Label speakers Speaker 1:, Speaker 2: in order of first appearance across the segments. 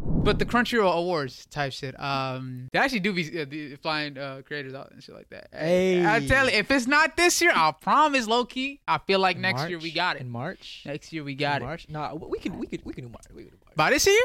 Speaker 1: but the Crunchyroll Awards type shit. Um, they actually do be uh, the flying uh, creators out and shit like that.
Speaker 2: Hey.
Speaker 1: I, I tell you, if it's not this year, I promise, low key, I feel like next year we got it.
Speaker 2: in March.
Speaker 1: Next year we got
Speaker 2: in
Speaker 1: it.
Speaker 2: March. Nah, we we can we could we can do March. We can do March.
Speaker 1: By this year?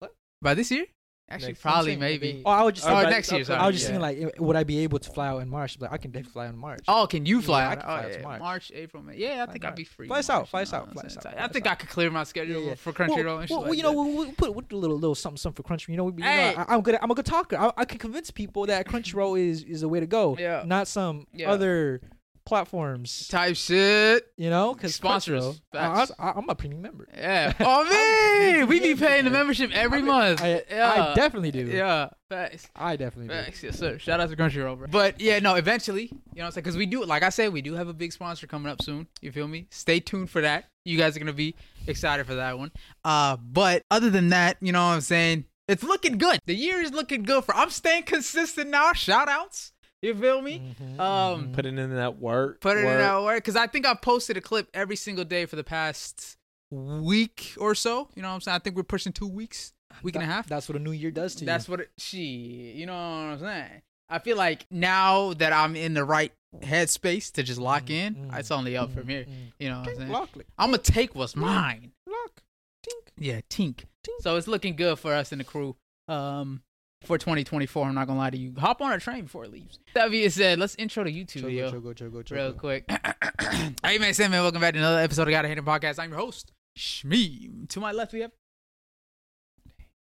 Speaker 2: What?
Speaker 1: By this year? Actually,
Speaker 3: Next-
Speaker 1: probably
Speaker 3: I'm saying
Speaker 1: maybe.
Speaker 3: maybe-
Speaker 2: Oh, I would just.
Speaker 1: Or
Speaker 3: by-
Speaker 1: next year, sorry.
Speaker 2: I was just
Speaker 3: yeah.
Speaker 2: thinking like, would I be able to fly out in March? Like, I can definitely fly out in March.
Speaker 1: Oh, can you fly?
Speaker 2: Yeah, I
Speaker 1: out?
Speaker 2: can
Speaker 1: oh,
Speaker 2: fly out to
Speaker 1: yeah.
Speaker 2: March.
Speaker 1: April, May. Yeah, I
Speaker 2: Why
Speaker 1: think I'd
Speaker 2: not?
Speaker 1: be free.
Speaker 2: Fly us
Speaker 1: March,
Speaker 2: out, fly
Speaker 1: you
Speaker 2: us
Speaker 1: know
Speaker 2: out,
Speaker 1: what
Speaker 2: fly
Speaker 1: I'm
Speaker 2: us
Speaker 1: saying?
Speaker 2: out,
Speaker 1: So
Speaker 2: fly
Speaker 1: I
Speaker 2: us
Speaker 1: think I
Speaker 2: out.
Speaker 1: could clear my schedule
Speaker 2: Yeah, yeah.
Speaker 1: for Crunchyroll
Speaker 2: Well,
Speaker 1: and shit
Speaker 2: well,
Speaker 1: like
Speaker 2: you know,
Speaker 1: that.
Speaker 2: we, we put we do a little little something, something for Crunchyroll. You know, we, you
Speaker 1: Hey.
Speaker 2: know I, I'm good. I'm a good talker. I, I can convince people that Crunchyroll is is the way to go.
Speaker 1: Yeah.
Speaker 2: Not some
Speaker 1: Yeah.
Speaker 2: other platforms.
Speaker 1: type shit.
Speaker 2: You know, because
Speaker 1: Sponsors.
Speaker 2: I,
Speaker 1: Facts.
Speaker 2: I, I'm a premium member.
Speaker 1: Yeah. Oh man, we be paying the membership every month.
Speaker 2: I,
Speaker 1: yeah.
Speaker 2: I definitely do.
Speaker 1: Yeah. Facts.
Speaker 2: I definitely do.
Speaker 1: Facts. Yes, sir. Shout out to Crunchyroll, bro. But yeah, no. Eventually, you know, what I'm saying because we do, like I said, we do have a big sponsor coming up soon. You feel me? Stay tuned for that. You guys are gonna be excited for that one. Uh, but other than that, you know what I'm saying? It's looking good. The year is looking good for. I'm staying consistent now. Shout outs. You feel me? Um,
Speaker 2: mm-hmm.
Speaker 3: Putting in that work.
Speaker 1: Put it
Speaker 3: work.
Speaker 1: in our work because I think I've posted a clip every single day for the past week or so. You know what I'm saying? I think we're pushing two weeks, week and a
Speaker 2: That-
Speaker 1: half.
Speaker 2: That's what a new year does to
Speaker 1: That's
Speaker 2: you.
Speaker 1: what it, she. You know what I'm saying? I feel like now that I'm in the right headspace to just lock in,
Speaker 2: mm,
Speaker 1: it's only up from here.
Speaker 2: Mm.
Speaker 1: You know what I'm
Speaker 2: Tink,
Speaker 1: saying?
Speaker 2: lock, lock,
Speaker 1: I'm gonna take what's mine.
Speaker 2: lock, tink.
Speaker 1: Yeah, tink.
Speaker 2: Tink.
Speaker 1: So it's looking good for us and the crew. Um. For 2024, I'm not gonna lie to you. Hop on a train before it leaves. That being said, let's intro the YouTube video
Speaker 2: Chogo, chogo, chogo,
Speaker 1: real
Speaker 2: chogo.
Speaker 1: quick. hey, man, Sam, man, welcome back to another episode of Gotta Hate Him Podcast. I'm your host, Shmeem. To my left, we have.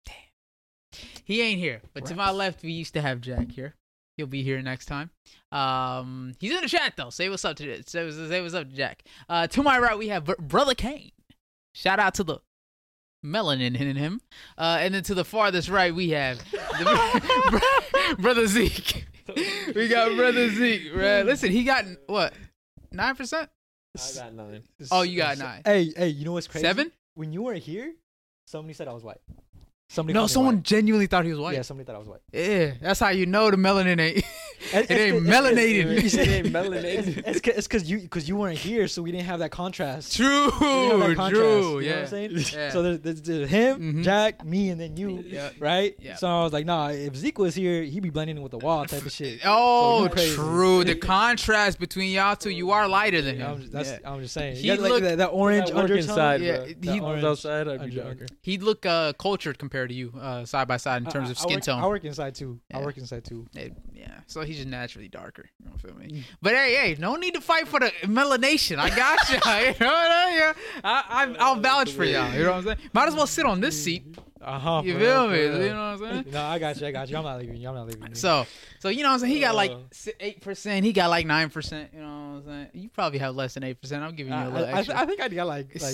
Speaker 1: Damn. He ain't here, but to my
Speaker 2: Raps.
Speaker 1: left, we used to have Jack here. He'll be here next time. Um, he's in the chat though. Say what's up to say, what's- say what's up to Jack. Uh, to my right, we have Br- Brother Kane. Shout out to the melanin in him. Uh, and then to the farthest right, we have the, Br- Brother Zeke. We got Brother Zeke, right? Listen, he got what? 9%?
Speaker 3: I got nine.
Speaker 1: Oh, you got nine.
Speaker 2: Hey, hey, you know what's crazy?
Speaker 1: 7?
Speaker 2: When you were here, somebody said I was white. Somebody
Speaker 1: No,
Speaker 2: called me
Speaker 1: someone
Speaker 2: white.
Speaker 1: genuinely thought he was white.
Speaker 2: Yeah, somebody thought I was white.
Speaker 1: Yeah, that's how you know the melanin ain't.
Speaker 2: It,
Speaker 1: ain't melanated.
Speaker 2: It's,
Speaker 3: It ain't melanated.
Speaker 2: it's, it's, it's cause you because you weren't here, so we didn't have that contrast.
Speaker 1: True,
Speaker 2: We didn't have that contrast,
Speaker 1: true.
Speaker 2: You know what
Speaker 1: Yeah.
Speaker 2: I'm saying?
Speaker 1: Yeah.
Speaker 2: So there's, there's, there's him,
Speaker 1: Mhm.
Speaker 2: Jack, me, and then you.
Speaker 1: Yeah.
Speaker 2: Right?
Speaker 1: Yeah.
Speaker 2: So I was like, nah, if Zeke was here, he'd be blending in with the wall type of shit.
Speaker 1: Oh,
Speaker 2: So you're crazy.
Speaker 1: true. The contrast between y'all two, you are lighter than
Speaker 2: I'm
Speaker 1: him.
Speaker 2: just, that's,
Speaker 1: Yeah.
Speaker 2: I'm just saying.
Speaker 1: He
Speaker 2: You got, like,
Speaker 1: looked-
Speaker 2: that, that orange
Speaker 3: That work
Speaker 2: undertone.
Speaker 3: inside,
Speaker 1: Yeah,
Speaker 3: bro.
Speaker 1: he-
Speaker 3: That
Speaker 1: he-
Speaker 3: I was outside, I'd be
Speaker 2: undertone.
Speaker 3: darker.
Speaker 1: He'd look uh, cultured compared to you, uh, side by side in terms
Speaker 2: I-
Speaker 1: of
Speaker 2: I
Speaker 1: skin
Speaker 2: work-
Speaker 1: tone.
Speaker 2: I work inside too.
Speaker 1: Yeah.
Speaker 2: I work inside too.
Speaker 1: It- yeah, so he's just naturally darker. You don't feel
Speaker 2: Mm.
Speaker 1: me? But hey, hey, no need to fight for the melanation. I got you. you know what I mean? I, I, I'll vouch for y'all. You know what I'm saying? Might as well sit on this seat.
Speaker 2: Uh huh.
Speaker 1: You feel me? You know what I'm saying?
Speaker 2: No, I got you. I got you. I'm not leaving you. I'm not leaving you.
Speaker 1: So, so you know what I'm saying? He got like
Speaker 3: Uh.
Speaker 1: eight percent. He got like nine percent. You know what I'm saying? You probably have less than eight percent. I'm giving you
Speaker 2: I,
Speaker 1: a little
Speaker 2: I, I,
Speaker 1: extra.
Speaker 2: th- I think I got like like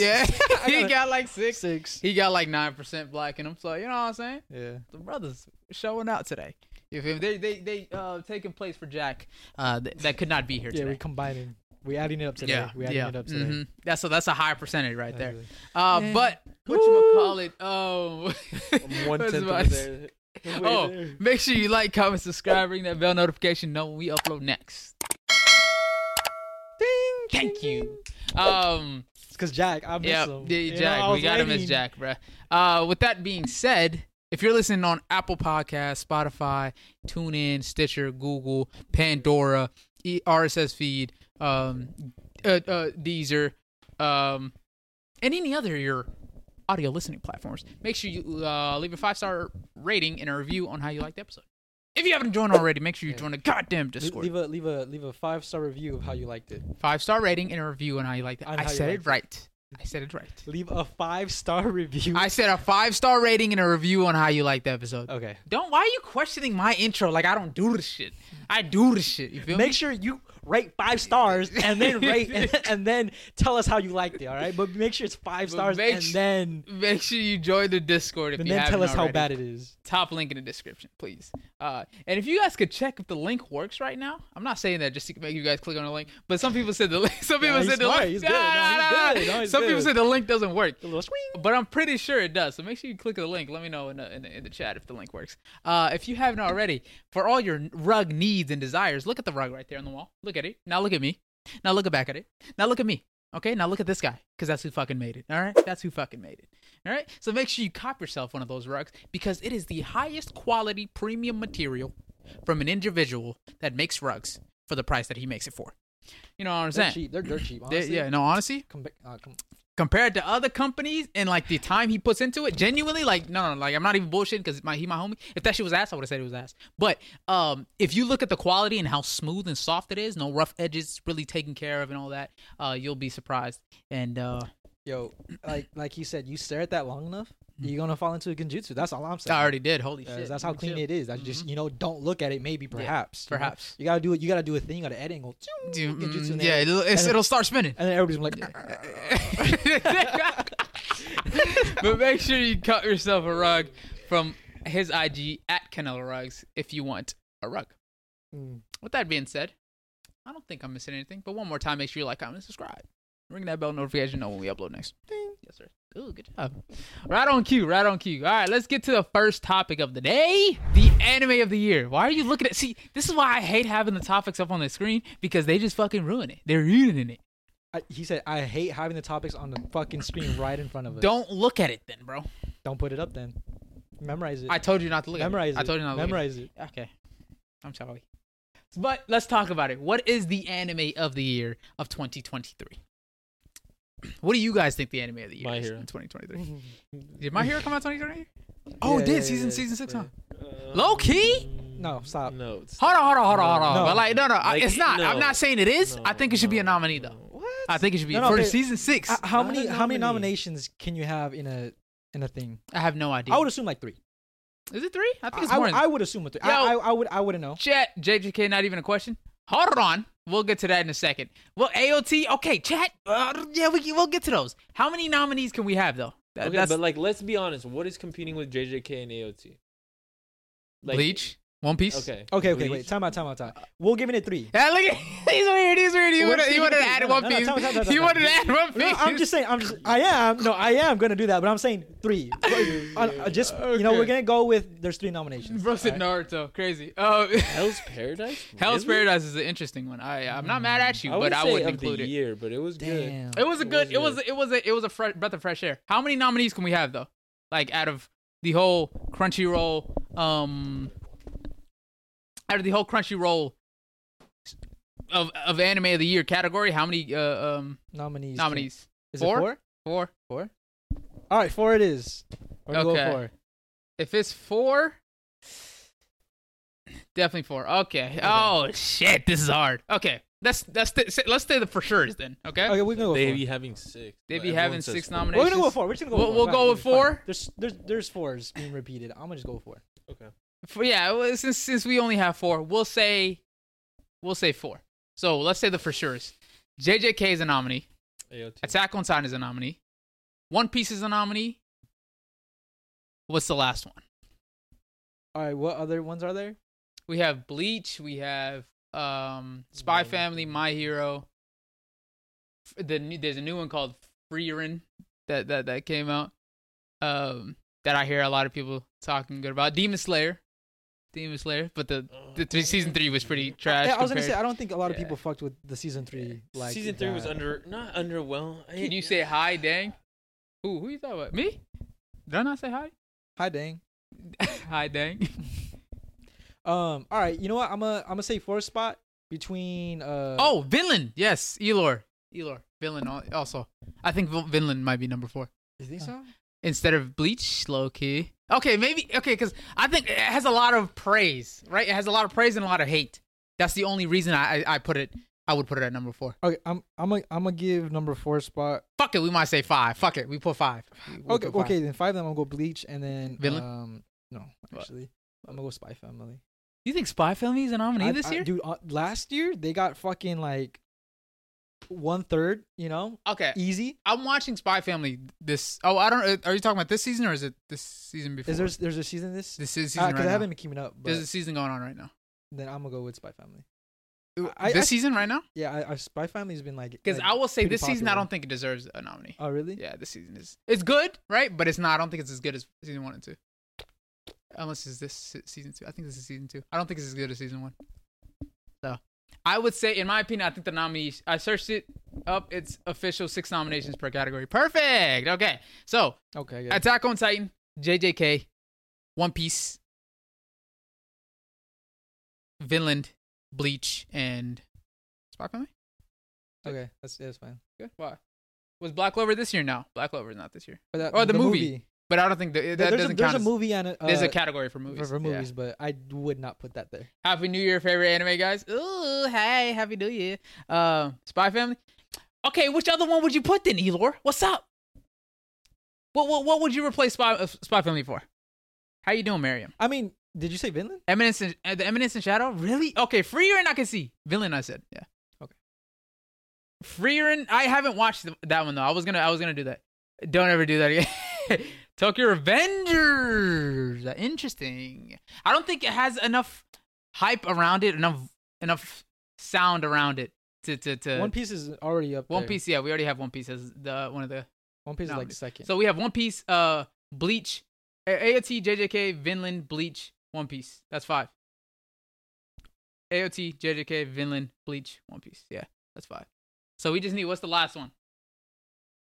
Speaker 1: Yeah, he
Speaker 2: gotta-
Speaker 1: got like six.
Speaker 2: six.
Speaker 1: He got like nine percent black in him. So you know what I'm saying?
Speaker 2: Yeah.
Speaker 1: the brothers showing out today. You feel me? They they they uh taking place for Jack uh th- that could not be here
Speaker 2: Yeah.
Speaker 1: today.
Speaker 2: We combining. We adding it up today.
Speaker 1: Yeah,
Speaker 2: We adding
Speaker 1: yeah.
Speaker 2: it up today.
Speaker 1: mhm. That's a that's a high percentage right there.
Speaker 2: Absolutely.
Speaker 1: Uh,
Speaker 2: Yeah.
Speaker 1: but what you call it? Oh,
Speaker 3: I'm one
Speaker 1: what's
Speaker 3: tenth
Speaker 1: about-
Speaker 3: of there.
Speaker 1: Oh, make sure you like, comment, subscribe, ring that bell notification, know when we upload next.
Speaker 2: Ding.
Speaker 1: Thank you. Um,
Speaker 2: It's cause Jack. I miss
Speaker 1: yeah,
Speaker 2: him.
Speaker 1: yeah,
Speaker 2: You know,
Speaker 1: Jack,
Speaker 2: I
Speaker 1: we
Speaker 2: was
Speaker 1: got him as
Speaker 2: waiting.
Speaker 1: Jack, bruh. Uh, with that being said, if you're listening on Apple Podcasts, Spotify, TuneIn, Stitcher, Google, Pandora, e- RSS feed, um, uh, uh, Deezer, um, and any other of your audio listening platforms, make sure you uh, leave a five star rating and a review on how you liked the episode. If you haven't joined already, make sure you
Speaker 2: Yeah.
Speaker 1: join the goddamn
Speaker 2: Le-
Speaker 1: Discord.
Speaker 2: Leave a leave a leave a five star review of how you liked it.
Speaker 1: Five star rating and a review on how you liked it.
Speaker 2: On
Speaker 1: I
Speaker 2: how you
Speaker 1: said
Speaker 2: liked
Speaker 1: it
Speaker 2: it.
Speaker 1: right. I said it right.
Speaker 2: Leave a five star review.
Speaker 1: I said a five star rating and a review on how you liked the episode.
Speaker 2: okay.
Speaker 1: Don't why are you questioning my intro like I don't do this shit. I do this shit. You feel me?
Speaker 2: Make sure you rate five stars and then rate and, and then tell us how you liked it. All right, but make sure it's five
Speaker 1: But
Speaker 2: stars
Speaker 1: make
Speaker 2: and
Speaker 1: su-
Speaker 2: then
Speaker 1: Make sure you join the Discord if
Speaker 2: and
Speaker 1: you
Speaker 2: then
Speaker 1: haven't
Speaker 2: tell us
Speaker 1: already.
Speaker 2: how bad it is.
Speaker 1: Top link in the description, please. Uh, and if you guys could check if the link works right now, I'm not saying that just to make you guys click on the link, but some people said the link. Some people
Speaker 2: he's
Speaker 1: said the
Speaker 2: smart.
Speaker 1: link.
Speaker 2: He's good. No, he's good. No, he's
Speaker 1: some people
Speaker 2: good.
Speaker 1: said the link doesn't work.
Speaker 2: A little swing.
Speaker 1: but I'm pretty sure it does. So make sure you click the link. Let me know in the, in the, in the chat if the link works. Uh, if you haven't already, for all your rug needs and desires, look at the rug right there on the wall. Look at it. Now look at me. Now look back at it. Now look at me. Okay, now look at this guy, because that's who fucking made it. All right, that's who fucking made it. All right, so make sure you cop yourself one of those rugs because it is the highest quality premium material from an individual that makes rugs for the price that he makes it for. You know what I'm
Speaker 2: They're
Speaker 1: saying?
Speaker 2: cheap. They're dirt cheap.
Speaker 1: They-
Speaker 2: Honestly.
Speaker 1: yeah, no, honestly,
Speaker 2: Com- uh, com-
Speaker 1: compared to other companies and like the time he puts into it, genuinely, like no, no, like I'm not even bullshitting because my he my homie. If that shit was ass, I would have said it was ass. But um, if you look at the quality and how smooth and soft it is, no rough edges, really taken care of and all that, uh, you'll be surprised. And uh,
Speaker 2: yo, like like he said, you stare at that long enough, you're gonna fall into a genjutsu. That's all I'm saying.
Speaker 1: I Mm-hmm. already did. Holy
Speaker 2: Uh,
Speaker 1: shit!
Speaker 2: That's how clean it is. I just you know don't look at it. Maybe perhaps you know?
Speaker 1: Mm-hmm. perhaps.
Speaker 2: you gotta do it. You gotta do a thing. You gotta edit and go.
Speaker 1: Dude,
Speaker 2: genjutsu in
Speaker 1: mm,
Speaker 2: there.
Speaker 1: yeah, it'll, it's,
Speaker 2: And-
Speaker 1: it'll start spinning.
Speaker 2: And then everybody's like,
Speaker 1: but make sure you cut yourself a rug from his IG at Canelo Rugs if you want a rug.
Speaker 2: Mm.
Speaker 1: With that being said, I don't think I'm missing anything. But one more time, make sure you like, comment, and subscribe. Ring that bell notification to know when we upload next. Yes, sir. Ooh, good job. Right on cue, right on cue. All right, let's get to the first topic of the day the anime of the year. Why are you looking at. See, this is why I hate having the topics up on the screen because they just fucking ruin it. They're ruining it.
Speaker 2: I, he said, I hate having the topics on the fucking screen right in front of us.
Speaker 1: Don't look at it then, bro.
Speaker 2: don't put it up then. Memorize it.
Speaker 1: I told you not to look
Speaker 2: Memorize
Speaker 1: at it.
Speaker 2: it.
Speaker 1: I told you not to look at it.
Speaker 2: Memorize it.
Speaker 1: Okay. I'm sorry. But let's talk about it. What is the anime of the year of 2023? What do you guys think the anime of the year
Speaker 3: My
Speaker 1: is
Speaker 3: Hero.
Speaker 1: in 2023? Did My Hero come out 2023? Oh,
Speaker 2: Yeah,
Speaker 1: it did.
Speaker 2: yeah,
Speaker 1: season
Speaker 2: yeah.
Speaker 1: season 6, huh?
Speaker 3: Um,
Speaker 1: Low key?
Speaker 2: No, stop.
Speaker 3: No, it's
Speaker 1: Hold on, hold on, hold on, hold on.
Speaker 2: No.
Speaker 1: But like, no, no, I-
Speaker 3: Like,
Speaker 1: it's not. I'm
Speaker 3: no.
Speaker 1: not saying it is. I
Speaker 3: No,
Speaker 1: think it should be a
Speaker 3: no,
Speaker 1: nominee though.
Speaker 3: no.
Speaker 1: I think it should be
Speaker 2: No, no,
Speaker 1: for
Speaker 2: but-
Speaker 1: season six.
Speaker 2: Uh,
Speaker 1: I,
Speaker 2: how
Speaker 3: Not
Speaker 2: many
Speaker 3: a
Speaker 2: how many
Speaker 3: nominee.
Speaker 2: nominations can you have in a in a thing?
Speaker 1: have no idea.
Speaker 2: I would assume like three.
Speaker 1: is it three? I think
Speaker 2: I,
Speaker 1: it's
Speaker 2: I,
Speaker 1: more. than
Speaker 2: would- I would assume a three. I, I, I would I wouldn't know.
Speaker 1: Chat, JJK, not even a question. Hold on. We'll get to that in a second. Well, AOT, okay, chat. Uh, yeah, we, we'll get to those. How many nominees can we have, though? That-
Speaker 3: Okay,
Speaker 1: that's
Speaker 3: but like, let's be honest. What is competing with JJK and AOT?
Speaker 1: Bleach, One Piece.
Speaker 3: Okay.
Speaker 2: Okay, okay,
Speaker 3: Bleach.
Speaker 2: wait. Time out, time out, time. out. We're giving it three.
Speaker 1: Yeah, look at he's weird. He's weird. He
Speaker 2: What
Speaker 1: wanted,
Speaker 2: is
Speaker 1: he
Speaker 2: he
Speaker 1: wanted to
Speaker 2: gonna
Speaker 1: add
Speaker 2: do? No,
Speaker 1: One
Speaker 2: no,
Speaker 1: Piece.
Speaker 2: tell me, tell me, tell me,
Speaker 1: He
Speaker 2: tell me.
Speaker 1: wanted to add One
Speaker 2: No,
Speaker 1: Piece.
Speaker 2: I'm just saying. I'm just. I am. No, I am gonna do that, but I'm saying three. Uh, just you know,
Speaker 1: Okay.
Speaker 2: we're gonna go with. There's three nominations.
Speaker 1: Bro said
Speaker 2: alright?
Speaker 1: Naruto. Crazy. Uh,
Speaker 3: Hell's Paradise.
Speaker 1: Hell's
Speaker 3: Really?
Speaker 1: Paradise is an interesting one. I, I'm not mad at you, but
Speaker 3: wouldn't
Speaker 1: I
Speaker 3: say
Speaker 1: wouldn't
Speaker 3: of
Speaker 1: include
Speaker 3: the
Speaker 1: it.
Speaker 3: year, but it was good.
Speaker 2: Damn.
Speaker 1: It was a
Speaker 3: It
Speaker 1: good.
Speaker 3: was
Speaker 1: It was.
Speaker 3: good.
Speaker 1: It was a. It was a fresh, breath of fresh air. How many nominees can we have though? Like out of the whole Crunchyroll, um, out of the whole Crunchyroll of of anime of the year category, how many uh, um
Speaker 2: Nominees.
Speaker 1: nominees?
Speaker 2: Is
Speaker 1: Four?
Speaker 2: it four?
Speaker 1: Four.
Speaker 2: All right, four it is. We're gonna
Speaker 1: Okay.
Speaker 2: go four.
Speaker 1: If it's four, definitely four. Okay. Oh shit, this is hard. Okay, let's let's th- let's say the for sure's then. Okay.
Speaker 2: Okay, we're gonna go
Speaker 3: They
Speaker 2: four.
Speaker 3: be having six.
Speaker 1: They
Speaker 3: but
Speaker 1: be
Speaker 3: everyone
Speaker 1: having
Speaker 3: says
Speaker 1: six
Speaker 3: four.
Speaker 1: nominations.
Speaker 2: We're gonna go four. We're just gonna go.
Speaker 1: We'll-
Speaker 2: four.
Speaker 1: we'll
Speaker 2: Fine,
Speaker 1: go with
Speaker 2: fine.
Speaker 1: four.
Speaker 2: There's there's there's fours being repeated. I'm gonna just go with four.
Speaker 3: Okay.
Speaker 1: For, yeah, well, since since we only have four, we'll say, we'll say four. So let's say the for sure's. JJK is a nominee.
Speaker 3: AOT.
Speaker 1: Attack on Titan is a nominee. One Piece is a nominee. What's the last one?
Speaker 2: All right, what other ones are there?
Speaker 1: We have Bleach. We have um Spy Family, My Hero. F- The new, there's a new one called Freerin that that that came out. Um, that I hear a lot of people talking good about. Demon Slayer, Demon Slayer, but the
Speaker 3: Oh.
Speaker 1: the three, season three was pretty trash.
Speaker 2: Yeah, I was gonna
Speaker 1: compared-
Speaker 2: say I don't think a lot of
Speaker 1: Yeah.
Speaker 2: people fucked with the season three. Like
Speaker 3: season three was
Speaker 2: that.
Speaker 3: under not underwhelmed.
Speaker 1: Did you say hi, dang? Who? Who you thought about? Me? Did I not say hi?
Speaker 2: Hi, dang.
Speaker 1: hi, dang.
Speaker 2: Um. All right. You know what? I'm a I'm gonna say fourth spot between. Uh,
Speaker 1: Oh, Vinland. Yes, Elor. Elor. Vinland al- also. I think Vin- Vinland might be number four
Speaker 3: You think so?
Speaker 1: instead of Bleach. Low key. Okay, maybe. Okay, because I think it has a lot of praise, right? It has a lot of praise and a lot of hate. That's the only reason I I, I put it. I would put it at number four.
Speaker 2: Okay. I'm I'm a, I'm gonna give number four spot.
Speaker 1: Fuck it. We might say five. Fuck it. We put five. We'll
Speaker 2: okay.
Speaker 1: put five.
Speaker 2: Okay. Then five of them. I'm gonna go bleach and then
Speaker 1: Villain?
Speaker 2: um no
Speaker 1: What?
Speaker 2: actually I'm gonna go spy family.
Speaker 1: You think Spy Family is a nominee
Speaker 2: I-
Speaker 1: this
Speaker 2: I-
Speaker 1: year?
Speaker 2: dude. Uh, last year they got fucking like one third. You know,
Speaker 1: okay.
Speaker 2: easy.
Speaker 1: I'm watching Spy Family this. Oh, I don't. Are you talking about this season or is it this season before?
Speaker 2: Is there there's a season this?
Speaker 1: this is
Speaker 2: Uh,
Speaker 1: season right
Speaker 2: I
Speaker 1: now.
Speaker 2: haven't been keeping up. But
Speaker 1: There's a season going on right now.
Speaker 2: then I'm gonna go with Spy Family. I-
Speaker 1: this
Speaker 2: I-
Speaker 1: season right now?
Speaker 2: Yeah, I, I Spy Family's been like
Speaker 1: Because
Speaker 2: like-
Speaker 1: I will say
Speaker 2: pretty
Speaker 1: this season, I
Speaker 2: popular.
Speaker 1: don't think it deserves a nominee.
Speaker 2: Oh really?
Speaker 1: Yeah, this season is it's good, right? But it's not. I don't think it's as good as season one and two. Unless it's this se- season two. I think this is season two. I don't think it's as good as season one. So I would say, in my opinion, I think the nominees. I searched it up. It's official six nominations per category. Perfect. Okay, so
Speaker 2: Okay. Good.
Speaker 1: Attack on Titan, JJK, One Piece, Vinland, Bleach, and Spy Family.
Speaker 2: okay. That's that's fine.
Speaker 1: Good. Why? Was Black Clover this year? No, Black Clover is not this year.
Speaker 2: But that-
Speaker 1: Oh, the movie. But I don't think the, that
Speaker 2: There- there's
Speaker 1: doesn't
Speaker 2: a,
Speaker 1: count.
Speaker 2: there's a
Speaker 1: as-
Speaker 2: movie on it. Uh,
Speaker 1: there's a category for movies.
Speaker 2: for, for
Speaker 1: Yeah.
Speaker 2: movies, but I d- would not put that there.
Speaker 1: Happy New Year, favorite anime guys. Ooh, hey, Happy New Year. Uh, Spy Family. Okay, which other one would you put then, Elor? What's up? What what what would you replace Spy uh, Spy Family for? How you doing, Miriam?
Speaker 2: I mean, did you say Vinland?
Speaker 1: Eminence and uh, the Eminence and Shadow. Really? Okay, Free and I can see villain. I said yeah.
Speaker 2: Okay.
Speaker 1: Free and I haven't watched the, that one though. I was gonna I was gonna do that. Don't ever do that again. Tokyo Revengers. Uh, Interesting. I don't think it has enough hype around it, enough enough sound around it to to, to
Speaker 2: One Piece is already up.
Speaker 1: One
Speaker 2: there.
Speaker 1: Piece. Yeah, we already have One Piece as the one of the
Speaker 2: One Piece is like
Speaker 1: nominated.
Speaker 2: second.
Speaker 1: so we have One Piece, uh, Bleach, A- AOT, JJK, Vinland, Bleach, One Piece. That's five. AOT, JJK, Vinland, Bleach, One Piece. Yeah, that's five. So we just need. What's the last one?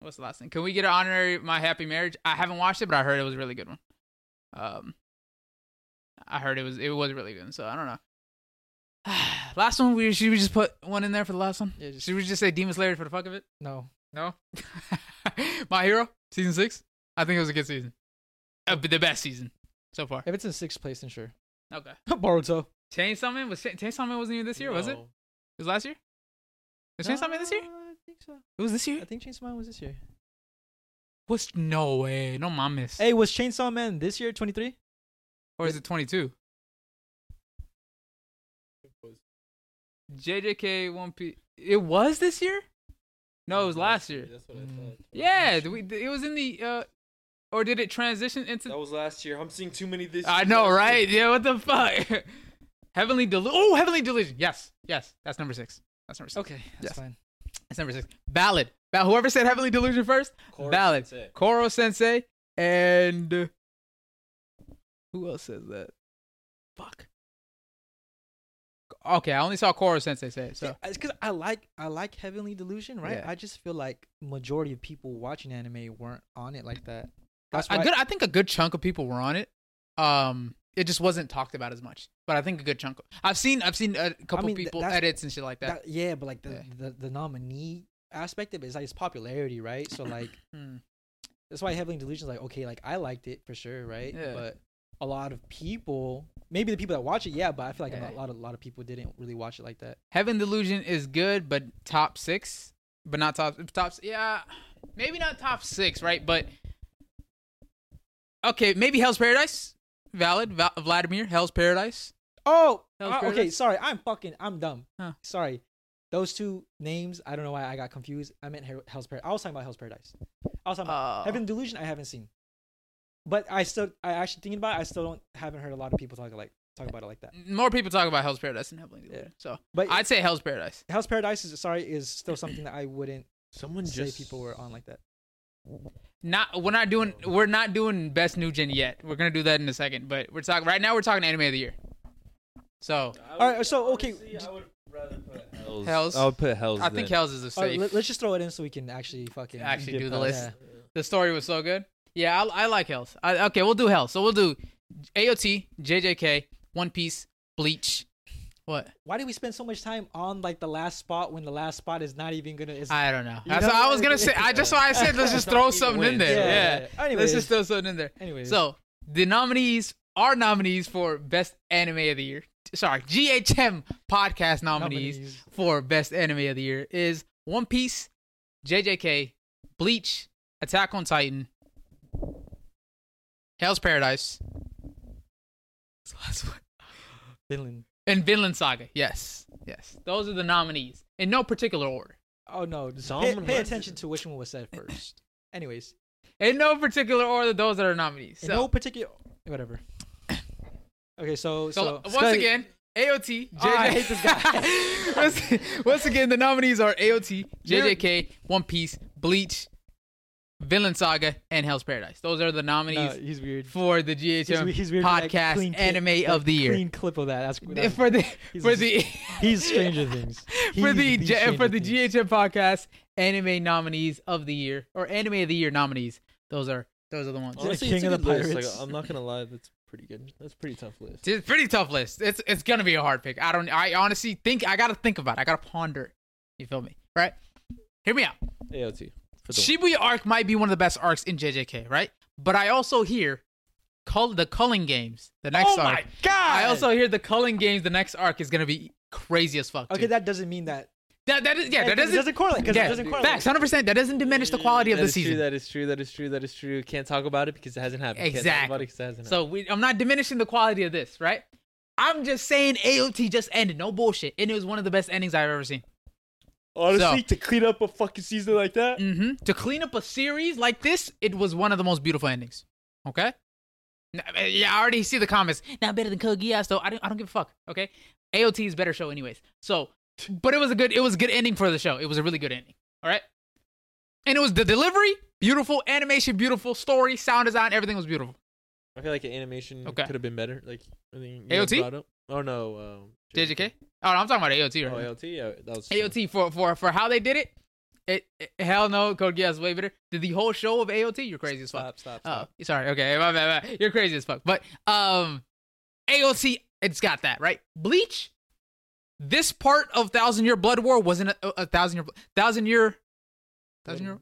Speaker 1: What's the last thing? Can we get an honorary My Happy Marriage? I haven't watched it, but I heard it was a really good one. Um, I heard it was it was really good. So I don't know. last one. We should we just put one in there for the last one?
Speaker 2: Yeah, just-
Speaker 1: should we just say Demon Slayer for the fuck of it?
Speaker 2: no,
Speaker 1: No. My Hero season six. I think it was a good season, uh, but the best season so far.
Speaker 2: if it's in sixth place, then sure.
Speaker 1: Okay.
Speaker 2: Boruto.
Speaker 1: Chainsaw Man was Cha- Chainsaw Man wasn't even this year, was it? It
Speaker 3: No.
Speaker 1: was last year. Was Chainsaw Man this year?
Speaker 2: No, Uh, I think so.
Speaker 1: It was this
Speaker 2: I
Speaker 1: year.
Speaker 2: think Chainsaw Man was this year.
Speaker 1: Uh, What's no way? No mames.
Speaker 2: Hey, was Chainsaw Man this year? Twenty three.
Speaker 1: or is it twenty two?
Speaker 3: It was-
Speaker 1: JJK One Piece. It was this year. No, it was last year.
Speaker 3: That's what I
Speaker 2: Mm.
Speaker 3: thought.
Speaker 1: Yeah, we, it was in the. uh Or did it transition into?
Speaker 3: That was last year. I'm seeing too many this year.
Speaker 1: I know, right? Yeah, what the fuck? Heavenly Delu Oh, Heavenly Delusion. Yes, yes. That's number six. That's number six.
Speaker 2: Okay, that's
Speaker 1: Yes.
Speaker 2: fine.
Speaker 1: That's number six. Ballad. Ba- whoever said Heavenly Delusion first,
Speaker 3: Chorus,
Speaker 1: Valid.
Speaker 3: that's it.
Speaker 1: Koro Sensei, and uh, who else says that? Fuck. Okay, I only saw Koro Sensei say it. So
Speaker 2: it's because I like I like Heavenly Delusion, right?
Speaker 1: Yeah.
Speaker 2: I just feel like majority of people watching anime weren't on it like that.
Speaker 1: a,
Speaker 2: That's why.
Speaker 1: a good, I think a good chunk of people were on it. Um, it just wasn't talked about as much, but I think a good chunk. I've seen, I've seen a couple
Speaker 2: mean, th-
Speaker 1: people
Speaker 2: that's-
Speaker 1: edits and shit like that.
Speaker 2: that- yeah, but like the,
Speaker 1: Yeah.
Speaker 2: the the nominee aspect of it is like its popularity, right? So like
Speaker 1: Hmm.
Speaker 2: that's why Heavenly Delusion is like okay, like I liked it for sure, right?
Speaker 1: Yeah.
Speaker 2: But a lot of people, maybe the people that watch it, yeah, but I feel like
Speaker 1: Yeah.
Speaker 2: a lot a lot of people didn't really watch it like that.
Speaker 1: Heaven Delusion is good, but top six, but not top top. Yeah, maybe not top six, right? But okay, maybe Hell's Paradise, valid. Val- Vladimir, Hell's Paradise.
Speaker 2: Oh,
Speaker 1: That was
Speaker 2: uh, okay.
Speaker 1: Paradise?
Speaker 2: Sorry, I'm fucking. I'm dumb.
Speaker 1: Huh.
Speaker 2: Sorry. Those two names, I don't know why I got confused. I meant Hell- Hell's Paradise. I was talking about Hell's Paradise. I was talking about
Speaker 1: Uh,
Speaker 2: Heaven Delusion. I haven't seen, but I still, I actually thinking about. It, I still don't haven't heard a lot of people talk like talk about it like that.
Speaker 1: more people talk about Hell's Paradise than Heavenly Delusion, so
Speaker 2: But
Speaker 1: I'd say Hell's Paradise.
Speaker 2: Hell's Paradise is sorry is still something that I wouldn't
Speaker 3: Someone
Speaker 2: say
Speaker 3: just
Speaker 2: people were on like that.
Speaker 1: Not we're not doing we're not doing best new gen yet. We're gonna do that in a second, but we're talking right now. We're talking anime of the year. So
Speaker 2: All right, so, okay,
Speaker 3: I would rather put Hells.
Speaker 1: Hells.
Speaker 3: I would put Hells.
Speaker 1: I think
Speaker 3: then.
Speaker 1: Hell's is a
Speaker 2: All right,
Speaker 1: safe.
Speaker 2: let, us just throw it in so we can actually fucking
Speaker 1: Actually
Speaker 2: get
Speaker 1: do the
Speaker 2: past-
Speaker 1: list.
Speaker 2: yeah.
Speaker 1: The story was so good. Yeah, I, I like Hells. I, okay, we'll do Hells. So we'll do AOT, JJK, One Piece, Bleach. What?
Speaker 2: Why did we spend so much time on like the last spot when the last spot is not even gonna? Is,
Speaker 1: I don't know.
Speaker 2: You
Speaker 1: That's what
Speaker 2: know-
Speaker 1: I was gonna say. I just why I said let's just throw
Speaker 3: Don't even
Speaker 1: something in
Speaker 3: win.
Speaker 1: there.
Speaker 3: Yeah,
Speaker 1: Yeah.
Speaker 2: yeah, yeah. Anyways.
Speaker 1: Let's just throw something in there.
Speaker 2: anyways,
Speaker 1: So the nominees are nominees for best anime of the year. Sorry, GHM podcast nominees.
Speaker 2: nominees.
Speaker 1: for best anime of the year is One Piece, JJK, Bleach, Attack on Titan, Hell's Paradise, What's the last one?
Speaker 2: Finland.
Speaker 1: and Vinland Saga. Yes, yes, those are the nominees in no particular order.
Speaker 2: Oh no! Pay,
Speaker 3: Someone
Speaker 2: pay
Speaker 3: has
Speaker 2: attention to which one was said first. Anyways,
Speaker 1: In no particular order, those that are nominees.
Speaker 2: in
Speaker 1: So,
Speaker 2: no particular, whatever. Okay, so
Speaker 1: so
Speaker 2: so,
Speaker 1: once
Speaker 2: so-
Speaker 1: again. AOT, JJK.
Speaker 2: Oh, I hate this
Speaker 1: once, once again, the nominees are AOT, JJK, One Piece, Bleach, Villain Saga, and Hell's Paradise. Those are the
Speaker 2: No,
Speaker 1: nominees
Speaker 2: he's weird.
Speaker 1: for the
Speaker 2: Uh, He's,
Speaker 1: GHM
Speaker 2: we- he's weird. for that
Speaker 1: podcast
Speaker 2: clean clip-
Speaker 1: anime
Speaker 2: that
Speaker 1: of the year.
Speaker 2: Clean clip of that. That's, that's
Speaker 1: for the
Speaker 2: he's
Speaker 1: for
Speaker 2: a-
Speaker 1: the
Speaker 2: he's Stranger Things.
Speaker 1: for
Speaker 2: He's
Speaker 1: the, J-
Speaker 2: Stranger
Speaker 1: for the
Speaker 2: Things.
Speaker 1: GHM podcast anime nominees of the year or anime of the year nominees. Those are those are the ones.
Speaker 2: Honestly, King of the Pirates.
Speaker 3: Like, I'm not gonna lie, that's pretty good. That's a pretty tough list.
Speaker 1: It's a pretty tough list. It's it's gonna be a hard pick. I don't. I honestly think I gotta think about. it. I gotta ponder. it. You feel me? Right? Hear me out.
Speaker 3: AOT. For the
Speaker 1: Shibuya arc might be one of the best arcs in JJK. Right? But I also hear, cull the Culling Games. The next
Speaker 2: Oh
Speaker 1: arc.
Speaker 2: my god!
Speaker 1: I also hear the Culling Games. The next arc is gonna be crazy as fuck.
Speaker 2: okay.
Speaker 1: too.
Speaker 2: That doesn't mean that.
Speaker 1: that, that is yeah. That
Speaker 2: it doesn't,
Speaker 1: doesn't.
Speaker 2: correlate because
Speaker 1: yeah,
Speaker 2: it doesn't correlate.
Speaker 1: facts, hundred percent. That doesn't diminish the quality of
Speaker 3: That
Speaker 1: the
Speaker 3: is true,
Speaker 1: season.
Speaker 3: that is true. That is true. That is true. Can't talk about it because it hasn't happened. Can't talk about
Speaker 1: Exactly.
Speaker 3: it because it hasn't
Speaker 1: So we, I'm not diminishing the quality of this, right? I'm just saying AOT just ended. No bullshit. And it was one of the best endings I've ever seen.
Speaker 3: happened.
Speaker 1: Honestly,
Speaker 3: to clean up a fucking season like that.
Speaker 1: hmm To clean up a series like this, it was one of the most beautiful endings. Okay. N- uh, Yeah, I already see the comments. Not better than Code Geass, though. I don't. I don't give a fuck. Okay. AOT is better show, anyways. So, but it was a good. It was a good ending for the show. It was a really good ending. All right. And it was the delivery beautiful, animation beautiful, story, sound design, everything was beautiful.
Speaker 3: I feel like animation
Speaker 1: Okay.
Speaker 3: could have been better. Like I think
Speaker 1: AOT?
Speaker 3: AOT. Up. Oh no. Um,
Speaker 1: JJK. Oh, I'm talking about AOT
Speaker 3: Oh
Speaker 1: right now.
Speaker 3: AOT. Yeah, that was
Speaker 1: AOT for for for how they did it. It, it- hell no, Code Geass way better. Did the whole show of AOT? You're crazy as fuck.
Speaker 2: Stop. Stop.
Speaker 1: Oh,
Speaker 2: stop.
Speaker 1: sorry. Okay, my bad, my bad. You're crazy as fuck. But um, AOT, it's got that right. Bleach. This part of Thousand Year Blood War wasn't a, a thousand year thousand year thousand year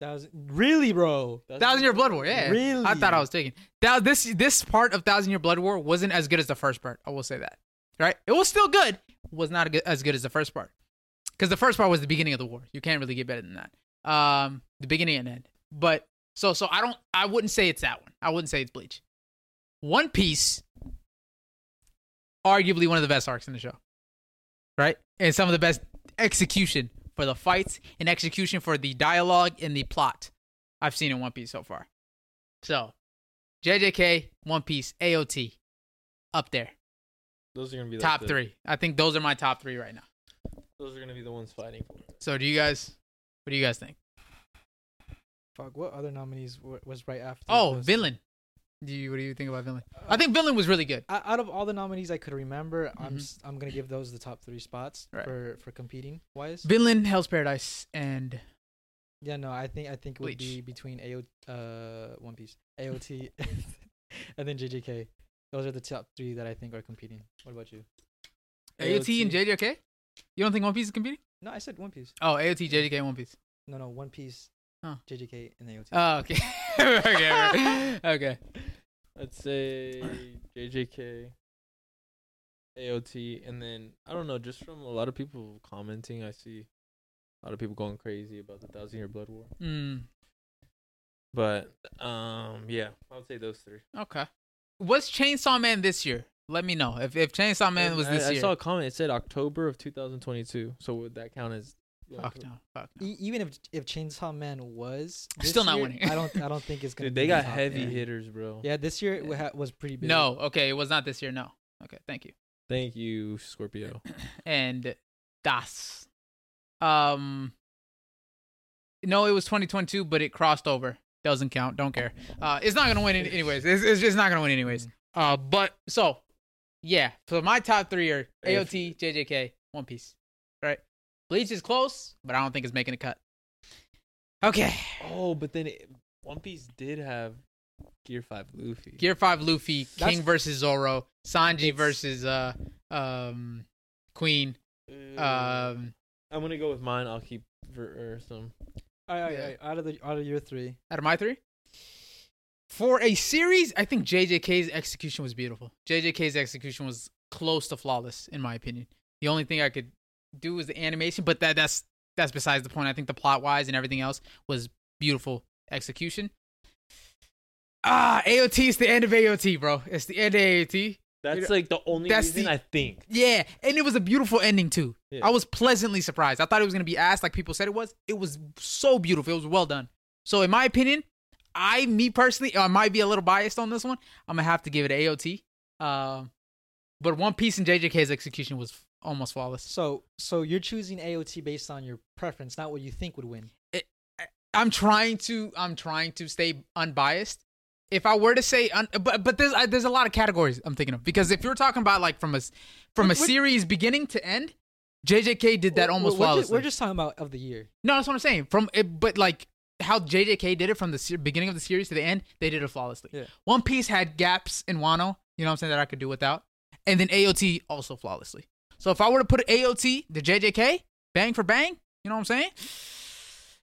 Speaker 2: That was really, bro.
Speaker 1: thousand year Blood War. Yeah,
Speaker 2: Really?
Speaker 1: I thought I was taking that. This this part of Thousand Year Blood War wasn't as good as the first part. I will say that. Right? It was still good. Was not good, as good as the first part because the first part was the beginning of the war. You can't really get better than that. Um, the beginning and end. But so so I don't. I wouldn't say it's that one. I wouldn't say it's Bleach. One Piece, arguably one of the best arcs in the show, right? And some of the best execution for the fights and execution for the dialogue and the plot I've seen in One Piece so far. So, JJK, One Piece, AOT, up there,
Speaker 3: Those are gonna be like,
Speaker 1: top
Speaker 3: the-
Speaker 1: three. I think those are my top three right now.
Speaker 3: Those are gonna be the ones fighting for. it.
Speaker 1: So, do you guys? What do you guys think?
Speaker 2: Fuck. What other nominees wa- was right after?
Speaker 1: Oh,
Speaker 2: those?
Speaker 1: villain. Do you, what do you think about villain? I think villain was really good.
Speaker 2: O- Out of all the nominees I could remember, I'm
Speaker 1: Mhm.
Speaker 2: s- I'm gonna give those the top three spots
Speaker 1: Right.
Speaker 2: for for competing wise.
Speaker 1: Villain, Hell's Paradise, and
Speaker 2: Yeah, no, I think I think it would be
Speaker 1: Bleach.
Speaker 2: between AO uh One Piece, AOT, and then JJK. Those are the top three that I think are competing. What about you?
Speaker 1: AOT and JJK. You don't think One Piece is competing?
Speaker 2: No, I said One Piece.
Speaker 1: Oh, AOT, JJK, and One Piece.
Speaker 2: No, no, One Piece,
Speaker 1: Oh.
Speaker 2: JJK, and AOT.
Speaker 1: Oh, okay. okay. right. Okay.
Speaker 3: I'd say JJK, AOT, and then I don't know. Just from a lot of people commenting, I see a lot of people going crazy about the Thousand Year Blood War.
Speaker 1: Mm,
Speaker 3: But um, yeah, I would say those three.
Speaker 1: okay. Was Chainsaw Man this year? Let me know if if Chainsaw Man
Speaker 3: And
Speaker 1: was
Speaker 3: I,
Speaker 1: this
Speaker 3: I
Speaker 1: year.
Speaker 3: saw a comment. It said October of 2022. So would that count as?
Speaker 1: fuck no. Fuck no.
Speaker 2: E- even if if Chainsaw Man was this
Speaker 1: Still not
Speaker 2: year,
Speaker 1: winning.
Speaker 2: I don't I don't think it's gonna.
Speaker 3: Dude,
Speaker 2: be
Speaker 3: they
Speaker 2: in the
Speaker 3: got
Speaker 2: top
Speaker 3: heavy
Speaker 2: ten.
Speaker 3: hitters, bro.
Speaker 2: Yeah, this year it ha- was pretty big.
Speaker 1: No. Okay, it was not this year. No. Okay. Thank you.
Speaker 3: Thank you, Scorpio.
Speaker 1: and Das. Um, no, it was 2022, but it crossed over. Doesn't count. Don't care. Uh, it's not gonna win any- anyways. It's, it's just not gonna win anyways. Uh, but so, yeah. So my top three are AOT, JJK, One Piece. Right. Bleach is close, but I don't think it's making a cut. Okay.
Speaker 3: Oh, but then it, One Piece did have Gear Five Luffy.
Speaker 1: Gear Five Luffy,
Speaker 2: That's-
Speaker 1: King versus Zoro, Sanji
Speaker 2: It's-
Speaker 1: versus uh um Queen.
Speaker 2: Uh,
Speaker 1: Um,
Speaker 3: I'm gonna go with mine. I'll keep for or some.
Speaker 2: All right, all right,
Speaker 1: Yeah.
Speaker 2: all right, out of the out of your three.
Speaker 1: out of my three. For a series, I think JJK's execution was beautiful. JJK's execution was close to flawless, in my opinion. The only thing I could do was the animation, but that that's that's besides the point. I think the plot wise and everything else was beautiful execution. Ah, AOT is the end of AOT, bro. It's the end of AOT.
Speaker 3: That's
Speaker 1: know,
Speaker 3: like the only
Speaker 1: that's
Speaker 3: reason
Speaker 1: the-
Speaker 3: I think.
Speaker 1: Yeah, and it was a beautiful ending too.
Speaker 3: Yeah.
Speaker 1: I was pleasantly surprised. I thought it was gonna be ass like people said it was. It was so beautiful. It was well done. So in my opinion, I me personally, I might be a little biased on this one. I'm gonna have to give it a AOT. Um, but One Piece and JJK's execution was f- almost flawless.
Speaker 2: So so you're choosing AOT based on your preference, not what you think would win.
Speaker 1: I'm trying to I'm trying to stay unbiased. If I were to say, un, but but there's I, there's a lot of categories I'm thinking of because if you're talking about like from a s- from a
Speaker 2: What- what-
Speaker 1: series beginning to end, JJK did that
Speaker 2: We're-
Speaker 1: almost
Speaker 2: we're ju-
Speaker 1: flawlessly.
Speaker 2: we're just talking about of the year.
Speaker 1: no, that's what I'm saying. From it, but like how JJK did it from the se- beginning of the series to the end, they did it flawlessly.
Speaker 2: Yeah.
Speaker 1: One Piece had gaps in Wano, you know what I'm saying that I could do without, and then AOT also flawlessly. So if I were to put AOT the JJK bang for bang, you know what I'm saying?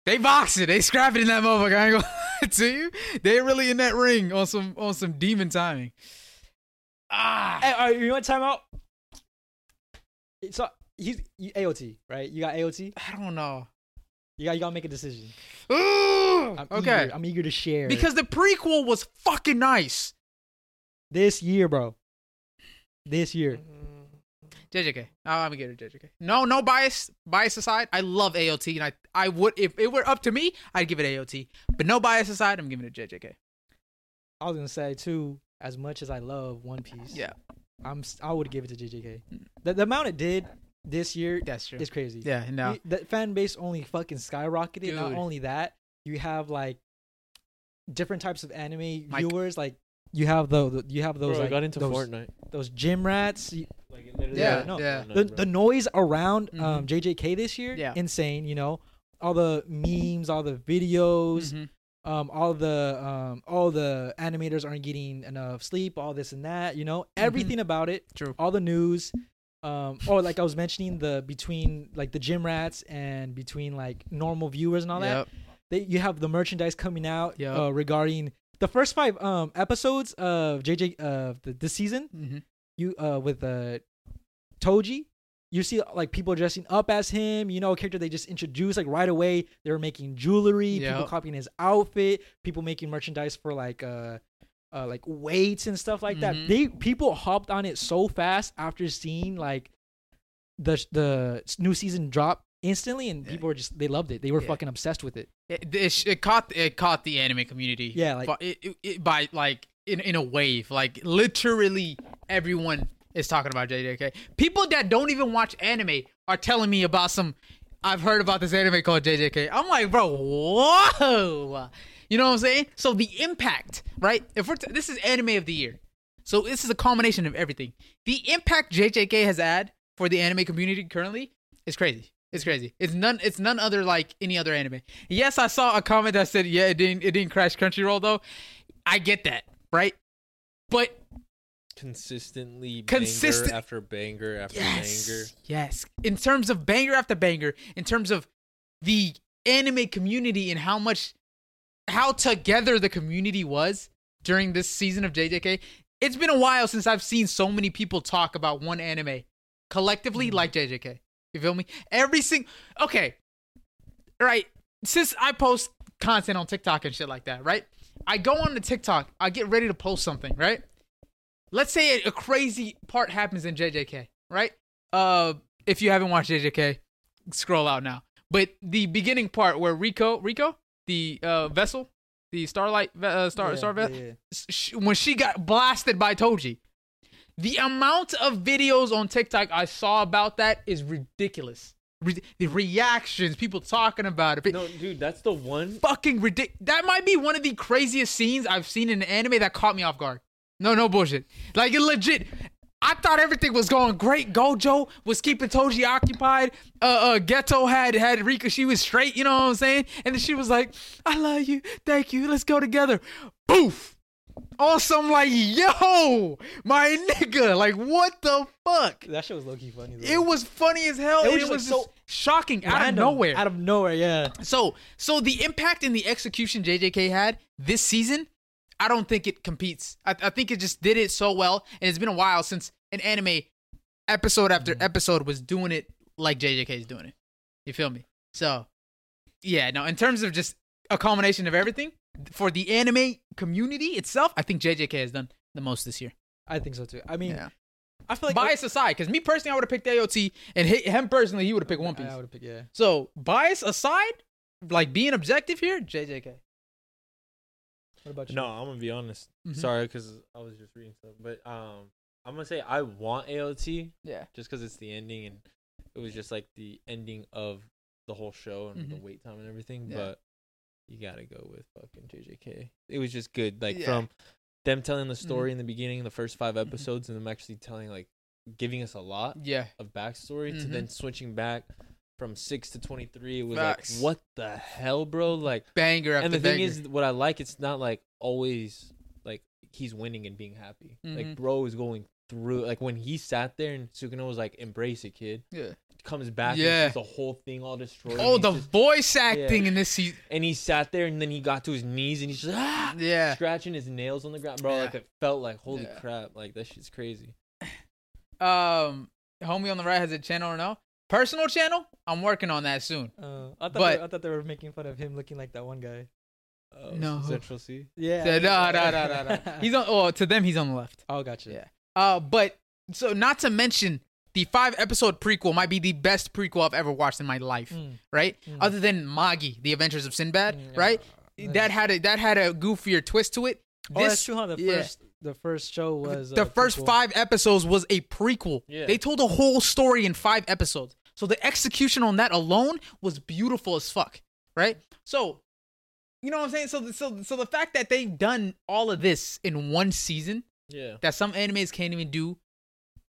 Speaker 1: They box it. They scrap it in that motherfucker. I ain't gonna lie to you. They really in that ring on some on some demon timing. Ah,
Speaker 2: Hey, Eh, all right, you want time out? So he's you, AOT, right? You got AOT.
Speaker 1: I don't know.
Speaker 2: You got you got to make a decision.
Speaker 1: Ooh,
Speaker 2: I'm
Speaker 1: okay,
Speaker 2: eager, I'm eager to share
Speaker 1: because the prequel was fucking nice.
Speaker 2: this year, bro. This year,
Speaker 1: JJK. Oh, I'm gonna get it, JJK. No, no bias. Bias aside, I love AOT, and I I would if it were up to me, I'd give it AOT. But no bias aside, I'm giving it JJK.
Speaker 2: I was gonna say too. As much as I love One Piece,
Speaker 1: Yeah,
Speaker 2: I'm s- I would give it to JJK. The, the amount it did this year
Speaker 1: that's true.
Speaker 2: is crazy.
Speaker 1: Yeah, no.
Speaker 2: We- the fan base only fucking skyrocketed. Not
Speaker 1: Dude.
Speaker 2: only that, you have like different types of anime
Speaker 1: Mike.
Speaker 2: viewers. Like you have the, the- you have those
Speaker 3: Bro, I
Speaker 2: like,
Speaker 3: got into
Speaker 2: those,
Speaker 3: Fortnite.
Speaker 2: those gym rats. you-
Speaker 3: Like, it literally
Speaker 1: Yeah,
Speaker 3: got into
Speaker 1: yeah.
Speaker 3: Fortnite,
Speaker 2: the,
Speaker 3: bro.
Speaker 2: the noise around
Speaker 1: Mhm.
Speaker 2: um, JJK this year,
Speaker 1: Yeah.
Speaker 2: insane. You know, all the memes, all the videos,
Speaker 1: Mhm.
Speaker 2: um, all the um, all the animators aren't getting enough sleep, all this and that. You know, everything about it,
Speaker 1: Mm-hmm. True.
Speaker 2: all the news. Um, or like I was mentioning the between like the gym rats and between like normal viewers and all that
Speaker 1: Yep.
Speaker 2: they, you have the merchandise coming out
Speaker 1: Yep.
Speaker 2: uh, regarding the first five um episodes of JJ of the this season.
Speaker 1: Mhm.
Speaker 2: You uh with uh Toji, you see like people dressing up as him. You know, a character they just introduced like right away. They were making jewelry, people
Speaker 1: Yep.
Speaker 2: copying his outfit, people making merchandise for like uh. Uh, like weights and stuff like
Speaker 1: Mhm.
Speaker 2: that. They people hopped on it so fast after seeing like the the new season drop instantly, and
Speaker 1: Yeah.
Speaker 2: people were just they loved it. They were
Speaker 1: Yeah.
Speaker 2: fucking obsessed with it.
Speaker 1: It, it, it caught it caught the anime community.
Speaker 2: Yeah, like-
Speaker 1: by, it, it- it- by like in in a wave. Like literally everyone is talking about JJK. People that don't even watch anime are telling me about some. I've heard about this anime called JJK. I'm like, bro, whoa. You know what I'm saying? So the impact, right? If we're t- this is anime of the year, so this is a combination of everything. The impact JJK has had for the anime community currently is crazy. It's crazy. It's none. It's none other like any other anime. Yes, I saw a comment that said, "Yeah, it didn't. It didn't crash Crunchyroll though." I get that, right? But
Speaker 3: consistently
Speaker 1: Consistent-
Speaker 3: banger after banger after
Speaker 1: yes,
Speaker 3: banger.
Speaker 1: yes. In terms of banger after banger, in terms of the anime community and how much, how together the community was during this season of JJK, it's been a while since I've seen so many people talk about one anime collectively
Speaker 3: Hmm.
Speaker 1: like JJK. You feel me? Every single okay, right? Since I post content on TikTok and shit like that, right? I go on the TikTok, I get ready to post something, right? Let's say a, a crazy part happens in JJK, right? Uh, if you haven't watched JJK, scroll out now. But the beginning part where Rico, Rico, the uh, vessel, the Starlight, ve- uh, Star,
Speaker 2: Yeah,
Speaker 1: Star,
Speaker 2: yeah,
Speaker 1: Ve-
Speaker 2: yeah.
Speaker 1: sh- when she got blasted by Toji. The amount of videos on TikTok I saw about that is ridiculous. Re- the reactions, people talking about it,
Speaker 3: No, dude, that's the one.
Speaker 1: fucking ridiculous. That might be one of the craziest scenes I've seen in an anime that caught me off guard. No, no bullshit. Like it legit. I thought everything was going great. Gojo was keeping Toji occupied. Uh, uh Ghetto had had Rika. She was straight. You know what I'm saying? And then she was like, "I love you. Thank you. Let's go together." Boof. Also, I'm like, "Yo, my nigga. Like, what the fuck?"
Speaker 2: That shit was low key funny. Though.
Speaker 1: It was funny as hell.
Speaker 2: It was
Speaker 1: and It was,
Speaker 2: just, like,
Speaker 1: just
Speaker 2: so
Speaker 1: shocking out of
Speaker 2: Random,
Speaker 1: nowhere.
Speaker 2: Out of nowhere, yeah.
Speaker 1: So, so the impact and the execution JJK had this season, I don't think it competes. I, I think it just did it so well, and it's been a while since an anime episode after episode was doing it like JJK is doing it. You feel me? So, yeah. Now, in terms of just a combination of everything for the anime community itself, I think JJK has done the most this year.
Speaker 2: I think so too. I mean,
Speaker 1: Yeah.
Speaker 2: I feel like
Speaker 1: bias aside, because me personally, I would have picked AOT, and hi- him personally, he would have picked One Piece.
Speaker 2: I would pick yeah.
Speaker 1: So bias aside, like being objective here, JJK.
Speaker 2: What about you?
Speaker 3: No, I'm gonna be honest.
Speaker 2: Mm-hmm.
Speaker 1: Mhm.
Speaker 3: Sorry, because I was just reading stuff, but um, I'm gonna say I want AOT
Speaker 1: Yeah.
Speaker 3: just because it's the ending and it was just like the ending of the whole show and the
Speaker 1: Mhm.
Speaker 3: wait time and everything.
Speaker 1: Yeah.
Speaker 3: But you gotta go with fucking JJK. It was just good, like
Speaker 1: Yeah.
Speaker 3: from them telling the story
Speaker 1: Mhm.
Speaker 3: in the beginning, the first five episodes, and them actually telling like giving us a lot
Speaker 1: Yeah.
Speaker 3: of backstory to then
Speaker 1: Mhm.
Speaker 3: switching back from six to twenty three. It was
Speaker 1: Facts.
Speaker 3: like what the hell, bro? Like,
Speaker 1: Banger after
Speaker 3: and the
Speaker 1: banger.
Speaker 3: thing is, what I like, it's not like always like he's winning and being happy.
Speaker 1: Mhm.
Speaker 3: Like, bro is going through. Like when he sat there and Sukino was like, "Embrace it, kid."
Speaker 1: yeah.
Speaker 3: Comes back,
Speaker 1: Yeah.
Speaker 3: and sees the whole thing all destroyed.
Speaker 1: Oh,
Speaker 3: and
Speaker 1: the
Speaker 3: he's just-
Speaker 1: voice acting in this season.
Speaker 3: and he sat there and then he got to his knees and he's just ah,
Speaker 1: Yeah.
Speaker 3: scratching his nails on the ground, bro.
Speaker 1: Yeah.
Speaker 3: Like it felt like holy
Speaker 1: Yeah.
Speaker 3: crap, like that shit's crazy.
Speaker 1: Um, homie on the right has a channel or no? Personal channel? I'm working on that soon.
Speaker 2: Uh, I thought
Speaker 1: But-
Speaker 2: they, I thought they were making fun of him looking like that one guy.
Speaker 3: Oh,
Speaker 1: No.
Speaker 3: Central C.
Speaker 2: Yeah.
Speaker 1: So, no, no, no, no, no.
Speaker 3: Ah.
Speaker 1: He's on. Oh, to them, he's on the left.
Speaker 2: oh, gotcha.
Speaker 1: Yeah. Uh, but so not to mention the five episode prequel might be the best prequel I've ever watched in my life.
Speaker 2: Mm,
Speaker 1: Right?
Speaker 2: mm,
Speaker 1: Other than Magi, The Adventures of Sinbad.
Speaker 2: mm,
Speaker 1: Right?
Speaker 2: yeah.
Speaker 1: That had a that had a goofier twist to it.
Speaker 2: Oh, that's
Speaker 1: This
Speaker 2: true. Huh? The
Speaker 1: yeah.
Speaker 2: first the first show was
Speaker 1: the
Speaker 2: uh,
Speaker 1: first
Speaker 2: prequel.
Speaker 1: five episodes was a prequel.
Speaker 3: Yeah.
Speaker 1: They told a whole story in five episodes. So the execution on that alone was beautiful as fuck, right? So, you know what I'm saying? So, so, so the fact that they've done all of this in one season
Speaker 3: Yeah.
Speaker 1: that some animes can't even do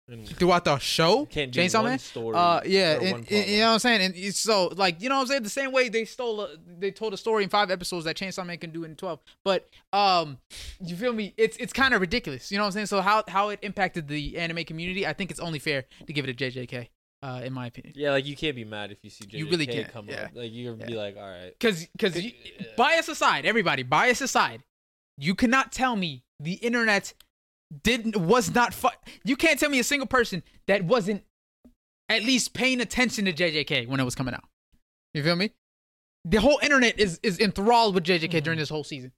Speaker 3: And
Speaker 1: throughout the show,
Speaker 3: can't do
Speaker 1: Chainsaw
Speaker 3: one
Speaker 1: Man.
Speaker 3: story.
Speaker 1: Uh, yeah,
Speaker 3: or
Speaker 1: and-
Speaker 3: one
Speaker 1: and-
Speaker 3: plot
Speaker 1: you know what I'm saying, and it's so like you know what I'm saying. The same way they stole, a, they told a story in five episodes that Chainsaw Man can do in twelve. But um, you feel me? It's it's kind of ridiculous. You know what I'm saying? So how how it impacted the anime community? I think it's only fair to give it a JJK, uh, in my opinion,
Speaker 3: Yeah, like you can't be mad if you see JJK
Speaker 1: You really can't,
Speaker 3: come
Speaker 1: yeah.
Speaker 3: up. Like you're gonna be like, all right.
Speaker 1: because because
Speaker 3: Could- yeah.
Speaker 1: bias aside, everybody bias aside, you cannot tell me the internet didn't was not fu- you can't tell me a single person that wasn't at least paying attention to JJK when it was coming out. You feel me? The whole internet is is enthralled with JJK
Speaker 3: Mm-hmm.
Speaker 1: during this whole season.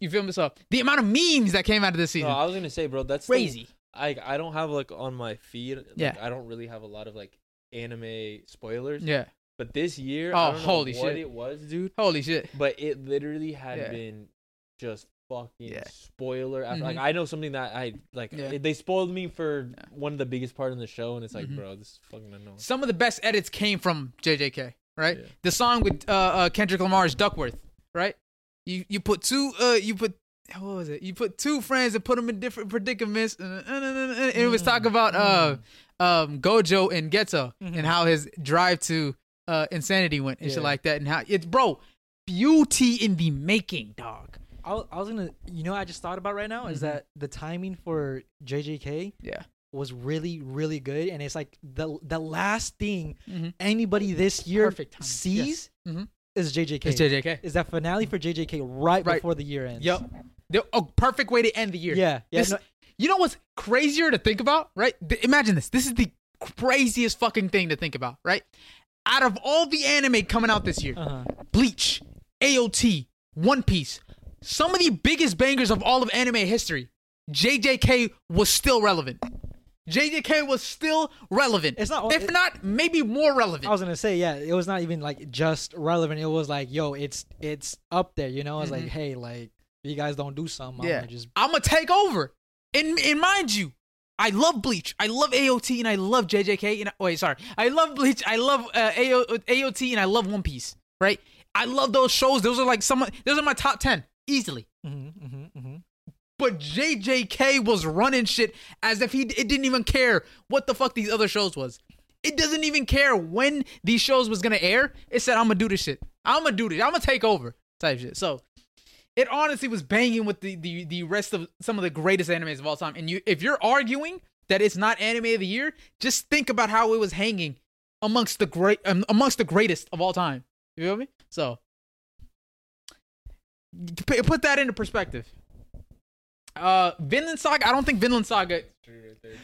Speaker 1: You feel me? So the amount of memes that came out of this
Speaker 3: No,
Speaker 1: season,
Speaker 3: I was gonna say, bro, that's the-
Speaker 1: crazy.
Speaker 3: I I don't have like on my feed. Like,
Speaker 1: Yeah.
Speaker 3: I don't really have a lot of like anime spoilers.
Speaker 1: Yeah,
Speaker 3: But this year,
Speaker 1: Oh,
Speaker 3: I don't know
Speaker 1: holy
Speaker 3: what
Speaker 1: shit.
Speaker 3: it was, dude.
Speaker 1: holy shit.
Speaker 3: But it literally had
Speaker 1: Yeah.
Speaker 3: been just fucking
Speaker 1: Yeah. Mm-hmm.
Speaker 3: spoiler. After, Like I know something that I like.
Speaker 1: Yeah.
Speaker 3: it- they spoiled me for
Speaker 1: Yeah.
Speaker 3: one of the biggest part in the show, and it's like,
Speaker 1: Mhm.
Speaker 3: bro, this is fucking annoying.
Speaker 1: Some of the best edits came from JJK, right?
Speaker 3: Yeah.
Speaker 1: The song with uh, uh, Kendrick Lamar's Duckworth, right? You you put two uh you put what was it? You put two friends and put them in different predicaments. uh, uh, uh, uh, uh, And it was talking about uh, um Gojo and Ghetto and how his drive to uh insanity went and shit
Speaker 2: Yeah.
Speaker 1: like that and how it's bro beauty in the making, dog.
Speaker 2: I, wa- I was gonna. You know, what I just thought about right now is
Speaker 1: Mhm.
Speaker 2: that the timing for JJK
Speaker 1: Yeah.
Speaker 2: was really, really good, and it's like the the last thing
Speaker 1: Mhm.
Speaker 2: anybody this year
Speaker 1: Perfect timing.
Speaker 2: sees
Speaker 1: Yes. Mhm.
Speaker 2: is JJK.
Speaker 1: It's JJK.
Speaker 2: Is that finale for JJK right,
Speaker 1: Right.
Speaker 2: before the year ends?
Speaker 1: Yep. The, a perfect way to end the year.
Speaker 2: Yeah. Yeah.
Speaker 1: This-
Speaker 2: no-
Speaker 1: You know what's crazier to think about, right? Th- imagine this. This is the craziest fucking thing to think about, right? Out of all the anime coming out this year,
Speaker 2: uh-huh.
Speaker 1: Bleach, AOT, One Piece, some of the biggest bangers of all of anime history, JJK was still relevant. JJK was still relevant.
Speaker 2: It's not-
Speaker 1: if
Speaker 2: it-
Speaker 1: not, maybe more
Speaker 2: I
Speaker 1: relevant.
Speaker 2: was gonna say, yeah, it was not even like just relevant. It was like, yo, it's it's up there. You know, it's
Speaker 1: Mhm.
Speaker 2: like, hey, like if you guys don't do something, I'm
Speaker 1: yeah,
Speaker 2: gonna just
Speaker 1: I'm gonna take over. And and mind you, I love Bleach. I love AOT, and I love JJK. And I, wait, sorry, I love Bleach. I love uh, AO, AOT, and I love One Piece. Right? I love those shows. Those are like some. Those are my top ten easily.
Speaker 2: Mm-hmm, mm-hmm, mm-hmm.
Speaker 1: But JJK was running shit as if he it didn't even care what the fuck these other shows was. It doesn't even care when these shows was gonna air. It said I'm gonna do this shit. I'm gonna do this. I'm gonna take over type shit. So it honestly was banging with the the the rest of some of the greatest animes of all time. And you if you're arguing that it's not anime of the year, just think about how it was hanging amongst the great um, amongst the greatest of all time. You feel me? So p- put that into perspective. Uh, Vinland Saga. I don't think Vinland Saga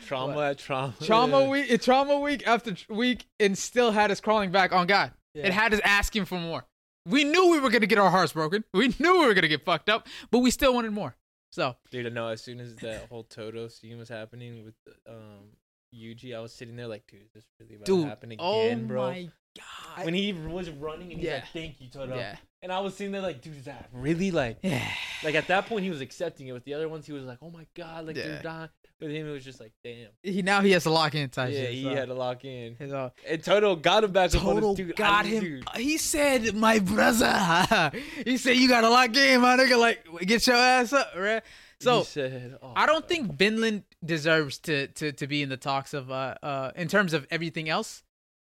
Speaker 3: Trauma,
Speaker 1: What?
Speaker 3: at trauma,
Speaker 1: trauma week, uh, trauma week after tr- week, and still had us crawling back on God. It
Speaker 2: Yeah.
Speaker 1: had us asking for more. We knew we were gonna get our hearts broken. We knew we were gonna get fucked up, but we still wanted more. So
Speaker 3: Dude, I know. As soon as that whole Toto scene was happening with um Yuji, I was sitting there like, dude, is this really about
Speaker 1: Dude,
Speaker 3: to happen again,
Speaker 1: oh
Speaker 3: bro?
Speaker 1: my god.
Speaker 3: when he was running and he's
Speaker 1: Yeah.
Speaker 3: like, "Thank you, Toto,"
Speaker 1: yeah.
Speaker 3: and I was sitting there like, "Dude, is that really like?"
Speaker 1: Yeah.
Speaker 3: Like at that point, he was accepting it. With the other ones, he was like, "Oh my god!" Like
Speaker 1: Yeah.
Speaker 3: they're dying. With him, it was just like, "Damn."
Speaker 1: He now he has to lock in Tyson.
Speaker 3: yeah, he had to lock in.
Speaker 1: His, uh,
Speaker 3: And Toto got him back. up on his
Speaker 1: Total
Speaker 3: dude. I
Speaker 1: got
Speaker 3: was-
Speaker 1: him.
Speaker 3: dude.
Speaker 1: He said, "My brother." he said, "You gotta lock in, my nigga. Like, get your ass up, right?" So
Speaker 3: He said, oh,
Speaker 1: I don't
Speaker 3: fuck.
Speaker 1: think Vinland deserves to to to be in the talks of uh uh in terms of everything else.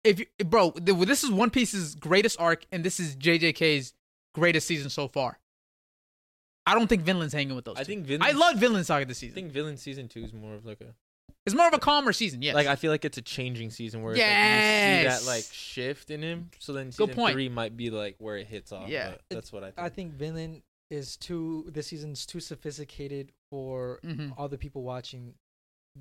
Speaker 1: If you, bro, th- this is One Piece's greatest arc, and this is JJK's greatest season so far. I don't think Vinland's hanging with those.
Speaker 3: I
Speaker 1: two.
Speaker 3: think
Speaker 1: I
Speaker 3: Vinland's-
Speaker 1: love Vinland Saga this
Speaker 3: I
Speaker 1: season.
Speaker 3: think Villain season two is more of like a
Speaker 1: It's more of a calmer season. Yes.
Speaker 3: like I feel like it's a changing season where it's like you see
Speaker 1: Yes.
Speaker 3: that like shift in him. So then
Speaker 1: Good
Speaker 3: season
Speaker 1: point.
Speaker 3: three might be like where it hits off.
Speaker 1: Yeah.
Speaker 3: but that's what I
Speaker 2: I
Speaker 3: think.
Speaker 2: think Vinland is too. This season's too sophisticated for
Speaker 1: Mhm.
Speaker 2: all the people watching,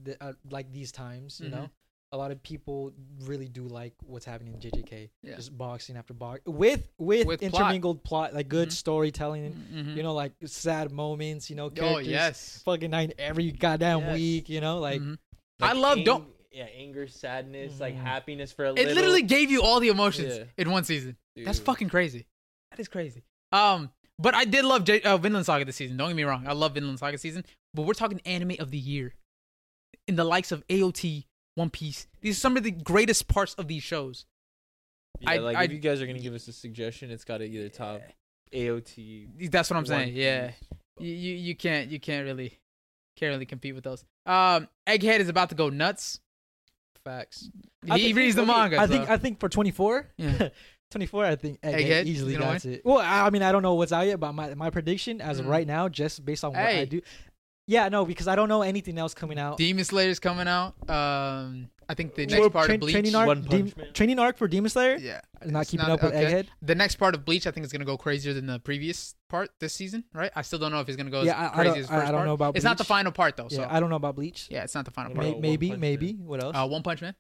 Speaker 2: the, uh, like these times. You
Speaker 1: Mhm.
Speaker 2: know, a lot of people really do like what's happening in JJK.
Speaker 1: Yeah.
Speaker 2: Just boxing after box with with,
Speaker 1: With plot.
Speaker 2: intermingled plot, like good
Speaker 1: Mhm.
Speaker 2: storytelling.
Speaker 1: Mhm.
Speaker 2: You know, like sad moments. You know,
Speaker 1: oh
Speaker 2: characters
Speaker 1: yes.
Speaker 2: fucking nine every goddamn
Speaker 3: Yes.
Speaker 2: week. You know, like
Speaker 1: Mhm. I love
Speaker 3: ang-
Speaker 1: don't. Mm-hmm.
Speaker 3: yeah anger, sadness, like
Speaker 2: Mhm.
Speaker 3: happiness for a
Speaker 1: It
Speaker 3: little.
Speaker 1: literally gave you all the emotions
Speaker 3: Yeah.
Speaker 1: in one season. That's
Speaker 3: Dude.
Speaker 1: fucking crazy. That is crazy. Um, but I did love J- uh, Vinland Saga this season. Don't get me wrong. I love Vinland Saga season. But we're talking anime of the year, in the likes of AOT, One Piece. These are some of the greatest parts of these shows.
Speaker 3: Yeah,
Speaker 1: I-
Speaker 3: like
Speaker 1: I-
Speaker 3: if you guys are gonna give us a suggestion, it's got to either top AOT.
Speaker 1: That's what I'm
Speaker 3: One
Speaker 1: saying. Yeah, you, you you can't you can't really can't really compete with those. Um, Egghead is about to go nuts.
Speaker 2: facts. I
Speaker 1: He
Speaker 2: think-
Speaker 1: reads the
Speaker 2: okay,
Speaker 1: manga.
Speaker 2: I think
Speaker 1: so-
Speaker 2: I think for 24,
Speaker 1: Yeah.
Speaker 2: 24, I think Egghead
Speaker 1: Egghead?
Speaker 2: easily
Speaker 1: You know
Speaker 2: got it. Well, I I mean, I don't know what's out yet, but my, my prediction as of
Speaker 1: Mm.
Speaker 2: right now, just based on what I
Speaker 1: Hey.
Speaker 2: do, yeah, no, because I don't know anything else coming out.
Speaker 1: Demon Slayer's coming out. Um, I think the
Speaker 2: Or
Speaker 1: next part
Speaker 2: train-
Speaker 1: of Bleach.
Speaker 2: training arc,
Speaker 3: One Punch
Speaker 2: Dem-
Speaker 3: Man.
Speaker 2: training arc for Demon Slayer,
Speaker 1: yeah.
Speaker 2: not
Speaker 1: It's
Speaker 2: keeping
Speaker 1: not-
Speaker 2: up with
Speaker 1: okay.
Speaker 2: Egghead.
Speaker 1: the next part of Bleach, I think, is going to go crazier than the previous part this season, right? I still don't know if it's going to go
Speaker 2: Yeah, I- I
Speaker 1: as crazy
Speaker 2: don't-
Speaker 1: as
Speaker 2: I- I
Speaker 1: first
Speaker 2: don't
Speaker 1: part.
Speaker 2: know about
Speaker 1: it's not the
Speaker 2: Bleach.
Speaker 1: final part though. so
Speaker 2: Yeah, I don't know about Bleach.
Speaker 1: yeah, it's not the final
Speaker 3: I
Speaker 2: May-
Speaker 3: don't
Speaker 1: part.
Speaker 3: know. One
Speaker 2: maybe,
Speaker 3: Punch
Speaker 2: maybe. What else?
Speaker 1: Uh, One Punch Man.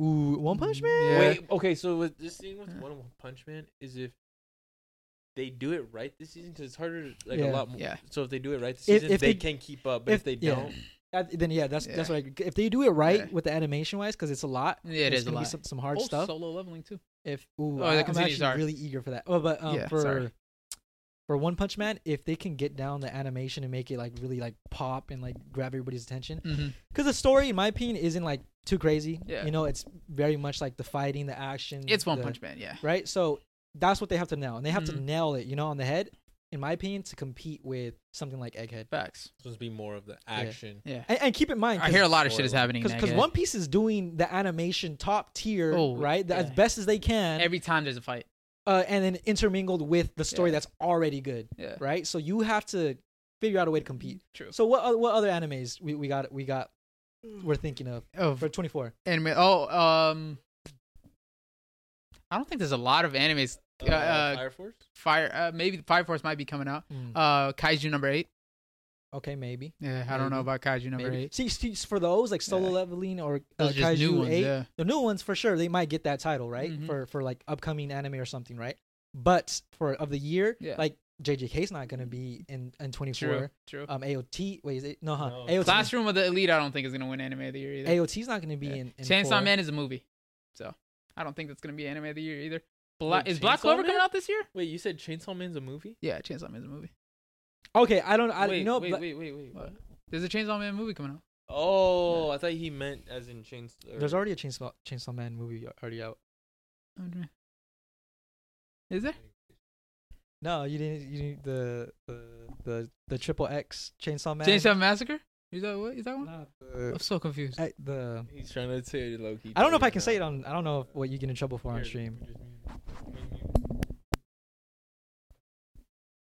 Speaker 1: Uh,
Speaker 2: Ooh, One Punch Man.
Speaker 1: Yeah.
Speaker 3: Wait, okay. So with this thing with
Speaker 1: Yeah.
Speaker 3: One Punch Man is if they do it right this season because it's harder, to- like
Speaker 2: Yeah.
Speaker 3: a lot more.
Speaker 1: Yeah.
Speaker 3: So if they do it right this
Speaker 2: If-
Speaker 3: season,
Speaker 2: if
Speaker 3: they,
Speaker 2: they-
Speaker 3: can keep up. But if, they
Speaker 2: yeah.
Speaker 3: don't,
Speaker 2: Uh, then yeah, that's that's
Speaker 1: Yeah.
Speaker 2: what I, agree. if they do it right
Speaker 1: Yeah.
Speaker 2: with the animation wise, because it's a lot.
Speaker 1: Yeah, it is
Speaker 2: it's
Speaker 1: a
Speaker 2: gonna be
Speaker 1: lot.
Speaker 2: some, some hard
Speaker 1: oh,
Speaker 2: stuff.
Speaker 1: Solo leveling too.
Speaker 2: if ooh,
Speaker 1: Oh,
Speaker 2: I,
Speaker 1: that
Speaker 2: am
Speaker 1: continues
Speaker 2: actually
Speaker 1: art.
Speaker 2: really eager for that. Oh, but um,
Speaker 1: Yeah,
Speaker 2: for
Speaker 1: sorry.
Speaker 2: for One Punch Man, if they can get down the animation and make it like really like pop and like grab everybody's attention,
Speaker 1: Mm-hmm.
Speaker 2: because the story, in my opinion, isn't like too crazy.
Speaker 1: Yeah.
Speaker 2: you know, it's very much like the fighting, the action.
Speaker 1: It's One
Speaker 2: the-
Speaker 1: Punch Man. Yeah.
Speaker 2: right? So that's what they have to nail, and they have
Speaker 1: Mhm.
Speaker 2: to nail it, you know, on the head. In my opinion, to compete with something like Egghead,
Speaker 1: Facts.
Speaker 3: it's supposed to be more of the action.
Speaker 1: Yeah.
Speaker 2: and, and keep in mind,
Speaker 1: I hear a lot of shit
Speaker 3: Spoiler.
Speaker 1: is happening.
Speaker 2: because
Speaker 1: now, yeah.
Speaker 2: One Piece is doing the animation top tier,
Speaker 1: Oh,
Speaker 2: right? The- As
Speaker 1: yeah.
Speaker 2: best as they can,
Speaker 1: every time there's a fight.
Speaker 2: uh, and then intermingled with the story
Speaker 1: Yeah.
Speaker 2: that's already good,
Speaker 1: Yeah.
Speaker 2: right? So you have to figure out a way to compete.
Speaker 1: True.
Speaker 2: So what o- what other animes we, we got we got we're thinking of
Speaker 1: Oh,
Speaker 2: for 24?
Speaker 1: anime. Oh, um, I don't think there's a lot of animes. Uh, uh,
Speaker 3: Fire Force.
Speaker 1: Fire. Uh, maybe Fire Force might be coming out.
Speaker 2: Mm,
Speaker 1: Uh, Kaiju number eight.
Speaker 2: okay, maybe.
Speaker 1: Yeah, I don't know
Speaker 2: Maybe.
Speaker 1: about Kaiju number
Speaker 2: Maybe.
Speaker 1: eight.
Speaker 2: See, see, for those like solo
Speaker 1: Yeah.
Speaker 2: leveling or uh,
Speaker 1: Those are just
Speaker 2: Kaiju
Speaker 1: new ones.
Speaker 2: 8,
Speaker 1: Yeah.
Speaker 2: the new ones for sure they might get that title right
Speaker 1: Mhm.
Speaker 2: for for like upcoming anime or something, right? But for of the year,
Speaker 1: Yeah.
Speaker 2: like JJK's not gonna be in in 24.
Speaker 1: True. True.
Speaker 2: Um, AOT, wait, is it no, huh?
Speaker 3: No.
Speaker 2: AOT,
Speaker 1: Classroom of the Elite, I don't think is gonna win Anime of the Year either.
Speaker 2: AOT's not gonna be
Speaker 1: Yeah.
Speaker 2: in. in four.
Speaker 1: Chainsaw Man is a movie, so I don't think that's gonna be Anime of the Year either. Bla-
Speaker 3: Wait,
Speaker 1: is Black
Speaker 3: Chainsaw
Speaker 1: Clover
Speaker 3: Man?
Speaker 1: coming out this year?
Speaker 3: Wait, you said Chainsaw Man's a movie?
Speaker 1: Yeah, Chainsaw Man is a movie.
Speaker 2: Okay, I don't, I
Speaker 3: wait,
Speaker 2: you know,
Speaker 3: wait,
Speaker 2: Bla-
Speaker 3: wait, wait, wait,
Speaker 1: What?
Speaker 3: What?
Speaker 1: There's a Chainsaw Man movie coming out.
Speaker 3: Oh, I thought he meant as in Chainsaw.
Speaker 2: There's already a Chainsaw Chainsaw Man movie already out.
Speaker 1: Oh, Is there?
Speaker 2: No, you didn't. You didn't, the the the the triple X Chainsaw Man.
Speaker 1: Chainsaw Massacre? Is that what? Is that one?
Speaker 2: Not
Speaker 1: I'm
Speaker 2: the,
Speaker 1: so confused.
Speaker 2: I, the.
Speaker 3: He's trying to say low key.
Speaker 2: I don't know if I can say it on. I don't know if- what you get in trouble for on stream.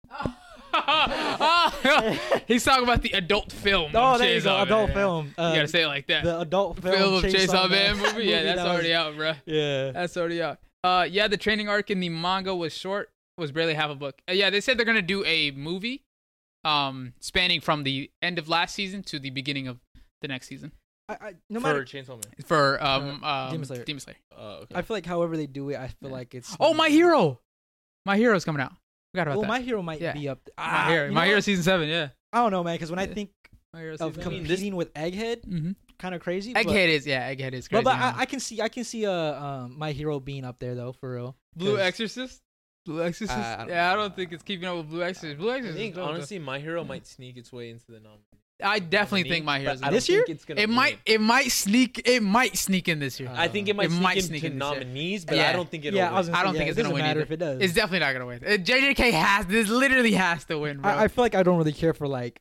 Speaker 1: Oh, He's talking about the adult film.
Speaker 2: Oh,
Speaker 1: of
Speaker 2: there you go.
Speaker 1: Chainsaw Man.
Speaker 2: Adult film. Uh,
Speaker 1: You gotta say it like that.
Speaker 2: the adult film,
Speaker 1: film of Chainsaw, Man, movie. Yeah,
Speaker 2: movie
Speaker 1: that's
Speaker 2: that was-
Speaker 1: already out, bruh.
Speaker 2: Yeah.
Speaker 1: That's already out. Uh, yeah, the training arc in the manga was short, was barely half a book. Uh, yeah, they said they're gonna do a movie, um, spanning from the end of last season to the beginning of the next season
Speaker 2: I, I, no
Speaker 3: For
Speaker 2: matter.
Speaker 3: Chainsaw Man.
Speaker 1: for um, um
Speaker 2: Demon Slayer.
Speaker 3: Oh, okay.
Speaker 2: I feel like however they do it, I
Speaker 1: Yeah.
Speaker 2: feel like it's.
Speaker 1: Oh, My Hero, My Hero's coming out. Forgot about
Speaker 2: Well,
Speaker 1: that.
Speaker 2: Oh, my hero might
Speaker 1: Yeah.
Speaker 2: be up. Th-
Speaker 1: My
Speaker 2: ah,
Speaker 1: Hero,
Speaker 2: you
Speaker 1: My
Speaker 2: know
Speaker 1: Hero
Speaker 2: what?
Speaker 1: season seven. Yeah,
Speaker 2: I don't know, man. Because when I
Speaker 1: Yeah.
Speaker 2: think
Speaker 1: My Hero
Speaker 2: of
Speaker 1: season.
Speaker 3: I mean,
Speaker 2: competing
Speaker 3: this-
Speaker 2: with Egghead,
Speaker 1: mm-hmm.
Speaker 2: kind of crazy. but-
Speaker 1: Egghead is yeah, Egghead is crazy.
Speaker 2: But, but
Speaker 1: huh?
Speaker 2: I, I can see I can see uh um, my hero being up there though for real.
Speaker 1: Blue
Speaker 2: 'Cause-
Speaker 1: Exorcist. Blue Exorcist.
Speaker 3: I don't
Speaker 1: yeah, I
Speaker 3: know.
Speaker 1: don't think it's keeping up with Blue Exorcist. Blue
Speaker 3: I
Speaker 1: Exorcist.
Speaker 3: think
Speaker 1: is dope, though.
Speaker 3: honestly, My Hero might sneak its way into the nom-
Speaker 1: I definitely
Speaker 3: nominee,
Speaker 1: think my
Speaker 3: but
Speaker 1: heroes.
Speaker 3: I don't
Speaker 2: This
Speaker 3: think
Speaker 2: year?
Speaker 3: It's gonna
Speaker 1: It
Speaker 3: win.
Speaker 1: might it might sneak it might sneak in this year.
Speaker 2: Uh,
Speaker 3: I think it might
Speaker 1: it
Speaker 3: sneak
Speaker 1: might
Speaker 3: into
Speaker 1: sneak in this year.
Speaker 3: nominees, but
Speaker 1: Yeah.
Speaker 3: I don't think it'll.
Speaker 2: yeah, I,
Speaker 3: win.
Speaker 2: was gonna
Speaker 1: I
Speaker 2: say,
Speaker 1: don't
Speaker 2: yeah,
Speaker 1: think
Speaker 2: it
Speaker 1: it's gonna
Speaker 2: doesn't
Speaker 1: win either.
Speaker 2: matter if it does.
Speaker 1: it's definitely not gonna win. Uh, JJK has this literally has to win, bro.
Speaker 2: I, I feel like I don't really care for like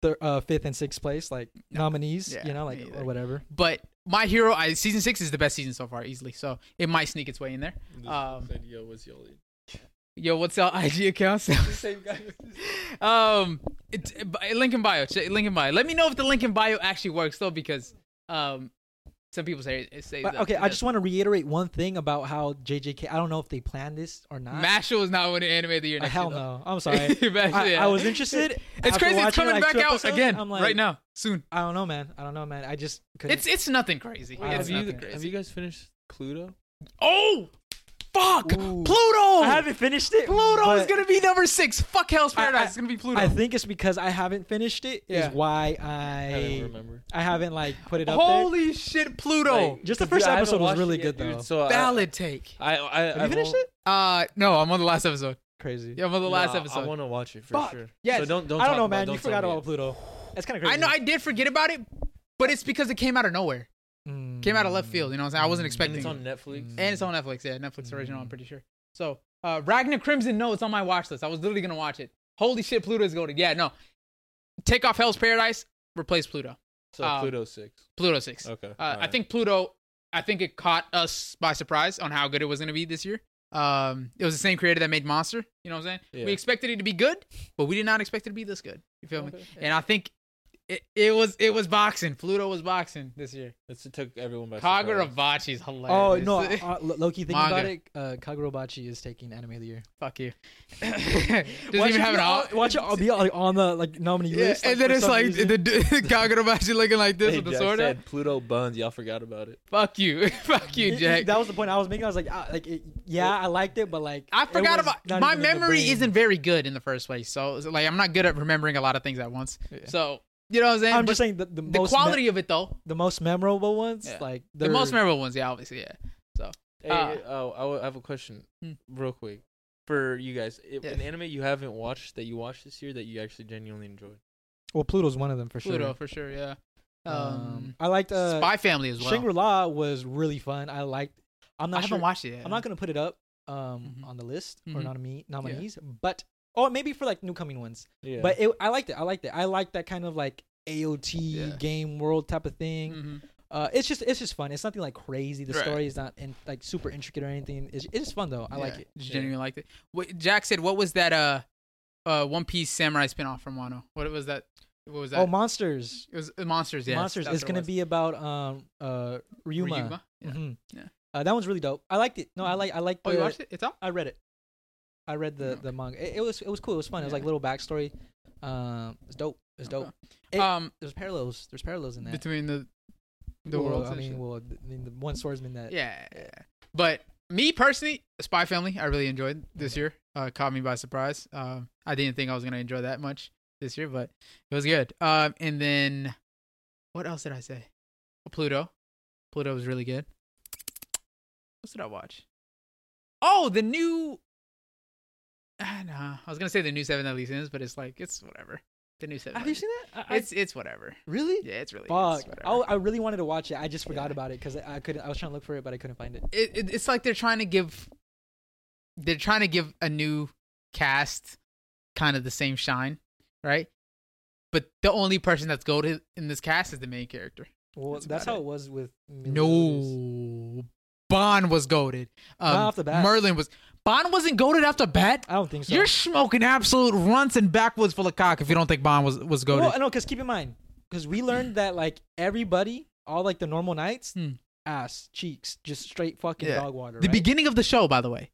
Speaker 2: the uh, fifth and sixth place like nominees,
Speaker 1: Yeah,
Speaker 2: you know,
Speaker 1: me
Speaker 2: like
Speaker 1: either.
Speaker 2: or whatever.
Speaker 1: but my hero, I season six is the best season so far, easily. So it might sneak its way in there.
Speaker 3: This
Speaker 1: Um,
Speaker 3: said, Yo, what's your lead?
Speaker 1: Yo, what's our IG accounts?
Speaker 3: The same guy.
Speaker 1: um, it's uh, Lincoln bio. Ch- Lincoln bio. Let me know if the Lincoln bio actually works though, because um, some people say it say
Speaker 2: But,
Speaker 1: that
Speaker 2: okay,
Speaker 1: it
Speaker 2: I just want to reiterate one thing about how JJK. I don't know if they planned this or
Speaker 1: doesn't.
Speaker 2: not.
Speaker 1: Mashal is not winning anime of the year.
Speaker 2: Uh,
Speaker 1: Next
Speaker 2: hell
Speaker 1: year, though.
Speaker 2: no. I'm sorry.
Speaker 1: Mashal,
Speaker 2: I,
Speaker 1: yeah.
Speaker 2: I was interested.
Speaker 1: It's
Speaker 2: after
Speaker 1: crazy. It's
Speaker 2: watching,
Speaker 1: coming
Speaker 2: like,
Speaker 1: back
Speaker 2: two
Speaker 1: out
Speaker 2: episodes,
Speaker 1: again
Speaker 2: I'm like,
Speaker 1: right now, soon.
Speaker 2: I don't know, man. I don't know, man. I just couldn't.
Speaker 1: It's it's nothing crazy.
Speaker 2: Wow.
Speaker 1: It's
Speaker 3: have, you,
Speaker 1: nothing
Speaker 3: have
Speaker 1: crazy.
Speaker 3: you guys finished Cluedo?
Speaker 1: Oh, fuck!
Speaker 2: Ooh.
Speaker 1: Pluto.
Speaker 2: I haven't finished it.
Speaker 1: Pluto is
Speaker 2: but
Speaker 1: gonna be number six. Fuck Hell's
Speaker 2: I-
Speaker 1: Paradise.
Speaker 2: I-
Speaker 1: it's gonna be Pluto.
Speaker 2: I think it's because I haven't finished it. Is
Speaker 1: Yeah.
Speaker 2: why
Speaker 3: I don't
Speaker 2: I
Speaker 3: remember.
Speaker 2: I haven't like put it up there.
Speaker 1: Holy shit, Pluto!
Speaker 3: Like,
Speaker 2: Just the
Speaker 3: 'cause,
Speaker 2: first
Speaker 3: dude, I haven't
Speaker 2: episode was
Speaker 3: watched
Speaker 2: really
Speaker 3: it
Speaker 2: good,
Speaker 3: yet, dude,
Speaker 2: though.
Speaker 3: So I-
Speaker 1: Ballot take.
Speaker 3: I, I, I,
Speaker 2: Have you finished it?
Speaker 1: Uh, no, I'm on the last episode.
Speaker 2: Crazy.
Speaker 1: Yeah, I'm on the last
Speaker 3: Nah, I
Speaker 1: episode.
Speaker 3: want to watch it for
Speaker 2: Fuck.
Speaker 3: sure.
Speaker 2: Yes.
Speaker 3: So don't, don't
Speaker 2: I don't
Speaker 3: talk
Speaker 2: know,
Speaker 3: about-
Speaker 2: man.
Speaker 3: don't
Speaker 2: You
Speaker 3: tell
Speaker 2: forgot
Speaker 3: me
Speaker 2: about
Speaker 3: yet.
Speaker 2: Pluto. That's kind of crazy.
Speaker 1: I know I did forget about it, but it's because it came out of nowhere.
Speaker 3: Hmm.
Speaker 2: Mm.
Speaker 1: Came out of left field. You know what I'm saying? I wasn't
Speaker 3: And
Speaker 1: expecting.
Speaker 3: it's
Speaker 1: it.
Speaker 3: on Netflix.
Speaker 1: And it's on Netflix. Yeah, Netflix original.
Speaker 2: Mm.
Speaker 1: I'm pretty sure. So, uh, Ragnar Crimson. No, it's on my watch list. I was literally gonna watch it. Holy shit, Pluto's golden. Yeah, no. Take off Hell's Paradise. Replace Pluto.
Speaker 3: So
Speaker 1: um,
Speaker 3: Pluto six.
Speaker 1: Pluto six.
Speaker 3: Okay.
Speaker 1: Uh, I
Speaker 3: alright.
Speaker 1: think Pluto. I think it caught us by surprise on how good it was going to be this year. Um, it was the same creator that made Monster. You know what I'm saying?
Speaker 3: Yeah.
Speaker 1: We expected it to be good, but we did not expect it to be this good. You feel me?
Speaker 3: Okay.
Speaker 1: And I think it, it was it was boxing. Pluto was boxing this year.
Speaker 3: It's- it took everyone by surprise.
Speaker 1: Kagurabachi is
Speaker 2: Oh
Speaker 1: hilarious.
Speaker 2: no, uh, Lo- Loki. Thinking about
Speaker 1: Manga.
Speaker 2: it, uh, Kagurabachi is taking Anime of the Year.
Speaker 1: Fuck you. Doesn't
Speaker 2: Watch
Speaker 1: even
Speaker 2: it
Speaker 1: have an
Speaker 2: be on-
Speaker 1: op-
Speaker 2: Watch it all be like, on the like nominee
Speaker 1: Yeah,
Speaker 2: list.
Speaker 1: and then
Speaker 2: for
Speaker 1: it's
Speaker 2: some
Speaker 1: like
Speaker 2: reason.
Speaker 1: the, the Kagurabachi looking like this
Speaker 3: Hey,
Speaker 1: with the
Speaker 3: Jack
Speaker 1: sword. out.
Speaker 3: said Pluto buns. Y'all forgot about it.
Speaker 1: Fuck you. Fuck you,
Speaker 2: It- it-
Speaker 1: Jack.
Speaker 2: That was the point I was making. I was like, ah, like, it, yeah, I liked it, but like,
Speaker 1: I
Speaker 2: it
Speaker 1: forgot
Speaker 2: was
Speaker 1: about
Speaker 2: not
Speaker 1: my
Speaker 2: even in the
Speaker 1: memory
Speaker 2: brain.
Speaker 1: isn't very good in the first place. So it's like I'm not good at remembering a lot of things at once. So you know what I'm saying?
Speaker 2: I'm
Speaker 1: But
Speaker 2: just saying the, the,
Speaker 1: the
Speaker 2: most
Speaker 1: quality of it though.
Speaker 2: me- the most memorable ones,
Speaker 1: Yeah.
Speaker 2: like
Speaker 1: The
Speaker 2: they're-
Speaker 1: most memorable ones, yeah, obviously, yeah.
Speaker 3: Hey,
Speaker 1: Uh,
Speaker 3: oh, I w- I have a question,
Speaker 1: Hmm.
Speaker 3: real quick, for you guys. If,
Speaker 1: Yeah.
Speaker 3: An anime you haven't watched that you watched this year that you actually genuinely enjoyed.
Speaker 2: Well, Pluto's one of them for sure.
Speaker 1: Pluto for sure, yeah.
Speaker 2: Um,
Speaker 1: Um,
Speaker 2: I liked uh,
Speaker 1: Spy Family as well.
Speaker 2: Shangri La was really fun. I liked. I'm
Speaker 1: I
Speaker 2: not
Speaker 1: haven't
Speaker 2: sure.
Speaker 1: watched it yet.
Speaker 2: I'm not gonna put it up um
Speaker 1: Mhm.
Speaker 2: on the list or
Speaker 1: Mhm.
Speaker 2: nominee nominees, but or maybe for like new coming ones.
Speaker 3: Yeah.
Speaker 2: But it, I liked it. I liked it. I liked that kind of like AOT
Speaker 1: Yeah.
Speaker 2: game world type of thing.
Speaker 1: Mhm.
Speaker 2: Uh, it's just it's just fun. It's nothing like crazy. The
Speaker 1: Right.
Speaker 2: story is not in, like super intricate or anything. It's it's just fun though. I like
Speaker 1: Yeah,
Speaker 2: it.
Speaker 1: just
Speaker 3: Yeah.
Speaker 1: Genuinely liked it. What, Jack said, "What was that? Uh, uh, One Piece Samurai spinoff from Wano. What was that? What was that?
Speaker 2: oh, monsters!
Speaker 1: it was uh, Monsters. Yeah,
Speaker 2: monsters! It's gonna be about um uh Ryuma.
Speaker 1: Ryuma? Yeah.
Speaker 2: Mhm.
Speaker 1: Yeah.
Speaker 2: Uh, that one's really dope. I liked it. No, I like I like.
Speaker 1: Oh, you watched it? It's out.
Speaker 2: I read it. I read the
Speaker 1: Okay.
Speaker 2: the manga. It, it was it was cool. It was fun. It was like
Speaker 1: Mm. Yeah.
Speaker 2: little backstory. Um, it's dope. It's dope.
Speaker 1: Okay.
Speaker 2: It-
Speaker 1: um,
Speaker 2: There's parallels. There's parallels in that.
Speaker 1: between the the
Speaker 2: Well,
Speaker 1: worlds.
Speaker 2: I
Speaker 1: and shit.
Speaker 2: mean, well, th- I mean, the one swordsman that.
Speaker 1: yeah. But me personally, Spy Family, I really enjoyed this year. Uh, caught me by surprise. Um, I didn't think I was gonna enjoy that much this year, but it was good. Um, and then what else did I say? Oh, Pluto. Pluto was really good. What did I watch? Oh, the new. Ah, nah, I was gonna say the new Seven Deadly Sins, but it's like it's whatever. The new Seven.
Speaker 2: Have you
Speaker 1: Deadly
Speaker 2: seen that? I, I,
Speaker 1: Sins. It's it's whatever.
Speaker 2: really?
Speaker 1: Yeah, it's really.
Speaker 2: Fuck. Oh,
Speaker 1: It's whatever.
Speaker 2: I, I really wanted to watch it. I just forgot
Speaker 1: Yeah.
Speaker 2: about it because I, I couldn't. I was trying to look for it, but I couldn't find it.
Speaker 1: it, it it's like they're trying to give they're trying to give a new cast kind of the same shine, right? But the only person that's gold in this cast is the main character.
Speaker 2: Well,
Speaker 1: That's
Speaker 2: that's,
Speaker 1: about
Speaker 2: how
Speaker 1: it.
Speaker 2: it. was with. Mila Kunis.
Speaker 1: No, Bond was goaded. Um,
Speaker 2: off the bat.
Speaker 1: Merlin was. Bond wasn't goaded off the bat.
Speaker 2: I don't think so.
Speaker 1: You're smoking absolute runts and backwoods full of cock if you don't think Bond was was goaded.
Speaker 2: well, no, because keep in mind, because we learned that like everybody, all like the normal knights,
Speaker 1: Hmm.
Speaker 2: ass cheeks, just straight fucking
Speaker 1: Yeah.
Speaker 2: dog water.
Speaker 1: The
Speaker 2: right?
Speaker 1: beginning of the show, by the way,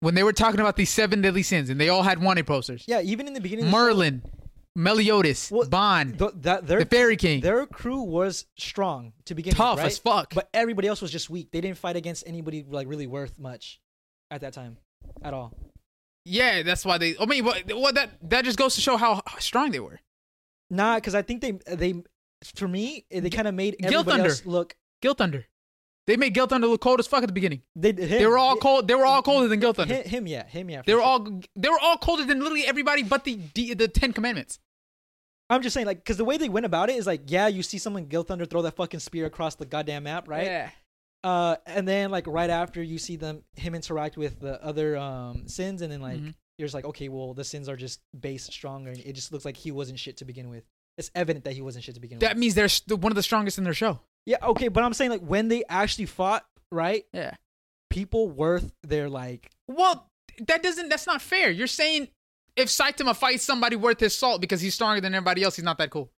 Speaker 1: when they were talking about these seven deadly sins and they all had wanted posters.
Speaker 2: Yeah, even in the beginning, of the
Speaker 1: Merlin, Meliodas,
Speaker 2: Well,
Speaker 1: Bond,
Speaker 2: Th- that
Speaker 1: the
Speaker 2: their
Speaker 1: Fairy King,
Speaker 2: their crew was strong to begin
Speaker 1: tough
Speaker 2: with, right?
Speaker 1: as fuck.
Speaker 2: But everybody else was just weak. They didn't fight against anybody like really worth much at that time, at all.
Speaker 1: yeah, that's why they. I mean, what, what that that just goes to show how strong they were.
Speaker 2: Nah, because I think they they for me, eh, they kind of made
Speaker 1: Guilt
Speaker 2: everybody
Speaker 1: Thunder.
Speaker 2: else look.
Speaker 1: Guilt Thunder. They made Guilt Thunder look cold as fuck at the beginning.
Speaker 2: They, him,
Speaker 1: They were all cold. They were all colder than Guilt Thunder.
Speaker 2: Him, him yeah, him, yeah. for
Speaker 1: They were
Speaker 2: sure.
Speaker 1: all they were all colder than literally everybody but the the, the Ten Commandments.
Speaker 2: I'm just saying, like, because the way they went about it is like, yeah, you see someone Guild Thunder throw that fucking spear across the goddamn map, right?
Speaker 1: Yeah.
Speaker 2: Uh, and then like right after you see them him interact with the other um sins, and then like
Speaker 1: Mhm.
Speaker 2: you're just like, okay, well the sins are just base stronger, and it just looks like he wasn't shit to begin with. It's evident that he wasn't shit to begin
Speaker 1: That
Speaker 2: with.
Speaker 1: means they're s- one of the strongest in their show.
Speaker 2: Yeah, okay, but I'm saying like when they actually fought, right?
Speaker 1: Yeah.
Speaker 2: People worth their like
Speaker 1: Well, that doesn't. That's not fair. You're saying if Saitama fights somebody worth his salt because he's stronger than everybody else, he's not that cool.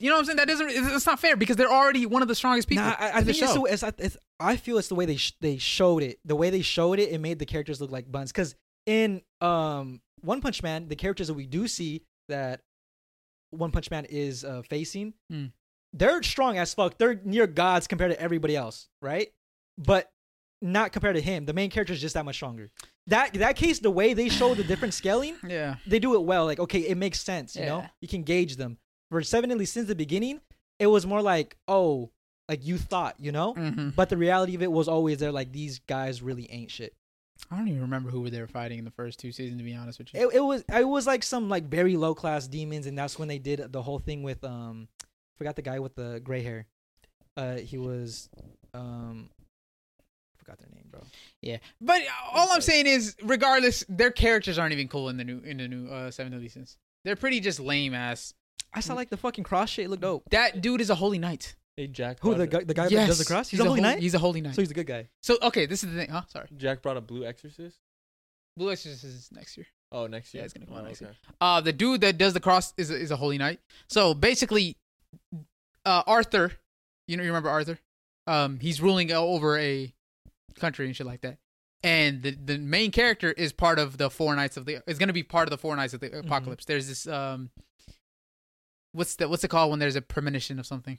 Speaker 1: You know what I'm saying? That doesn't. it's- It's not fair because they're already one of the strongest people.
Speaker 2: Nah, I, I
Speaker 1: in the
Speaker 2: think it's,
Speaker 1: show.
Speaker 2: the, it's, it's I feel it's the way they sh- they showed it. The way they showed it, it made the characters look like buns. Because in um One Punch Man, the characters that we do see that One Punch Man is uh, facing,
Speaker 1: Mm.
Speaker 2: they're strong as fuck. They're near gods compared to everybody else, right? But not compared to him. The main character is just that much stronger. That that case, the way they show the different scaling,
Speaker 1: yeah.
Speaker 2: they do it well. Like, okay, it makes sense. You know,
Speaker 1: Yeah.
Speaker 2: you can gauge them. For seven, at least since the beginning, it was more like, oh, like you thought, you know.
Speaker 1: hmm
Speaker 2: But the reality of it was always there. Like these guys really ain't shit.
Speaker 1: I don't even remember who were they were fighting in the first two seasons. To be honest with you,
Speaker 2: It, it was it was like some like very low class demons, and that's when they did the whole thing with um, forgot the guy with the gray hair. Uh, he was um, forgot their name, bro.
Speaker 1: yeah. But all I'm saying is, regardless, their characters aren't even cool in the new in the new uh, Seven Deadly Sins. They're pretty just lame ass.
Speaker 2: I saw like the fucking cross shit. It looked dope.
Speaker 1: That dude is a holy knight.
Speaker 3: Hey, Jack.
Speaker 2: Who
Speaker 3: brought
Speaker 2: the
Speaker 3: a-
Speaker 2: guy, the guy that
Speaker 1: Yes.
Speaker 2: does the cross? He's, a holy
Speaker 1: hol-
Speaker 2: knight,
Speaker 1: He's a holy knight.
Speaker 2: so he's the good guy.
Speaker 1: So okay, this is the thing. Huh? Sorry.
Speaker 3: Jack brought a blue exorcist.
Speaker 1: Blue Exorcist is next year.
Speaker 3: Oh, next
Speaker 1: Yeah,
Speaker 3: year.
Speaker 1: it's gonna come
Speaker 3: oh,
Speaker 1: out next
Speaker 3: okay.
Speaker 1: Uh, the dude that does the cross is a, is a holy knight. So basically, uh, Arthur, you know, you remember Arthur? Um, he's ruling o- over a country and shit like that. And the the main character is part of the Four Knights of the. Is gonna be part of the Four Knights of the
Speaker 2: Mm-hmm.
Speaker 1: Apocalypse. There's this um. What's the what's it called when there's a premonition of something?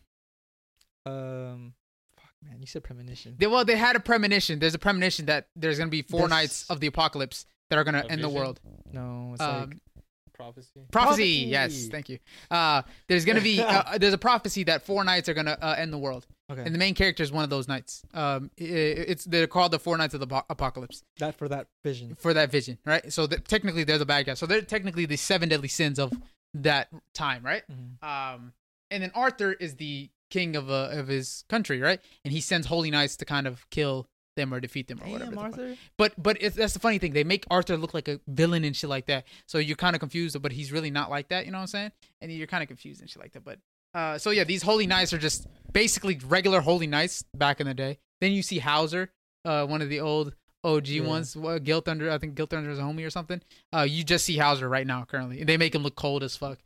Speaker 2: Um, fuck man, you said premonition.
Speaker 1: They, well, they had a premonition. There's a premonition that there's gonna be four
Speaker 2: This-
Speaker 1: knights of the apocalypse that are gonna
Speaker 3: A
Speaker 1: end the
Speaker 3: vision?
Speaker 1: world.
Speaker 2: No, it's
Speaker 1: Um,
Speaker 2: like
Speaker 3: Prophecy.
Speaker 1: prophecy.
Speaker 2: Prophecy.
Speaker 1: Yes, thank you. Uh, there's gonna be uh, there's a prophecy that four knights are gonna uh, end the world,
Speaker 2: okay.
Speaker 1: and the main character is one of those knights. Um, i- i it's they're called the four knights of the Apo- apocalypse
Speaker 2: that for that vision.
Speaker 1: for that vision, right? So th- technically they're the bad guys. So they're technically the seven deadly sins of that time, right? Um, and then Arthur is the king of uh, of his country, right? And he sends holy knights to kind of kill them or defeat them or whatever. the fuck. But but it's, that's the funny thing. They make Arthur look like a villain and shit like that. So you're kind of confused, but he's really not like that. You know what I'm saying? And you're kind of confused and shit like that. But uh, so yeah, these holy knights are just basically regular holy knights back in the day. Then you see Hauser, uh, one of the old OG
Speaker 2: Yeah.
Speaker 1: ones, uh, Guilt Thunder. I think Guilt Thunder is a homie or something. Uh, you just see Hauser right now currently, and they make him look cold as fuck.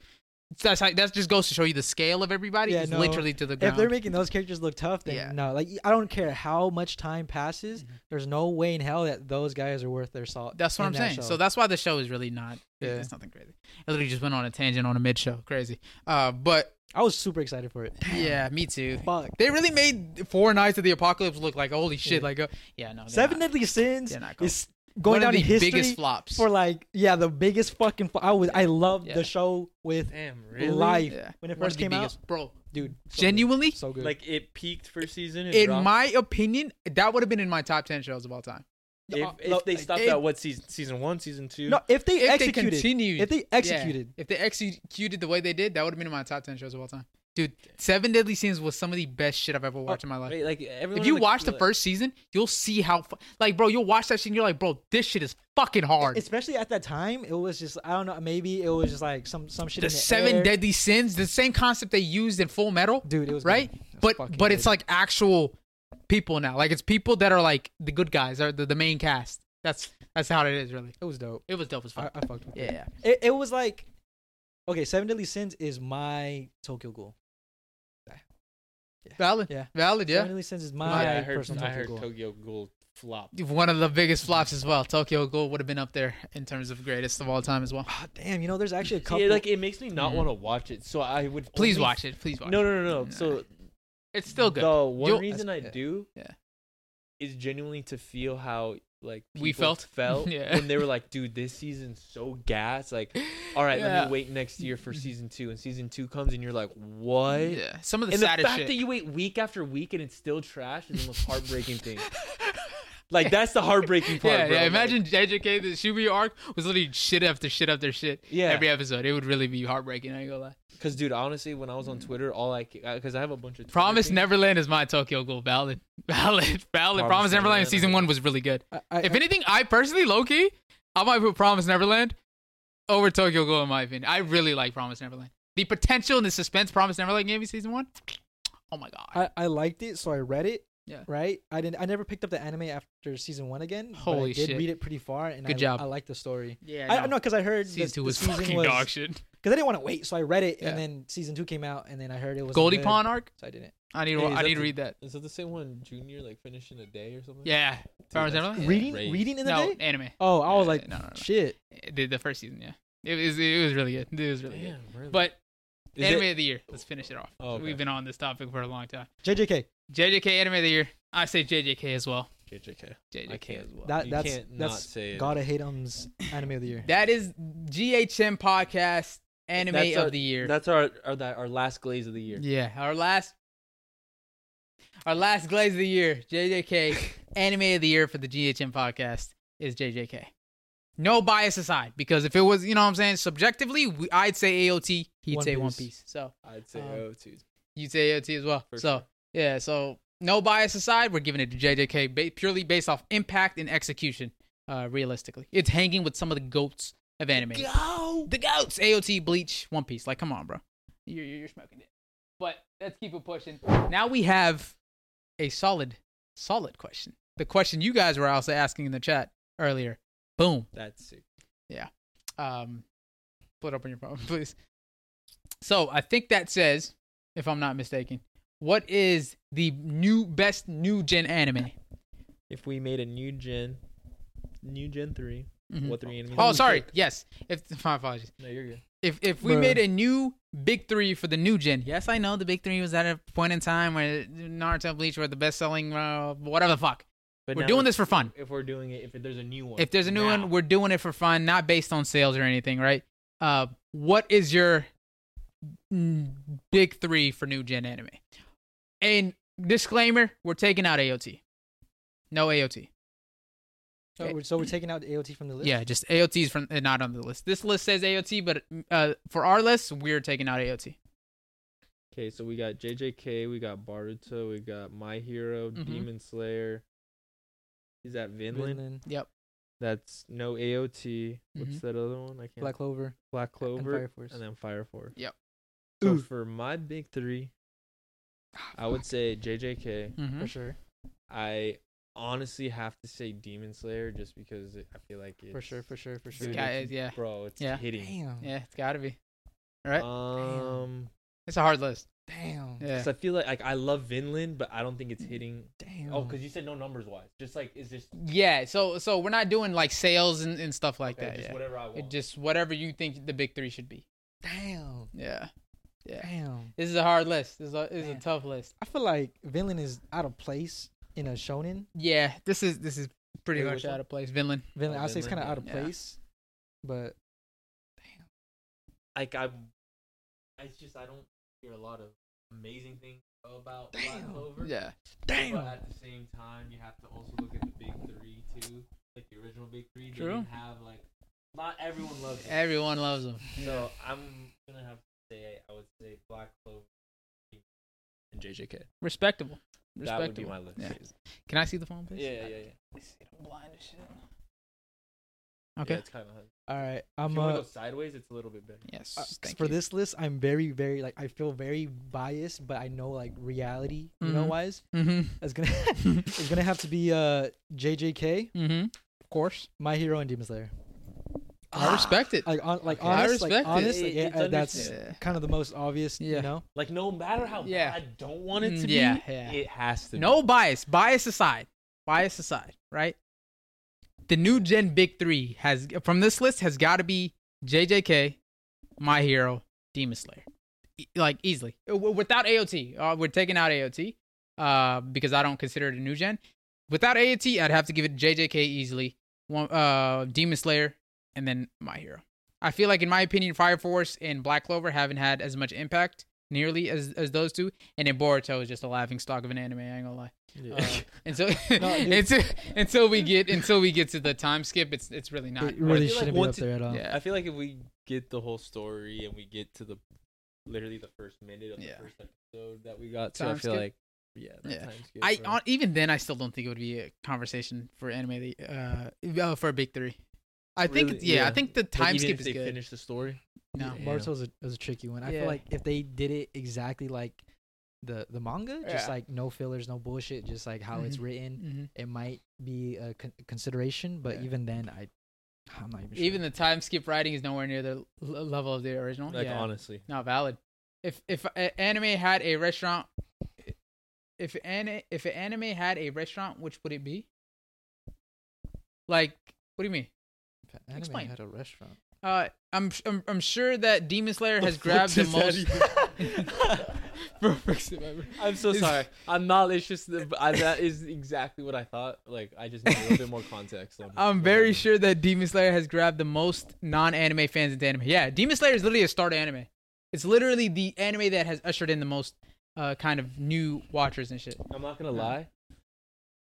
Speaker 1: That's how, that just goes to show you the scale of everybody.
Speaker 2: Yeah,
Speaker 1: is
Speaker 2: no.
Speaker 1: literally to the
Speaker 2: If
Speaker 1: ground.
Speaker 2: they're making those characters look tough, then
Speaker 1: Yeah. Mm-hmm.
Speaker 2: no. Like I don't care how much time passes. There's no way in hell that those guys are worth their salt.
Speaker 1: That's what
Speaker 2: in
Speaker 1: I'm
Speaker 2: that
Speaker 1: saying.
Speaker 2: show.
Speaker 1: So that's why the show is really not.
Speaker 2: Yeah.
Speaker 1: It's nothing crazy. I literally just went on a tangent on a mid show. Crazy. Uh, but
Speaker 2: I was super excited for it.
Speaker 1: yeah, me too.
Speaker 2: Fuck.
Speaker 1: They really made Four Nights of the Apocalypse look like holy shit.
Speaker 2: Yeah.
Speaker 1: Like, uh, yeah, no, they're
Speaker 2: Seven
Speaker 1: not.
Speaker 2: Deadly Sins
Speaker 1: They're not cool.
Speaker 2: is going
Speaker 1: One of
Speaker 2: down in
Speaker 1: the
Speaker 2: history
Speaker 1: biggest flops.
Speaker 2: for like yeah the biggest fucking. Fl- I was I loved
Speaker 1: Yeah.
Speaker 2: the show with
Speaker 3: Damn, really?
Speaker 2: life
Speaker 1: Yeah.
Speaker 2: when it
Speaker 1: One of
Speaker 2: first
Speaker 1: the
Speaker 2: came out,
Speaker 1: biggest- bro.
Speaker 2: dude. so good.
Speaker 1: Genuinely,
Speaker 2: so good.
Speaker 3: Like it peaked first season. And
Speaker 1: in
Speaker 3: dropped.
Speaker 1: my opinion, that would have been in my top ten shows of all time.
Speaker 3: if, if
Speaker 2: no,
Speaker 3: they stopped
Speaker 1: it-
Speaker 3: at what season? Season one, season two.
Speaker 2: no, if they
Speaker 1: If
Speaker 2: executed,
Speaker 1: they continued,
Speaker 2: if they executed,
Speaker 1: Yeah. If they executed the way they did, that would have been in my top ten shows of all time. Dude, Seven Deadly Sins was some of the best shit I've
Speaker 2: Oh,
Speaker 1: ever watched in my life.
Speaker 3: Wait, like everyone.
Speaker 1: If you
Speaker 3: like,
Speaker 1: watch the
Speaker 3: like-
Speaker 1: first season, you'll see how fu- like bro, you'll watch that shit and you're like, bro, this shit is fucking hard.
Speaker 2: especially at that time, it was just I don't know. Maybe it was just like some some shit.
Speaker 1: the
Speaker 2: in the
Speaker 1: seven
Speaker 2: air.
Speaker 1: deadly sins, the same concept they used in Full Metal,
Speaker 2: dude. It was good.
Speaker 1: right?
Speaker 2: It was
Speaker 1: But
Speaker 2: fucking
Speaker 1: but it's
Speaker 2: good.
Speaker 1: like actual people now. Like it's people that are like the good guys are the, the main cast. That's that's how it is really.
Speaker 2: it was dope.
Speaker 1: It was dope as
Speaker 2: I,
Speaker 3: Uh,
Speaker 1: fuck.
Speaker 2: I fucked with it.
Speaker 1: yeah.
Speaker 2: it. It was like okay, Seven Deadly Sins is my Tokyo Ghoul.
Speaker 1: Valid.
Speaker 2: Yeah.
Speaker 1: Valid,
Speaker 2: Seven
Speaker 1: yeah.
Speaker 2: Deadly Sins is
Speaker 3: Yeah,
Speaker 2: my
Speaker 3: I heard,
Speaker 2: personal
Speaker 3: I
Speaker 2: Tokyo
Speaker 3: heard
Speaker 2: Ghoul.
Speaker 3: Tokyo Ghoul flop.
Speaker 1: One of the biggest flops as well. Tokyo Ghoul would have been up there in terms of greatest of all time as well.
Speaker 2: Ah, damn, you know, there's actually a couple.
Speaker 3: Yeah, like it makes me not
Speaker 1: Mhm.
Speaker 3: want to watch it. So I would
Speaker 1: Please
Speaker 3: only-
Speaker 1: watch it. Please watch
Speaker 3: No,
Speaker 1: it.
Speaker 3: no, no, no.
Speaker 1: Nah.
Speaker 3: So
Speaker 1: It's still good.
Speaker 3: The one
Speaker 1: You'll- uh,
Speaker 3: reason I
Speaker 2: That's- yeah.
Speaker 3: do
Speaker 1: Yeah.
Speaker 3: is genuinely to feel how like
Speaker 1: We
Speaker 3: people
Speaker 1: felt.
Speaker 3: felt
Speaker 1: Yeah.
Speaker 3: when they were like, dude, this season's so gas. Like, all right, let
Speaker 1: Yeah.
Speaker 3: me wait next year for season two, and season two comes, and you're like, what?
Speaker 1: Yeah, some of the
Speaker 3: and the
Speaker 1: saddest
Speaker 3: fact
Speaker 1: shit.
Speaker 3: that you wait week after week and it's still trash is the most heartbreaking thing. Like that's the heartbreaking part.
Speaker 1: yeah,
Speaker 3: bro.
Speaker 1: yeah.
Speaker 3: Like,
Speaker 1: Imagine JJK the Shubi arc was literally shit after shit after shit.
Speaker 3: Yeah.
Speaker 1: Every episode, it would really be heartbreaking. I ain't gonna lie.
Speaker 3: Cause, dude, honestly, when I was on Twitter, all I because I have a bunch of Twitter
Speaker 1: Promise
Speaker 3: things.
Speaker 1: Neverland is my Tokyo Ghoul ballad. Ballad, ballad. Promise, Neverland,
Speaker 3: Promise Neverland,
Speaker 1: season
Speaker 3: okay.
Speaker 1: one was really good.
Speaker 2: I, I,
Speaker 1: If anything, I personally, low key, I might put Promise Neverland over Tokyo Ghoul in my opinion. I really like Promise Neverland. The potential and the suspense Promise Neverland gave me season one. Oh my god.
Speaker 2: I, I liked it, so I read it.
Speaker 1: Yeah.
Speaker 2: Right. I didn't. I never picked up the anime after season one again. but I
Speaker 1: Holy
Speaker 2: did
Speaker 1: shit.
Speaker 2: Read it pretty far, and
Speaker 1: Good
Speaker 2: I,
Speaker 1: job.
Speaker 2: I liked the story.
Speaker 1: yeah.
Speaker 2: I, I know because I heard
Speaker 1: Season
Speaker 2: that
Speaker 1: two
Speaker 2: the
Speaker 1: was
Speaker 2: season
Speaker 1: fucking
Speaker 2: was,
Speaker 1: dog shit.
Speaker 2: Because I didn't want to wait, so I read it,
Speaker 1: Yeah.
Speaker 2: and then season two came out, and then I heard it was
Speaker 1: Goldie Pawn arc.
Speaker 2: so I didn't.
Speaker 1: I need.
Speaker 3: Hey,
Speaker 1: to
Speaker 3: is
Speaker 1: I
Speaker 3: that
Speaker 1: need to
Speaker 3: the-
Speaker 1: read that.
Speaker 3: Is that the same one, Junior, like finishing a day or something?
Speaker 1: Yeah.
Speaker 3: Dude,
Speaker 1: Promise
Speaker 3: that's
Speaker 1: Neverland.
Speaker 2: Reading,
Speaker 3: crazy.
Speaker 2: reading in the
Speaker 1: No
Speaker 2: day.
Speaker 1: anime.
Speaker 2: Oh, I was
Speaker 1: Yeah,
Speaker 2: like,
Speaker 1: no, no, no.
Speaker 2: shit.
Speaker 1: The, the first season. Yeah. It was. It was really good. It was really good.
Speaker 3: Damn, really?
Speaker 1: But
Speaker 3: Is
Speaker 1: anime
Speaker 3: it-
Speaker 1: of the year. Let's finish it off.
Speaker 3: Oh, okay.
Speaker 1: We've been on this topic for a long time.
Speaker 2: JJK.
Speaker 1: JJK anime of the year. I say JJK as well.
Speaker 3: JJK.
Speaker 1: JJK
Speaker 3: I can't.
Speaker 1: as well.
Speaker 2: That
Speaker 3: you
Speaker 2: that's
Speaker 3: can't not
Speaker 2: that's
Speaker 3: say it.
Speaker 2: gotta hate um's anime of the year.
Speaker 1: That is GHM podcast anime
Speaker 3: That's
Speaker 1: of
Speaker 3: a-
Speaker 1: the year.
Speaker 3: That's our our, that, our last glaze of the year.
Speaker 1: Yeah, our last our last glaze of the year, JJK anime of the year for the GHM podcast is JJK. No bias aside, because if it was, you know what I'm saying, subjectively, we, I'd say AOT, he'd
Speaker 2: One
Speaker 1: say One
Speaker 2: Piece.
Speaker 1: Piece. So
Speaker 3: I'd say
Speaker 1: Um,
Speaker 3: oh, too.
Speaker 1: you'd say AOT as well.
Speaker 3: For
Speaker 1: so
Speaker 3: sure.
Speaker 1: yeah, so no bias aside, we're giving it to JJK ba- purely based off impact and execution. Uh, realistically, it's hanging with some of the goats of anime.
Speaker 3: Go.
Speaker 1: The goats, AOT, Bleach, One Piece. Like, come on, bro. You're, you're, you're smoking it. But let's keep it pushing. Now we have a solid, solid question. The question you guys were also asking in the chat earlier. Boom.
Speaker 3: That's sick.
Speaker 1: Um, put it up on your phone, please. So I think that says, if I'm not mistaken, what is the new best new gen anime?
Speaker 3: If we made a new gen, new gen 3
Speaker 1: Mhm.
Speaker 3: what three enemies?
Speaker 1: Oh, sorry. Yes. If my apologies.
Speaker 3: No, you're good.
Speaker 1: If if we
Speaker 2: Bruh.
Speaker 1: made a new big three for the new gen, yes, I know the big three was at a point in time where Naruto, and Bleach were the best selling, uh, whatever the fuck.
Speaker 3: But
Speaker 1: we're
Speaker 3: now
Speaker 1: doing
Speaker 3: if-
Speaker 1: this for fun.
Speaker 3: If we're doing it, if there's a new one,
Speaker 1: If there's a new
Speaker 3: now.
Speaker 1: one, we're doing it for fun, not based on sales or anything, right? Uh, what is your mm, big three for new gen anime? And disclaimer: we're taking out AOT. No AOT.
Speaker 2: So, we're, so we're taking out the AOT from the list.
Speaker 1: Yeah, just AOT is from uh, not on the list. This list says AOT, but uh, for our list, we're taking out AOT.
Speaker 3: Okay, so we got JJK, we got Baruto, we got My Hero,
Speaker 1: Mhm.
Speaker 3: Demon Slayer. Is that Vinland?
Speaker 2: Vinland,
Speaker 3: That's no AOT.
Speaker 1: Mhm.
Speaker 3: What's that other one? I can't.
Speaker 2: Black Clover,
Speaker 3: Black Clover,
Speaker 2: Fire Force.
Speaker 3: and then Fire Force.
Speaker 1: Yep.
Speaker 3: So
Speaker 2: Ooh.
Speaker 3: for my big three, I would say JJK.
Speaker 1: Mhm.
Speaker 2: for sure,
Speaker 3: I honestly have to say Demon Slayer just because it, I feel like it's
Speaker 2: for sure, for sure, for sure.
Speaker 3: dude,
Speaker 1: Sky-
Speaker 3: it's-
Speaker 1: yeah.
Speaker 3: bro, it's
Speaker 1: Yeah.
Speaker 3: hitting.
Speaker 2: Damn,
Speaker 1: Yeah, it's gotta be. right?
Speaker 3: Uh, Um,
Speaker 1: It's a hard list.
Speaker 2: damn,
Speaker 1: Yeah.
Speaker 3: 'cause I feel like like I love Vinland, but I don't think it's hitting.
Speaker 2: damn.
Speaker 3: Oh, because you said no numbers wise. Just like it's just
Speaker 1: Yeah. So so we're not doing like sales and, and stuff like
Speaker 3: okay,
Speaker 1: that.
Speaker 3: just
Speaker 1: yeah.
Speaker 3: whatever I
Speaker 1: It
Speaker 3: want.
Speaker 1: just whatever you think the big three should be.
Speaker 2: damn,
Speaker 1: Yeah. Yeah.
Speaker 2: damn.
Speaker 1: This is a hard list. This is a, this is a
Speaker 2: Man.
Speaker 1: tough list.
Speaker 2: I feel like Vinland is out of place in a shonen.
Speaker 1: Yeah. This is this is pretty
Speaker 3: Wait,
Speaker 1: much
Speaker 3: which
Speaker 1: out
Speaker 3: one?
Speaker 1: of place. Vinland.
Speaker 2: Vinland,
Speaker 3: Oh,
Speaker 2: I'd say it's kind
Speaker 3: Vinland,
Speaker 2: of out of
Speaker 1: yeah.
Speaker 2: place, but
Speaker 3: like I, it's just I don't hear a lot of amazing things about Black
Speaker 2: Damn.
Speaker 3: Clover.
Speaker 1: Yeah.
Speaker 3: But at the same time, you have to also look at the big three too, like the original big three. They
Speaker 1: True.
Speaker 3: didn't have like not everyone loves it.
Speaker 1: Everyone loves them.
Speaker 3: So I'm gonna have to say I would say Black Clover and JJK.
Speaker 1: Respectable.
Speaker 3: That would be
Speaker 1: Respectable.
Speaker 3: my list.
Speaker 1: Yeah. Can I see the phone, please?
Speaker 3: yeah, yeah. yeah.
Speaker 1: I'm blind as shit. Okay.
Speaker 3: it's kind of hard.
Speaker 2: all right,
Speaker 3: If
Speaker 2: I'm
Speaker 3: you want
Speaker 2: uh,
Speaker 3: to go sideways, it's a little bit better.
Speaker 1: Yes.
Speaker 2: uh,
Speaker 1: thank
Speaker 2: for
Speaker 1: you.
Speaker 2: this list. I'm very, very like I feel very biased, but I know like reality, you know,
Speaker 1: Mhm.
Speaker 2: wise
Speaker 1: Mm-hmm.
Speaker 2: is gonna is gonna have to be uh JJK,
Speaker 1: mm-hmm. Of course.
Speaker 2: My Hero, and Demon Slayer. Ah,
Speaker 1: I respect it.
Speaker 2: Like on, like
Speaker 3: Okay.
Speaker 1: I
Speaker 2: honest, like
Speaker 1: respect it.
Speaker 2: honest,
Speaker 3: It-
Speaker 2: like, yeah,
Speaker 3: it's
Speaker 2: uh, that's
Speaker 1: Yeah.
Speaker 2: kind of the most obvious,
Speaker 1: Yeah.
Speaker 2: you know.
Speaker 3: Like no matter how
Speaker 1: Yeah. Mm,
Speaker 3: bad I don't want it to
Speaker 1: Yeah,
Speaker 3: be,
Speaker 1: yeah.
Speaker 3: it has to.
Speaker 1: No bias. Bias aside. Bias aside, right? The new gen big three has from this list has got to be JJK, My Hero, Demon Slayer, E- like uh, easily W- without AOT. Uh, we're taking out AOT uh, because I don't consider it a new gen. without AAT, I'd have to give it JJK easily. One, uh, Demon Slayer, and then My Hero. I feel like, in my opinion, Fire Force and Black Clover haven't had as much impact nearly as as those two, and then Boruto is just a laughing stock of an anime. I ain't gonna lie.
Speaker 3: Yeah.
Speaker 1: Uh, and so
Speaker 2: dude.
Speaker 1: until until we get until we get to the time skip, it's it's really not.
Speaker 2: it really
Speaker 3: I feel like
Speaker 2: shouldn't be up
Speaker 3: once it-
Speaker 2: there at all.
Speaker 1: yeah.
Speaker 3: I feel like if we get the whole story and we get to the literally the first minute of
Speaker 1: Yeah.
Speaker 3: the first episode that we got to, I
Speaker 1: Time
Speaker 3: feel
Speaker 1: skip?
Speaker 3: like yeah, that
Speaker 1: Yeah.
Speaker 3: time skip,
Speaker 1: I
Speaker 3: bro.
Speaker 1: on, even then I still don't think it would be a conversation for anime uh, uh for a big three. I think
Speaker 3: Really?
Speaker 1: yeah, I
Speaker 3: Yeah.
Speaker 1: think the
Speaker 3: Like,
Speaker 1: time
Speaker 3: even
Speaker 1: skip
Speaker 3: if
Speaker 1: is
Speaker 3: they
Speaker 1: good.
Speaker 3: Finish the story.
Speaker 1: No.
Speaker 2: Yeah, Boruto's a, was a tricky one. I
Speaker 1: Yeah.
Speaker 2: feel like if they did it exactly like the the manga, just
Speaker 1: Yeah.
Speaker 2: like no fillers, no bullshit, just like how it's
Speaker 1: Mhm.
Speaker 2: written,
Speaker 1: Mhm.
Speaker 2: it might be a con- consideration. But
Speaker 1: Yeah.
Speaker 2: even then, I I'm not even sure.
Speaker 1: Even the time skip writing is nowhere near the l- level of the original.
Speaker 3: Like
Speaker 1: Oh, yeah.
Speaker 3: honestly,
Speaker 1: Not valid. If if a- anime had a restaurant, if an if anime had a restaurant, which would it be? Like, what do you mean?
Speaker 2: anime
Speaker 1: explain.
Speaker 2: had a restaurant.
Speaker 1: Uh, I'm I'm, I'm sure that Demon Slayer has
Speaker 3: fuck
Speaker 1: grabbed the
Speaker 3: does that
Speaker 1: most. Perfect ever.
Speaker 3: I'm so
Speaker 1: Is-
Speaker 3: sorry. I'm not. It's just the- I, that is exactly what I thought. Like I just need a little bit more context. On
Speaker 1: I'm
Speaker 3: what
Speaker 1: very
Speaker 3: happened.
Speaker 1: sure that Demon Slayer has grabbed the most non-anime fans into anime. Yeah, Demon Slayer is literally a start anime. It's literally the anime that has ushered in the most uh, kind of new watchers and shit.
Speaker 3: I'm not gonna lie.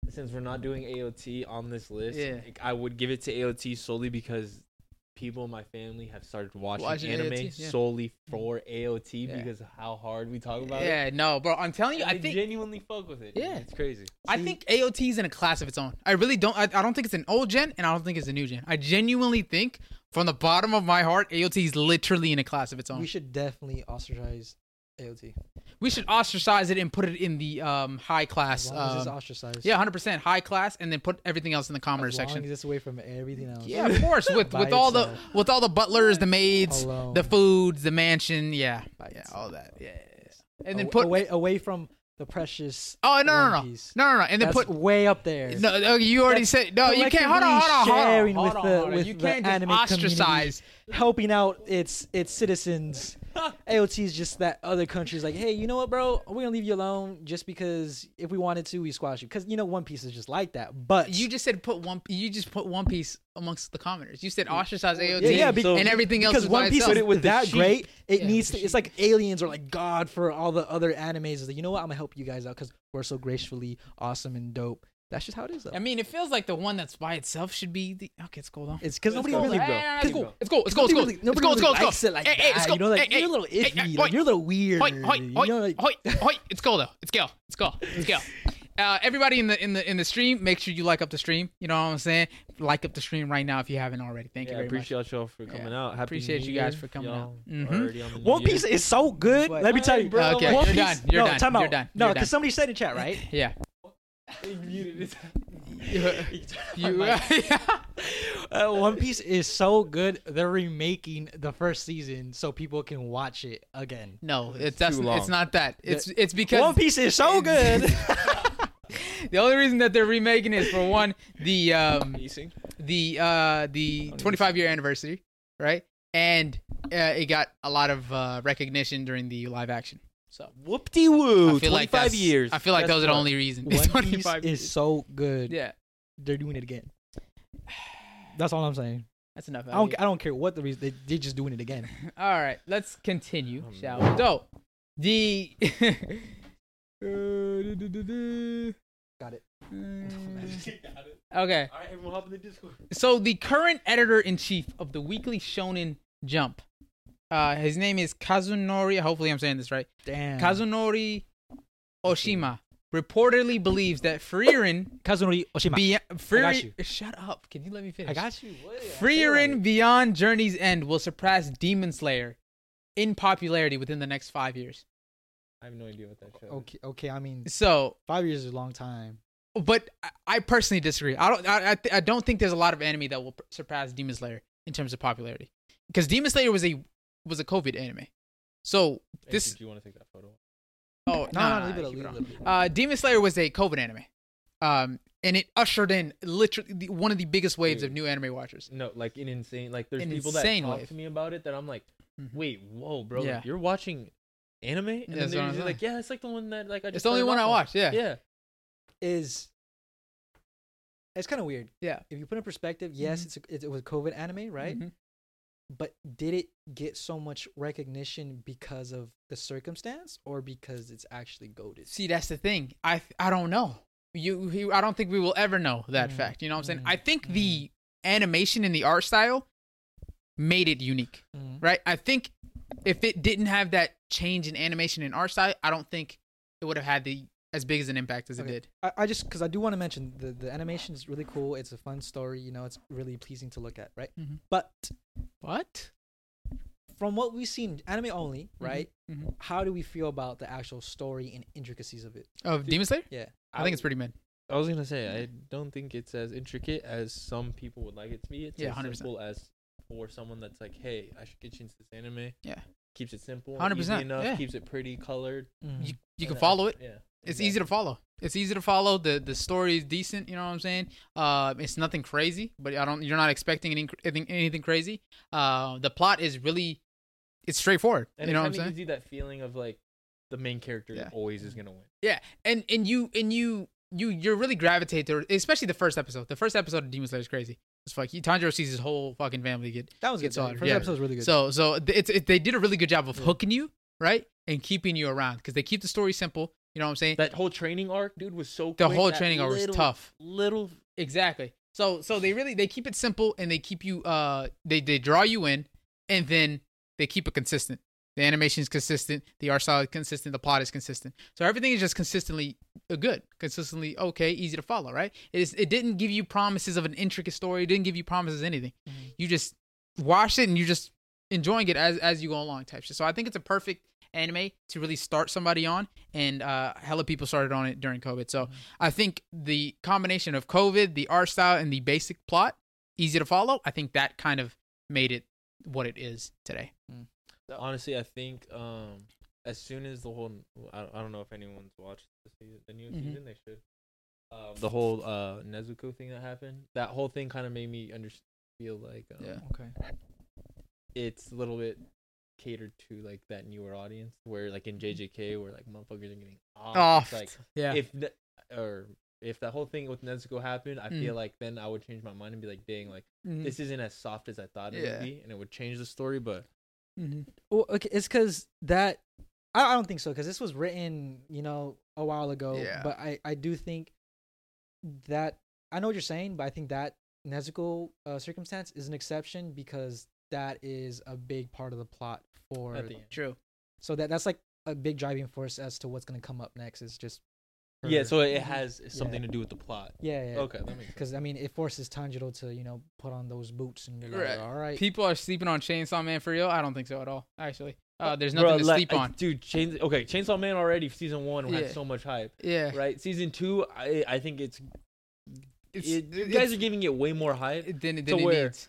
Speaker 3: Since we're not doing AOT on this list,
Speaker 1: Yeah.
Speaker 3: I would give it to AOT solely because people in my family have started watching,
Speaker 1: Watching
Speaker 3: anime
Speaker 1: AOT, yeah.
Speaker 3: solely for AOT
Speaker 1: Yeah.
Speaker 3: because of how hard we talk about it.
Speaker 1: Yeah, no, bro. I'm telling you,
Speaker 3: And
Speaker 1: I
Speaker 3: they
Speaker 1: think
Speaker 3: genuinely fuck with it.
Speaker 1: Yeah.
Speaker 3: it's crazy.
Speaker 1: I think AOT is in a class of its own. I really don't. I, I don't think it's an old gen, and I don't think it's a new gen. I genuinely think, from the bottom of my heart, AOT is literally in a class of its own.
Speaker 2: We
Speaker 1: We,
Speaker 2: should definitely ostracize AOT.
Speaker 1: should ostracize it and put it in the um, high
Speaker 2: As
Speaker 1: class.
Speaker 2: long as it's
Speaker 1: um,
Speaker 2: ostracized.
Speaker 1: yeah, 100% high class, and then put everything else in the commerce
Speaker 2: As long
Speaker 1: section.
Speaker 2: as it's away from everything else.
Speaker 1: Yeah, of course. With
Speaker 2: By
Speaker 1: with all the
Speaker 2: itself.
Speaker 1: with all the butlers, the maids,
Speaker 2: Alone.
Speaker 1: the foods, the mansion. Yeah,
Speaker 2: By
Speaker 1: yeah,
Speaker 2: itself.
Speaker 1: all that. Yeah, yeah, yeah. and then
Speaker 2: Aw-
Speaker 1: put.
Speaker 2: away away from the precious.
Speaker 1: oh no no no
Speaker 2: One
Speaker 1: no
Speaker 2: Piece.
Speaker 1: no no! And then
Speaker 2: That's
Speaker 1: put.
Speaker 2: way up there.
Speaker 1: No, no, you already
Speaker 2: That's
Speaker 1: said no. You can't. Hold on, hold on, hold on.
Speaker 2: sharing
Speaker 1: hold
Speaker 2: with
Speaker 1: on,
Speaker 2: the-
Speaker 1: hold on.
Speaker 2: with
Speaker 1: you
Speaker 2: the
Speaker 1: can't
Speaker 2: anime
Speaker 1: just ostracize.
Speaker 2: helping out its its citizens. AOT is just that other country's like, hey, you know what, bro? We're gonna leave you alone just because if we wanted to, we squash you. Because you know, One Piece is just like that. But
Speaker 1: You just said put one. You just put one piece amongst the commenters. You said ostracize AOT
Speaker 2: yeah, yeah, be-
Speaker 3: so-
Speaker 1: and everything else
Speaker 2: because
Speaker 1: is
Speaker 2: One
Speaker 1: by
Speaker 2: Piece
Speaker 1: itself.
Speaker 2: is
Speaker 3: with the
Speaker 2: that
Speaker 3: sheep.
Speaker 2: great, it
Speaker 1: Yeah,
Speaker 2: needs
Speaker 1: the
Speaker 2: to. It's like aliens or like God for all the other animes. It's like, you know what? I'm gonna help you guys out because we're so gracefully awesome and dope. That's just how it is. Though.
Speaker 1: I mean, it feels like the one that's by itself should be the. Okay, it's cool though.
Speaker 2: it's because nobody
Speaker 3: go.
Speaker 2: really.
Speaker 3: Leave, bro.
Speaker 1: Ah,
Speaker 3: Let's
Speaker 1: It's
Speaker 3: go.
Speaker 1: cool. It's cool. It's cool. It's cool.
Speaker 2: nobody-
Speaker 1: It's
Speaker 2: nobody
Speaker 1: cool. It's cool.
Speaker 2: really
Speaker 1: It's
Speaker 2: likes
Speaker 1: cool.
Speaker 2: it like
Speaker 1: Hey, hey,
Speaker 2: that.
Speaker 1: it's cool.
Speaker 2: You know, like
Speaker 1: Hey, hey,
Speaker 2: you're a little
Speaker 1: hey,
Speaker 2: iffy.
Speaker 1: hey,
Speaker 2: like, you're a little weird.
Speaker 1: Hoi, hoi,
Speaker 2: you
Speaker 1: hoi,
Speaker 2: know, like-
Speaker 1: hoi, hoi. It's go though. It's go. It's go. It's go. Uh, everybody in the in the in the stream, make sure you like up the stream. You know what I'm saying? Like up the stream right now if you haven't already. Thank
Speaker 3: Yeah,
Speaker 1: you
Speaker 3: I
Speaker 1: very much.
Speaker 3: appreciate y'all for coming out. Happy
Speaker 1: Appreciate
Speaker 3: New
Speaker 1: you guys
Speaker 3: Year.
Speaker 1: for coming
Speaker 3: Y'all
Speaker 1: out.
Speaker 3: are
Speaker 1: Mhm.
Speaker 3: already on the new
Speaker 2: One
Speaker 3: year.
Speaker 2: Piece is so good.
Speaker 3: But-
Speaker 2: Let me tell
Speaker 3: Alright,
Speaker 2: you,
Speaker 3: bro,
Speaker 1: Uh, Okay,
Speaker 3: like-
Speaker 1: you're
Speaker 2: One Piece.
Speaker 1: done. You're
Speaker 2: no,
Speaker 1: done.
Speaker 2: time
Speaker 1: You're
Speaker 2: out.
Speaker 1: done.
Speaker 2: No,
Speaker 1: You're done.
Speaker 2: because somebody said in chat, right?
Speaker 1: Yeah.
Speaker 3: He muted it.
Speaker 1: You,
Speaker 2: Uh, One Piece is so good. They're remaking the first season so people can watch it again.
Speaker 1: no,
Speaker 3: It's
Speaker 1: it's that's
Speaker 3: too long.
Speaker 1: it's not that. It's it's because
Speaker 2: One Piece is so good.
Speaker 1: the only reason that they're remaking is for one the um
Speaker 3: Amazing.
Speaker 1: the uh the 25 year anniversary, right? And uh, it got a lot of uh, recognition during the live action. So
Speaker 3: Whoop de woo.
Speaker 1: I feel like that's- I feel like
Speaker 3: That's
Speaker 1: those are the
Speaker 3: what-
Speaker 1: only reason.
Speaker 2: One Piece
Speaker 1: 25
Speaker 2: is so good.
Speaker 1: yeah,
Speaker 2: They're doing it again. That's all I'm saying.
Speaker 1: that's enough.
Speaker 2: I don't. I don't care what the reason. They, they're just doing it again.
Speaker 1: All right, let's continue,
Speaker 3: Oh,
Speaker 1: shall
Speaker 3: no.
Speaker 1: we? So the. Uh, duh, duh, duh, duh.
Speaker 2: Got it.
Speaker 1: Uh,
Speaker 3: Got it.
Speaker 1: okay,
Speaker 3: All right, everyone hop in the Discord.
Speaker 1: so the current editor in chief of the Weekly Shonen Jump, uh, his name is Kazunori. Hopefully, I'm saying this right.
Speaker 2: Damn.
Speaker 1: Kazunori Oshima reportedly believes that Freerin
Speaker 2: Kazunori Oshima.
Speaker 1: be- Freerin
Speaker 2: you.
Speaker 1: shut up. Can you let me finish?
Speaker 2: I got you.
Speaker 1: Freerin Beyond Journey's End will surpass Demon Slayer in popularity within the next 5 years.
Speaker 3: I have no idea what that show. is.
Speaker 2: Okay. Okay. I mean,
Speaker 1: So,
Speaker 2: five years is a long time.
Speaker 1: but I- I personally disagree. I don't I, I, th- I don't think there's a lot of anime that will p- surpass Demon Slayer in terms of popularity. Cuz Demon Slayer was a was a COVID anime. So,
Speaker 3: Hey,
Speaker 1: this
Speaker 3: did you want to take that photo?
Speaker 1: oh,
Speaker 2: No,
Speaker 1: nah,
Speaker 2: no, leave it.
Speaker 1: keep
Speaker 2: Leave
Speaker 1: on.
Speaker 2: it. Leave it.
Speaker 1: Uh, Demon Slayer was a COVID anime, um, and it ushered in literally the, one of the biggest waves of
Speaker 3: Dude.
Speaker 1: new anime watchers.
Speaker 3: No, like in insane. Like there's
Speaker 1: An
Speaker 3: people
Speaker 1: insane
Speaker 3: that talk
Speaker 1: wave.
Speaker 3: to me about it that I'm like,
Speaker 1: Mhm.
Speaker 3: wait, whoa, bro,
Speaker 1: Yeah.
Speaker 3: like, you're watching anime, and
Speaker 1: That's
Speaker 3: then they're
Speaker 1: what I'm
Speaker 3: usually like, yeah, it's like the one that like I just.
Speaker 1: It's the only
Speaker 3: started
Speaker 1: one I
Speaker 3: off on."
Speaker 1: watched. Yeah.
Speaker 3: Yeah.
Speaker 2: Is It's kind of weird.
Speaker 1: Yeah. Mm-hmm.
Speaker 2: If you put in perspective, yes, it's a, it, it was a COVID anime, right?
Speaker 1: Mhm.
Speaker 2: But did it get so much recognition because of the circumstance or because it's actually goaded?
Speaker 1: See, that's the thing. I I don't know. You, he, I don't think we will ever know that
Speaker 2: Mm,
Speaker 1: fact. You know what I'm saying?
Speaker 2: mm,
Speaker 1: I think the animation and the art style made it unique,
Speaker 2: Mm.
Speaker 1: right? I think if it didn't have that change in animation and art style, I don't think it would have had the as big as an impact as
Speaker 2: Okay.
Speaker 1: it did.
Speaker 2: I, I just because I do want to mention the the animation is really cool. It's a fun story. You know, it's really pleasing to look at, right?
Speaker 1: Mhm.
Speaker 2: But
Speaker 1: What?
Speaker 2: from what we've seen, anime only, right?
Speaker 1: mhm.
Speaker 2: How do we feel about the actual story and intricacies of it?
Speaker 1: Of Demon Slayer?
Speaker 2: Yeah.
Speaker 1: I think it's pretty mid.
Speaker 3: I was gonna say I don't think it's as intricate as some people would like it to be. It's
Speaker 1: Yeah,
Speaker 3: as
Speaker 1: 100%.
Speaker 3: simple as for someone that's like, hey, I should get you into this anime.
Speaker 1: Yeah.
Speaker 3: keeps it simple, easy
Speaker 1: 100%,
Speaker 3: enough,
Speaker 1: yeah.
Speaker 3: keeps it pretty colored.
Speaker 1: You, you
Speaker 3: and
Speaker 1: can
Speaker 3: I-
Speaker 1: follow it.
Speaker 3: Yeah,
Speaker 1: It's easy to follow. It's easy to follow. The the story is decent. You know what I'm saying? Uh, it's nothing crazy, but I don't. You're not expecting anything anything, anything crazy. Uh, the plot is really, it's straightforward.
Speaker 3: And
Speaker 1: you
Speaker 3: it
Speaker 1: know what I'm
Speaker 3: kinda
Speaker 1: saying?
Speaker 3: gives you that feeling of like the main character
Speaker 1: Yeah.
Speaker 3: always is gonna win.
Speaker 1: Yeah, and and you and you you you really gravitate to, especially the first episode. The first episode of Demon Slayer is crazy. It's like he, Tanjiro sees his whole fucking family get
Speaker 2: That was good.
Speaker 1: It's all-
Speaker 2: though. First
Speaker 1: yeah.
Speaker 2: episode was really good.
Speaker 1: So so th- it's it, they did a really good job of hooking you right and keeping you around because they keep the story simple. You know what I'm saying?
Speaker 3: That whole training arc, dude, was so.
Speaker 1: the
Speaker 3: quick.
Speaker 1: whole
Speaker 3: That
Speaker 1: training arc was
Speaker 3: little-
Speaker 1: tough.
Speaker 3: Little
Speaker 1: Exactly. So so they really they keep it simple and they keep you uh they they draw you in and then they keep it consistent. The animation is consistent, the art style is consistent, the plot is consistent. So everything is just consistently uh, good, consistently okay, easy to follow, right? It is it didn't give you promises of an intricate story, it didn't give you promises of anything.
Speaker 2: Mhm.
Speaker 1: You just watch it and you're just enjoying it as as you go along type shit. So I think it's a perfect anime to really start somebody on and uh hella people started on it during COVID. So I think the combination of COVID, the art style, and the basic plot, easy to follow, I think that kind of made it what it is today.
Speaker 3: honestly, I think um as soon as the whole I, I don't know if anyone's watched the season, the new
Speaker 1: Mhm.
Speaker 3: season, they should. Um, the whole uh Nezuko thing that happened, that whole thing kind of made me under feel like um,
Speaker 1: Yeah.
Speaker 2: okay.
Speaker 3: it's a little bit catered to like that newer audience where like in JJK where like motherfuckers are getting off.
Speaker 1: Off.
Speaker 3: It's like
Speaker 1: Yeah.
Speaker 3: if the, or if that whole thing with Nezuko happened, I
Speaker 1: Mm.
Speaker 3: feel like then I would change my mind and be like, dang, like
Speaker 1: Mhm.
Speaker 3: this isn't as soft as I thought it
Speaker 1: Yeah.
Speaker 3: would be, and it would change the story. But
Speaker 1: Mhm.
Speaker 2: Well, okay, it's because that I, I don't think so because this was written, you know, a while ago.
Speaker 1: Yeah.
Speaker 2: But I I do think that I know what you're saying, but I think that Nezuko uh, circumstance is an exception because that is a big part of the plot for.
Speaker 3: at the end.
Speaker 1: True.
Speaker 2: So that that's like a big driving force as to what's gonna come up next is just.
Speaker 3: yeah,
Speaker 2: her-
Speaker 3: so it has something to do with the plot.
Speaker 2: yeah, yeah.
Speaker 3: Okay, that makes sense.
Speaker 2: Because I mean, it forces Tanjiro to you know put on those boots and be like,
Speaker 1: Right.
Speaker 2: all right.
Speaker 1: People are sleeping on Chainsaw Man for real? I don't think so at all, actually. Uh, there's nothing
Speaker 3: Bro,
Speaker 1: to
Speaker 3: like,
Speaker 1: sleep
Speaker 3: I-
Speaker 1: on.
Speaker 3: dude. Chains, okay, Chainsaw Man already season one
Speaker 1: Yeah.
Speaker 3: had so much hype,
Speaker 1: Yeah.
Speaker 3: right? Season two, I I think it's,
Speaker 1: It's,
Speaker 3: it, you
Speaker 1: it's-
Speaker 3: guys are giving it way more hype.
Speaker 1: it- then, it-
Speaker 3: to
Speaker 1: then it
Speaker 3: where-
Speaker 1: needs.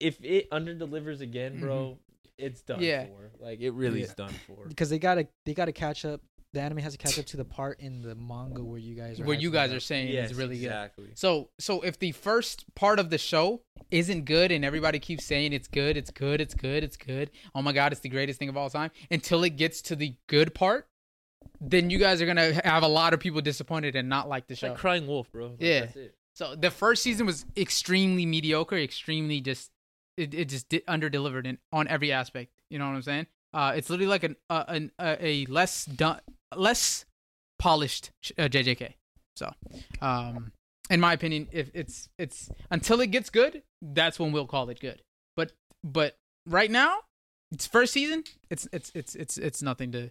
Speaker 3: If it under delivers again, bro,
Speaker 1: Mm-hmm.
Speaker 3: it's done
Speaker 1: Yeah.
Speaker 3: for. Like it really
Speaker 2: Yeah.
Speaker 3: is done for.
Speaker 2: because they gotta they gotta catch up. The anime has to catch up to the part in the manga where you guys are
Speaker 1: Where you
Speaker 2: hyping it
Speaker 1: guys
Speaker 2: up.
Speaker 1: are saying
Speaker 3: Yes,
Speaker 1: is really good.
Speaker 3: exactly.
Speaker 1: So so if the first part of the show isn't good and everybody keeps saying it's good, it's good, it's good, it's good. Oh my god, it's the greatest thing of all time until it gets to the good part, then you guys are going to have a lot of people disappointed and not like the
Speaker 3: It's
Speaker 1: show.
Speaker 3: like Crying Wolf, bro. Like,
Speaker 1: Yeah.
Speaker 3: that's it.
Speaker 1: So the first season was extremely mediocre, extremely just it, it just di- under delivered in on every aspect. You know what I'm saying? Uh, it's literally like an uh, an uh, a less done, less polished uh, JJK. So, um, in my opinion, if it's it's until it gets good, that's when we'll call it good. But but right now, it's first season. It's it's it's it's it's nothing to.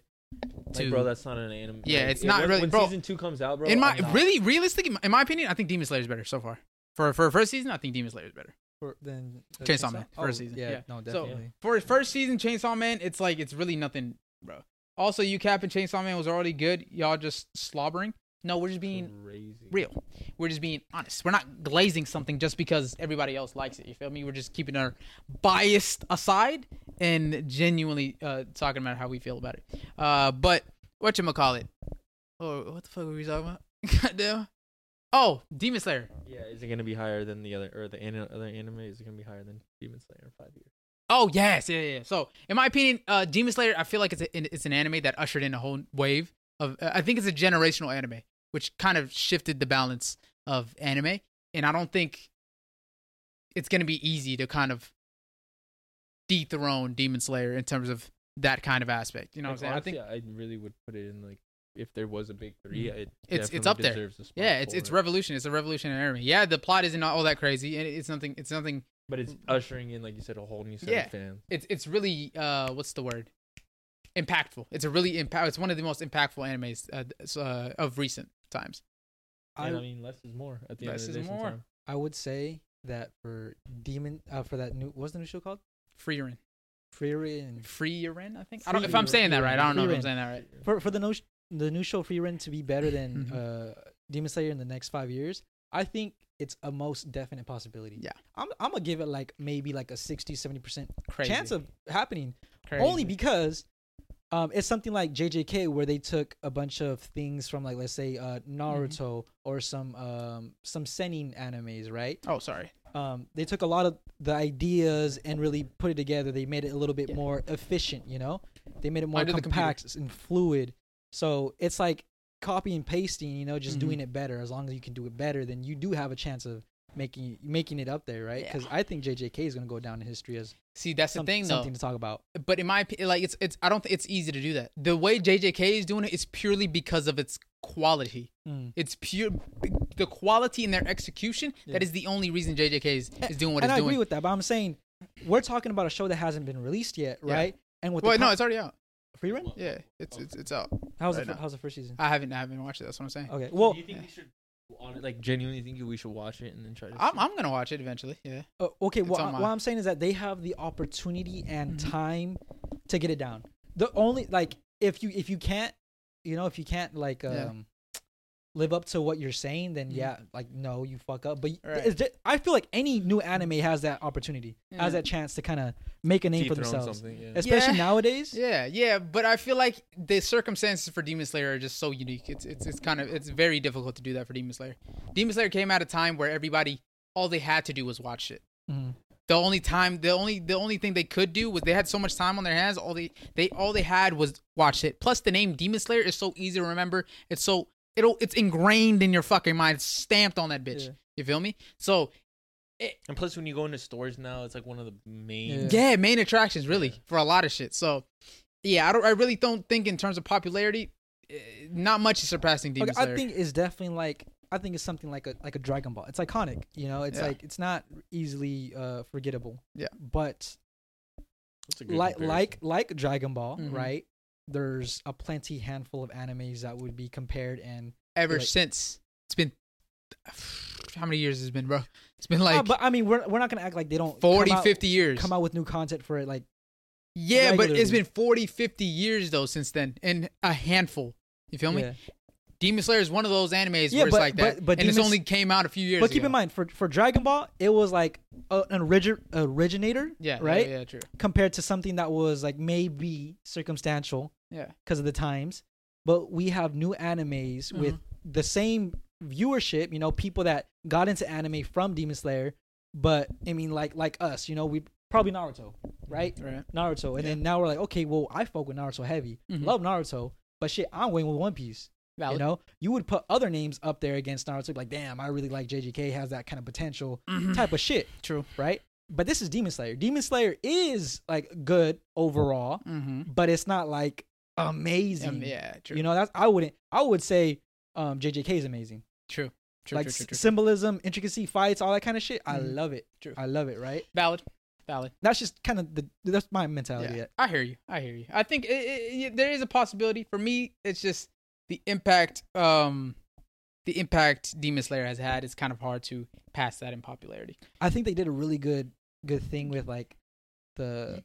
Speaker 3: Like,
Speaker 1: to
Speaker 3: bro, that's not an anime.
Speaker 1: Yeah,
Speaker 3: like,
Speaker 1: it's
Speaker 3: it-
Speaker 1: not
Speaker 3: when,
Speaker 1: really-
Speaker 3: When
Speaker 1: bro,
Speaker 3: season two comes out, bro,
Speaker 1: in my
Speaker 3: I'm not-
Speaker 1: really realistic, in my- in my opinion, I think Demon Slayer is better so far. For for first season, I think Demon Slayer is better.
Speaker 2: for, than the oh,
Speaker 1: Chainsaw Man, first season,
Speaker 2: Yeah,
Speaker 1: yeah.
Speaker 2: no,
Speaker 1: So-
Speaker 2: definitely.
Speaker 1: for his first season, Chainsaw Man, it's like it's really nothing, bro. Also, you Cap and Chainsaw Man was already good. Y'all just slobbering. No, we're just being
Speaker 3: crazy.
Speaker 1: real. We're just being honest. We're not glazing something just because everybody else likes it. You feel me? We're just keeping our biased aside and genuinely uh, talking about how we feel about it. Uh, but what you call it? Oh, what the fuck were we talking about? Goddamn. Oh, Demon Slayer.
Speaker 3: Yeah, is it gonna be higher than the other or the an- other anime? Is it gonna be higher than Demon Slayer in five years?
Speaker 1: Oh yes, yeah, yeah. yeah. So in my opinion, uh, Demon Slayer, I feel like it's a, it's an anime that ushered in a whole wave uh, of. I think it's a generational anime, which kind of shifted the balance of anime. and I don't think it's going to be easy to kind of dethrone Demon Slayer in terms of that kind of aspect. You know
Speaker 3: Like,
Speaker 1: what I'm saying? I think Mm-hmm.
Speaker 3: honestly, I really would put it in like if there was a big three, it
Speaker 1: It's- it's
Speaker 3: definitely
Speaker 1: up there.
Speaker 3: deserves a spot
Speaker 1: yeah, it's it's
Speaker 3: for it.
Speaker 1: revolution. It's a revolutionary anime. Yeah, the plot isn't all that crazy, and it's nothing. It's nothing.
Speaker 3: but it's ushering in like you said a whole new set
Speaker 1: Mm-hmm. Yeah.
Speaker 3: of fans.
Speaker 1: It's it's really uh, what's the word? Impactful. It's a really impact. It's one of the most impactful animes uh, s- uh, of recent times.
Speaker 2: I,
Speaker 3: and I mean, less is more. At the
Speaker 1: Less
Speaker 3: end of
Speaker 1: is
Speaker 3: the day,
Speaker 1: more.
Speaker 3: sometimes.
Speaker 2: I would say that for Demon, uh, for that new, what's the new show called?
Speaker 1: Free Ren.
Speaker 2: Free and
Speaker 1: Free Ren, I think. I don't. If
Speaker 2: Free
Speaker 1: I'm saying that
Speaker 2: Ren.
Speaker 1: right, I don't know if
Speaker 2: Free
Speaker 1: I'm saying
Speaker 2: Ren.
Speaker 1: that right.
Speaker 2: for for the no the new show Free Rent to be better than
Speaker 1: Mhm.
Speaker 2: uh Demon Slayer in the next five years, I think it's a most definite possibility.
Speaker 1: Yeah.
Speaker 2: I'm I'm gonna give it like maybe like a 60 70 percent
Speaker 1: Crazy.
Speaker 2: chance of happening,
Speaker 1: Crazy.
Speaker 2: only because. Um, it's something like JJK where they took a bunch of things from like let's say uh,
Speaker 1: Mm-hmm.
Speaker 2: Naruto or some um, some seinen animes, right?
Speaker 1: Oh, sorry.
Speaker 2: um, they took a lot of the ideas and really put it together. They made it a little bit
Speaker 1: Yeah.
Speaker 2: more efficient, you know? They made it more
Speaker 1: Under the computer.
Speaker 2: compact and fluid. So it's like copy and pasting, you know, just
Speaker 1: Mhm.
Speaker 2: doing it better. As long as you can do it better, then you do have a chance of making making it up there, right?
Speaker 1: Yeah.
Speaker 2: Because I think JJK is going to go down in history as
Speaker 1: See, that's
Speaker 2: some-
Speaker 1: the thing, though.
Speaker 2: something to talk about.
Speaker 1: but in my opinion, like it's it's I don't think it's easy to do that. The way JJK is doing it is purely because of its quality.
Speaker 2: Mm.
Speaker 1: It's pure the quality in their execution. That
Speaker 2: Yeah.
Speaker 1: is the only reason JJK is, is doing what
Speaker 2: and
Speaker 1: it's
Speaker 2: I
Speaker 1: doing.
Speaker 2: agree with that, but I'm saying we're talking about a show that hasn't been released yet,
Speaker 1: Yeah.
Speaker 2: right? And with
Speaker 1: Well,
Speaker 2: the
Speaker 1: no, it's already out.
Speaker 2: free run,
Speaker 1: Yeah, it's it's it's out.
Speaker 2: how's
Speaker 1: right
Speaker 2: the fir-
Speaker 1: now.
Speaker 2: how's the first season?
Speaker 1: I haven't I haven't watched it. That's what I'm saying.
Speaker 2: Okay, well,
Speaker 3: do you think we should, hon- like, genuinely think we should watch it and then try to?
Speaker 1: I'm
Speaker 3: see?
Speaker 1: I'm gonna watch it eventually. Yeah.
Speaker 2: Uh, okay,
Speaker 1: It's
Speaker 2: well,
Speaker 1: on
Speaker 2: I-
Speaker 1: my-
Speaker 2: what I'm saying is that they have the opportunity and
Speaker 1: Mhm.
Speaker 2: time to get it down. The only like if you if you can't, you know, if you can't like um
Speaker 1: Yeah.
Speaker 2: live up to what you're saying, then
Speaker 1: Mhm.
Speaker 2: yeah, like no, you fuck up. But
Speaker 1: Right.
Speaker 2: it's ju- I feel like any new anime has that opportunity,
Speaker 1: Yeah.
Speaker 2: has that chance to kind of make a name for
Speaker 3: Dethrone
Speaker 2: themselves,
Speaker 3: something, yeah.
Speaker 2: especially
Speaker 1: Yeah.
Speaker 2: nowadays.
Speaker 1: Yeah, yeah, but I feel like the circumstances for Demon Slayer are just so unique. It's it's it's kind of it's very difficult to do that for Demon Slayer. Demon Slayer came at a time where everybody all they had to do was watch it.
Speaker 2: Mhm.
Speaker 1: The only time, the only the only thing they could do was they had so much time on their hands. All they they all they had was watch it. Plus, the name Demon Slayer is so easy to remember. It's so it'll it's ingrained in your fucking mind. It's stamped on that bitch.
Speaker 2: Yeah.
Speaker 1: You feel me? So
Speaker 3: And plus, when you go into stores now, it's like one of the main.
Speaker 1: yeah, main attractions really for a lot of shit. So yeah, I don't. I really don't think in terms of popularity, eh, not much is surpassing Demon
Speaker 2: Okay,
Speaker 1: Slayer.
Speaker 2: I think it's definitely like I think it's something like a like a Dragon Ball. It's iconic, you know. It's
Speaker 1: Yeah.
Speaker 2: like it's not easily uh forgettable.
Speaker 1: Yeah.
Speaker 2: but
Speaker 3: That's a good
Speaker 2: like
Speaker 3: comparison.
Speaker 2: like like Dragon Ball,
Speaker 1: Mhm.
Speaker 2: right? There's a plenty handful of animes that would be compared, and
Speaker 1: Ever
Speaker 2: like-
Speaker 1: since it's been how many years has it been, bro? It's been like
Speaker 2: Ah, but I mean, we're we're not gonna act like they don't
Speaker 1: forty, fifty 40,
Speaker 2: come out,
Speaker 1: 50 years.
Speaker 2: come out with new content for it. Like,
Speaker 1: yeah, but it's
Speaker 2: regularly.
Speaker 1: been 40, 50 years though since then, and a handful. You feel me?
Speaker 2: yeah.
Speaker 1: Demon Slayer is one of those animes
Speaker 2: Yeah,
Speaker 1: where it's
Speaker 2: but-
Speaker 1: like that,
Speaker 2: but- but
Speaker 1: and it's
Speaker 2: Demon-
Speaker 1: only came out a few years.
Speaker 2: but keep
Speaker 1: ago.
Speaker 2: in mind for for Dragon Ball, it was like a, an origi- originator,
Speaker 1: yeah, yeah,
Speaker 2: right?
Speaker 1: yeah, true,
Speaker 2: Compared to something that was like maybe circumstantial
Speaker 1: yeah,
Speaker 2: because of the times, but we have new animes with
Speaker 1: Mhm.
Speaker 2: the same viewership. You know, people that got into anime from Demon Slayer, but I mean, like like us, you know, we probably Naruto, right?
Speaker 1: right.
Speaker 2: Naruto, and then now we're like, okay, well, I fuck with Naruto heavy,
Speaker 1: Mhm.
Speaker 2: love Naruto, but shit, I'm going with One Piece. You
Speaker 1: Valid.
Speaker 2: know, you would put other names up there against Naruto, like, damn, I really like JJK, has that kind of potential
Speaker 1: Mhm.
Speaker 2: type of shit,
Speaker 1: True.
Speaker 2: right? But this is Demon Slayer. Demon Slayer is like good overall,
Speaker 1: Mm-hmm. Um,
Speaker 2: but it's not like amazing.
Speaker 1: yeah, true.
Speaker 2: You know, that's I wouldn't. I would say um, JJK is amazing.
Speaker 1: true, true,
Speaker 2: like
Speaker 1: true, true,
Speaker 2: s-
Speaker 1: true.
Speaker 2: symbolism, intricacy, fights, all that kind of shit. I
Speaker 1: Mhm.
Speaker 2: love it.
Speaker 1: True.
Speaker 2: I love it. Right.
Speaker 1: Valid, valid.
Speaker 2: That's just kind of the that's my mentality.
Speaker 1: Yeah, I hear you. I hear you. I think it, it, it, there is a possibility for me. It's just the impact, um, the impact Demon Slayer has had. It's kind of hard to pass that in popularity.
Speaker 2: I think they did a really good good thing with like the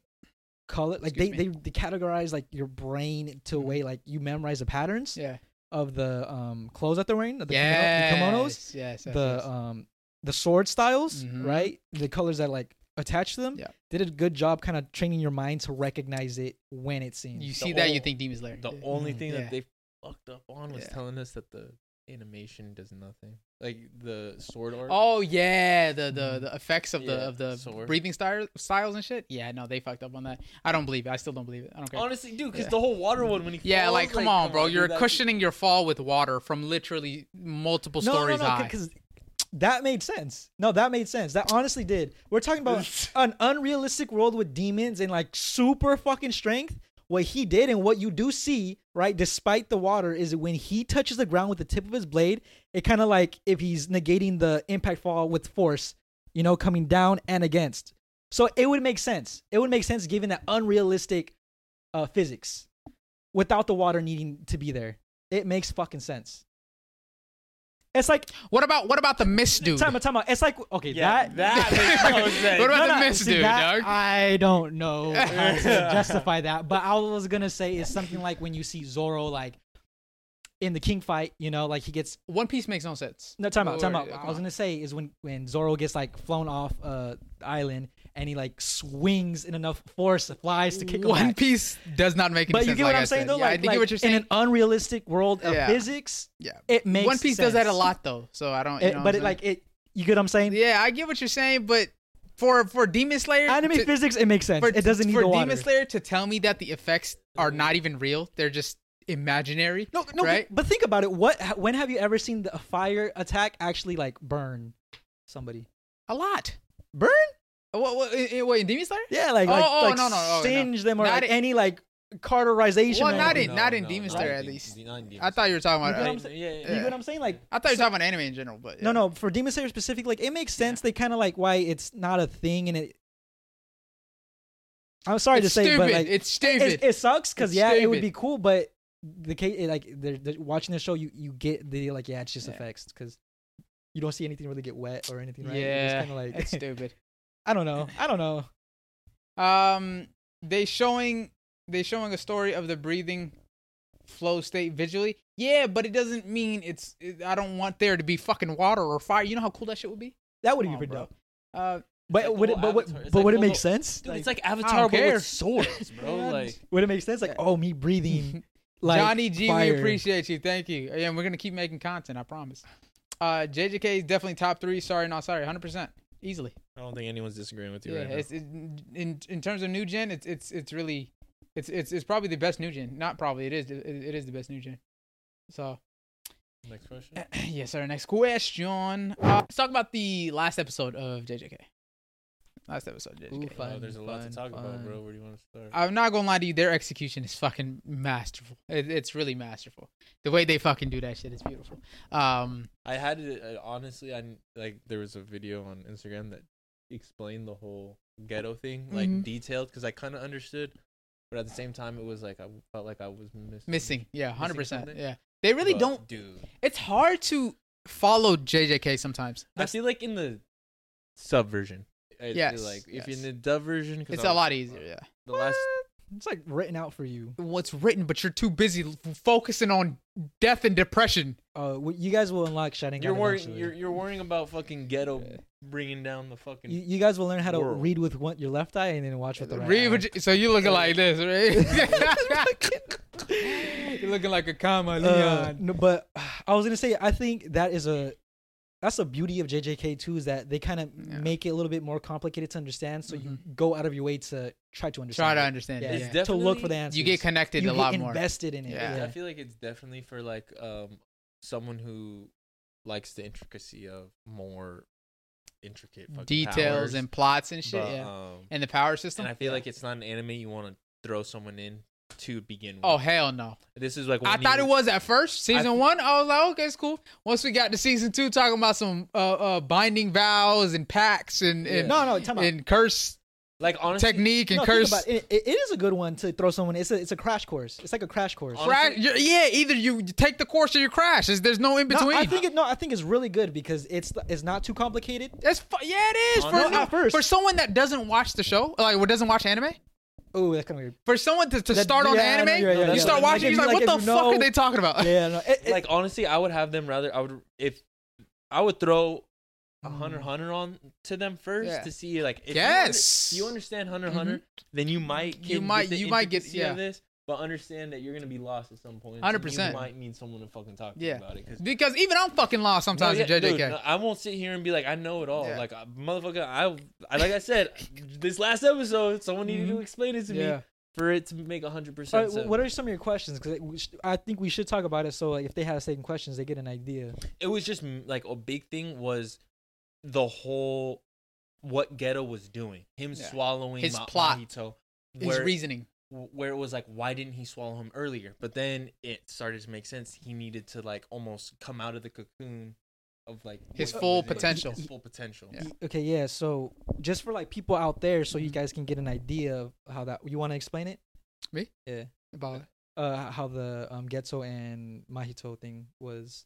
Speaker 2: color like they,
Speaker 1: Excuse Mm-hmm.
Speaker 2: they they categorize like your brain to a way like you memorize the patterns
Speaker 1: Yeah.
Speaker 2: of the um clothes that they're wearing the, kimono-
Speaker 1: Yeah.
Speaker 2: the kimonos
Speaker 1: Yes. yes,
Speaker 2: the
Speaker 1: yes.
Speaker 2: um the sword styles
Speaker 1: Mhm.
Speaker 2: right the colors that like attach to them
Speaker 1: Yeah.
Speaker 2: they did a good job kind of training your mind to recognize it when it seems
Speaker 1: you
Speaker 3: the
Speaker 1: see that, you
Speaker 3: old-
Speaker 1: think Demon Slayer.
Speaker 3: The
Speaker 1: Yeah.
Speaker 3: only
Speaker 2: Mhm.
Speaker 3: thing
Speaker 1: Yeah.
Speaker 3: that they fucked up on was
Speaker 1: Yeah.
Speaker 3: telling us that the animation does nothing. Like the sword art.
Speaker 1: Oh yeah, the the,
Speaker 2: Mhm.
Speaker 1: the effects of the
Speaker 3: Yeah,
Speaker 1: of the
Speaker 3: sword.
Speaker 1: breathing style, styles and shit. Yeah, no, they fucked up on that. I don't believe it. I still don't believe it. I don't care.
Speaker 3: Honestly, dude, because
Speaker 1: Yeah.
Speaker 3: the whole water one when he
Speaker 1: yeah,
Speaker 3: falls,
Speaker 1: like come on, bro.
Speaker 3: dude,
Speaker 1: You're
Speaker 3: that's-
Speaker 1: cushioning your fall with water from literally multiple
Speaker 2: no,
Speaker 1: stories
Speaker 2: no no
Speaker 1: high.
Speaker 2: because That made sense. No, that made sense. That honestly did. We're talking about an unrealistic world with demons and like super fucking strength. What he did and what you do see, right, despite the water, is when he touches the ground with the tip of his blade, it kind of like if he's negating the impact fall with force, you know, coming down and against. So it would make sense. It would make sense given that unrealistic uh, physics without the water needing to be there. It makes fucking sense. It's like
Speaker 1: What about what about the mist dude?
Speaker 2: time out, time out. It's like okay,
Speaker 3: Yeah,
Speaker 2: that
Speaker 3: that makes no sense.
Speaker 1: What about
Speaker 2: No,
Speaker 1: the
Speaker 2: no,
Speaker 1: mist
Speaker 2: see,
Speaker 1: dude,
Speaker 2: that-
Speaker 1: dog?
Speaker 2: I don't know how to justify that, but I was gonna say it's something like when you see Zoro like in the king fight, you know, like he gets
Speaker 1: One Piece makes no sense.
Speaker 2: no time
Speaker 1: Or- uh,
Speaker 2: out, time out.
Speaker 1: yeah,
Speaker 2: I
Speaker 1: come
Speaker 2: was
Speaker 1: on.
Speaker 2: gonna say is when when Zoro gets like flown off uh the island and he like swings in enough force, flies to kick him
Speaker 1: One
Speaker 2: back.
Speaker 1: Piece does not make any
Speaker 2: But
Speaker 1: sense.
Speaker 2: you get what
Speaker 1: like
Speaker 2: I'm
Speaker 1: I
Speaker 2: saying
Speaker 1: said.
Speaker 2: though,
Speaker 1: Yeah,
Speaker 2: like,
Speaker 1: I think
Speaker 2: like,
Speaker 1: what you're
Speaker 2: in
Speaker 1: saying.
Speaker 2: an unrealistic world of
Speaker 1: Yeah.
Speaker 2: physics,
Speaker 1: Yeah.
Speaker 2: it makes
Speaker 1: One Piece does that a
Speaker 2: sense.
Speaker 1: lot though, so I don't. You
Speaker 2: It-
Speaker 1: know what
Speaker 2: but
Speaker 1: I'm
Speaker 2: it like it, you get what I'm saying?
Speaker 1: saying? yeah, I get what you're saying, but for for Demon Slayer,
Speaker 2: Anime
Speaker 1: to-
Speaker 2: physics, it makes sense.
Speaker 1: for,
Speaker 2: it doesn't need
Speaker 1: for
Speaker 2: the water.
Speaker 1: Demon Slayer to tell me that the effects are not even real; they're just imaginary.
Speaker 2: No, no,
Speaker 1: right?
Speaker 2: but think about it. What? h- When have you ever seen the, a fire attack actually like burn somebody?
Speaker 1: A lot.
Speaker 2: Burn?
Speaker 1: What? What? in- in- Wait, in Demon Slayer?
Speaker 2: Yeah, like like,
Speaker 1: Oh, oh,
Speaker 2: like
Speaker 1: no, no, oh, no.
Speaker 2: singe them or
Speaker 1: Not
Speaker 2: like
Speaker 1: in-
Speaker 2: any like carterization.
Speaker 1: Well,
Speaker 2: or
Speaker 1: not
Speaker 2: anything.
Speaker 1: in- not in Demon Slayer, at least. I thought you were talking
Speaker 2: You get what
Speaker 1: about.
Speaker 2: I'm
Speaker 1: I,
Speaker 2: saying?
Speaker 3: Yeah,
Speaker 2: You
Speaker 3: yeah.
Speaker 2: get what I'm saying? Like
Speaker 1: I thought you were talking about anime in general, but e- yeah.
Speaker 2: no, no. For Demon Slayer specific, like it makes sense. They kind of like why it's not a thing, and it. I'm sorry
Speaker 1: It's
Speaker 2: to say,
Speaker 1: stupid.
Speaker 2: but like
Speaker 1: it's
Speaker 2: it,
Speaker 1: stupid.
Speaker 2: it sucks because
Speaker 1: It's
Speaker 2: yeah, it would
Speaker 1: stupid.
Speaker 2: be cool, but the case like they're, they're watching the show, you you get the like yeah, it's just
Speaker 1: Yeah.
Speaker 2: effects because you don't see anything really get wet or anything. Right?
Speaker 1: yeah,
Speaker 2: it's kind of like
Speaker 1: it's stupid.
Speaker 2: I don't know, I don't know.
Speaker 1: Um, they showing they showing a story of the breathing flow state visually. Yeah, but it doesn't mean it's. It, I don't want there to be fucking water or fire. You know how cool that shit would be.
Speaker 2: That would
Speaker 1: Come
Speaker 2: be
Speaker 1: on,
Speaker 2: pretty
Speaker 1: bro.
Speaker 2: dope.
Speaker 1: Uh,
Speaker 2: But
Speaker 3: like the
Speaker 2: would it,
Speaker 3: whole
Speaker 2: but,
Speaker 3: Avatar.
Speaker 2: would,
Speaker 3: It's
Speaker 2: but
Speaker 3: like
Speaker 2: would
Speaker 3: the
Speaker 2: it make
Speaker 3: whole-
Speaker 2: sense?
Speaker 3: Dude, it's
Speaker 2: Like,
Speaker 3: like Avatar but
Speaker 1: care.
Speaker 3: with swords, bro.
Speaker 1: Yeah.
Speaker 3: Like
Speaker 2: would it make sense? Like oh, me breathing. Like
Speaker 1: Johnny G,
Speaker 2: fire.
Speaker 1: we appreciate you. Thank you. And we're gonna keep making content. I promise. Uh, JJK is definitely top three. Sorry, not sorry. Hundred percent, easily.
Speaker 3: I don't think anyone's disagreeing with you
Speaker 1: yeah,
Speaker 3: right now.
Speaker 1: it's, it, in in terms of new gen, it's it's it's really, it's it's it's probably the best new gen. Not probably. It is. It, it is the best new gen. So
Speaker 3: Next question.
Speaker 1: yes, sir. Next question. Uh, let's talk about the last episode of JJK. Last episode, of JJK.
Speaker 2: Ooh, fun,
Speaker 3: oh, there's a lot
Speaker 2: fun,
Speaker 3: to talk
Speaker 2: fun.
Speaker 3: about, bro. Where do you want to start?
Speaker 1: I'm not gonna lie to you. Their execution is fucking masterful. It, it's really masterful. The way they fucking do that shit is beautiful. Um,
Speaker 3: I had it uh, honestly. I n- like there was a video on Instagram that explained the whole ghetto thing, like
Speaker 1: Mhm.
Speaker 3: detailed, because I kind of understood, but at the same time, it was like I felt like I was missing.
Speaker 1: missing. Yeah, hundred percent.
Speaker 3: something?
Speaker 1: Yeah, they really
Speaker 3: But,
Speaker 1: don't.
Speaker 3: dude.
Speaker 1: It's hard to follow JJK sometimes.
Speaker 3: I feel like in the sub version. I feel
Speaker 1: Yes,
Speaker 3: Like
Speaker 1: yes.
Speaker 3: if in the dub version, 'cause
Speaker 1: It's
Speaker 3: I
Speaker 1: a
Speaker 3: was-
Speaker 1: lot easier. Yeah.
Speaker 3: The last
Speaker 2: It's like written out for you.
Speaker 1: what's written, but you're too busy f- focusing on death and depression.
Speaker 2: Uh, what- you guys will unlock shining.
Speaker 3: you're
Speaker 2: God
Speaker 3: worrying.
Speaker 2: eventually.
Speaker 3: You're you're worrying about fucking ghetto bringing down the fucking.
Speaker 2: you, you guys will learn how to
Speaker 3: World.
Speaker 2: read with one, your left eye and then watch with the right.
Speaker 1: Read
Speaker 2: eye.
Speaker 1: what you- so you looking like this, right? you're looking like a comma,
Speaker 2: Uh,
Speaker 1: Leon.
Speaker 2: no, but I was gonna say I think that is a that's the beauty of JJK too is that they kind of
Speaker 1: Yeah. Mm-hmm.
Speaker 2: make it a little bit more complicated to understand, so you go out of your way to try
Speaker 1: Try
Speaker 2: to understand.
Speaker 1: to
Speaker 2: it.
Speaker 1: understand. it,
Speaker 3: It's
Speaker 1: yeah.
Speaker 3: definitely-
Speaker 2: to look for the answers.
Speaker 1: You get connected
Speaker 2: You
Speaker 1: a
Speaker 2: get
Speaker 1: lot more.
Speaker 2: invested in it.
Speaker 1: Yeah.
Speaker 2: Yeah,
Speaker 3: I feel like it's definitely for like um someone who likes the intricacy of more intricate fucking
Speaker 1: Details
Speaker 3: powers,
Speaker 1: and plots and shit.
Speaker 3: but,
Speaker 1: yeah.
Speaker 3: um,
Speaker 1: and the power system.
Speaker 3: and I feel
Speaker 1: Yeah.
Speaker 3: like it's not an anime you want to throw someone in to begin with.
Speaker 1: Oh hell no!
Speaker 3: this is like
Speaker 1: I
Speaker 3: when
Speaker 1: thought
Speaker 3: you-
Speaker 1: it was at first season
Speaker 3: th-
Speaker 1: one. I was like, okay, it's cool. Once we got to season two, talking about some uh, uh, binding vows and pacts and and,
Speaker 2: No, no, time out.
Speaker 1: and curse
Speaker 3: like honestly.
Speaker 1: technique and
Speaker 2: no, think
Speaker 1: curse.
Speaker 2: about it. It- it is a good one to throw someone. It's a it's a crash course. It's like a crash course.
Speaker 3: Honestly,
Speaker 1: Crash, you yeah, either you take the course or you crash. There's, there's no in
Speaker 2: No,
Speaker 1: between.
Speaker 2: I think it, no, I think it's really good because it's it's not too complicated.
Speaker 1: That's fu- yeah, it is for,
Speaker 3: No,
Speaker 1: no,
Speaker 2: at first.
Speaker 1: for someone that doesn't watch the show, like or doesn't watch anime.
Speaker 2: Oh, that's kind of weird.
Speaker 1: For someone to, to
Speaker 2: That-
Speaker 1: start on
Speaker 2: yeah, I know,
Speaker 1: anime,
Speaker 2: yeah, yeah,
Speaker 1: you
Speaker 3: yeah.
Speaker 1: start
Speaker 3: Like,
Speaker 1: watching, you're
Speaker 2: if you-
Speaker 1: like,
Speaker 2: like,
Speaker 1: what
Speaker 2: if
Speaker 1: the
Speaker 2: you
Speaker 1: fuck are
Speaker 2: know-
Speaker 1: they talking about?
Speaker 2: Yeah, no, it, it-
Speaker 3: like honestly, I would have them rather. I would if I would throw a Hunter x Hunter on to them first
Speaker 1: Mm. Yeah.
Speaker 3: to see like if you under-
Speaker 1: Yes. Mm-hmm.
Speaker 3: you, understand Hunter x Hunter, then you might
Speaker 1: You
Speaker 3: can
Speaker 1: might-
Speaker 3: the
Speaker 1: you might get-
Speaker 3: intricacy of
Speaker 1: yeah.
Speaker 3: this, but understand that you're gonna be lost at some point. so
Speaker 1: 100%.
Speaker 3: You might need someone to fucking talk to you
Speaker 1: Yeah.
Speaker 3: about it. 'cause-
Speaker 1: Because even I'm fucking lost
Speaker 3: No,
Speaker 1: sometimes
Speaker 3: yeah,
Speaker 1: with JJK.
Speaker 3: dude, no, I won't sit here and be like I know it all.
Speaker 1: Yeah.
Speaker 3: Like
Speaker 1: Mm-hmm.
Speaker 3: uh, motherfucker, I I- like I said this last episode, someone needed to explain it to me. for it to make hundred
Speaker 2: All right, wh-
Speaker 3: percent.
Speaker 2: what are some of your questions? Because I think we should talk about it. So like, if they have the same questions, they get an idea.
Speaker 3: it was just mm, like a big thing was the whole what Ghetto was doing, him
Speaker 1: Yeah.
Speaker 3: swallowing
Speaker 1: His
Speaker 3: Ma-
Speaker 1: plot.
Speaker 3: Mahito,
Speaker 1: His
Speaker 3: where
Speaker 1: reasoning.
Speaker 3: where it was like, why didn't he swallow him earlier? But then it started to make sense. He needed to like almost come out of the cocoon of like
Speaker 1: His
Speaker 3: what
Speaker 1: full
Speaker 3: was it?
Speaker 1: potential.
Speaker 3: His full potential.
Speaker 1: Yeah.
Speaker 2: Y- Okay, yeah. So just for like people out there, so you
Speaker 1: Mhm.
Speaker 2: guys can get an idea of how that. You want to explain it?
Speaker 1: Me?
Speaker 2: Yeah.
Speaker 1: About
Speaker 2: Uh, how the um Getso and Mahito thing was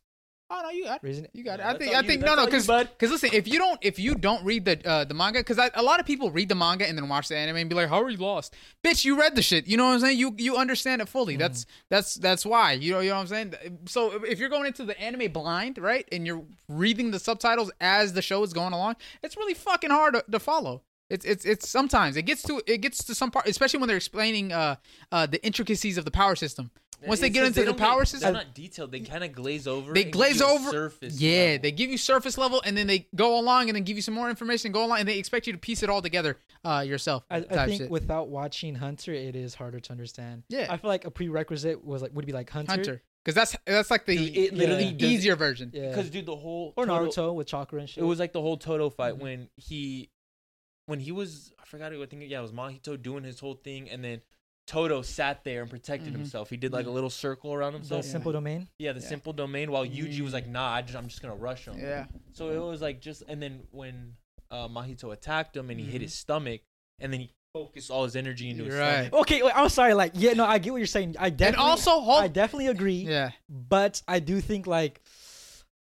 Speaker 1: oh no, you got it.
Speaker 2: reason.
Speaker 1: You got it.
Speaker 3: Yeah,
Speaker 1: I
Speaker 3: that's
Speaker 1: think
Speaker 3: all
Speaker 1: I
Speaker 3: you-
Speaker 1: think
Speaker 3: that's
Speaker 1: no no
Speaker 3: all you,
Speaker 1: because
Speaker 3: bud.
Speaker 1: because listen if you don't if you don't read the uh, the manga because a lot of people read the manga and then watch the anime and be like how are you lost bitch you read the shit you know what I'm saying you you understand it fully that's that's that's why you know you know what I'm saying so if- if you're going into the anime blind right and you're reading the subtitles as the show is going along it's really fucking hard to, to follow. It's it's it's sometimes it gets to it gets to some part, especially when they're explaining uh uh the intricacies of the power system. Once they
Speaker 3: It's
Speaker 1: get
Speaker 3: 'cause
Speaker 1: into the
Speaker 3: don't get-
Speaker 1: power
Speaker 3: they're
Speaker 1: system,
Speaker 3: not detailed. They kind of glaze over.
Speaker 1: They
Speaker 3: and give
Speaker 1: glaze
Speaker 3: you a
Speaker 1: over-
Speaker 3: Surface.
Speaker 1: yeah,
Speaker 3: level.
Speaker 1: they give you surface level, and then they go along, and then give you some more information, go along, and they expect you to piece it all together uh, yourself.
Speaker 2: I,
Speaker 1: type
Speaker 2: I think
Speaker 1: shit.
Speaker 2: without watching Hunter, it is harder to understand.
Speaker 1: Yeah.
Speaker 2: I feel like a prerequisite was like would be like Hunter,
Speaker 1: Hunter, because that's that's like the
Speaker 3: Dude, it
Speaker 2: literally
Speaker 1: the
Speaker 3: does-
Speaker 1: easier version.
Speaker 2: yeah,
Speaker 3: Because dude, the whole
Speaker 2: or
Speaker 3: total-
Speaker 2: Naruto with chakra and shit.
Speaker 3: It was like the whole Toto fight
Speaker 1: Mm-hmm.
Speaker 3: when he, when he was I forgot who I think yeah it was Mahito doing his whole thing and then Toto sat there and protected
Speaker 1: Mhm.
Speaker 3: himself. He did like a
Speaker 1: Yeah.
Speaker 3: little circle around
Speaker 2: the
Speaker 3: himself.
Speaker 1: Yeah.
Speaker 2: simple domain.
Speaker 3: Yeah, the
Speaker 1: Yeah. Mm.
Speaker 3: simple domain. While Yuji was like, nah, I just, I'm just gonna rush him.
Speaker 1: Yeah,
Speaker 3: So it was like just and then when uh, Mahito attacked him and he hit his stomach and then he focused all his energy into his
Speaker 1: Mm-hmm. You're right.
Speaker 3: stomach.
Speaker 2: Okay, wait, I'm sorry. Like, yeah, no, I get what you're saying. I definitely,
Speaker 1: and also
Speaker 2: I
Speaker 1: Hulk.
Speaker 2: definitely agree.
Speaker 1: Yeah,
Speaker 2: but I do think like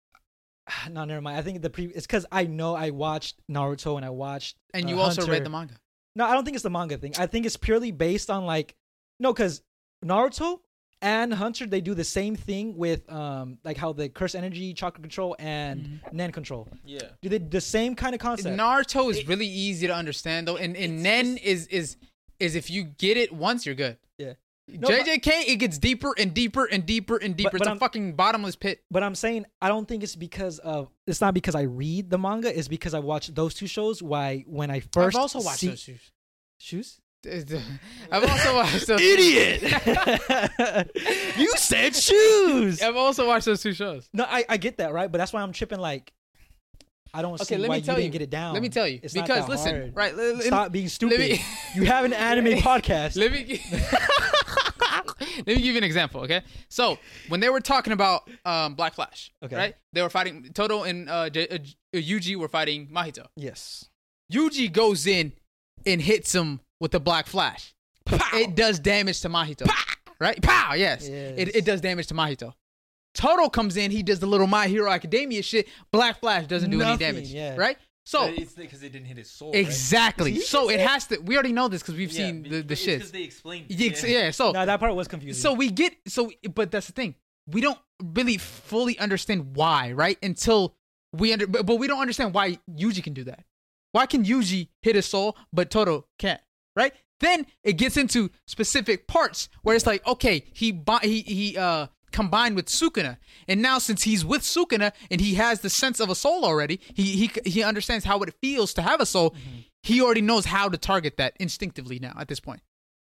Speaker 2: no, never mind. I think the pre it's because I know I watched Naruto and I watched
Speaker 1: and
Speaker 2: uh,
Speaker 1: you also read
Speaker 2: Hunter.
Speaker 1: the manga.
Speaker 2: No, I don't think it's the manga thing. I think it's purely based on like no, because Naruto and Hunter they do the same thing with um like how the curse energy, chakra control, and
Speaker 1: Mm-hmm.
Speaker 2: Nen control.
Speaker 3: Yeah.
Speaker 2: Do they the same kind of concept?
Speaker 1: Naruto is
Speaker 3: It-
Speaker 1: really easy to understand though, and and
Speaker 3: It's
Speaker 1: Nen is is is if you get it once, you're good.
Speaker 2: Yeah. No,
Speaker 1: JJK, it gets deeper and deeper and deeper and deeper.
Speaker 2: but
Speaker 1: it's a
Speaker 2: I'm-
Speaker 1: fucking bottomless pit.
Speaker 2: But I'm saying I don't think it's because of it's not because I read the manga. It's because I watched those two shows. Why when I first
Speaker 1: I've also watched
Speaker 2: see-
Speaker 1: those shoes.
Speaker 2: shoes.
Speaker 1: I've also watched those.
Speaker 2: you said shoes.
Speaker 1: I've also watched those two shows.
Speaker 2: No, I, I get that, right? But that's why I'm tripping. Like, I don't
Speaker 1: Okay,
Speaker 2: see
Speaker 1: let
Speaker 2: why
Speaker 1: me tell
Speaker 2: you,
Speaker 1: you.
Speaker 2: didn't get it down.
Speaker 1: Let me tell you,
Speaker 2: It's not
Speaker 1: because
Speaker 2: that
Speaker 1: listen,
Speaker 2: hard.
Speaker 1: right? Let, let-
Speaker 2: Stop being stupid.
Speaker 1: me-
Speaker 2: you have an anime podcast.
Speaker 1: let me gi- let me give you an example, okay? So when they were talking about um, Black Flash,
Speaker 2: Okay.
Speaker 1: right? They were fighting Toto and uh, J- uh, Yuji were fighting Mahito.
Speaker 2: yes.
Speaker 1: Yuji goes in and hits him with the Black Flash. It does damage to Mahito. Right? Pow! Yes.
Speaker 2: Yes.
Speaker 1: It, it does damage to Mahito. Toto comes in, he does the little My Hero Academia shit. Black Flash doesn't do
Speaker 2: Nothing,
Speaker 1: any damage.
Speaker 2: yeah.
Speaker 1: Right? So,
Speaker 3: But it's because it didn't hit his soul.
Speaker 1: Oh. exactly.
Speaker 2: See?
Speaker 1: So it has to, we already know this because we've
Speaker 3: Right?
Speaker 1: seen the, the
Speaker 3: Because
Speaker 1: shit.
Speaker 3: they explained. it.
Speaker 1: Yeah. yeah, so
Speaker 2: No, that part was confusing.
Speaker 1: so we get so but that's the thing we don't really fully understand why right until we under but, but we don't understand why yuji can do that why can yuji hit his soul but toto can't right then it gets into specific parts where it's like okay he bo- he he uh combined with sukuna and now since he's with sukuna and he has the sense of a soul already he he he understands how it feels to have a soul he already knows how to target that instinctively now at this point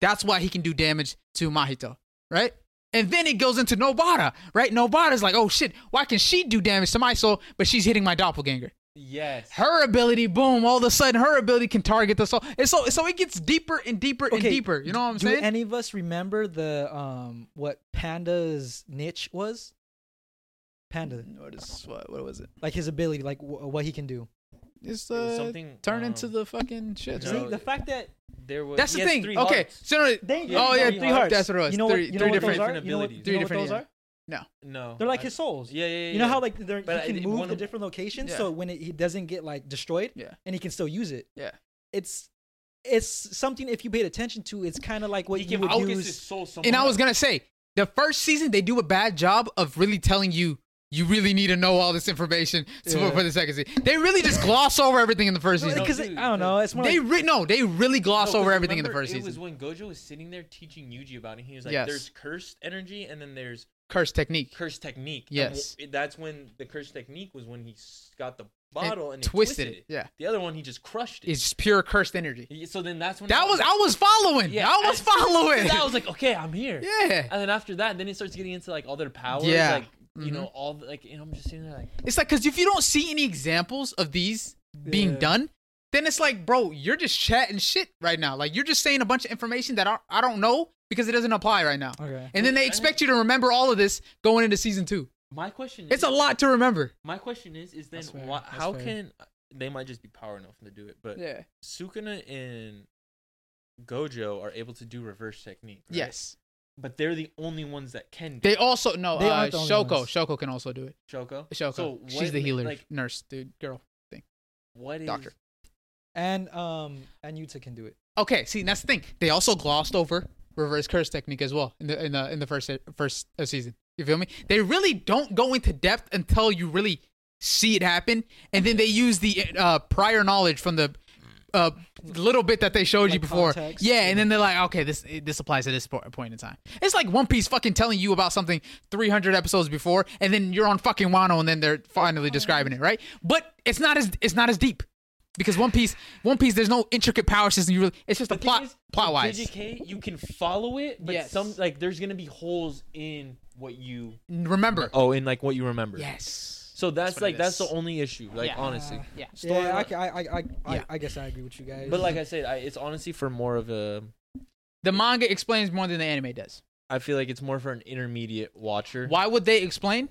Speaker 1: that's why he can do damage to Mahito, right? And then it goes into Nobara, right? Nobara's like, oh shit, why can she do damage to my soul, but she's hitting my doppelganger?
Speaker 3: Yes.
Speaker 1: Her ability, boom, all of a sudden her ability can target the soul. And so so it gets deeper and deeper and
Speaker 2: Okay,
Speaker 1: deeper. You know what I'm
Speaker 2: do
Speaker 1: saying?
Speaker 2: any of us remember the um what Panda's niche was? Panda,
Speaker 1: what, is, what, what was it?
Speaker 2: like his ability, like w- what he can do.
Speaker 1: It's
Speaker 3: was uh, something, turn into um,
Speaker 1: the fucking shit.
Speaker 3: No,
Speaker 2: See, the fact that
Speaker 3: There was.
Speaker 1: That's
Speaker 3: he
Speaker 1: the
Speaker 3: has
Speaker 1: thing.
Speaker 3: three
Speaker 1: Okay,
Speaker 3: hearts.
Speaker 1: so no,
Speaker 2: they,
Speaker 3: Yeah,
Speaker 1: oh yeah,
Speaker 3: three
Speaker 1: three
Speaker 3: hearts.
Speaker 1: hearts. That's what it was.
Speaker 2: you know
Speaker 1: three,
Speaker 2: what, you know
Speaker 1: three
Speaker 2: what
Speaker 1: different.
Speaker 2: those are? You know what,
Speaker 3: Different
Speaker 2: you know what
Speaker 1: abilities.
Speaker 2: those
Speaker 1: Three different,
Speaker 2: are?
Speaker 3: No.
Speaker 2: They're like
Speaker 3: I-
Speaker 2: his souls.
Speaker 3: Yeah, yeah, yeah.
Speaker 2: Oh, You know how
Speaker 3: yeah.
Speaker 2: like they're,
Speaker 3: But I
Speaker 2: he can
Speaker 3: didn't
Speaker 2: move
Speaker 3: wanna-
Speaker 2: to different locations,
Speaker 1: Yeah.
Speaker 2: so when it, he doesn't get like destroyed,
Speaker 1: Yeah.
Speaker 2: and he can still use it.
Speaker 1: Yeah.
Speaker 2: it's it's something if you paid attention to, it's kind of like what
Speaker 3: he
Speaker 2: you
Speaker 3: can
Speaker 2: would
Speaker 3: focus his
Speaker 2: use.
Speaker 3: soul somewhere.
Speaker 1: And I
Speaker 3: else.
Speaker 1: was gonna say, the first season they do a bad job of really telling you you really need to know all this information to,
Speaker 2: Yeah.
Speaker 1: for the second season. They really just gloss over everything in the first season.
Speaker 3: No,
Speaker 2: Because
Speaker 3: dude,
Speaker 2: I don't
Speaker 3: the-
Speaker 2: know, it's more
Speaker 1: They
Speaker 2: like,
Speaker 1: re- no, they really gloss
Speaker 3: No, 'cause
Speaker 1: over everything in the
Speaker 3: remember,
Speaker 1: first
Speaker 3: It was
Speaker 1: season.
Speaker 3: when Gojo was sitting there teaching Yuji about it. And he was like,
Speaker 1: Yes.
Speaker 3: "There's cursed energy, and then there's
Speaker 1: curse technique.
Speaker 3: curse technique. And
Speaker 1: Yes.
Speaker 3: wh- that's when the curse technique was when he s- got the bottle and, he
Speaker 1: twisted, it.
Speaker 3: twisted,
Speaker 1: Yeah,
Speaker 3: The other one he just crushed it.
Speaker 1: it's just pure cursed energy.
Speaker 3: Yeah, so then that's when
Speaker 1: That
Speaker 3: I-
Speaker 1: was I was following.
Speaker 3: Yeah,
Speaker 1: I was
Speaker 3: I-
Speaker 1: following.
Speaker 3: That was like okay, I'm here.
Speaker 1: yeah,
Speaker 3: And then after that, then it starts getting into like all their powers.
Speaker 1: Yeah.
Speaker 3: Like, you
Speaker 1: Mhm.
Speaker 3: know all the, like you know I'm just sitting there like
Speaker 1: it's like because if you don't see any examples of these being
Speaker 2: Yeah.
Speaker 1: done, then it's like, bro, you're just chatting shit right now. Like you're just saying a bunch of information that I, I don't know because it doesn't apply right now.
Speaker 2: Okay.
Speaker 1: And then they expect you to remember all of this going into season two.
Speaker 3: my question.
Speaker 1: It's
Speaker 3: is,
Speaker 1: a lot to remember.
Speaker 3: My question is is then
Speaker 2: That's fair,
Speaker 3: why,
Speaker 2: that's
Speaker 3: how
Speaker 2: fair.
Speaker 3: can they might just be power enough to do it, but
Speaker 1: Yeah.
Speaker 3: Sukuna and Gojo are able to do reverse technique. right?
Speaker 1: Yes.
Speaker 3: but they're the only ones that can. do
Speaker 1: They also no.
Speaker 2: They
Speaker 1: uh,
Speaker 2: aren't the only
Speaker 1: Shoko.
Speaker 2: ones.
Speaker 1: Shoko can also do it.
Speaker 3: it. Shoko.
Speaker 1: Shoko.
Speaker 3: So
Speaker 1: She's
Speaker 3: what
Speaker 1: the
Speaker 3: ma-
Speaker 1: healer,
Speaker 3: Like
Speaker 1: nurse, dude, girl.
Speaker 3: what is
Speaker 1: doctor.
Speaker 2: And um and Yuta can do it.
Speaker 1: Okay. See, that's the thing. They also glossed over reverse curse technique as well in the in the in the first first uh, season. You feel me? They really don't go into depth until you really see it happen, and then they use the uh, prior knowledge from the. uh, little bit that they showed you
Speaker 2: Like
Speaker 1: before,
Speaker 2: context,
Speaker 1: yeah,
Speaker 2: yeah.
Speaker 1: and then they're like, okay, this this applies to this po- point in time. It's like One Piece fucking telling you about something 300 episodes before, and then you're on fucking Wano, and then they're finally describing it, right? But it's not as it's not as deep because One Piece, One Piece, there's no intricate power system. You really, it's just a
Speaker 3: The thing
Speaker 1: plot
Speaker 3: is, with
Speaker 1: plot wise.
Speaker 3: JJK, you can follow it, but
Speaker 1: Yes.
Speaker 3: some like there's gonna be holes in what you
Speaker 1: Remember,
Speaker 3: oh in like what you remember.
Speaker 1: yes.
Speaker 3: So that's,
Speaker 1: That's what
Speaker 3: like
Speaker 1: it
Speaker 3: that's
Speaker 1: is.
Speaker 3: the only issue. Like
Speaker 1: Yeah.
Speaker 3: honestly.
Speaker 1: Yeah.
Speaker 2: Story yeah, I,
Speaker 3: Storyline-
Speaker 2: ca- I, I, I, I,
Speaker 1: Yeah.
Speaker 2: I guess I agree with you guys.
Speaker 3: But like I said, I, it's honestly for more of a.
Speaker 1: The manga explains more than the anime does.
Speaker 3: I feel like it's more for an intermediate watcher.
Speaker 1: Why would they explain?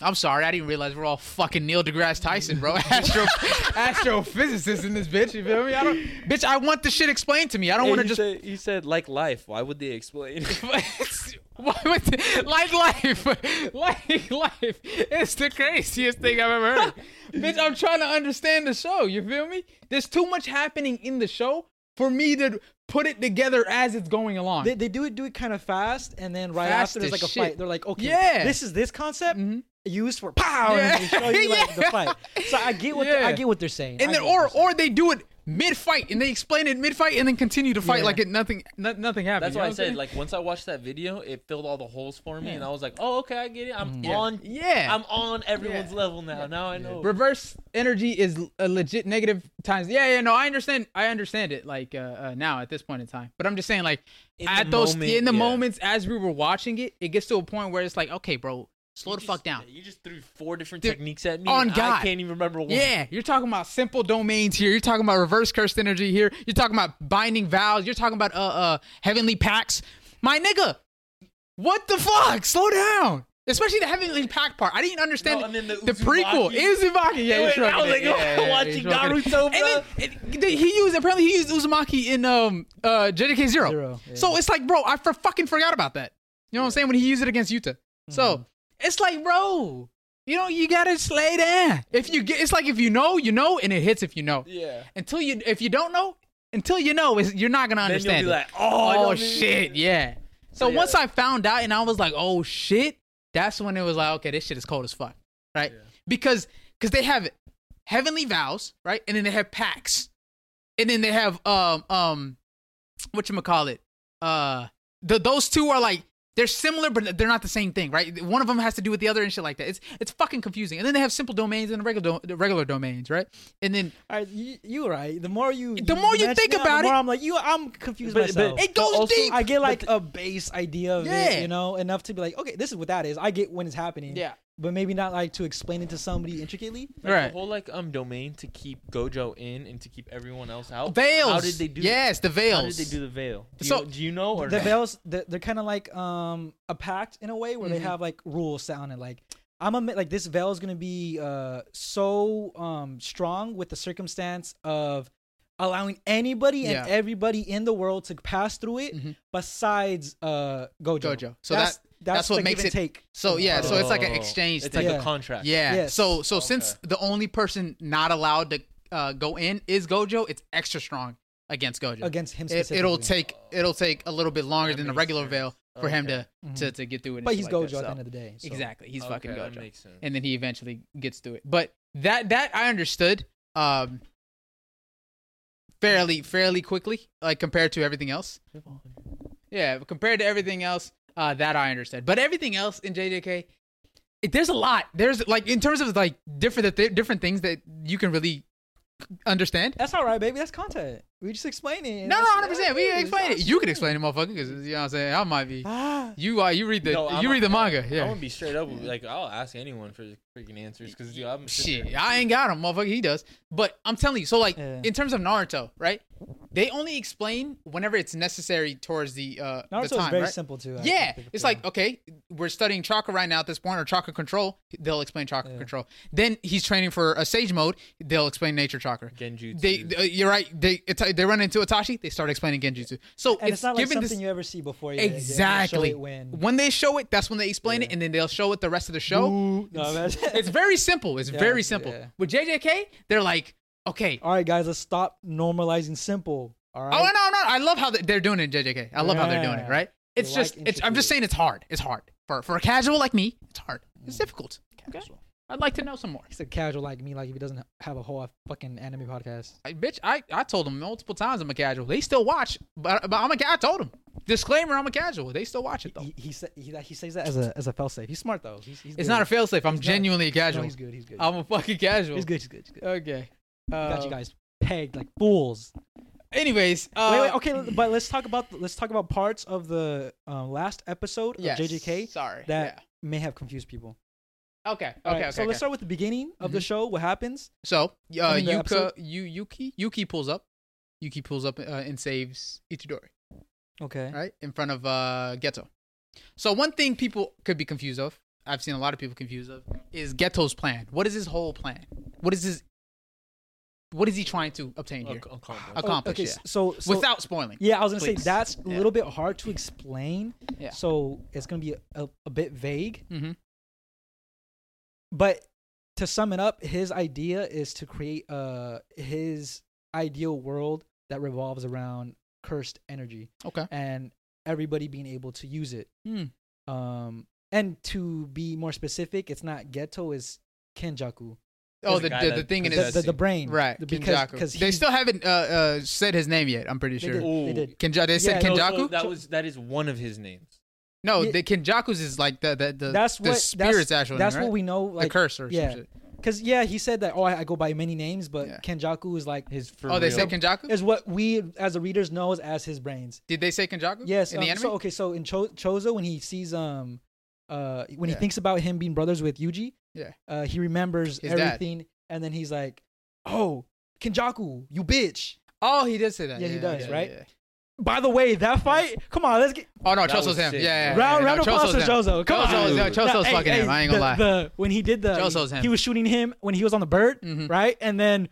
Speaker 1: I'm sorry, I didn't realize we're all fucking Neil deGrasse Tyson, bro. Astro, astrophysicist in this bitch. You feel me? I don't, bitch, I want the shit explained to me. I don't
Speaker 3: Hey,
Speaker 1: want to
Speaker 3: he
Speaker 1: just.
Speaker 3: Said, he said like life. Why would they explain?
Speaker 1: Why would they- like life, like life? It's the craziest thing I've ever heard. Bitch, I'm trying to understand the show. You feel me? There's too much happening in the show for me to put it together as it's going along.
Speaker 2: they, they do it do it kind of fast, and then right
Speaker 1: Fast
Speaker 2: after there's
Speaker 1: as
Speaker 2: like a
Speaker 1: shit.
Speaker 2: fight. They're like, okay,
Speaker 1: Yeah.
Speaker 2: this is this concept
Speaker 1: Mhm.
Speaker 2: used for power.
Speaker 1: Yeah.
Speaker 2: And they show you like the
Speaker 1: Yeah.
Speaker 2: fight. So I get what
Speaker 1: Yeah.
Speaker 2: I get what they're saying. I
Speaker 1: and then
Speaker 2: get what
Speaker 1: or
Speaker 2: they're saying.
Speaker 1: or they do it mid fight and they explain it mid fight and then continue to fight
Speaker 2: Yeah.
Speaker 1: like it nothing no, nothing happened.
Speaker 3: That's
Speaker 1: you
Speaker 3: why
Speaker 1: know
Speaker 3: I
Speaker 1: what
Speaker 3: said
Speaker 1: I'm
Speaker 3: like once I watched that video, it filled all the holes for me,
Speaker 1: Yeah.
Speaker 3: and I was like, oh okay, I get it. I'm
Speaker 1: saying? yeah.
Speaker 3: on.
Speaker 1: yeah.
Speaker 3: I'm on everyone's
Speaker 1: Yeah.
Speaker 3: level now. Now I know.
Speaker 1: Reverse energy is a legit negative times. Yeah, yeah, no, I understand. I understand it like uh, uh now at this point in time. But I'm just saying like
Speaker 3: In the
Speaker 1: at those
Speaker 3: moment,
Speaker 1: in the
Speaker 3: yeah.
Speaker 1: moments as we were watching it, it gets to a point where it's like, okay, bro, slow
Speaker 3: You
Speaker 1: the
Speaker 3: just-
Speaker 1: fuck down.
Speaker 3: You just threw four different
Speaker 1: Dude,
Speaker 3: techniques at me.
Speaker 1: on
Speaker 3: and I
Speaker 1: God.
Speaker 3: can't even remember one.
Speaker 1: Yeah, you're talking about simple domains here. You're talking about reverse cursed energy here. You're talking about binding vows. You're talking about uh uh heavenly pacts. My nigga, what the fuck? Slow down. Especially the heavenly pact part. I didn't understand
Speaker 3: No, and then the
Speaker 1: prequel.
Speaker 3: Uzumaki.
Speaker 1: It was Uzumaki. Yeah,
Speaker 3: Wait,
Speaker 1: you're
Speaker 3: I
Speaker 1: trucking
Speaker 3: was
Speaker 1: it.
Speaker 3: like,
Speaker 1: Yeah, yeah, yeah,
Speaker 3: watching
Speaker 1: you're trucking it.
Speaker 3: Naruto, bro.
Speaker 1: And then it- it- he used apparently he used Uzumaki in um uh JDK Zero.
Speaker 2: Zero, yeah.
Speaker 1: So it's like, bro, I for fucking forgot about that. You know what I'm saying? When he used it against Utah.
Speaker 2: Mm-hmm.
Speaker 1: So it's like, bro, you know, you gotta slay down. If you get, it's like if you know, you know, and it hits if you know.
Speaker 3: Yeah.
Speaker 1: Until you, if you don't know, until you know, it's, you're not gonna
Speaker 3: Then you'll
Speaker 1: understand.
Speaker 3: be
Speaker 1: it.
Speaker 3: like, oh, I
Speaker 1: oh
Speaker 3: don't need
Speaker 1: shit,
Speaker 3: it.
Speaker 1: yeah. So
Speaker 3: yeah.
Speaker 1: once I found out, and I was like, oh shit, that's when it was like, okay, this shit is cold as fuck, right? Because because they have heavenly vows, right, and then they have pacts, and then they have um um what you call it uh the those two are like they're similar but they're not the same thing right one of them has to do with the other and shit like that it's it's fucking confusing and then they have simple domains and regular do- regular domains right and then
Speaker 2: All right, you, you right. The more you,
Speaker 1: The more you
Speaker 2: mention
Speaker 1: think
Speaker 2: that, the
Speaker 1: about it-
Speaker 2: more I'm like you. I'm confused
Speaker 3: But- but
Speaker 2: myself.
Speaker 1: it goes
Speaker 3: also-
Speaker 1: deep
Speaker 2: I get
Speaker 3: but
Speaker 2: like
Speaker 3: the-
Speaker 2: a base idea of
Speaker 1: Yeah.
Speaker 2: it, you know, enough to be like, okay, this is what that is. I get when it's happening.
Speaker 1: Yeah.
Speaker 2: But maybe not like to explain it to somebody intricately.
Speaker 3: Like,
Speaker 1: Right.
Speaker 3: The whole like um domain to keep Gojo in and to keep everyone else out.
Speaker 1: veils
Speaker 3: How did they do?
Speaker 1: yes the
Speaker 3: How
Speaker 1: veils
Speaker 3: did they do the veil? Do
Speaker 1: So-
Speaker 3: you, do you know or
Speaker 2: The
Speaker 3: not?
Speaker 2: veils, they're, they're kind of like um a pact in a way where
Speaker 1: Mm-hmm.
Speaker 2: they have like rules sounding like I'm a mi- like this veil is gonna be uh so um strong with the circumstance of allowing anybody
Speaker 1: Yeah.
Speaker 2: and everybody in the world to pass through it
Speaker 1: Mhm.
Speaker 2: besides uh Gojo.
Speaker 1: Gojo. So
Speaker 2: that's
Speaker 1: that-
Speaker 2: that's,
Speaker 1: that's what
Speaker 2: the
Speaker 1: makes
Speaker 2: give
Speaker 1: it-
Speaker 2: and take.
Speaker 1: so yeah so it's like an
Speaker 3: Oh,
Speaker 1: exchange
Speaker 3: It's
Speaker 1: thing.
Speaker 3: like
Speaker 2: Yeah.
Speaker 3: a contract.
Speaker 1: yeah
Speaker 2: Yes.
Speaker 1: so so since
Speaker 3: Okay.
Speaker 1: the only person not allowed to uh, go in is gojo it's extra strong against gojo
Speaker 2: against him
Speaker 1: it,
Speaker 2: specifically.
Speaker 1: it'll take it'll take a little bit longer
Speaker 3: That
Speaker 1: than the
Speaker 3: makes
Speaker 1: regular
Speaker 3: sense.
Speaker 1: veil for him to,
Speaker 3: Okay.
Speaker 1: to to get through it. and
Speaker 2: But
Speaker 1: shit
Speaker 2: he's
Speaker 1: like
Speaker 2: Gojo
Speaker 1: that, so-
Speaker 2: at the end of the day. so-
Speaker 1: Exactly, he's fucking
Speaker 3: Okay,
Speaker 1: Gojo,
Speaker 3: That makes sense.
Speaker 1: and then he eventually gets through it. But that that I understood um fairly fairly quickly, like compared to everything else. Yeah, but compared to everything else, Uh, that I understood, but everything else in JJK, it, there's a lot. There's like in terms of like different th- different things that you can really understand.
Speaker 2: That's all right, baby. That's content. We just explain it.
Speaker 1: No, no,
Speaker 2: That's-
Speaker 1: hundred percent. We can explain it. You can explain it, motherfucker, because you know what I'm saying. I might be.
Speaker 2: Ah,
Speaker 1: You uh, you read the
Speaker 3: No, I'm
Speaker 1: you
Speaker 3: a-
Speaker 1: read the manga.
Speaker 3: I'm
Speaker 1: Yeah.
Speaker 3: gonna be straight up. with- Like I'll ask anyone for the freaking answers because dude, I'm a sister.
Speaker 1: Shit, I ain't got him, motherfucker. He does. But I'm telling you, so like
Speaker 2: Yeah.
Speaker 1: in terms of Naruto, right? They only explain whenever it's necessary towards the uh
Speaker 2: Naruto
Speaker 1: the time,
Speaker 2: is very
Speaker 1: right?
Speaker 2: simple too. I
Speaker 1: Yeah,
Speaker 2: think,
Speaker 1: it's
Speaker 2: yeah.
Speaker 1: like okay, we're studying chakra right now at this point, or chakra control. They'll explain chakra
Speaker 2: Yeah.
Speaker 1: control. Then he's training for a sage mode. They'll explain nature chakra.
Speaker 3: Genjutsu.
Speaker 1: They, uh, you're right. They it's- they run into Itachi. They start explaining Genjutsu. So
Speaker 2: and it's, not like
Speaker 1: given
Speaker 2: something
Speaker 1: this
Speaker 2: you ever see before. Yeah, yeah, yeah. They show
Speaker 1: exactly
Speaker 2: it when
Speaker 1: when they show it, that's when they explain it, and then they'll show it the rest of the show.
Speaker 2: Ooh, no, man.
Speaker 1: It's very simple. It's very
Speaker 2: it's-
Speaker 1: simple.
Speaker 2: yeah.
Speaker 1: With JJK, they're like, okay.
Speaker 2: all right, guys. Let's stop normalizing simple. All right.
Speaker 1: Oh no, no! I love how they- they're doing it in JJK. I love how they're doing it.
Speaker 2: Yeah.
Speaker 1: Right? It's
Speaker 2: They
Speaker 1: just,
Speaker 2: like
Speaker 1: it's, I'm just saying, it's hard. It's hard for for a casual like me. It's hard.
Speaker 2: Mm.
Speaker 1: It's difficult.
Speaker 2: Casual.
Speaker 1: I'd like to know some more.
Speaker 2: He's a casual like me. Like if he doesn't have a whole fucking anime podcast.
Speaker 1: I, bitch, I, I told them multiple times I'm a casual. They still watch, but, but I'm a ca- I told them disclaimer I'm a casual. They still watch it though.
Speaker 2: He, he, sa- he, that- he says that as a as a failsafe. He's smart though. He's, he's
Speaker 1: It's
Speaker 2: good.
Speaker 1: not a failsafe. I'm
Speaker 2: He's not-
Speaker 1: genuinely a
Speaker 2: No,
Speaker 1: casual.
Speaker 2: he's good. He's good.
Speaker 1: I'm a fucking casual.
Speaker 2: he's good. He's good. He's good.
Speaker 1: Okay.
Speaker 2: Got you
Speaker 1: Uh,
Speaker 2: guys pegged like fools.
Speaker 1: Anyways, uh,
Speaker 2: wait, wait. Okay, but let's talk about let's talk about parts of the um, last episode
Speaker 1: yes,
Speaker 2: of JJK
Speaker 1: Sorry.
Speaker 2: that may have confused people.
Speaker 1: yeah. Okay. Okay.
Speaker 2: All right,
Speaker 1: okay.
Speaker 2: so
Speaker 1: okay.
Speaker 2: let's start with the beginning of the
Speaker 1: Mhm.
Speaker 2: show. What happens?
Speaker 1: So, uh,
Speaker 2: I mean, the
Speaker 1: Yuka,
Speaker 2: episode-
Speaker 1: Yu Yuki, Yuki pulls up. Yuki pulls up uh, and saves Itadori,
Speaker 2: Okay.
Speaker 1: right in front of uh, Ghetto. So one thing people could be confused of, I've seen a lot of people confused of, is Ghetto's plan. What is his whole plan? What is his? What is he trying to obtain here?
Speaker 3: Ac- accomplish.
Speaker 2: Oh,
Speaker 1: Accomplish.
Speaker 2: okay.
Speaker 1: yeah.
Speaker 2: So, so
Speaker 1: Without spoiling.
Speaker 2: yeah, I was gonna
Speaker 1: Please.
Speaker 2: say that's
Speaker 1: Yeah.
Speaker 2: a little bit hard to explain.
Speaker 1: Yeah.
Speaker 2: So it's gonna be a, a bit vague.
Speaker 1: Mhm.
Speaker 2: But to sum it up, his idea is to create uh his ideal world that revolves around cursed energy
Speaker 1: Okay.
Speaker 2: and everybody being able to use it.
Speaker 1: Hmm.
Speaker 2: Um, and to be more specific, it's not ghetto; it's Kenjaku,
Speaker 1: Oh,
Speaker 3: There's
Speaker 1: the,
Speaker 3: a guy
Speaker 1: the, the
Speaker 3: that
Speaker 1: thing in
Speaker 2: the,
Speaker 1: his
Speaker 2: the, the
Speaker 3: Possessing.
Speaker 2: brain,
Speaker 1: right
Speaker 2: The- Because
Speaker 1: Kenjaku.
Speaker 2: because
Speaker 1: they
Speaker 2: he-
Speaker 1: still haven't uh, uh, said his name yet. I'm pretty
Speaker 2: they
Speaker 1: sure.
Speaker 2: did, they
Speaker 3: Ooh.
Speaker 2: did.
Speaker 1: Kenja- they said
Speaker 2: Yeah,
Speaker 3: No,
Speaker 2: no,
Speaker 1: Kenjaku.
Speaker 3: Oh, so that was that is one of his names.
Speaker 1: No,
Speaker 2: Yeah.
Speaker 1: the Kenjaku's is like the the, the,
Speaker 2: That's
Speaker 1: the
Speaker 2: what
Speaker 1: spirit's
Speaker 2: that's,
Speaker 1: actual
Speaker 2: That's
Speaker 1: name, right?
Speaker 2: what we know,
Speaker 1: the
Speaker 2: like
Speaker 1: curse or some
Speaker 2: yeah.
Speaker 1: shit.
Speaker 2: because yeah, he said that. Oh, I, I go by many names, but
Speaker 1: Yeah.
Speaker 2: Kenjaku is like
Speaker 3: His for
Speaker 1: Oh, they
Speaker 3: real.
Speaker 1: said Kenjaku?
Speaker 2: is what we as the readers knows as his brains.
Speaker 1: Did they say Kenjaku?
Speaker 2: Yes.
Speaker 1: In the
Speaker 2: um,
Speaker 1: anime?
Speaker 2: So okay, so in Cho- Chozo, when he sees um, uh, when
Speaker 1: Yeah.
Speaker 2: he thinks about him being brothers with Yuji,
Speaker 1: Yeah.
Speaker 2: uh, he remembers
Speaker 1: His dad.
Speaker 2: everything, and then he's like, "Oh, Kenjaku, you bitch!
Speaker 1: oh, he did say that.
Speaker 2: Yeah, he does, right?
Speaker 1: yeah.
Speaker 2: By the way, that fight, come on, let's get
Speaker 1: Oh, no,
Speaker 3: That
Speaker 1: Choso's
Speaker 3: was
Speaker 1: him. Yeah,
Speaker 3: sick.
Speaker 1: yeah, yeah.
Speaker 2: round
Speaker 1: yeah,
Speaker 2: round of
Speaker 1: no,
Speaker 2: applause for
Speaker 1: Choso's him.
Speaker 2: Chozo. Come
Speaker 1: Choso's-
Speaker 2: on,
Speaker 1: no,
Speaker 3: dude.
Speaker 1: Choso's
Speaker 2: No, hey,
Speaker 1: fucking
Speaker 2: hey,
Speaker 1: him. I ain't gonna
Speaker 2: the-
Speaker 1: lie.
Speaker 2: the- when he did the,
Speaker 1: Chozo's him.
Speaker 2: he was shooting him when he was on the bird,
Speaker 1: Mhm.
Speaker 2: right? And then.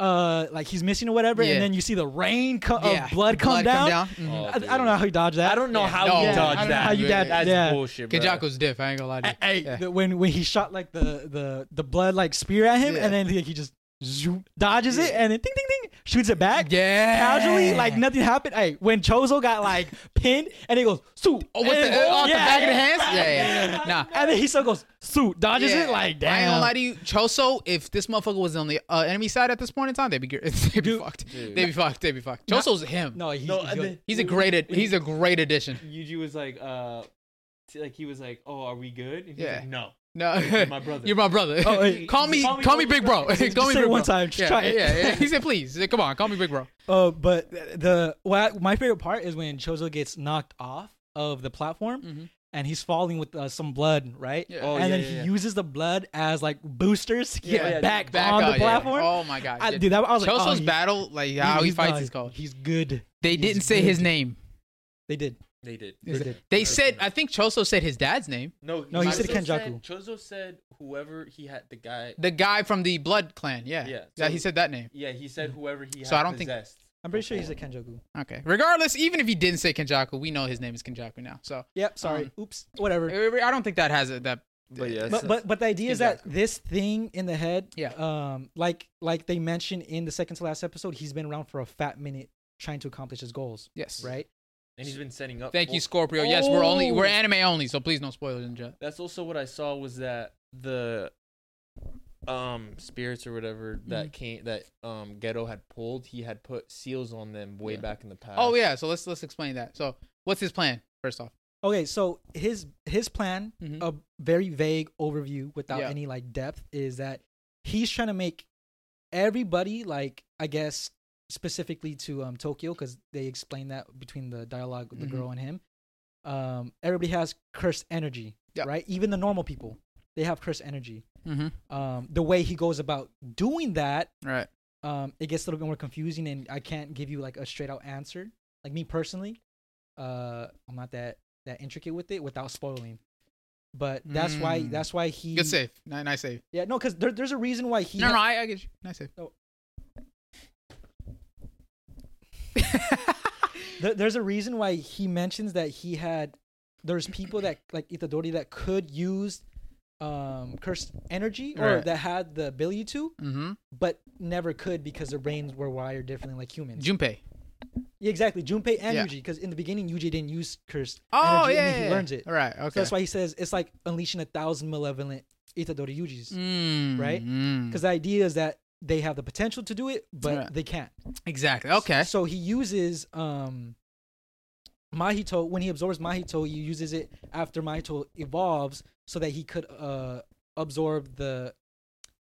Speaker 2: Uh, like he's missing or whatever,
Speaker 1: Yeah.
Speaker 2: and then you see the rain, co-
Speaker 1: yeah.
Speaker 2: of blood come down.
Speaker 1: Mhm.
Speaker 3: Oh,
Speaker 2: I, I don't know how he dodged that.
Speaker 3: I don't know
Speaker 1: Yeah,
Speaker 3: how
Speaker 1: no,
Speaker 3: you
Speaker 1: yeah, I
Speaker 3: dodged
Speaker 1: don't know
Speaker 3: that.
Speaker 1: how you did-
Speaker 3: That's
Speaker 2: yeah.
Speaker 3: bullshit, bro.
Speaker 1: Kenjaku's diff. I ain't gonna lie to you.
Speaker 2: Hey,
Speaker 1: Yeah.
Speaker 2: the- when when he shot like the the the blood like spear at him,
Speaker 1: Yeah.
Speaker 2: and then he, he just zoom, dodges it, and then ding ding ding shoots it back.
Speaker 1: Yeah.
Speaker 2: Casually, like nothing happened. Hey, when Chozo got like pinned, and he goes suit.
Speaker 1: Oh, with
Speaker 2: and,
Speaker 1: the, off the
Speaker 2: yeah,
Speaker 1: back of the
Speaker 2: yeah.
Speaker 1: hands? Yeah, yeah. Nah.
Speaker 2: And then he still goes suit, dodges
Speaker 1: Yeah.
Speaker 2: it like
Speaker 1: I ain't
Speaker 2: damn.
Speaker 1: gonna lie to you, Choso. If this motherfucker was on the uh, enemy side at this point in time, they'd be gr- they'd be
Speaker 2: Dude.
Speaker 1: fucked.
Speaker 3: Dude.
Speaker 1: They'd be fucked. They'd be fucked. Choso's him.
Speaker 2: no, he's,
Speaker 3: No,
Speaker 2: he's
Speaker 3: and
Speaker 2: good.
Speaker 3: then-
Speaker 1: he's a great ad-
Speaker 3: When he-
Speaker 1: he's a great addition.
Speaker 3: Yuji was like, uh, t- like he was like, "Oh, are we good?" And he's
Speaker 1: Yeah.
Speaker 3: like, "No,
Speaker 1: No,
Speaker 3: you're my brother."
Speaker 1: You're my brother.
Speaker 2: Oh, hey.
Speaker 1: call me, call,
Speaker 3: Call
Speaker 1: me,
Speaker 3: me old
Speaker 1: big bro.
Speaker 3: bro.
Speaker 1: call
Speaker 2: Just
Speaker 1: me
Speaker 2: say
Speaker 1: big
Speaker 2: it one
Speaker 1: bro.
Speaker 2: time. Just
Speaker 1: yeah,
Speaker 2: try it.
Speaker 1: Yeah, yeah. He said, please, He said, come on, call me big bro.
Speaker 2: Uh, but the what my favorite part is when Chozo gets knocked off of the platform
Speaker 1: Mhm.
Speaker 2: and he's falling with uh, some blood, right?
Speaker 1: Yeah.
Speaker 3: Oh,
Speaker 2: and
Speaker 3: yeah,
Speaker 2: then
Speaker 3: yeah,
Speaker 2: he
Speaker 3: yeah.
Speaker 2: uses the blood as like boosters to get
Speaker 3: Yeah, yeah,
Speaker 2: back,
Speaker 1: Back
Speaker 2: on
Speaker 1: up,
Speaker 2: the
Speaker 1: yeah.
Speaker 2: platform.
Speaker 1: Oh my god,
Speaker 2: I,
Speaker 1: yeah.
Speaker 2: dude, that I was like, oh,
Speaker 1: Choso's
Speaker 2: he-
Speaker 1: battle, like
Speaker 2: dude,
Speaker 1: how he
Speaker 2: he's
Speaker 1: fights
Speaker 2: nice.
Speaker 1: is called.
Speaker 2: He's good.
Speaker 1: They
Speaker 2: he's
Speaker 1: didn't say
Speaker 2: good.
Speaker 1: his name.
Speaker 2: They did.
Speaker 3: they did.
Speaker 2: They did.
Speaker 1: They said, I think Choso said his dad's name.
Speaker 3: No,
Speaker 2: No, he said
Speaker 3: Chozo
Speaker 2: Kenjaku.
Speaker 3: Chozo said whoever he had the guy.
Speaker 1: The guy from the Blood Clan. Yeah,
Speaker 3: Yeah,
Speaker 1: yeah.
Speaker 3: so-
Speaker 1: He said that name.
Speaker 3: Yeah, he said whoever he had
Speaker 1: So I don't think-
Speaker 3: possessed.
Speaker 2: I'm pretty sure he's a Kenjaku.
Speaker 1: Okay. Regardless, even if he didn't say Kenjaku, we know his name is Kenjaku now. So
Speaker 2: Yep. Sorry.
Speaker 1: Um,
Speaker 2: Oops. Whatever.
Speaker 1: I don't think that has it. That
Speaker 3: But yeah,
Speaker 2: but, but but the idea is that this thing in the head,
Speaker 1: Yeah.
Speaker 2: um, like like they mentioned in the second to last episode, he's been around for a fat minute trying to accomplish his goals,
Speaker 1: yes.
Speaker 2: right?
Speaker 3: and he's been setting up.
Speaker 1: Thank you,
Speaker 3: for-
Speaker 1: Scorpio. Yes, we're only we're
Speaker 2: Oh.
Speaker 1: anime only, so please no spoilers in chat.
Speaker 3: That's also what I saw was that the um spirits or whatever
Speaker 1: Mm-hmm.
Speaker 3: that came that um ghetto had pulled, he had put seals on them
Speaker 1: Oh,
Speaker 3: way
Speaker 1: Yeah. Uh,
Speaker 3: back in the past.
Speaker 1: Oh yeah, so let's let's explain that. So what's his plan first off?
Speaker 2: Okay, so his his plan,
Speaker 1: Mhm.
Speaker 2: a very vague overview without
Speaker 1: Yeah.
Speaker 2: any like depth, is that he's trying to make everybody like I guess specifically to um Tokyo because they explain that between the dialogue with the
Speaker 1: Mhm.
Speaker 2: girl and him. Um, everybody has cursed energy,
Speaker 1: Yeah.
Speaker 2: right? Even the normal people, they have cursed energy.
Speaker 1: Mm-hmm.
Speaker 2: Um, the way he goes about doing that
Speaker 1: Right.
Speaker 2: um, it gets a little bit more confusing, and I can't give you like a straight out answer. Like me personally, uh, I'm not that that intricate with it without spoiling. But that's why
Speaker 1: Mm.
Speaker 2: that's why he
Speaker 1: Good save. Ni- Nice save.
Speaker 2: yeah no because there, there's a reason why he
Speaker 1: No, no,
Speaker 2: ha-
Speaker 1: I, I get you. Nice save.
Speaker 2: Oh. there- there's a reason why he mentions that he had there's people that like Itadori that could use um cursed energy or
Speaker 1: Right.
Speaker 2: that had the ability to
Speaker 1: mm-hmm.
Speaker 2: but never could because their brains were wired differently like humans
Speaker 1: Junpei.
Speaker 2: Yeah, exactly. Junpei and
Speaker 1: Yeah.
Speaker 2: Yuji, because in the beginning Yuji didn't use cursed
Speaker 1: Oh
Speaker 2: energy,
Speaker 1: yeah,
Speaker 2: and then
Speaker 1: yeah,
Speaker 2: he
Speaker 1: yeah.
Speaker 2: learns it.
Speaker 1: Right. Okay.
Speaker 2: So that's why he says it's like unleashing a thousand malevolent Itadori Yujis,
Speaker 1: Mm,
Speaker 2: right?
Speaker 1: mm.
Speaker 2: because the idea is that they have the potential to do it, but
Speaker 1: Right.
Speaker 2: they can't.
Speaker 1: exactly. Okay.
Speaker 2: So he uses um Mahito when he absorbs Mahito, he uses it after Mahito evolves, so that he could uh absorb the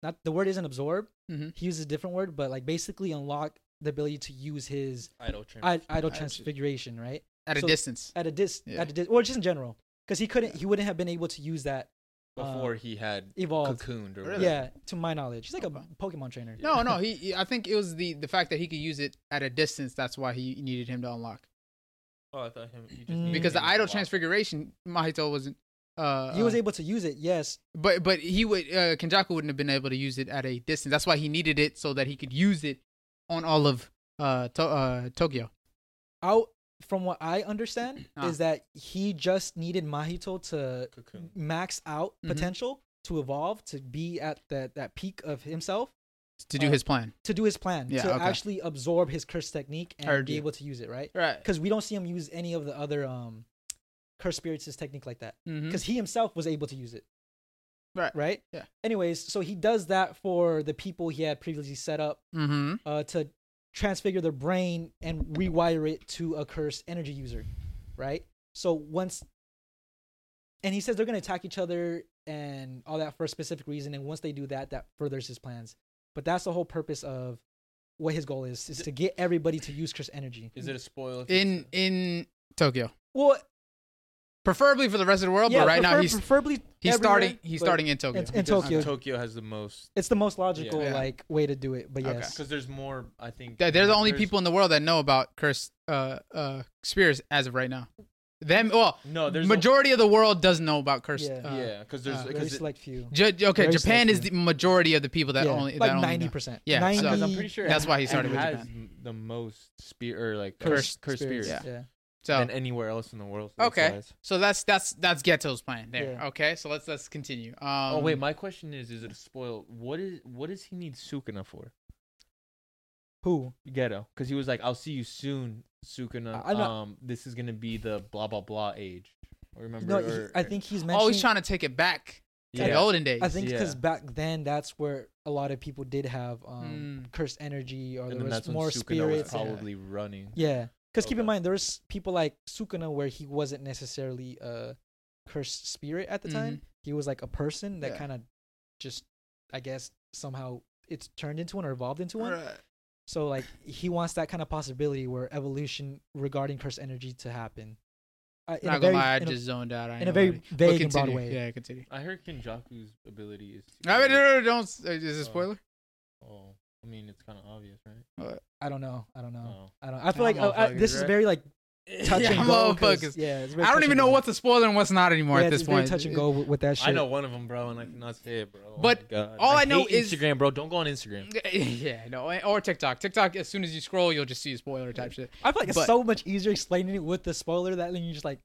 Speaker 2: not the word isn't absorb.
Speaker 1: Mhm.
Speaker 2: He uses a different word, but like basically unlock the ability to use his
Speaker 3: Idol
Speaker 2: I- idol
Speaker 1: Idol-
Speaker 2: transfiguration, right?
Speaker 1: At a
Speaker 2: so-
Speaker 1: distance.
Speaker 2: at a dis
Speaker 1: Yeah.
Speaker 2: at a dis or just in general because he couldn't he wouldn't have been able to use that
Speaker 1: uh,
Speaker 2: uh,
Speaker 3: before he had
Speaker 1: oh,
Speaker 2: evolve
Speaker 3: cocooned or
Speaker 1: Really?
Speaker 3: whatever.
Speaker 2: yeah to my knowledge he's like
Speaker 1: Okay.
Speaker 2: a pokemon trainer
Speaker 1: No, no. He, he- I think it was the the fact that he could use it at a distance. That's why he needed him to unlock.
Speaker 3: Oh, I thought him. You just
Speaker 2: Mm.
Speaker 3: needed
Speaker 1: Because the
Speaker 3: him to
Speaker 1: idol
Speaker 3: walk.
Speaker 1: transfiguration, Mahito wasn't. Uh,
Speaker 2: he was
Speaker 1: uh,
Speaker 2: able to use it yes
Speaker 1: but but he would uh, Kenjaku wouldn't have been able to use it at a distance. That's why he needed it so that he could use it on all of uh, to- uh Tokyo.
Speaker 2: out from what i understand
Speaker 1: Ah.
Speaker 2: is that he just needed mahito to
Speaker 3: Cocoon.
Speaker 2: max out
Speaker 1: Mhm.
Speaker 2: potential to evolve to be at that that peak of himself
Speaker 1: to do
Speaker 2: Uh,
Speaker 1: his plan.
Speaker 2: to do his plan
Speaker 1: Yeah,
Speaker 2: to
Speaker 1: okay.
Speaker 2: actually absorb his curse technique and
Speaker 1: Heard
Speaker 2: be
Speaker 1: you.
Speaker 2: able to use it right
Speaker 1: Right.
Speaker 2: because we don't see him use any of the other um curse spirits' technique like that
Speaker 1: hmm
Speaker 2: because he himself was able to use it.
Speaker 1: Right.
Speaker 2: Right.
Speaker 1: Yeah.
Speaker 2: Anyways, so he does that for the people he had previously set up
Speaker 1: hmm
Speaker 2: uh, to transfigure their brain and rewire it to a cursed energy user. Right. So once, and he says they're gonna attack each other and all that for a specific reason. And once they do that, that furthers his plans. But that's the whole purpose of what his goal is: is to get everybody to use cursed energy.
Speaker 3: Is it a spoil? if
Speaker 1: In
Speaker 3: it's a-
Speaker 1: in Tokyo,
Speaker 2: Well,
Speaker 1: preferably for the rest of the world.
Speaker 2: yeah,
Speaker 1: but right now
Speaker 2: prefer-
Speaker 1: he's
Speaker 2: preferably
Speaker 1: he's
Speaker 2: everywhere,
Speaker 1: starting he's
Speaker 2: but
Speaker 1: starting in Tokyo.
Speaker 2: it's- in
Speaker 3: because
Speaker 2: Tokyo.
Speaker 3: Tokyo has the most
Speaker 2: It's the most logical
Speaker 1: Yeah.
Speaker 2: like way to do it. But
Speaker 1: Okay.
Speaker 2: yes.
Speaker 3: because there's more. I think
Speaker 1: Th- They're the only
Speaker 3: there's-
Speaker 1: people in the world that know about cursed uh, uh, spirits as of right now. Them, well,
Speaker 3: No, Oh, there's a-
Speaker 1: majority of the world doesn't know about cursed.
Speaker 2: Yeah.
Speaker 1: Uh,
Speaker 3: yeah, because there's
Speaker 1: uh,
Speaker 2: very
Speaker 3: because it-
Speaker 2: select few.
Speaker 1: Ju- okay,
Speaker 2: Very
Speaker 1: Japan is the
Speaker 2: selective.
Speaker 1: majority of the people that
Speaker 2: yeah,
Speaker 1: only
Speaker 2: like
Speaker 1: that only know.
Speaker 2: ninety percent.
Speaker 1: Yeah, so-
Speaker 2: 90,
Speaker 1: Because
Speaker 3: I'm pretty sure
Speaker 1: That's why he
Speaker 3: it
Speaker 1: started with
Speaker 3: has
Speaker 1: Japan.
Speaker 3: m- the most spear or like
Speaker 1: Cursed
Speaker 3: cursed cursed spirits
Speaker 2: Yeah. yeah.
Speaker 1: So
Speaker 3: than anywhere else in the world. so that's
Speaker 1: Okay.
Speaker 3: why it's-
Speaker 1: So that's that's that's Ghetto's plan there.
Speaker 2: Yeah.
Speaker 1: Okay, so let's let's continue. Um,
Speaker 3: Oh wait, my question is: Is it a spoil? What is what does he need Sukuna for?
Speaker 2: Who?
Speaker 3: Ghetto, because he was like, "I'll see you soon, Sukuna.
Speaker 2: I- I'm not-
Speaker 3: um, this is gonna be the blah blah blah age." Or Remember?
Speaker 2: No, he,
Speaker 3: or-
Speaker 2: I think he's mentioning.
Speaker 1: oh, he's trying to take it back to the
Speaker 3: Yeah.
Speaker 1: olden days.
Speaker 2: I think because
Speaker 3: yeah.
Speaker 2: back then that's where a lot of people did have um,
Speaker 1: Mm.
Speaker 2: cursed energy or
Speaker 3: And
Speaker 2: there
Speaker 3: then
Speaker 2: was
Speaker 3: that's when
Speaker 2: more
Speaker 3: Sukuna was
Speaker 2: spirits. and-
Speaker 3: probably running.
Speaker 2: yeah, because keep in
Speaker 3: Okay.
Speaker 2: mind there was people like Sukuna where he wasn't necessarily a cursed spirit at the
Speaker 1: Mm-hmm.
Speaker 2: time. He was like a person that
Speaker 1: Yeah.
Speaker 2: kind of just, I guess, somehow it's turned into one or evolved into one. So like he wants that kind of possibility where evolution regarding cursed energy to happen. Uh, in
Speaker 1: Not gonna
Speaker 2: a very,
Speaker 1: lie, I
Speaker 2: in a-
Speaker 1: just zoned out. I
Speaker 2: in a
Speaker 1: ain't
Speaker 2: very
Speaker 1: gonna lie. But
Speaker 2: vague and broad
Speaker 1: continue.
Speaker 2: way.
Speaker 1: Yeah, continue.
Speaker 3: I heard Kenjaku's ability is. to-
Speaker 1: I mean, no, no, no, don't. uh, Is this a
Speaker 3: Oh.
Speaker 1: spoiler?
Speaker 3: Oh, I mean, it's kind of obvious, right?
Speaker 2: I don't know. I don't know.
Speaker 3: Oh.
Speaker 2: I don't. I feel like
Speaker 1: I'm
Speaker 2: uh, uh,
Speaker 1: motherfuckers,
Speaker 2: this is
Speaker 1: right?
Speaker 2: very like touch
Speaker 1: Yeah,
Speaker 2: and go. 'cause-
Speaker 1: motherfuckers.
Speaker 2: Yeah, it's very
Speaker 1: I don't
Speaker 2: touch
Speaker 1: even
Speaker 2: and
Speaker 1: know
Speaker 2: go.
Speaker 1: what's a spoiler and what's not anymore
Speaker 2: yeah,
Speaker 1: at this
Speaker 2: it's
Speaker 1: point.
Speaker 2: Very touch and go with, with that shit.
Speaker 3: I know one of them, bro, and I cannot say it, bro. Oh my
Speaker 1: But
Speaker 3: God.
Speaker 1: all I know
Speaker 3: hate
Speaker 1: is-
Speaker 3: Instagram, bro. Don't go on Instagram.
Speaker 1: yeah, no, eh, or TikTok. TikTok. As soon as you scroll, you'll just see spoiler type shit.
Speaker 2: I feel like it's
Speaker 1: but-
Speaker 2: so much easier explaining it with the spoiler that then you just like,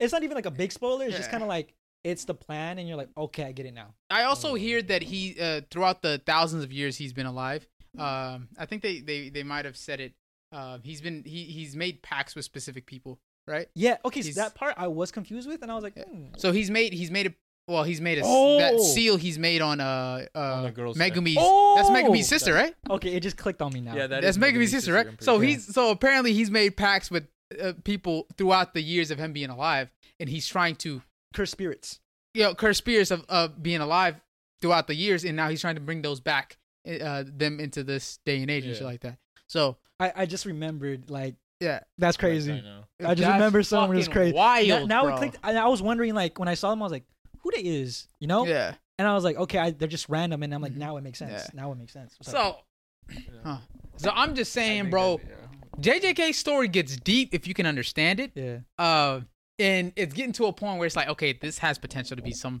Speaker 2: it's not even like a big spoiler. It's just
Speaker 1: Yeah.
Speaker 2: kind of like it's the plan, and you're like, okay, I get it now.
Speaker 1: I also
Speaker 3: Oh.
Speaker 1: hear that he, uh, throughout the thousands of years he's been alive, um, I think they they they might have said it. Um, he's been he he's made pacts with specific people, right?
Speaker 2: Yeah. Okay. So
Speaker 1: He's-
Speaker 2: that part I was confused with, and I was like,
Speaker 1: Yeah.
Speaker 2: hmm.
Speaker 1: So he's made he's made a well he's made a that
Speaker 2: Oh.
Speaker 1: seal he's made on uh uh
Speaker 3: the girl's neck.
Speaker 1: Megumi's
Speaker 2: Oh!
Speaker 1: that's Megumi's sister right
Speaker 2: okay, it just clicked on me now.
Speaker 3: Yeah, that
Speaker 1: that's
Speaker 3: is
Speaker 1: Megumi's sister right so
Speaker 2: sure.
Speaker 1: he's so apparently he's made pacts with uh, people throughout the years of him being alive and he's trying to
Speaker 2: Cursed spirits.
Speaker 1: you know curse spirits of, of being alive throughout the years, and now he's trying to bring those back, uh, them into this day and age and shit
Speaker 3: Yeah.
Speaker 1: like that. So
Speaker 2: I, I just remembered like
Speaker 1: yeah,
Speaker 2: that's crazy.
Speaker 3: Right now.
Speaker 2: I just
Speaker 1: that's
Speaker 2: remember someone was
Speaker 1: fucking
Speaker 2: crazy.
Speaker 1: Wild.
Speaker 2: now now
Speaker 1: bro.
Speaker 2: it clicked. And I was wondering like when I saw them, I was like, who they is? You know?
Speaker 1: Yeah.
Speaker 2: And I was like, okay, I, they're just random. And I'm like,
Speaker 1: Mhm.
Speaker 2: now it makes sense.
Speaker 1: Yeah.
Speaker 2: Now it makes sense. What's up?
Speaker 1: So, huh. so I'm just
Speaker 3: I
Speaker 1: saying,
Speaker 3: think
Speaker 1: bro.
Speaker 3: that- yeah.
Speaker 1: JJK's story gets deep if you can understand it.
Speaker 2: yeah,
Speaker 1: Uh, and it's getting to a point where it's like, okay, this has potential to be some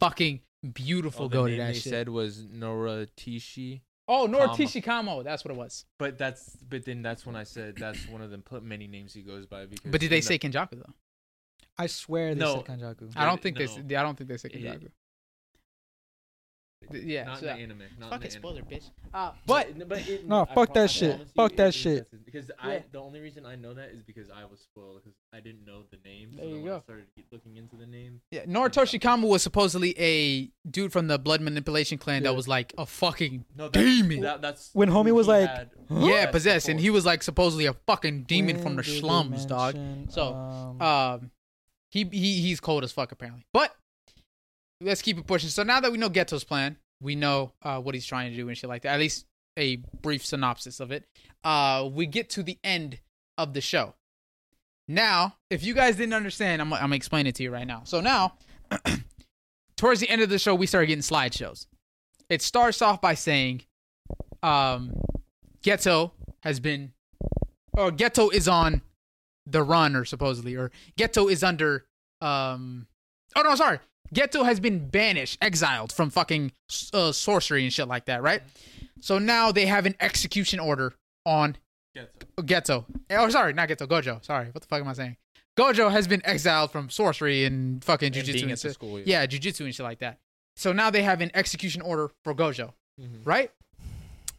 Speaker 1: fucking beautiful
Speaker 3: Oh, the
Speaker 1: go to
Speaker 3: name
Speaker 1: that
Speaker 3: they
Speaker 1: shit.
Speaker 3: said was Nora Tishi.
Speaker 1: oh,
Speaker 3: Kamo.
Speaker 1: Nortishi Kamo, that's what it was.
Speaker 3: But that's but then that's when I said that's one of the pl- many names he goes by because.
Speaker 1: But did they
Speaker 3: in
Speaker 1: say Kenjaku though?
Speaker 2: I swear they
Speaker 3: No.
Speaker 2: said Kanjaku.
Speaker 1: I don't think they.
Speaker 3: no.
Speaker 1: s- I don't think they said
Speaker 3: Yeah.
Speaker 1: Kenjaku. Th- Yeah,
Speaker 3: not
Speaker 1: so-
Speaker 3: in the anime? Not in the
Speaker 1: fucking
Speaker 3: anime.
Speaker 1: spoiler, bitch. Uh, but
Speaker 3: But, but it,
Speaker 2: No,
Speaker 3: I
Speaker 2: fuck
Speaker 3: pro-
Speaker 2: that
Speaker 3: I
Speaker 2: shit.
Speaker 3: promise
Speaker 2: Fuck
Speaker 3: it
Speaker 2: that
Speaker 3: is
Speaker 2: shit.
Speaker 3: insensitive, Because
Speaker 1: Yeah.
Speaker 3: I the only reason I know that is because I was spoiled because I didn't know the name.
Speaker 1: There
Speaker 3: so
Speaker 1: you
Speaker 3: when
Speaker 1: go.
Speaker 3: I started looking into the name.
Speaker 1: yeah, Noritoshi Kamo was supposedly a dude from the blood manipulation clan
Speaker 2: Yeah.
Speaker 1: that was like a fucking
Speaker 3: No, that's,
Speaker 1: demon.
Speaker 3: That, that's
Speaker 2: When
Speaker 3: who
Speaker 2: homie was
Speaker 3: he
Speaker 2: like,
Speaker 3: had
Speaker 2: "Huh?"
Speaker 1: yeah,
Speaker 3: as
Speaker 1: possessed, and he
Speaker 3: support.
Speaker 1: was like supposedly a fucking demon from the slums, dog. So,
Speaker 2: um,
Speaker 1: Um, he he he's cold as fuck apparently. But let's keep it pushing. So now that we know Ghetto's plan, we know uh, what he's trying to do and shit like that. At least a brief synopsis of it. Uh, we get to the end of the show. Now, if you guys didn't understand, I'm I'm gonna explain it to you right now. So now, towards the end of the show, we start getting slideshows. It starts off by saying, um, Ghetto has been, or Ghetto is on the run or supposedly or Ghetto is under um oh no sorry Ghetto has been banished exiled from fucking uh, sorcery and shit like that right so now they have an execution order on
Speaker 3: Gets it.
Speaker 1: Ghetto oh sorry not Ghetto Gojo sorry what the fuck am I saying Gojo has been exiled from sorcery and fucking
Speaker 3: And
Speaker 1: jujitsu
Speaker 3: being
Speaker 1: and,
Speaker 3: at the
Speaker 1: shit.
Speaker 3: school,
Speaker 1: yeah jujitsu and shit like that so now they have an execution order for Gojo
Speaker 3: Mhm.
Speaker 1: right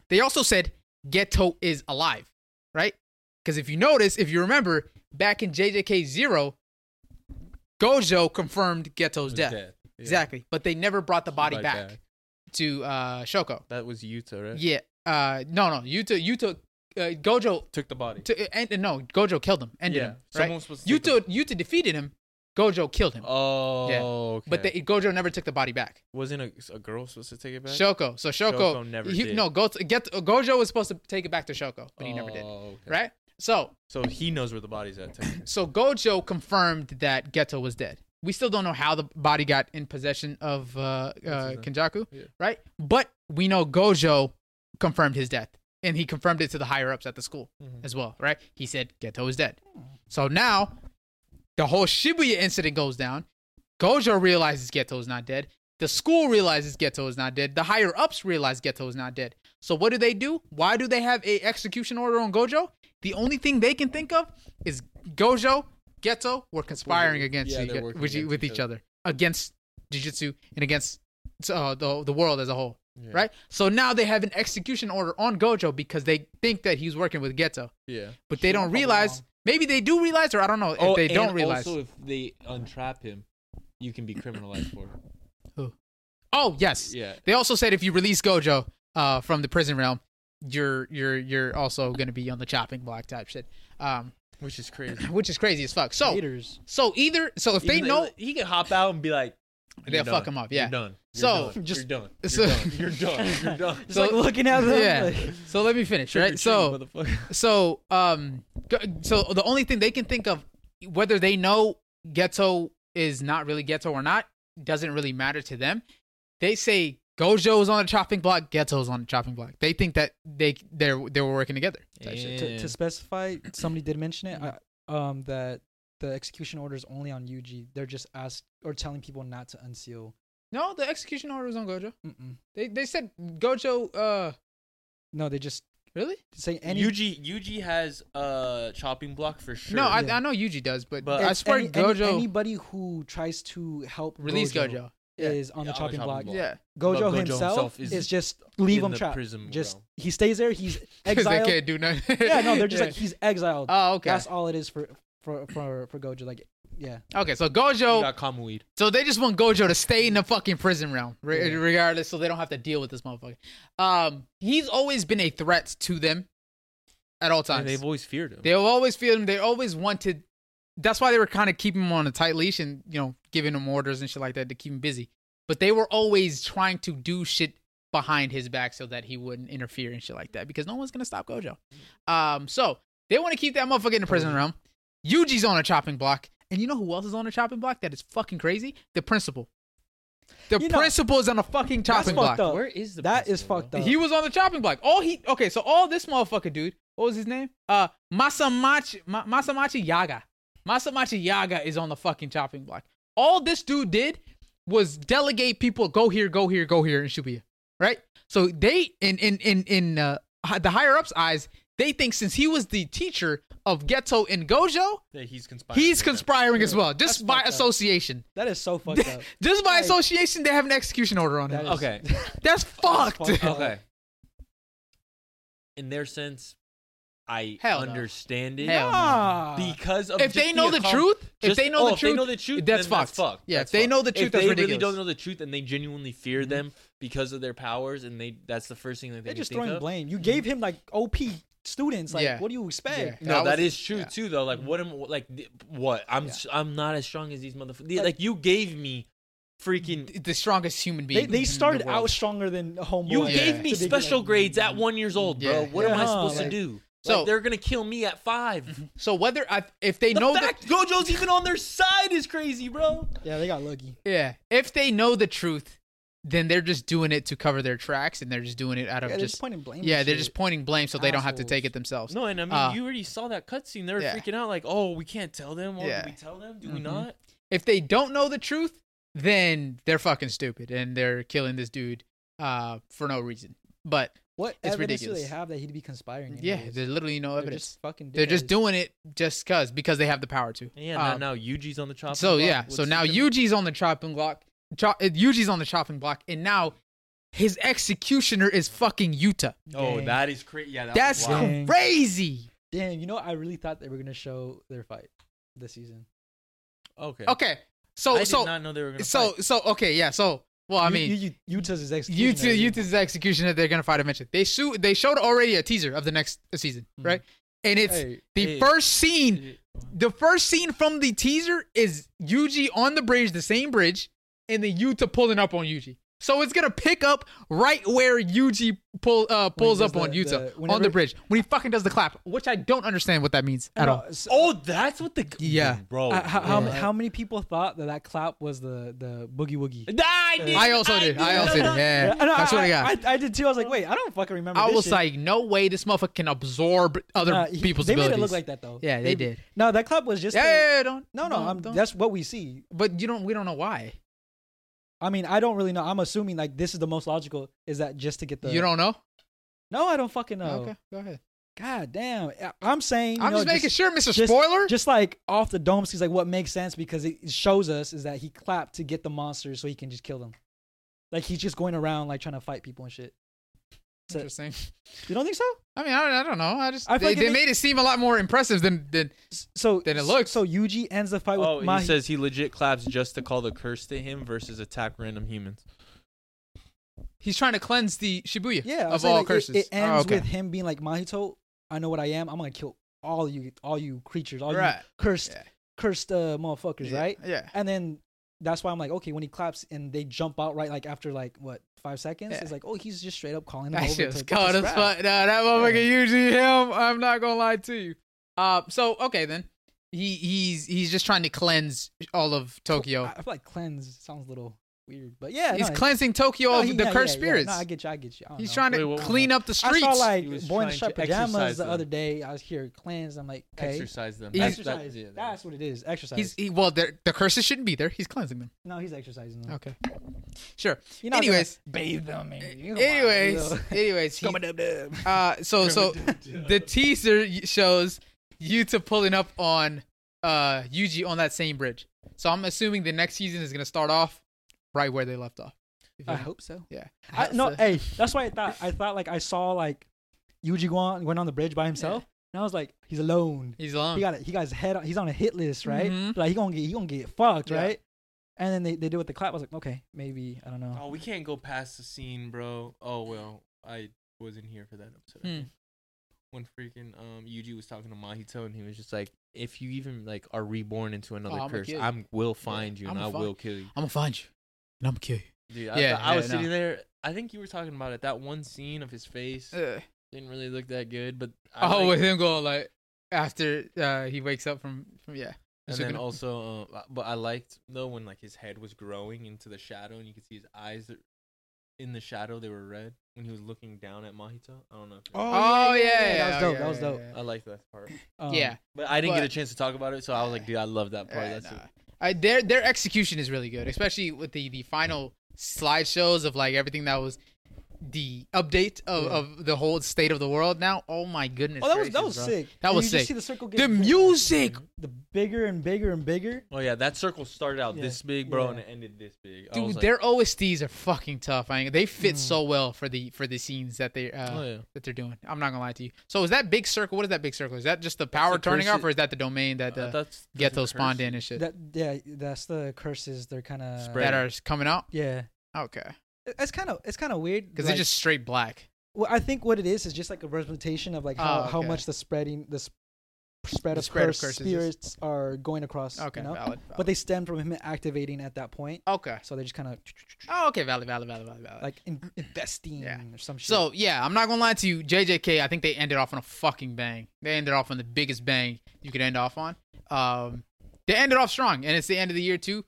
Speaker 1: they also said Ghetto is alive right? Because if you notice, if you remember, back in JJK Zero, Gojo confirmed Ghetto's
Speaker 3: Was
Speaker 1: death.
Speaker 3: dead. Yeah.
Speaker 1: Exactly. But they never brought the body
Speaker 3: Right
Speaker 1: back, to uh, Shoko.
Speaker 3: That was Yuta, right?
Speaker 1: Yeah. Uh, no, no. You took, you took, uh, Gojo,
Speaker 3: Took the body.
Speaker 1: to, uh, and, no, Gojo killed him, ended
Speaker 3: yeah.
Speaker 1: him,
Speaker 3: Someone
Speaker 1: right?
Speaker 3: was supposed to
Speaker 1: You
Speaker 3: take the-
Speaker 1: took, you defeated him, Gojo killed him.
Speaker 3: Oh. Okay.
Speaker 1: But they, Gojo never took the body back.
Speaker 3: wasn't a, a girl supposed to take it back.
Speaker 1: Shoko. So Shoko,
Speaker 3: Shoko never
Speaker 1: he-
Speaker 3: did.
Speaker 1: No, Go, get, Gojo was supposed to take it back to Shoko, but he never did,
Speaker 3: Oh, okay.
Speaker 1: right? So
Speaker 3: So he knows where the body's at. technically.
Speaker 1: So Gojo confirmed that Ghetto was dead. We still don't know how the body got in possession of uh, uh,
Speaker 3: his name?
Speaker 1: Kenjaku,
Speaker 3: Yeah.
Speaker 1: right? But we know Gojo confirmed his death, and he confirmed it to the higher ups at the school
Speaker 3: Mhm.
Speaker 1: as well, right? He said Ghetto is dead. So now the whole Shibuya incident goes down. Gojo realizes Ghetto is not dead. The school realizes Ghetto is not dead. The higher ups realize Ghetto is not dead. So what do they do? Why do they have a execution order on Gojo? The only thing they can think of is Gojo, Ghetto were conspiring
Speaker 3: Well,
Speaker 1: against
Speaker 3: yeah,
Speaker 1: each-
Speaker 3: they're working
Speaker 1: with, each-
Speaker 3: against
Speaker 1: with
Speaker 3: each
Speaker 1: each other, against Jujutsu and against uh, the the world as a whole,
Speaker 3: Yeah.
Speaker 1: right? So now they have an execution order on Gojo because they think that he's working with Ghetto,
Speaker 3: Yeah.
Speaker 1: but they don't
Speaker 2: probably
Speaker 1: realize.
Speaker 2: wrong.
Speaker 1: Maybe they do realize, or I don't know if they don't
Speaker 3: Oh, and
Speaker 1: realize.
Speaker 3: Also, if they untrap him, you can be criminalized for it.
Speaker 1: oh yes,
Speaker 3: Yeah.
Speaker 1: They also said if you release Gojo uh, from the prison realm, you're you're you're also gonna be on the chopping block type shit, um,
Speaker 3: Which is crazy.
Speaker 1: which is crazy as fuck. So
Speaker 2: haters.
Speaker 1: so either so if they
Speaker 3: Even
Speaker 1: know
Speaker 3: though he can hop out and be like,
Speaker 1: They'll
Speaker 3: "You're
Speaker 1: fuck
Speaker 3: done.
Speaker 1: him up, yeah.
Speaker 3: You're done. You're
Speaker 1: So,
Speaker 3: done.
Speaker 2: just-
Speaker 3: you're done. You're
Speaker 1: so-
Speaker 3: done. You're done. You're done.
Speaker 2: Just
Speaker 1: So-
Speaker 2: like looking at them.
Speaker 1: yeah.
Speaker 2: like-
Speaker 1: so let me finish right. So so um go- so the only thing they can think of whether they know Ghetto is not really Ghetto or not doesn't really matter to them. They say Gojo is on the chopping block, Ghetto's on the chopping block. They think that they they they were working together. type shit.
Speaker 2: to, to specify, somebody did mention it.
Speaker 1: Mm-hmm.
Speaker 2: I, um, that the execution order is only on Yuji. They're just ask or telling people not to unseal.
Speaker 1: No, the execution order was on Gojo.
Speaker 2: Mm-mm.
Speaker 1: They they said Gojo. Uh,
Speaker 2: No, they just
Speaker 1: really?
Speaker 2: say any.
Speaker 3: Yuji Yuji has a chopping block for sure.
Speaker 1: No, I,
Speaker 2: Yeah.
Speaker 1: I know Yuji does, but,
Speaker 3: But-
Speaker 1: I
Speaker 2: It's
Speaker 1: swear
Speaker 2: any- any-
Speaker 1: Gojo
Speaker 2: anybody who tries to help
Speaker 1: released Gojo. Yeah.
Speaker 2: is on
Speaker 3: Yeah,
Speaker 2: the chopping block.
Speaker 3: block.
Speaker 1: Yeah,
Speaker 2: Gojo,
Speaker 3: Gojo
Speaker 2: himself,
Speaker 3: himself
Speaker 2: is,
Speaker 3: is
Speaker 2: just leave
Speaker 3: in
Speaker 2: him
Speaker 3: the
Speaker 2: trapped.
Speaker 3: prison
Speaker 2: Just
Speaker 3: realm.
Speaker 2: he stays there. He's
Speaker 1: because they
Speaker 2: exiled.
Speaker 1: can't do nothing.
Speaker 2: yeah, no, they're just
Speaker 1: Yeah.
Speaker 2: like he's exiled.
Speaker 1: Oh, okay,
Speaker 2: That's all it is for for for for Gojo. Like, yeah,
Speaker 1: okay. So
Speaker 3: He
Speaker 1: Gojo,
Speaker 3: got common weed.
Speaker 1: so they just want Gojo to stay in the fucking prison realm, re-
Speaker 2: Yeah.
Speaker 1: regardless, so they don't have to deal with this motherfucker. Um, he's always been a threat to them at all
Speaker 3: And
Speaker 1: times.
Speaker 3: they've always feared him.
Speaker 1: They've always feared him. They always wanted that's why they were kind of keeping him on a tight leash and you know giving him orders and shit like that to keep him busy. But they were always trying to do shit behind his back so that he wouldn't interfere and shit like that because no one's gonna stop Gojo. Um, so they want to keep that motherfucker in the prison realm. Yuji's on a chopping block, and you know who else is on a chopping block? That is fucking crazy. The principal. The
Speaker 2: You know,
Speaker 1: principal is on a fucking chopping
Speaker 2: fucked
Speaker 1: block.
Speaker 2: up.
Speaker 3: Where is the
Speaker 2: That is
Speaker 3: principal,
Speaker 2: fucked
Speaker 3: though?
Speaker 2: up.
Speaker 1: He was on the chopping block. All he okay, so all this motherfucker dude, what was his name? Uh Masamachi Ma- Masamachi Yaga. Masamachi Yaga is on the fucking chopping block. All this dude did was delegate people go here, go here, go here in Shibuya, right? So they in in in in uh, hi- the higher ups eyes, they think since he was the teacher of Ghetto and Gojo,
Speaker 3: Yeah, he's conspiring.
Speaker 1: he's
Speaker 3: with them.
Speaker 1: conspiring as well, just
Speaker 2: That's
Speaker 1: by
Speaker 2: fucked up.
Speaker 1: association.
Speaker 2: That is so fucked up.
Speaker 1: Just by
Speaker 2: Like-
Speaker 1: association, they have an execution order on him.
Speaker 2: That is-
Speaker 3: Okay.
Speaker 1: That's fucked.
Speaker 2: fucked up.
Speaker 3: Okay. In their sense, I
Speaker 1: Hell no.
Speaker 3: understand it
Speaker 1: Hell no.
Speaker 3: because of
Speaker 1: if
Speaker 3: just
Speaker 1: they know the
Speaker 3: accom-
Speaker 1: truth, if
Speaker 3: just-
Speaker 1: they know
Speaker 3: oh,
Speaker 1: the
Speaker 3: if they
Speaker 1: truth,
Speaker 3: know the truth,
Speaker 1: that's
Speaker 3: then
Speaker 1: fucked. Yeah, if
Speaker 3: that's
Speaker 1: they
Speaker 3: fucked.
Speaker 1: know the truth,
Speaker 3: If
Speaker 1: that's
Speaker 3: they really
Speaker 1: ridiculous. Mm-hmm.
Speaker 3: don't know the truth and they genuinely fear them because of their powers, and they that's the first thing that they
Speaker 2: They're
Speaker 3: can
Speaker 2: just
Speaker 3: think
Speaker 2: throwing
Speaker 3: of.
Speaker 2: blame. You gave him like OP students. Like,
Speaker 1: Yeah.
Speaker 2: what do you expect?
Speaker 1: Yeah.
Speaker 3: No,
Speaker 1: That
Speaker 3: that
Speaker 1: was-
Speaker 3: is true
Speaker 1: yeah. Mm-hmm.
Speaker 3: too, though. Like, what am like, th- what? I'm
Speaker 2: Yeah.
Speaker 3: s- I'm not as strong as these motherfuckers. Like, you gave me freaking,
Speaker 1: the strongest human being.
Speaker 2: They, they
Speaker 1: in the
Speaker 2: started
Speaker 1: world.
Speaker 2: out stronger than homeboy.
Speaker 3: you
Speaker 1: Yeah. mm,
Speaker 3: gave me
Speaker 2: To begin
Speaker 3: special
Speaker 2: with.
Speaker 3: grades at one years old, bro.
Speaker 1: Yeah.
Speaker 3: What am
Speaker 2: Yeah.
Speaker 3: I supposed
Speaker 2: Like-
Speaker 3: to do? So
Speaker 1: So-
Speaker 3: they're gonna kill me at five.
Speaker 1: So whether I, if they
Speaker 3: The
Speaker 1: know
Speaker 3: fact
Speaker 1: the
Speaker 3: Gojo's even on their side is crazy, bro.
Speaker 2: Yeah, they got lucky.
Speaker 1: yeah, if they know the truth, then they're just doing it to cover their tracks, and they're just doing it out
Speaker 2: Yeah,
Speaker 1: of
Speaker 2: they're just
Speaker 1: just
Speaker 2: pointing blame.
Speaker 1: yeah,
Speaker 2: and
Speaker 1: they're
Speaker 2: shit.
Speaker 1: just pointing blame so they don't have to
Speaker 2: Assholes.
Speaker 1: take it themselves.
Speaker 3: No, and I mean,
Speaker 1: Uh,
Speaker 3: you already saw that cutscene. They were
Speaker 1: yeah.
Speaker 3: freaking out, like, "Oh, we can't tell them. Oh,
Speaker 1: Yeah.
Speaker 3: Do we tell them? Do we
Speaker 1: Mhm.
Speaker 3: not?"
Speaker 1: If they don't know the truth, then they're fucking stupid and they're killing this dude uh, for no reason. But
Speaker 2: What
Speaker 1: it's
Speaker 2: evidence do
Speaker 1: ridiculous.
Speaker 2: they have that he'd be conspiring?
Speaker 1: yeah,
Speaker 2: anyways?
Speaker 1: there's literally no
Speaker 2: They're
Speaker 1: evidence.
Speaker 2: just fucking.
Speaker 1: They're just
Speaker 2: dickheads.
Speaker 1: doing it just cause because they have the power to.
Speaker 3: Yeah.
Speaker 1: Um,
Speaker 3: now, now Yuji's on the chopping.
Speaker 1: So
Speaker 3: block
Speaker 1: yeah,
Speaker 3: with
Speaker 1: so now
Speaker 3: freaking-
Speaker 1: Yuji's on the chopping block. Cho- uh, Yuji's on the chopping block, and now his executioner is fucking Yuta.
Speaker 3: Oh,
Speaker 2: Dang.
Speaker 3: that is crazy. Yeah, that
Speaker 1: That's
Speaker 3: was wild.
Speaker 2: Dang.
Speaker 1: crazy.
Speaker 2: Damn, you know, I really thought they were gonna show their fight this season.
Speaker 3: okay.
Speaker 1: Okay, so
Speaker 3: I did
Speaker 1: so
Speaker 3: not know they were gonna
Speaker 1: so
Speaker 3: fight.
Speaker 1: so okay, yeah. So well, I
Speaker 2: You-
Speaker 1: mean,
Speaker 2: you, you, Utah's his executioner.
Speaker 1: Yuta Yuta's executioner they're gonna fight eventually. They shoot. They showed already a teaser of the next season, right? And it's
Speaker 2: Mm. Hey,
Speaker 1: the
Speaker 3: hey.
Speaker 1: first scene.
Speaker 3: Yeah.
Speaker 1: The first scene from the teaser is Yuji on the bridge, the same bridge, and then Yuta pulling up on Yuji. So it's gonna pick up right where Yuji pull uh, pulls
Speaker 2: does
Speaker 1: up on
Speaker 2: the- the-
Speaker 1: Yuta on
Speaker 2: whenever-
Speaker 1: the bridge when he fucking does the clap, which I don't understand what that means at all.
Speaker 2: No, so-
Speaker 3: Oh, that's what the
Speaker 1: Yeah.
Speaker 3: bro.
Speaker 2: Uh, how, how,
Speaker 1: yeah.
Speaker 2: how many people thought that that clap was the the boogie woogie?
Speaker 3: Nah, I, did,
Speaker 1: I also did. I also did. Yeah,
Speaker 2: I know,
Speaker 1: that's what I
Speaker 2: I,
Speaker 1: got.
Speaker 2: I, I did too. I was like, wait, I don't fucking remember.
Speaker 1: I
Speaker 2: this
Speaker 1: was
Speaker 2: shit.
Speaker 1: like, no way, this motherfucker can absorb other
Speaker 2: Nah, he-
Speaker 1: people's
Speaker 2: they
Speaker 1: abilities.
Speaker 2: made it look like that though.
Speaker 1: Yeah, they did.
Speaker 2: No, that clap was just.
Speaker 1: yeah,
Speaker 2: a-
Speaker 1: yeah, yeah, don't.
Speaker 2: No, no,
Speaker 1: don't-
Speaker 2: I'm,
Speaker 1: don't.
Speaker 2: that's what we see.
Speaker 1: But you don't. We don't know why.
Speaker 2: I mean, I don't really know. I'm assuming like this is the most logical. Is that just to get the?
Speaker 1: you don't know.
Speaker 2: No, I don't fucking know.
Speaker 1: Okay, go ahead.
Speaker 2: God damn, I- I'm saying. oh. you
Speaker 1: I'm
Speaker 2: know,
Speaker 1: just making sure, Mr.
Speaker 2: just-
Speaker 1: Spoiler.
Speaker 2: Just like off the dome, he's like, what makes sense because it shows us is that he clapped to get the monsters so he can just kill them. Like he's just going around like trying to fight people and shit.
Speaker 1: Interesting.
Speaker 2: You don't think so?
Speaker 1: I mean, I, I don't know. I just
Speaker 2: I feel
Speaker 1: they,
Speaker 2: like it
Speaker 1: they
Speaker 2: ma-
Speaker 1: made it seem a lot more impressive than than
Speaker 2: S- So
Speaker 1: Then it looks.
Speaker 2: So Yuji ends the fight with
Speaker 3: Oh,
Speaker 2: Mahi.
Speaker 3: he says he legit claps just to call the curse to him versus attack random humans.
Speaker 1: he's trying to cleanse the Shibuya
Speaker 2: yeah, I'm
Speaker 1: of
Speaker 2: saying,
Speaker 1: all
Speaker 2: like, it-
Speaker 1: curses.
Speaker 2: It, ends
Speaker 1: oh, okay.
Speaker 2: with him being like Mahito. I know what I am. I'm gonna kill all you, all you creatures, all
Speaker 1: Right.
Speaker 2: you cursed,
Speaker 1: Yeah.
Speaker 2: cursed uh, motherfuckers,
Speaker 1: Yeah,
Speaker 2: right?
Speaker 1: Yeah.
Speaker 2: And then that's why I'm like, okay, when he claps and they jump out, right? Like after like what five seconds,
Speaker 1: Yeah.
Speaker 2: it's like, oh, he's just straight up calling them
Speaker 1: That
Speaker 2: over.
Speaker 1: shit
Speaker 2: to
Speaker 1: was
Speaker 2: get
Speaker 1: cold
Speaker 2: this
Speaker 1: as
Speaker 2: rap.
Speaker 1: fuck. Nah, that motherfucker usually him. I'm not gonna lie to you. Uh, so okay then, he he's he's just trying to cleanse all of Tokyo.
Speaker 2: I I feel like cleanse sounds a little weird, but yeah,
Speaker 1: he's
Speaker 2: no,
Speaker 1: cleansing Tokyo
Speaker 2: no,
Speaker 1: of
Speaker 2: he-
Speaker 1: the
Speaker 2: yeah,
Speaker 1: cursed
Speaker 2: yeah, yeah.
Speaker 1: spirits.
Speaker 2: No, I get you. I get you. I don't
Speaker 1: he's
Speaker 2: know.
Speaker 1: trying to
Speaker 3: Wait, what was
Speaker 1: clean
Speaker 3: that?
Speaker 1: up the streets.
Speaker 2: I saw
Speaker 3: He
Speaker 2: like
Speaker 3: was
Speaker 2: Boy in the
Speaker 3: trying
Speaker 2: Striped
Speaker 3: to
Speaker 2: Pajamas
Speaker 3: exercise
Speaker 2: the
Speaker 3: them.
Speaker 2: other day. I was here cleanse. I'm like, okay,
Speaker 3: Exercise them.
Speaker 1: He's-
Speaker 3: That's- that-
Speaker 2: exercise.
Speaker 3: yeah, that-
Speaker 2: That's what it is. Exercise.
Speaker 1: he's he, well, the the curses shouldn't be there. He's cleansing them.
Speaker 2: no, he's exercising. Them.
Speaker 1: Okay, sure.
Speaker 2: You're not gonna
Speaker 1: Anyways.
Speaker 2: bathe them. man. You don't
Speaker 1: Anyways,
Speaker 2: wanna,
Speaker 1: anyways, he,
Speaker 2: you know. Dub, dub, dub.
Speaker 1: uh, so so the teaser y- shows Yuta pulling up on uh Yuji on that same bridge. So I'm assuming the next season is gonna start off right where they left off. If you-
Speaker 2: I hope so.
Speaker 1: Yeah. Uh,
Speaker 2: I, no, eh,
Speaker 1: So-
Speaker 2: hey, that's why I thought I thought like I saw like Yuji Guan went on the bridge by himself, and I was like, he's alone.
Speaker 1: he's alone.
Speaker 2: He got it. He got his head. On, he's on a hit list, right?
Speaker 1: Mhm.
Speaker 2: Like he gonna get. He gonna get fucked,
Speaker 1: Yeah.
Speaker 2: right? And then they they do with the clap. I was like, okay, maybe I don't know.
Speaker 3: Oh, we can't go past the scene, bro. Oh well, I wasn't here for that episode. I
Speaker 1: Hmm.
Speaker 3: think. When freaking um Yuji was talking to Mahito and he was just like, if you even like are reborn into another
Speaker 1: I'ma
Speaker 3: curse,
Speaker 1: kill you.
Speaker 3: I'm will find you and
Speaker 1: I'ma
Speaker 3: I
Speaker 1: find-
Speaker 3: will kill you.
Speaker 1: I'm gonna find you, and I'm gonna kill you.
Speaker 3: Dude,
Speaker 1: Yeah,
Speaker 3: yeah, I,
Speaker 1: yeah,
Speaker 3: was
Speaker 1: no.
Speaker 3: sitting there. I think you were talking about it. That one scene of his face
Speaker 2: Uh,
Speaker 3: didn't really look that good, but I
Speaker 1: Uh. oh,
Speaker 3: liked-
Speaker 1: with him going like after uh, he wakes up from from yeah. So
Speaker 3: and then
Speaker 2: oh,
Speaker 1: gonna-
Speaker 3: also, uh, but I liked though when like his head was growing into the shadow and you could see his eyes that in the shadow they were red when he was looking down at Mahito. I don't know. If you-
Speaker 1: Oh, yeah,
Speaker 2: that was dope.
Speaker 1: yeah,
Speaker 2: that was
Speaker 1: yeah,
Speaker 2: dope.
Speaker 1: yeah,
Speaker 3: I liked that part,
Speaker 2: Um,
Speaker 1: yeah,
Speaker 3: but Eh, I didn't get a
Speaker 1: But-
Speaker 3: chance to talk about it, so I was like, dude, I love that part.
Speaker 1: Yeah,
Speaker 3: That's
Speaker 1: Eh, nah. I, their their execution is really good, especially with the the final slideshows of like everything that was the update of,
Speaker 2: Yeah.
Speaker 1: of the whole state of the world now. Oh my goodness!
Speaker 2: Oh, that was that
Speaker 1: gracious,
Speaker 2: was
Speaker 1: bro.
Speaker 2: sick.
Speaker 1: That
Speaker 2: And
Speaker 1: was
Speaker 2: you
Speaker 1: sick.
Speaker 2: Just see the circle get
Speaker 1: The
Speaker 2: bigger,
Speaker 1: music,
Speaker 2: the bigger and bigger and bigger.
Speaker 3: Oh yeah, that circle started out
Speaker 2: Yeah,
Speaker 3: this big, bro,
Speaker 2: yeah.
Speaker 3: and it ended this big. I
Speaker 1: dude.
Speaker 3: was like,
Speaker 1: their OSTs are fucking tough. I, they fit
Speaker 2: Mm.
Speaker 1: so well for the for the scenes that they uh,
Speaker 3: oh yeah,
Speaker 1: that they're doing. I'm not gonna lie to you. So is that big circle? What is that big circle? Is that just the power
Speaker 3: the
Speaker 1: turning off,
Speaker 3: curse-
Speaker 1: or is that the domain that
Speaker 3: I
Speaker 1: the
Speaker 3: thought s- there's a
Speaker 1: ghetto spawned
Speaker 3: curse.
Speaker 1: in and shit
Speaker 2: That yeah, that's the curses. They're kind of
Speaker 3: Spread.
Speaker 1: that are coming out?
Speaker 2: Yeah,
Speaker 1: Okay,
Speaker 2: It- it's kind of it's kind of weird
Speaker 1: because
Speaker 2: like-
Speaker 1: it's just straight black.
Speaker 2: Well, I think what it is is just like a representation of like how,
Speaker 1: Oh,
Speaker 2: how
Speaker 1: okay.
Speaker 2: much the spreading the sp- spread
Speaker 1: The
Speaker 2: of
Speaker 1: spread of
Speaker 2: cursed
Speaker 1: curses is-
Speaker 2: spirits are going across. you
Speaker 1: Okay, Oh,
Speaker 2: know?
Speaker 1: valid.
Speaker 2: but they stem from him activating at that point.
Speaker 1: valid. okay.
Speaker 2: So they're just kind of
Speaker 1: Oh, okay, valid, valid, valid, valid, valid.
Speaker 2: like in- investing
Speaker 1: Yeah.
Speaker 2: or some shit.
Speaker 1: So yeah, I'm not gonna lie to you, JJK. I think they ended off on a fucking bang. They ended off on the biggest bang you could end off on. Um, they ended off strong, and it's the end of the year too.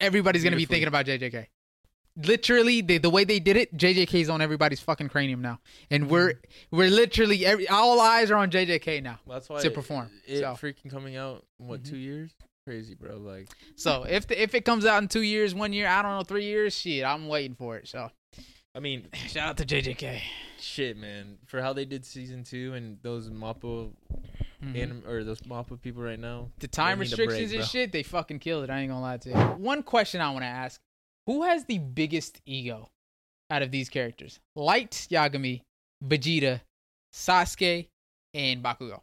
Speaker 1: Everybody's gonna be
Speaker 3: Beautifully.
Speaker 1: thinking about JJK. Literally, they, the way they did it, JJK's on everybody's fucking cranium now, and we're we're literally every all eyes are on JJK now.
Speaker 3: That's why
Speaker 1: to perform,
Speaker 3: It,
Speaker 1: so. Mm-hmm.
Speaker 3: freaking coming out what
Speaker 2: Mhm.
Speaker 3: two years? Crazy, bro. Like
Speaker 1: So if the, if it comes out in two years, one year, I don't know, three years, shit, I'm waiting for it. So
Speaker 3: I mean,
Speaker 1: shout out to JJK.
Speaker 3: shit, man. For how they did season two and those Mappa
Speaker 1: Mhm.
Speaker 3: anim- or those Mappa people right now.
Speaker 1: the time
Speaker 3: They need a
Speaker 1: restrictions and
Speaker 3: break, bro.
Speaker 1: shit, they fucking killed it. I ain't gonna lie to you. One question I want to ask: Who has the biggest ego out of these characters? Light Yagami, Vegeta, Sasuke, and Bakugo.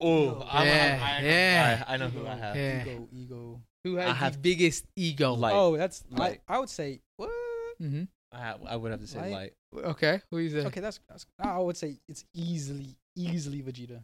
Speaker 3: Oh,
Speaker 2: Yeah,
Speaker 3: I'm, I, I,
Speaker 1: yeah.
Speaker 3: I, I know who I have.
Speaker 1: Yeah.
Speaker 2: ego, ego.
Speaker 1: Who
Speaker 3: I
Speaker 1: has the
Speaker 3: have-
Speaker 1: biggest ego?
Speaker 3: Light.
Speaker 2: oh, that's
Speaker 3: like-
Speaker 2: I, I would say what?
Speaker 1: hmm
Speaker 3: I, ha- I would have to say
Speaker 2: Light?
Speaker 3: light.
Speaker 1: Okay, who is that?
Speaker 2: Okay, that's, that's I would say it's easily easily Vegeta.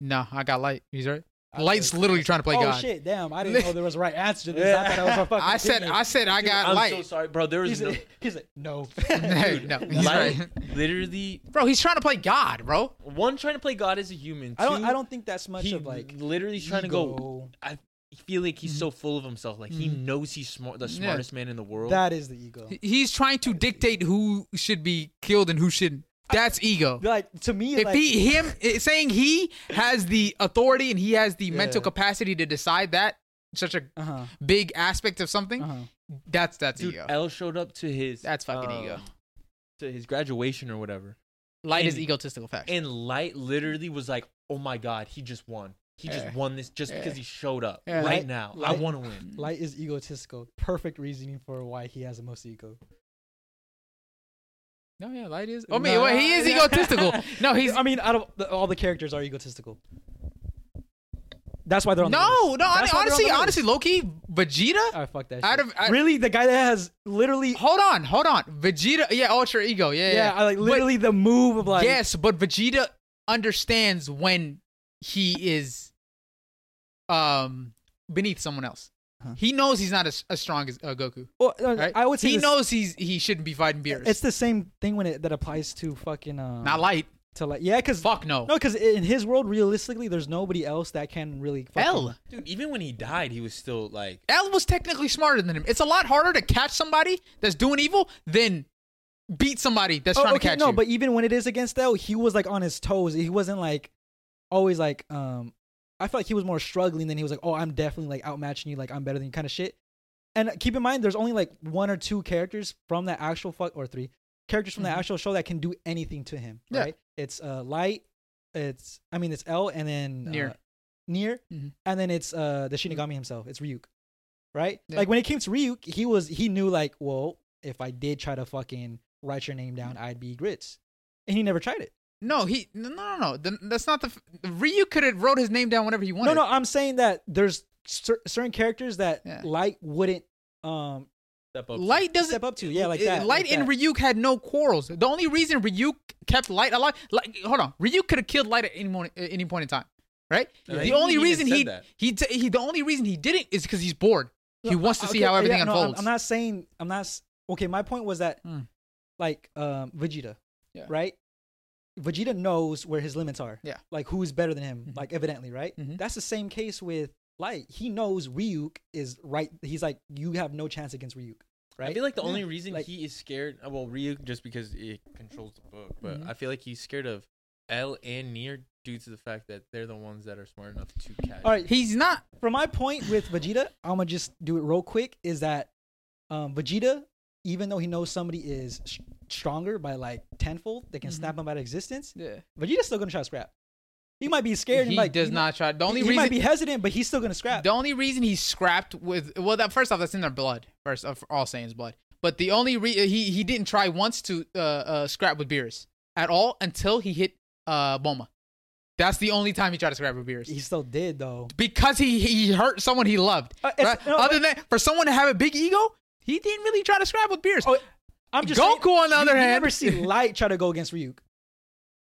Speaker 1: No, I got Light. He's right.
Speaker 2: I
Speaker 1: Light's
Speaker 2: said-
Speaker 1: literally trying to play
Speaker 2: oh
Speaker 1: God.
Speaker 2: shit! Damn, I didn't know there was a right answer to this. I
Speaker 3: Yeah.
Speaker 2: thought I was a fucking.
Speaker 1: I said,
Speaker 2: kidney.
Speaker 1: I said, I
Speaker 3: Dude,
Speaker 1: got
Speaker 3: I'm
Speaker 1: light.
Speaker 3: so sorry, bro. There
Speaker 2: He's,
Speaker 3: was no
Speaker 2: like, he's like, no,
Speaker 1: no, he's
Speaker 3: Light-
Speaker 1: right.
Speaker 3: literally
Speaker 1: Bro, he's trying to play God, bro.
Speaker 3: one trying to play God as a human.
Speaker 2: I don't.
Speaker 3: two,
Speaker 2: I don't think that's much
Speaker 3: he
Speaker 2: of like
Speaker 3: literally trying to go.
Speaker 2: ego. Mm-hmm.
Speaker 3: I feel like he's so full of himself. Like he
Speaker 1: Mhm.
Speaker 3: knows he's smart, the
Speaker 1: Yeah.
Speaker 3: smartest man in the world.
Speaker 2: That is the ego.
Speaker 1: He- He's trying to dictate who should be killed and who shouldn't. That's ego.
Speaker 2: Like to me,
Speaker 1: if
Speaker 2: like,
Speaker 1: he him it- saying he has the authority and he has the mental
Speaker 2: Yeah.
Speaker 1: capacity to decide that such a
Speaker 2: uh-huh,
Speaker 1: big aspect of something
Speaker 2: uh-huh.
Speaker 1: that's that's
Speaker 3: Dude,
Speaker 1: ego
Speaker 3: L showed up to his.
Speaker 1: that's fucking ego
Speaker 3: um, To his graduation or whatever.
Speaker 1: light is
Speaker 3: and-
Speaker 1: egotistical fact
Speaker 3: And Light literally was like, "Oh my God, he just won. He just
Speaker 1: Yeah.
Speaker 3: won this just
Speaker 1: Yeah.
Speaker 3: because he showed up
Speaker 1: Yeah.
Speaker 3: right
Speaker 2: Light-
Speaker 3: now.
Speaker 2: Light- Mm.
Speaker 3: I want to win."
Speaker 2: light is egotistical. Perfect reasoning for why he has the most ego.
Speaker 1: no yeah light is i mean
Speaker 2: No,
Speaker 1: Oh, well, he is
Speaker 2: yeah.
Speaker 1: egotistical no he's
Speaker 2: I mean, out of the, all the characters are egotistical. That's why they're
Speaker 1: no
Speaker 2: on.
Speaker 1: no
Speaker 2: the list.
Speaker 1: I
Speaker 2: That's
Speaker 1: mean,
Speaker 2: why they're on
Speaker 1: honestly
Speaker 2: the list.
Speaker 1: honestly loki vegeta
Speaker 2: I fuck that.
Speaker 1: out
Speaker 2: shit.
Speaker 1: of I-
Speaker 2: really, the guy that has literally,
Speaker 1: hold on hold on vegeta yeah ultra ego yeah
Speaker 2: yeah,
Speaker 1: yeah,
Speaker 2: I, like
Speaker 1: But-
Speaker 2: literally the move of like,
Speaker 1: yes, but Vegeta understands when he is um beneath someone else.
Speaker 2: Huh.
Speaker 1: He knows he's not as, as strong as uh, Goku.
Speaker 2: Well, uh,
Speaker 1: Right?
Speaker 2: I would say
Speaker 1: he
Speaker 2: this-
Speaker 1: knows he's he shouldn't be fighting beers.
Speaker 2: It's the same thing when it that applies to fucking um,
Speaker 1: not light.
Speaker 2: to like yeah, because
Speaker 1: Fuck no.
Speaker 2: No, because in his world, realistically, there's nobody else that can really. fucking-
Speaker 1: L
Speaker 3: Dude, even when he died, he was still like,
Speaker 1: L was technically smarter than him. It's a lot harder to catch somebody that's doing evil than beat somebody that's
Speaker 2: Oh,
Speaker 1: trying
Speaker 2: okay,
Speaker 1: to catch
Speaker 2: no,
Speaker 1: you.
Speaker 2: but even when it is against L, he was like on his toes. He wasn't like always like um. I felt like he was more struggling than he was like, oh, I'm definitely like outmatching you, like I'm better than you, kind of shit. And keep in mind, there's only like one or two characters from that actual fuck or three characters from the
Speaker 1: Mhm.
Speaker 2: actual show that can do anything to him.
Speaker 1: Yeah.
Speaker 2: Right? It's uh light. It's I mean it's L and then uh,
Speaker 1: Near.
Speaker 2: near,
Speaker 1: Mhm.
Speaker 2: and then it's uh the Shinigami himself. It's Ryuk, right?
Speaker 1: Yeah.
Speaker 2: Like when it came to Ryuk, he was he knew like, well, if I did try to fucking write your name down, I'd be grits, and he never tried it.
Speaker 1: no, he no no no. Then That's not the f- Ryu could have wrote his name down whenever he wanted.
Speaker 2: No, no, I'm saying that there's cer- certain characters that
Speaker 1: Yeah.
Speaker 2: Light wouldn't um
Speaker 3: "Step up."
Speaker 1: Light doesn't
Speaker 2: step up to, yeah, like
Speaker 1: Uh,
Speaker 2: that.
Speaker 1: Light
Speaker 2: like
Speaker 1: and
Speaker 2: that.
Speaker 1: Ryuk had no quarrels. The only reason Ryuk kept Light alive, like, hold on, Ryuk could have killed Light at any moment, at any point in time. right?
Speaker 3: Yeah.
Speaker 1: The
Speaker 3: He
Speaker 1: only
Speaker 3: even
Speaker 1: reason
Speaker 3: said
Speaker 1: he
Speaker 3: that.
Speaker 1: he, t- he the only reason he didn't is because he's bored. He
Speaker 2: No,
Speaker 1: wants to
Speaker 2: I-
Speaker 1: see
Speaker 2: uh, okay,
Speaker 1: how
Speaker 2: yeah,
Speaker 1: everything
Speaker 2: no, I'm-
Speaker 1: unfolds.
Speaker 2: I'm not saying I'm not. s- Okay, my point was that,
Speaker 1: Mm.
Speaker 2: like, um, Vegeta,
Speaker 1: Yeah.
Speaker 2: right? Vegeta knows where his limits are.
Speaker 1: Yeah.
Speaker 2: Like who is better than him?
Speaker 1: Mhm.
Speaker 2: Like evidently, right?
Speaker 1: Mhm.
Speaker 2: That's the same case with Light. He knows Ryuk is right. He's like, you have no chance against Ryuk, right?
Speaker 3: I feel like the
Speaker 2: Yeah.
Speaker 3: only reason
Speaker 2: Like-
Speaker 3: he is scared, uh, well, Ryu just because it controls the book, but
Speaker 1: Mhm.
Speaker 3: I feel like he's scared of L and Nier due to the fact that they're the ones that are smart enough to catch.
Speaker 2: All right,
Speaker 1: He's not.
Speaker 2: from my point with Vegeta, I'm gonna just do it real quick. Is that um, Vegeta, even though he knows somebody is sh- stronger by like tenfold, they can
Speaker 1: Mhm.
Speaker 2: snap him out of existence.
Speaker 1: Yeah.
Speaker 2: Vegeta's still gonna try to scrap. He might be scared. and
Speaker 1: He
Speaker 2: like,
Speaker 1: does
Speaker 2: he-
Speaker 1: not try. The
Speaker 2: He,
Speaker 1: only
Speaker 2: he
Speaker 1: reason
Speaker 2: might be hesitant, but he's still gonna scrap.
Speaker 1: The only reason he scrapped with well, that first off, that's in their blood. First of all, Saiyan's blood. But the only re- uh, he he didn't try once to uh, uh, scrap with Beerus at all until he hit uh Boma. That's the only time he tried to scrap with Beerus
Speaker 2: He still did though.
Speaker 1: because he he hurt someone he loved.
Speaker 2: Uh, it's-
Speaker 1: right?
Speaker 2: no,
Speaker 1: Other than that, for someone to have a big ego, he didn't really try to scrap with Beerus.
Speaker 2: Oh, I'm just
Speaker 1: Goku,
Speaker 2: saying,
Speaker 1: on the
Speaker 2: you-
Speaker 1: other
Speaker 2: you
Speaker 1: hand,
Speaker 2: never see Light try to go against Ryuk.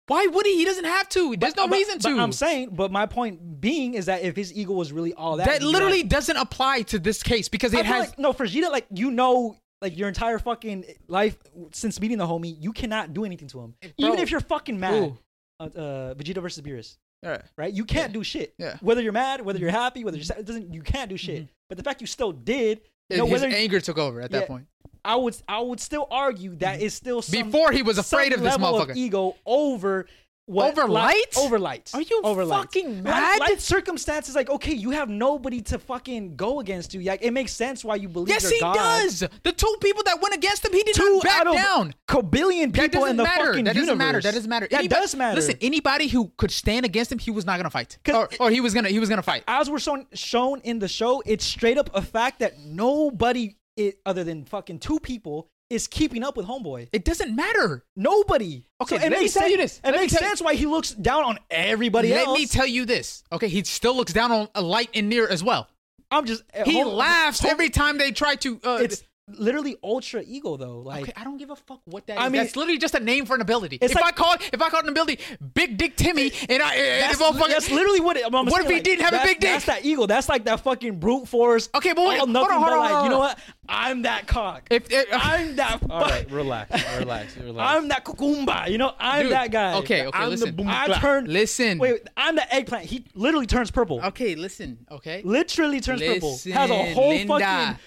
Speaker 1: why would he? He doesn't have to. There's no
Speaker 2: But-
Speaker 1: reason
Speaker 2: but
Speaker 1: to.
Speaker 2: I'm saying, but my point being is that if his ego was really all that,
Speaker 1: that
Speaker 2: he'd be
Speaker 1: literally
Speaker 2: like-
Speaker 1: doesn't apply to this case because
Speaker 2: I
Speaker 1: it
Speaker 2: feel
Speaker 1: has
Speaker 2: like, no for Vegeta, like you know. Like your entire fucking life since meeting the homie, you cannot do anything to him. Even
Speaker 1: Bro.
Speaker 2: if you're fucking mad,
Speaker 1: Ooh.
Speaker 2: uh, uh, Vegeta versus Beerus,
Speaker 1: All right.
Speaker 2: right? You can't do shit.
Speaker 1: Yeah. Mm-hmm.
Speaker 2: Whether you're mad, whether you're happy, whether you're sad, it doesn't you can't do shit. But the fact you still did, you know,
Speaker 1: his
Speaker 2: whether
Speaker 1: anger took over at
Speaker 2: Yeah.
Speaker 1: that point. Mm-hmm.
Speaker 2: I would I would still argue that it's still some,
Speaker 1: Before he was afraid
Speaker 2: some
Speaker 1: of this
Speaker 2: level
Speaker 1: motherfucker.
Speaker 2: ego over what
Speaker 1: Over
Speaker 2: li-
Speaker 1: light?
Speaker 2: over light.
Speaker 1: Are you
Speaker 2: over light.
Speaker 1: fucking
Speaker 2: Light-
Speaker 1: mad?
Speaker 2: Light circumstances like okay, you have nobody to fucking go against you. Like it makes sense why you believe.
Speaker 1: Yes,
Speaker 2: your
Speaker 1: he
Speaker 2: God.
Speaker 1: does. The two people that went against him, he did
Speaker 2: Two
Speaker 1: not back
Speaker 2: out of
Speaker 1: down.
Speaker 2: Cobillion
Speaker 1: That
Speaker 2: people
Speaker 1: doesn't
Speaker 2: in the
Speaker 1: matter.
Speaker 2: fucking
Speaker 1: that doesn't
Speaker 2: universe.
Speaker 1: matter. That doesn't matter.
Speaker 2: That
Speaker 1: Anybody-
Speaker 2: does matter.
Speaker 1: Listen, anybody who could stand against him, he was not gonna fight,
Speaker 2: 'Cause
Speaker 1: or, or he was gonna he was gonna fight.
Speaker 2: as we're shown shown in the show, it's straight up a fact that nobody i other than fucking two people is keeping up with Homeboy.
Speaker 1: It doesn't matter.
Speaker 2: Nobody.
Speaker 1: Okay,
Speaker 2: it
Speaker 1: let me
Speaker 2: makes
Speaker 1: tell
Speaker 2: sense-
Speaker 1: you this.
Speaker 2: It
Speaker 1: Let me
Speaker 2: makes
Speaker 1: tell you-
Speaker 2: sense why he looks down on everybody
Speaker 1: Let
Speaker 2: else.
Speaker 1: me tell you this. Okay, he still looks down on a light and near as well.
Speaker 2: I'm just
Speaker 1: He
Speaker 2: hold-
Speaker 1: laughs
Speaker 2: hold-
Speaker 1: every time they try to. Uh,
Speaker 2: It's literally ultra ego though. Like
Speaker 1: okay, I don't give a fuck what that
Speaker 2: I
Speaker 1: is.
Speaker 2: mean-
Speaker 1: that's literally just a name for an ability.
Speaker 2: It's
Speaker 1: If
Speaker 2: like-
Speaker 1: I called if I called an ability Big Dick Timmy, and I and
Speaker 2: that's,
Speaker 1: the motherfucker-
Speaker 2: that's literally what. It, I'm
Speaker 1: What
Speaker 2: saying,
Speaker 1: if he
Speaker 2: like,
Speaker 1: didn't have a
Speaker 2: that's-
Speaker 1: big dick?
Speaker 2: That's that ego. That's like that fucking brute force.
Speaker 1: Okay, but wait,
Speaker 2: all
Speaker 1: hold on,
Speaker 2: nothing
Speaker 1: hold
Speaker 2: but
Speaker 1: on,
Speaker 2: like
Speaker 1: hold on.
Speaker 2: you know what? I'm that cock.
Speaker 1: If, if
Speaker 2: I'm that. Fuck.
Speaker 3: All right, relax, relax, relax.
Speaker 2: I'm that cucumba. You know, I'm
Speaker 1: Dude,
Speaker 2: that guy.
Speaker 1: okay, okay,
Speaker 2: I'm
Speaker 1: listen.
Speaker 2: The boom
Speaker 1: I
Speaker 2: I turn.
Speaker 1: listen.
Speaker 2: Wait, I'm the eggplant. He literally turns purple.
Speaker 1: Okay, listen. Okay.
Speaker 2: Literally turns purple. Has a
Speaker 1: Listen,
Speaker 2: whole
Speaker 1: Linda.
Speaker 2: fucking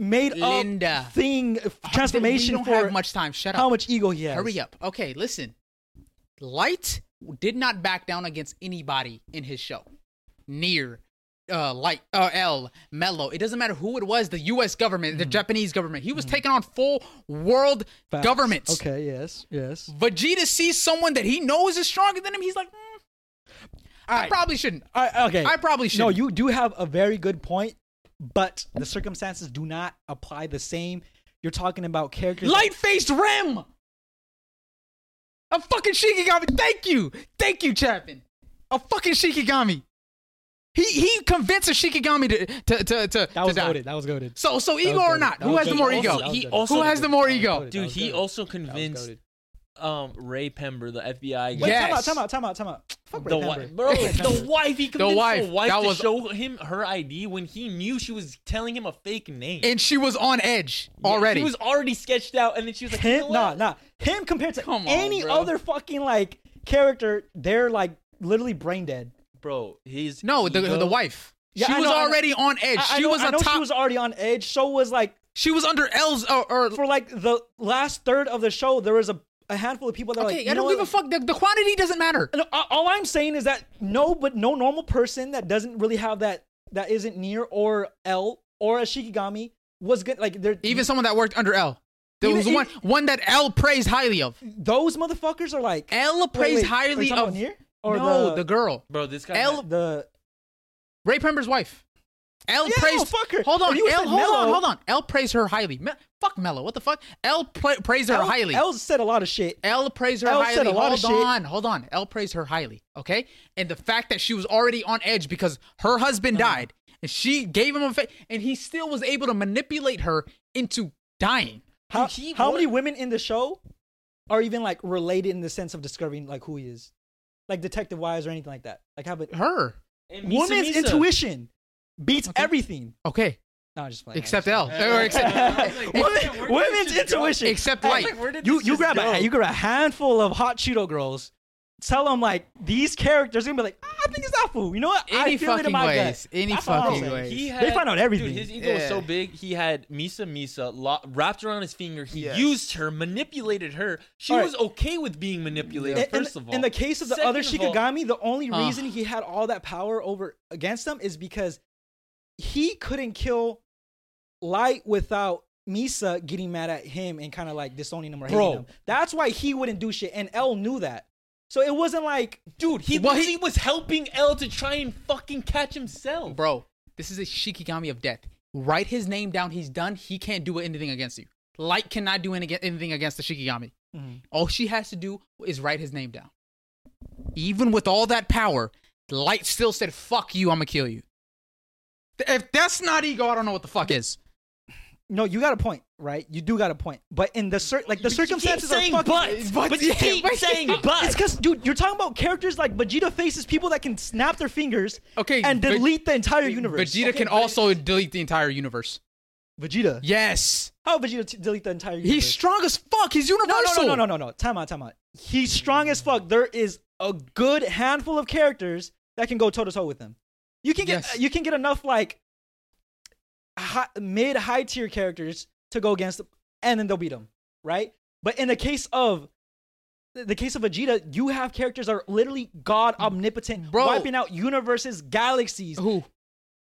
Speaker 2: made up
Speaker 1: Linda.
Speaker 2: thing transformation
Speaker 1: we don't
Speaker 2: for
Speaker 1: have much time. Shut up.
Speaker 2: how much ego he has.
Speaker 1: Hurry up. Okay, listen. Light did not back down against anybody in his show. Near, uh, Light, uh, L, Mello. It doesn't matter who it was. The U.S. government, the Japanese government. He was taking on full world
Speaker 2: Hmm. Facts.
Speaker 1: governments.
Speaker 2: Okay. Yes. Yes.
Speaker 1: Vegeta sees someone that he knows is stronger than him. He's like, mm, I
Speaker 2: right.
Speaker 1: probably shouldn't.
Speaker 2: I, okay.
Speaker 1: I probably
Speaker 2: No,
Speaker 1: shouldn't.
Speaker 2: you do have a very good point, but the circumstances do not apply the same. You're talking about characters.
Speaker 1: Light faced Rem! A fucking Shikigami. Thank you. Thank you, Chapin. A fucking Shikigami. He he convinced a Shikigami to to to, to,
Speaker 2: that was
Speaker 1: to die.
Speaker 2: goaded. That was goaded.
Speaker 1: So so ego
Speaker 2: was
Speaker 1: or
Speaker 2: goated.
Speaker 1: not,
Speaker 2: That
Speaker 1: who
Speaker 2: was
Speaker 1: has the
Speaker 3: goated.
Speaker 1: more
Speaker 3: He
Speaker 1: ego?
Speaker 3: also- he
Speaker 2: That was
Speaker 3: also-
Speaker 1: who has the more
Speaker 2: goated.
Speaker 1: ego?
Speaker 2: That
Speaker 3: Dude,
Speaker 2: was
Speaker 3: he
Speaker 2: goated.
Speaker 3: also
Speaker 2: That was
Speaker 3: convinced
Speaker 2: goated.
Speaker 3: um Ray Pember, the FBI guy.
Speaker 2: Wait, time
Speaker 1: Yes.
Speaker 2: out, time out, time out, time out. Fuck
Speaker 3: The
Speaker 2: Ray
Speaker 3: wife,
Speaker 2: Pember.
Speaker 3: bro.
Speaker 2: Ray
Speaker 3: The
Speaker 2: Pember.
Speaker 3: wife. He convinced the wife,
Speaker 1: wife, that
Speaker 3: to
Speaker 1: was-
Speaker 3: show him her ID when he knew she was telling him a fake name.
Speaker 1: And she was on edge
Speaker 3: Yeah,
Speaker 1: already.
Speaker 3: He was already sketched out, and then she was like, you know
Speaker 2: Him, nah,
Speaker 3: what?
Speaker 2: nah. Him compared to
Speaker 1: Come on,
Speaker 2: any
Speaker 1: bro.
Speaker 2: other fucking like character, they're like literally brain dead.
Speaker 3: bro, his
Speaker 1: no, the
Speaker 3: ego-
Speaker 1: the wife.
Speaker 2: Yeah,
Speaker 1: she
Speaker 2: I
Speaker 1: was
Speaker 2: know, I know.
Speaker 1: already on edge.
Speaker 2: I, I
Speaker 1: she
Speaker 2: know,
Speaker 1: was
Speaker 2: I
Speaker 1: on
Speaker 2: know
Speaker 1: top.
Speaker 2: she was already on edge. So was like
Speaker 1: under L's or, or
Speaker 2: for like the last third of the show, there was a, a handful of people that were like,
Speaker 1: okay.
Speaker 2: you
Speaker 1: I
Speaker 2: know
Speaker 1: don't give
Speaker 2: what?
Speaker 1: a fuck. The, the quantity doesn't matter.
Speaker 2: No, a- all I'm saying is that no, but no normal person that doesn't really have that that isn't near or L or a Shikigami was good. Like they're
Speaker 1: Even someone that worked under L. There
Speaker 2: Even-
Speaker 1: was one
Speaker 2: even-
Speaker 1: one that L praised highly of.
Speaker 2: those motherfuckers are like
Speaker 1: L
Speaker 2: Wait, wait,
Speaker 1: praised
Speaker 2: are you
Speaker 1: highly
Speaker 2: talking about
Speaker 1: of
Speaker 2: near or
Speaker 1: no,
Speaker 2: the,
Speaker 1: the, girl.
Speaker 3: bro. This guy,
Speaker 1: El-
Speaker 2: the
Speaker 1: Ray Pember's wife. Elle
Speaker 2: Yeah,
Speaker 1: praised.
Speaker 2: no, fuck her.
Speaker 1: Hold
Speaker 2: Or
Speaker 1: on,
Speaker 2: you
Speaker 1: Elle,
Speaker 2: said
Speaker 1: hold on,
Speaker 2: Mello.
Speaker 1: hold on. Elle praised her highly. Me- fuck Mello. What the fuck? Elle pra- praised her
Speaker 2: L,
Speaker 1: highly.
Speaker 2: L said a lot of shit.
Speaker 1: Elle praised her
Speaker 2: Elle
Speaker 1: highly.
Speaker 2: said a lot
Speaker 1: hold
Speaker 2: of shit.
Speaker 1: on, hold on. Elle praised her highly. Okay, and the fact that she was already on edge because her
Speaker 2: Mm.
Speaker 1: husband died, and she gave him a fa- and he still was able to manipulate her into dying.
Speaker 2: How,
Speaker 3: he
Speaker 2: how
Speaker 3: was-
Speaker 2: many women in the show are even like related in the sense of discovering like who he is? like detective wise or anything like that. Like how about
Speaker 1: Her.
Speaker 3: And Misa
Speaker 2: woman's
Speaker 3: Misa.
Speaker 2: intuition beats
Speaker 1: Okay.
Speaker 2: everything.
Speaker 1: Okay.
Speaker 2: No, I'm just playing.
Speaker 1: Except
Speaker 2: I'm
Speaker 1: L. Or except,
Speaker 3: Hey, hey,
Speaker 2: Women-
Speaker 3: hey, where did
Speaker 2: women's
Speaker 3: this go?
Speaker 2: intuition.
Speaker 1: except
Speaker 3: Like,
Speaker 1: Light.
Speaker 3: where did
Speaker 2: you
Speaker 3: this
Speaker 2: you
Speaker 3: just
Speaker 2: grab
Speaker 3: go?
Speaker 2: a you grab a handful of hot Cheeto girls. Tell them like these characters are gonna be like, "Ah, I think it's Apu. You know what?
Speaker 1: Any
Speaker 2: I feel it in
Speaker 1: fucking
Speaker 2: my
Speaker 1: ways.
Speaker 2: gut.
Speaker 1: Any
Speaker 2: That's all I'm
Speaker 1: fucking
Speaker 2: saying.
Speaker 1: ways.
Speaker 3: He
Speaker 2: They found out everything.
Speaker 3: Dude, his ego was so
Speaker 1: Yeah.
Speaker 3: big. He had Misa Misa lo- wrapped around his finger. He
Speaker 1: Yes.
Speaker 3: used her, manipulated her. She
Speaker 2: All right.
Speaker 3: was okay with being manipulated.
Speaker 2: In- in-
Speaker 3: First of all,
Speaker 2: in the case of the
Speaker 3: Second
Speaker 2: other
Speaker 3: of all-
Speaker 2: Shikigami, the only
Speaker 1: Ugh.
Speaker 2: reason he had all that power over against them is because he couldn't kill Light without Misa getting mad at him and kind of like disowning him or hating
Speaker 3: Bro.
Speaker 2: him. That's why he wouldn't do shit, and L knew that. So it wasn't like
Speaker 3: dude, he,
Speaker 1: Well, he-
Speaker 3: he was helping L to try and fucking catch himself.
Speaker 1: Bro, this is a Shikigami of death. Write his name down. He's done. He can't do anything against you. Light cannot do any- anything against the Shikigami.
Speaker 2: Mm-hmm.
Speaker 1: All she has to do is write his name down. Even with all that power, Light still said, fuck you, I'm gonna kill you. Th- If that's not ego, I don't know what the fuck is.
Speaker 2: no, you got a point, right? You do got a point, but in the cir- like the
Speaker 3: But you
Speaker 2: circumstances
Speaker 3: keep
Speaker 2: are
Speaker 3: saying
Speaker 2: fucking.
Speaker 3: but,
Speaker 1: But
Speaker 3: but, you
Speaker 1: yeah,
Speaker 3: keep
Speaker 1: but-
Speaker 3: saying but.
Speaker 2: It's because, dude, you're talking about characters like Vegeta faces people that can snap their fingers
Speaker 1: Okay,
Speaker 2: and
Speaker 1: Ve-
Speaker 2: delete the entire universe.
Speaker 1: Vegeta can also delete the entire universe.
Speaker 2: Vegeta.
Speaker 1: Yes.
Speaker 2: How would Vegeta t- delete the entire universe? Oh,
Speaker 1: He's strong as fuck. He's
Speaker 2: no,
Speaker 1: universal.
Speaker 2: no, no, no, no, no, no. Time out, time out. He's strong as fuck. There is a good handful of characters that can go toe to toe with him. You can get
Speaker 1: Yes.
Speaker 2: you can get enough like high, mid high tier characters to go against, and then they'll beat him, right? But in the case of the case of Vegeta, you have characters that are literally god omnipotent,
Speaker 1: Bro.
Speaker 2: wiping out universes, galaxies.
Speaker 1: Who?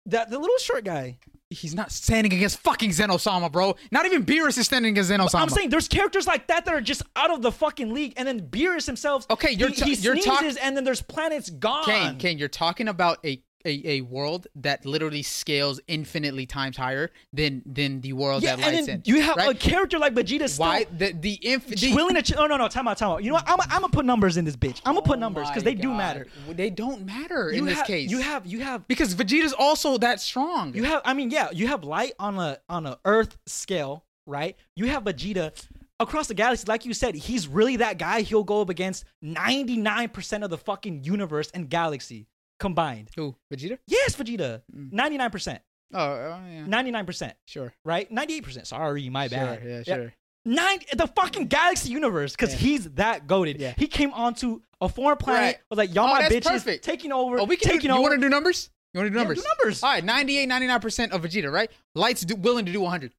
Speaker 2: That the little short guy.
Speaker 1: He's not standing against fucking Zenosama, bro. Not even Beerus is standing against Zenosama.
Speaker 2: I'm saying there's characters like that that are just out of the fucking league, and then Beerus himself.
Speaker 1: Okay, you're
Speaker 2: he,
Speaker 1: ta-
Speaker 2: he
Speaker 1: you're
Speaker 2: sneezes,
Speaker 1: talk-
Speaker 2: and then there's planets gone.
Speaker 1: Kane, Kane, you're talking about a, a a world that literally scales infinitely times higher than than the world
Speaker 2: yeah,
Speaker 1: that lights
Speaker 2: and then
Speaker 1: in.
Speaker 2: you have a
Speaker 1: right?
Speaker 2: character like Vegeta still
Speaker 1: why the the inf- the-
Speaker 2: willing to. Ch- oh no, no, time out, time out. You know what? I'm I'm gonna put numbers in this bitch. I'm gonna put
Speaker 1: Oh
Speaker 2: numbers because
Speaker 1: my
Speaker 2: they do
Speaker 1: God.
Speaker 2: matter.
Speaker 1: They don't matter
Speaker 2: You
Speaker 1: in this
Speaker 2: have-
Speaker 1: case.
Speaker 2: you have you have
Speaker 1: because Vegeta's also that strong.
Speaker 2: you have. I mean, yeah, you have light on a on a Earth scale, right? You have Vegeta. Across the galaxy, like you said, he's really that guy. He'll go up against 99% of the fucking universe and galaxy combined.
Speaker 1: Who? Vegeta?
Speaker 2: Yes, Vegeta.
Speaker 1: Mm.
Speaker 2: Ninety-nine percent.
Speaker 1: Oh, oh, yeah.
Speaker 2: Ninety-nine percent.
Speaker 1: Sure.
Speaker 2: Right? Ninety-eight percent. Sorry, my bad.
Speaker 1: Sure, yeah,
Speaker 2: Yeah.
Speaker 1: sure.
Speaker 2: Nine. The fucking galaxy universe, because
Speaker 1: Yeah.
Speaker 2: he's that goaded.
Speaker 1: Yeah.
Speaker 2: He came onto a foreign planet.
Speaker 1: Right.
Speaker 2: Was like, y'all
Speaker 1: Oh,
Speaker 2: my
Speaker 1: that's
Speaker 2: bitches
Speaker 1: perfect.
Speaker 2: taking over.
Speaker 1: Oh, we can. Do,
Speaker 2: taking
Speaker 1: you
Speaker 2: over.
Speaker 1: want to do numbers? You want to do
Speaker 2: Yeah,
Speaker 1: numbers?
Speaker 2: do numbers.
Speaker 1: All right, 98, 99% of Vegeta, right? Light's do, willing to do 100.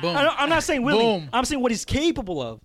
Speaker 1: Boom.
Speaker 2: I don't, I'm not saying Willie.
Speaker 1: Boom.
Speaker 2: I'm saying what he's capable of.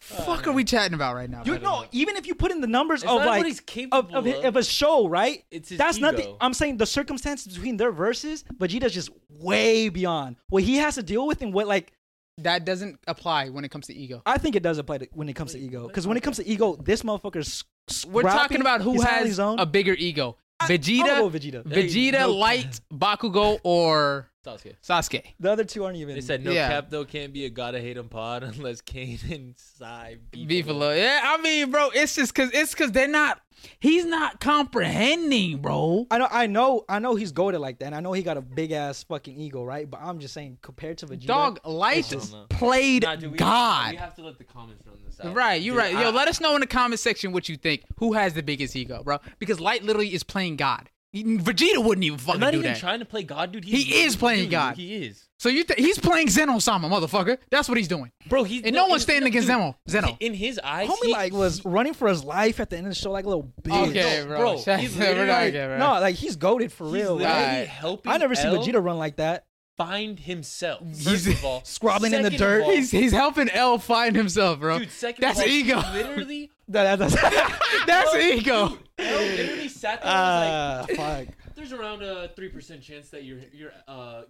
Speaker 1: fuck are we chatting about right now?
Speaker 2: You know, even if you put in the numbers
Speaker 3: It's
Speaker 2: of
Speaker 3: not what
Speaker 2: like
Speaker 3: he's
Speaker 2: of,
Speaker 3: capable
Speaker 2: of,
Speaker 3: of.
Speaker 2: of a show, right?
Speaker 3: It's his
Speaker 2: That's nothing.
Speaker 3: ego.
Speaker 2: I'm saying the circumstances between their verses, Vegeta's just way beyond what he has to deal with and what like
Speaker 1: that doesn't apply when it comes to ego.
Speaker 2: I think it does apply to, when it comes to ego. Because when it comes to ego, this motherfucker's. s-
Speaker 1: We're
Speaker 2: scrappy,
Speaker 1: talking about who
Speaker 2: he's handling
Speaker 1: has
Speaker 2: his own.
Speaker 1: a bigger ego.
Speaker 2: I'll go
Speaker 1: Vegeta,
Speaker 2: with Vegeta.
Speaker 1: Vegeta,
Speaker 3: Hey, no-
Speaker 1: Light, Bakugo, or
Speaker 3: Sasuke.
Speaker 1: Sasuke.
Speaker 2: The other two aren't even.
Speaker 3: They said no
Speaker 1: Yeah.
Speaker 3: cap though can't be a gotta hate him pod unless Kane and Sai beef,
Speaker 1: Beef a
Speaker 3: him up.
Speaker 1: little. Yeah, I mean, bro, it's just cause it's cause they're not he's not comprehending, bro.
Speaker 2: I know, I know, I know he's goaded like that. And I know he got a big ass fucking ego, right? But I'm just saying, compared to Vegeta,
Speaker 1: Dog, Light
Speaker 3: don't know.
Speaker 1: played
Speaker 3: Nah, dude, we-
Speaker 1: God.
Speaker 3: We have to let the comments run this out.
Speaker 1: Right, you're
Speaker 3: Dude,
Speaker 1: right. Yo, let us know in the comment section what you think. Who has the biggest ego, bro? Because Light literally is playing God. Vegeta wouldn't even
Speaker 3: I'm
Speaker 1: fucking
Speaker 3: not
Speaker 1: do
Speaker 3: even
Speaker 1: that.
Speaker 3: trying to play God, dude.
Speaker 1: He is playing
Speaker 3: dude,
Speaker 1: God.
Speaker 3: He is,
Speaker 1: so you th- he's playing Zenosama, motherfucker. That's what he's doing.
Speaker 3: bro. He's
Speaker 1: And no one's standing against
Speaker 3: dude,
Speaker 1: Zeno- Zeno.
Speaker 3: In his eyes,
Speaker 2: homie
Speaker 3: he,
Speaker 2: like was running for his life at the end of the show like a little bitch.
Speaker 1: Okay,
Speaker 3: no,
Speaker 1: bro.
Speaker 3: bro,
Speaker 1: Shut-
Speaker 3: he's
Speaker 1: we're not
Speaker 3: literally-
Speaker 1: getting-
Speaker 2: No, like he's goaded for
Speaker 3: he's
Speaker 2: real.
Speaker 3: literally
Speaker 2: Right?
Speaker 1: Right.
Speaker 3: helping.
Speaker 2: I never seen
Speaker 3: L
Speaker 2: Vegeta run like that.
Speaker 3: find himself.
Speaker 1: He's-
Speaker 3: First of all,
Speaker 2: Scrabbling in the
Speaker 3: Second of
Speaker 2: dirt.
Speaker 3: all-
Speaker 1: He's he's helping L find himself, bro.
Speaker 3: dude. Second,
Speaker 1: that's
Speaker 3: of all,
Speaker 1: ego.
Speaker 3: Literally,
Speaker 2: That- that- that's-
Speaker 1: That's
Speaker 3: Bro,
Speaker 1: ego.
Speaker 3: dude, L literally sat there. and was like,
Speaker 2: Ah, fuck.
Speaker 1: Uh.
Speaker 3: there's around a three percent chance that you're you're uh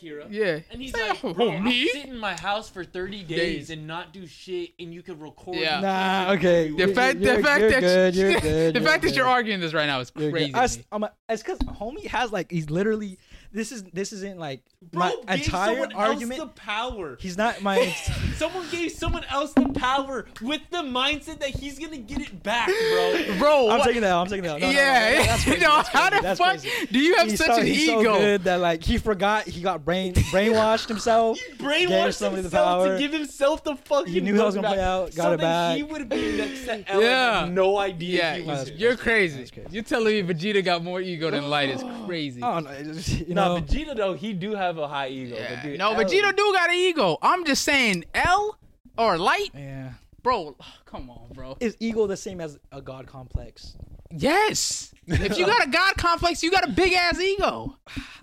Speaker 3: Kira.
Speaker 1: Yeah.
Speaker 3: And he's
Speaker 1: Yeah,
Speaker 3: like, bro,
Speaker 1: who,
Speaker 3: I'll
Speaker 1: me?
Speaker 3: sit in my house for thirty days
Speaker 1: Days.
Speaker 3: and not do shit, and you could record.
Speaker 1: Yeah.
Speaker 2: Nah, okay.
Speaker 1: The
Speaker 2: You're-
Speaker 1: fact,
Speaker 2: you're-
Speaker 1: the fact
Speaker 2: you're
Speaker 1: that
Speaker 2: good,
Speaker 1: you-
Speaker 2: you're good,
Speaker 1: the fact that
Speaker 2: good.
Speaker 1: you're arguing this right now is
Speaker 2: You're
Speaker 1: crazy.
Speaker 2: good.
Speaker 1: to
Speaker 2: I s-
Speaker 1: me.
Speaker 2: I'm a- it's because homie has like he's literally this is this isn't like
Speaker 3: Bro
Speaker 2: my
Speaker 3: gave
Speaker 2: entire
Speaker 3: someone
Speaker 2: argument.
Speaker 3: else the power.
Speaker 2: He's not my.
Speaker 3: someone gave someone else the power with the mindset that he's gonna get it back, bro.
Speaker 1: bro.
Speaker 2: I'm
Speaker 1: what-
Speaker 2: taking that. out, I'm taking that. out. No, no, no,
Speaker 1: yeah,
Speaker 2: no, that's crazy,
Speaker 1: you know
Speaker 2: that's
Speaker 1: how
Speaker 2: crazy,
Speaker 1: the
Speaker 2: that's
Speaker 1: fuck
Speaker 2: crazy.
Speaker 1: do you have
Speaker 2: He's
Speaker 1: such
Speaker 2: so,
Speaker 1: an
Speaker 2: he's
Speaker 1: ego?
Speaker 2: so good that like he forgot he got brain brainwashed himself.
Speaker 3: He
Speaker 2: Gave
Speaker 3: brainwashed
Speaker 2: somebody the
Speaker 3: himself
Speaker 2: power.
Speaker 3: to give himself the fucking.
Speaker 2: He knew how it was
Speaker 3: book
Speaker 2: gonna play
Speaker 3: back.
Speaker 2: out, got
Speaker 3: so
Speaker 2: it
Speaker 3: that
Speaker 2: back.
Speaker 3: He would be next to Ellen.
Speaker 1: Yeah.
Speaker 3: with No idea.
Speaker 1: Yeah,
Speaker 3: he
Speaker 1: you-
Speaker 2: was-
Speaker 3: was
Speaker 2: that's-
Speaker 1: you're crazy.
Speaker 2: that's crazy. Oh,
Speaker 1: You're telling me Vegeta got more ego than Light is crazy.
Speaker 2: I don't know. it just- You
Speaker 3: Nah,
Speaker 2: know,
Speaker 3: Vegeta though he do have a high ego.
Speaker 1: Yeah.
Speaker 3: But dude,
Speaker 1: no,
Speaker 3: Ellen-
Speaker 1: Vegeta do got an ego. I'm just saying L or Light,
Speaker 2: yeah.
Speaker 1: bro. Come on, bro.
Speaker 2: Is ego the same as a god complex?
Speaker 1: Yes. If you got a god complex, you got a big ass ego.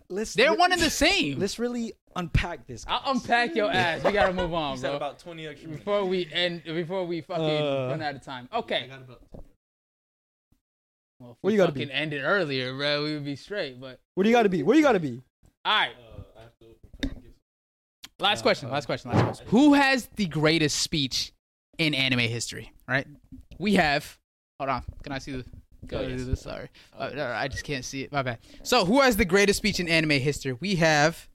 Speaker 2: Let's.
Speaker 1: They're
Speaker 2: let-
Speaker 1: one and the same.
Speaker 2: Let's really unpack this.
Speaker 1: I'll unpack your ass. We gotta move on,
Speaker 3: He said
Speaker 1: bro.
Speaker 3: about twenty extra minutes.
Speaker 1: Before we end, before we fucking
Speaker 2: Uh,
Speaker 1: run out of time. Okay.
Speaker 3: I got about-
Speaker 1: Well, if
Speaker 2: Where
Speaker 1: we
Speaker 2: you gotta
Speaker 1: fucking
Speaker 2: be?
Speaker 1: end it earlier, bro, we would be straight. But
Speaker 2: Where do you got to be? Where you got to be?
Speaker 1: all right.
Speaker 3: uh, I have to fucking get-
Speaker 1: Last question. Last question. Last question. Who has the greatest speech in anime history? Right. We have. Hold on. Can I see the? Go
Speaker 3: Oh, yes.
Speaker 1: to the- Sorry. Uh, no, I just can't see it. My bad. So who has the greatest speech in anime history? We have.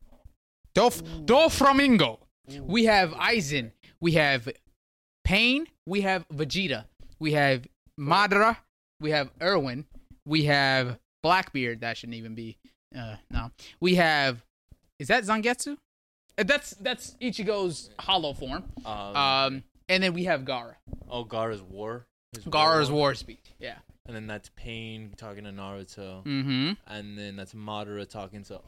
Speaker 1: Dolph Doflamingo. We have Aizen. We have Pain. We have Vegeta. We have Madara. We have Erwin. We have Blackbeard. That shouldn't even be. Uh, no. We have. Is that Zangetsu? Uh, That's that's Ichigo's hollow form.
Speaker 2: Oh,
Speaker 3: Um,
Speaker 1: Um, and then we have Gara.
Speaker 3: oh, Gara's war. His
Speaker 1: Gara's war speech. Yeah.
Speaker 3: And then that's Pain talking to Naruto.
Speaker 1: Mm-hmm.
Speaker 3: And then that's Madara talking to.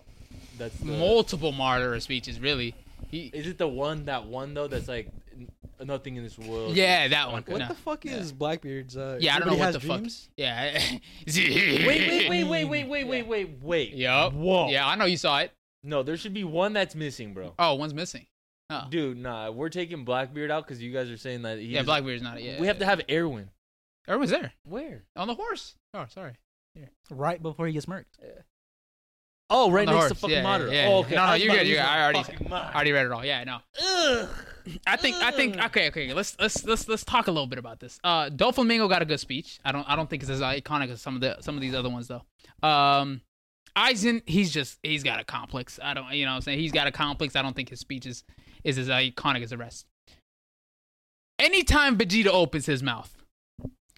Speaker 3: That's the,
Speaker 1: Multiple Madara speeches, really. He,
Speaker 3: Is it the one that one though? That's like n- nothing in this world.
Speaker 1: yeah, that one.
Speaker 2: What
Speaker 1: No.
Speaker 2: the fuck is Blackbeard's? Uh,
Speaker 1: Yeah, I don't know
Speaker 2: Everybody
Speaker 1: what the
Speaker 2: Has Dreams?
Speaker 1: fuck. Yeah.
Speaker 3: Wait, wait, wait, wait, wait, wait, wait, wait, wait.
Speaker 1: Yup.
Speaker 3: Whoa.
Speaker 1: Yeah, I know you saw it.
Speaker 3: No, there should be one that's missing, bro.
Speaker 1: Oh, one's missing. Oh.
Speaker 3: Dude, nah, we're taking Blackbeard out because you guys are saying that. He
Speaker 1: yeah,
Speaker 3: doesn't-
Speaker 1: Blackbeard's not it. Yeah,
Speaker 3: we have to have Erwin.
Speaker 1: Everyone's there
Speaker 3: Where?
Speaker 1: on the horse. Oh, sorry.
Speaker 2: Right before he gets murked.
Speaker 3: Oh, right
Speaker 1: On the
Speaker 3: next to
Speaker 1: horse,
Speaker 3: fucking
Speaker 1: yeah,
Speaker 3: Madara.
Speaker 1: yeah, yeah.
Speaker 3: Oh, okay.
Speaker 1: No, no,
Speaker 3: I was
Speaker 1: you're
Speaker 3: about
Speaker 1: good,
Speaker 3: to
Speaker 1: you're
Speaker 3: use
Speaker 1: good.
Speaker 3: my
Speaker 1: I already-
Speaker 3: fucking
Speaker 1: I
Speaker 3: mind.
Speaker 1: already read it all. Yeah, no.
Speaker 3: Ugh.
Speaker 1: I think I think
Speaker 3: Ugh.
Speaker 1: okay okay let's let's let's let's talk a little bit about this. Uh, Doflamingo got a good speech. I don't I don't think it's as iconic as some of the some of these other ones though. Um, Eisen he's just he's got a complex. I don't you know what I'm saying he's got a complex. I don't think his speech is is as iconic as the rest. Anytime Vegeta opens his mouth,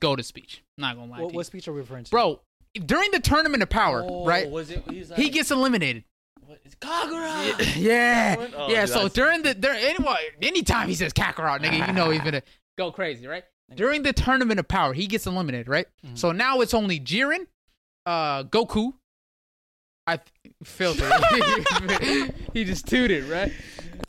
Speaker 1: go to speech. Not gonna lie,
Speaker 2: What,
Speaker 1: to you.
Speaker 2: what speech are we referring to? Uh,
Speaker 1: bro. During the tournament of power,
Speaker 3: Oh,
Speaker 1: right?
Speaker 3: Was it? He's like,
Speaker 1: He gets eliminated.
Speaker 3: What is Kagura?
Speaker 1: yeah,
Speaker 3: one? Oh,
Speaker 1: yeah.
Speaker 3: dude,
Speaker 1: So
Speaker 3: I-
Speaker 1: during the there anyway, anytime he says Kakarot, nigga, you know he's gonna go crazy, right? Mm-hmm. During the tournament of power, he gets eliminated, right? So now it's only Jiren, uh, Goku. I th- filtered. he just tooted, right? Um,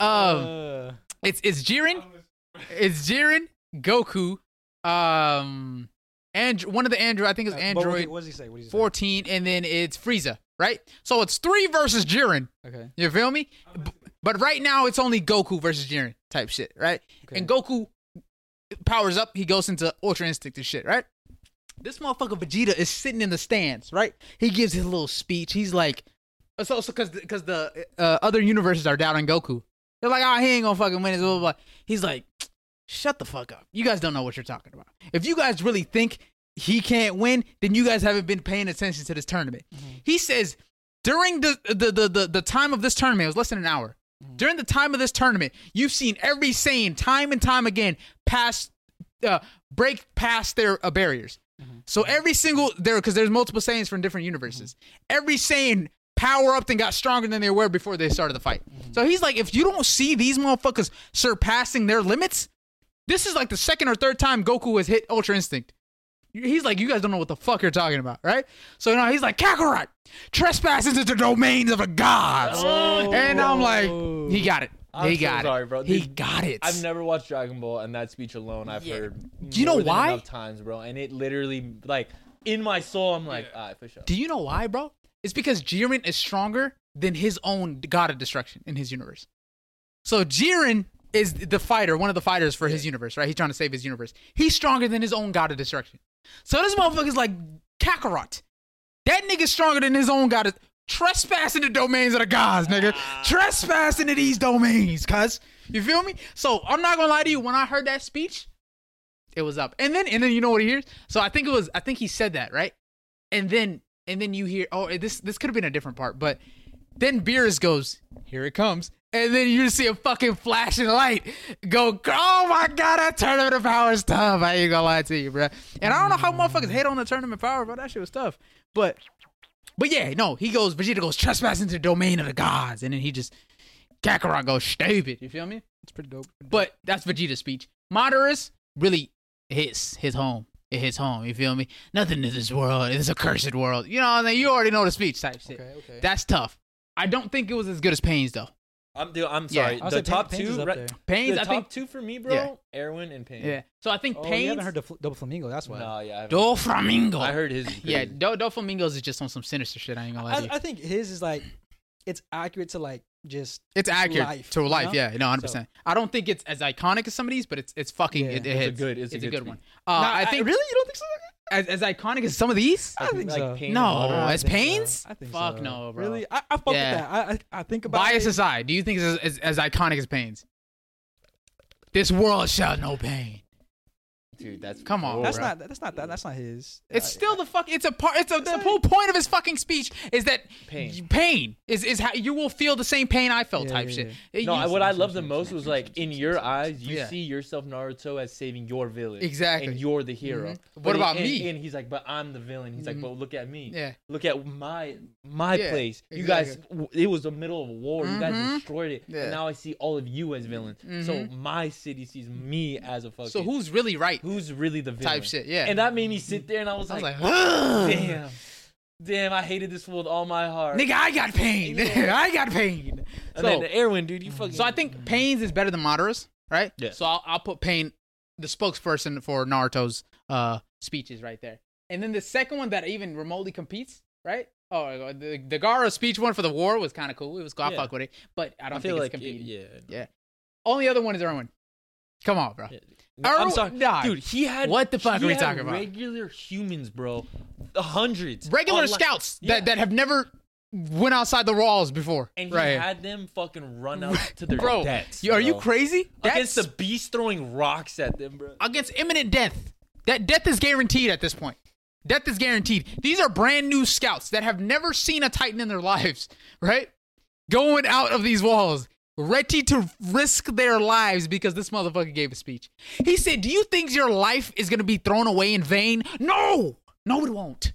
Speaker 2: Uh,
Speaker 1: it's it's Jiren, it's Jiren, Goku, um, and one of the Android, I think it's
Speaker 2: uh, but What,
Speaker 1: Android
Speaker 2: did- what does he say? What does he say?
Speaker 1: 14, and then it's Frieza, right? So it's three versus Jiren.
Speaker 2: Okay.
Speaker 1: You feel me? B- But right now it's only Goku versus Jiren type shit, right?
Speaker 2: Okay.
Speaker 1: And Goku powers up, he goes into Ultra Instinct and shit, right? This motherfucker Vegeta is sitting in the stands, right? He gives his little speech. He's like, so so because because the uh, other universes are down on Goku. They're like, ah, he ain't gonna fucking win. This blah, blah blah. He's like, shut the fuck up. You guys don't know what you're talking about. If you guys really think he can't win, then you guys haven't been paying attention to this tournament. He says during the the, the the the time of this tournament, it was less than an hour. During the time of this tournament, you've seen every Saiyan time and time again pass uh, break past their uh, barriers. So every single there because there's multiple Saiyans from different universes. Every Saiyan power up and got stronger than they were before they started the fight. So he's like, if you don't see these motherfuckers surpassing their limits, this is like the second or third time Goku has hit Ultra Instinct. He's like, you guys don't know what the fuck you're talking about, right? So now he's like, Kakarot trespasses into the domains of the gods,
Speaker 3: Oh.
Speaker 1: and I'm like,
Speaker 2: Oh.
Speaker 1: he got it,
Speaker 3: I'm
Speaker 1: he
Speaker 3: so
Speaker 1: got
Speaker 3: sorry,
Speaker 1: it,
Speaker 3: bro.
Speaker 1: he
Speaker 3: Dude,
Speaker 1: got it.
Speaker 3: I've never watched Dragon Ball, and that speech alone I've
Speaker 1: Yeah.
Speaker 3: heard.
Speaker 1: Do you know
Speaker 3: more than
Speaker 1: why?
Speaker 3: Enough times, bro, and it literally like in my soul, I'm like, all right, for sure.
Speaker 1: Do you know why, bro? It's because Jiren is stronger than his own god of destruction in his universe. So Jiren is the fighter, one of the fighters for his universe, right? He's trying to save his universe. He's stronger than his own god of destruction. So this motherfucker's like Kakarot. That nigga's stronger than his own god. Of, trespassing the domains of the gods, nigga. Trespassing into these domains, cuz. You feel me? So I'm not gonna lie to you. When I heard that speech, it was up. And then and then you know what he hears? So I think it was I think he said that, right? and then and then you hear oh this this could have been a different part but Then Beerus goes, here it comes. And then you see a fucking flashing light go, oh my god, that tournament of power is tough. I ain't gonna lie to you, bro. And I don't know how motherfuckers hate on the tournament of power, bro. That shit was tough. But but yeah, no, he goes, Vegeta goes, trespass into the domain of the gods. And then he just, Kakarot goes, stupid. You feel me?
Speaker 2: It's pretty dope.
Speaker 1: But that's Vegeta's speech. Madara's really hits his home. It hits home. You feel me? Nothing in this world. It's a cursed world. You know, what I mean? you already know the speech type shit.
Speaker 2: okay, okay.
Speaker 1: That's tough. I don't think it was as good as Pains though.
Speaker 3: I'm dude, I'm
Speaker 1: Yeah.
Speaker 3: sorry.
Speaker 2: I would
Speaker 3: the
Speaker 2: say Pain-
Speaker 3: top
Speaker 2: Pains is
Speaker 3: two,
Speaker 2: up
Speaker 3: right-
Speaker 2: there.
Speaker 1: Pains,
Speaker 3: the
Speaker 1: I
Speaker 3: top
Speaker 1: think.
Speaker 3: two for me, bro.
Speaker 1: Yeah.
Speaker 3: Erwin and Pain.
Speaker 1: Yeah. So I think
Speaker 2: Oh,
Speaker 1: Pains.
Speaker 2: you haven't heard the fl- double flamingo. That's why.
Speaker 3: No, yeah. I haven't-
Speaker 1: Do Flamingo.
Speaker 3: I heard his. is
Speaker 1: Yeah,
Speaker 3: crazy.
Speaker 1: Do Flamingos is just on some sinister shit. I ain't gonna lie. to
Speaker 2: I,
Speaker 1: you.
Speaker 2: I think his is like, it's accurate to like just
Speaker 1: it's accurate
Speaker 2: life,
Speaker 1: to
Speaker 2: you
Speaker 1: life.
Speaker 2: know?
Speaker 1: Yeah, no, hundred percent. I don't think it's as iconic as some of these, but it's it's fucking
Speaker 2: Yeah.
Speaker 1: it, it
Speaker 3: It's a
Speaker 1: hits.
Speaker 3: good- it's a good speech.
Speaker 1: one. Uh,
Speaker 2: Nah,
Speaker 1: I think
Speaker 2: really you don't think so.
Speaker 1: as, as iconic as some of these.
Speaker 2: I think
Speaker 3: like
Speaker 2: so.
Speaker 3: Pain
Speaker 1: No.
Speaker 3: and Otter.
Speaker 1: Oh,
Speaker 2: I
Speaker 1: it's
Speaker 2: think so.
Speaker 1: Pains?
Speaker 2: I think
Speaker 1: Fuck
Speaker 2: so.
Speaker 1: no, bro.
Speaker 2: Really, I, I fuck
Speaker 1: Yeah.
Speaker 2: with that. I, I, I think about
Speaker 1: Bias
Speaker 2: it.
Speaker 1: aside, do you think it's as, as, as iconic as Pains? This world shall know pain.
Speaker 3: dude, that's
Speaker 1: Come on,
Speaker 3: cold,
Speaker 2: That's
Speaker 1: bro.
Speaker 2: not. That's not that. That's not his.
Speaker 1: It's
Speaker 2: I-
Speaker 1: still the fuck. It's a part. It's a the whole point of his fucking speech is that
Speaker 3: Pain.
Speaker 1: Pain is is how you will feel the same pain I felt
Speaker 2: Yeah,
Speaker 1: type
Speaker 2: yeah,
Speaker 1: shit.
Speaker 2: yeah.
Speaker 1: It-
Speaker 3: No,
Speaker 1: you-
Speaker 3: I, what I loved the most was like in your eyes, you
Speaker 1: Yeah.
Speaker 3: see yourself Naruto as saving your village,
Speaker 1: Exactly.
Speaker 3: and you're the hero.
Speaker 1: Mhm.
Speaker 3: But
Speaker 1: What
Speaker 3: in-
Speaker 1: about
Speaker 3: and,
Speaker 1: me? Mm-hmm.
Speaker 3: And he's like, but I'm the villain. He's like, but look at me.
Speaker 1: Yeah.
Speaker 3: Look at my my
Speaker 1: Yeah,
Speaker 3: place. You guys,
Speaker 1: exactly.
Speaker 3: w- it was the middle of a war. You guys
Speaker 1: Mhm.
Speaker 3: destroyed it.
Speaker 1: Yeah. Mm-hmm.
Speaker 3: And now I see all of you as villains. So my city sees me as a fucking.
Speaker 1: So who's really right?
Speaker 3: who's really the villain?
Speaker 1: shit, yeah.
Speaker 3: And that made me sit there, and I was
Speaker 1: I was
Speaker 3: like,
Speaker 1: like, "Ugh."
Speaker 3: damn, damn, I hated this fool with all my heart.
Speaker 1: nigga, I got pain.
Speaker 3: Yeah.
Speaker 1: I got pain.
Speaker 3: and
Speaker 1: so-
Speaker 3: then the Erwin, dude, you
Speaker 2: Mm-hmm.
Speaker 3: fucking.
Speaker 1: So I think Pains is better than Madara's, right?
Speaker 3: Yeah.
Speaker 1: So I'll, I'll put Pain, the spokesperson for Naruto's uh, speeches right there. And then the second one that even remotely competes, right? Oh, the, the Gara speech one for the war was kind of cool. It was cool. I
Speaker 3: Yeah.
Speaker 1: fuck with it, but I don't
Speaker 3: I feel
Speaker 1: think
Speaker 3: like
Speaker 1: it's
Speaker 3: it-
Speaker 1: competing.
Speaker 3: yeah.
Speaker 1: Only other one is Erwin. Come on, bro.
Speaker 3: Yeah.
Speaker 1: Erwin-
Speaker 3: I'm sorry,
Speaker 1: nah.
Speaker 3: dude. He had
Speaker 1: What the fuck
Speaker 3: he
Speaker 1: are we
Speaker 3: had
Speaker 1: talking about?
Speaker 3: Regular humans, bro. The Hundreds.
Speaker 1: Regular
Speaker 3: Online-
Speaker 1: scouts
Speaker 3: Yeah.
Speaker 1: that, that have never went outside the walls before.
Speaker 3: And he
Speaker 1: right.
Speaker 3: had them fucking run out to their
Speaker 1: bro,
Speaker 3: deaths.
Speaker 1: you- are you
Speaker 3: bro.
Speaker 1: crazy? That's-
Speaker 3: Against the beast throwing rocks at them, bro.
Speaker 1: against imminent death. That death is guaranteed at this point. Death is guaranteed. These are brand new scouts that have never seen a Titan in their lives, right? Going out of these walls, ready to risk their lives because this motherfucker gave a speech. He said, Do you think your life is going to be thrown away in vain? No, no, it won't.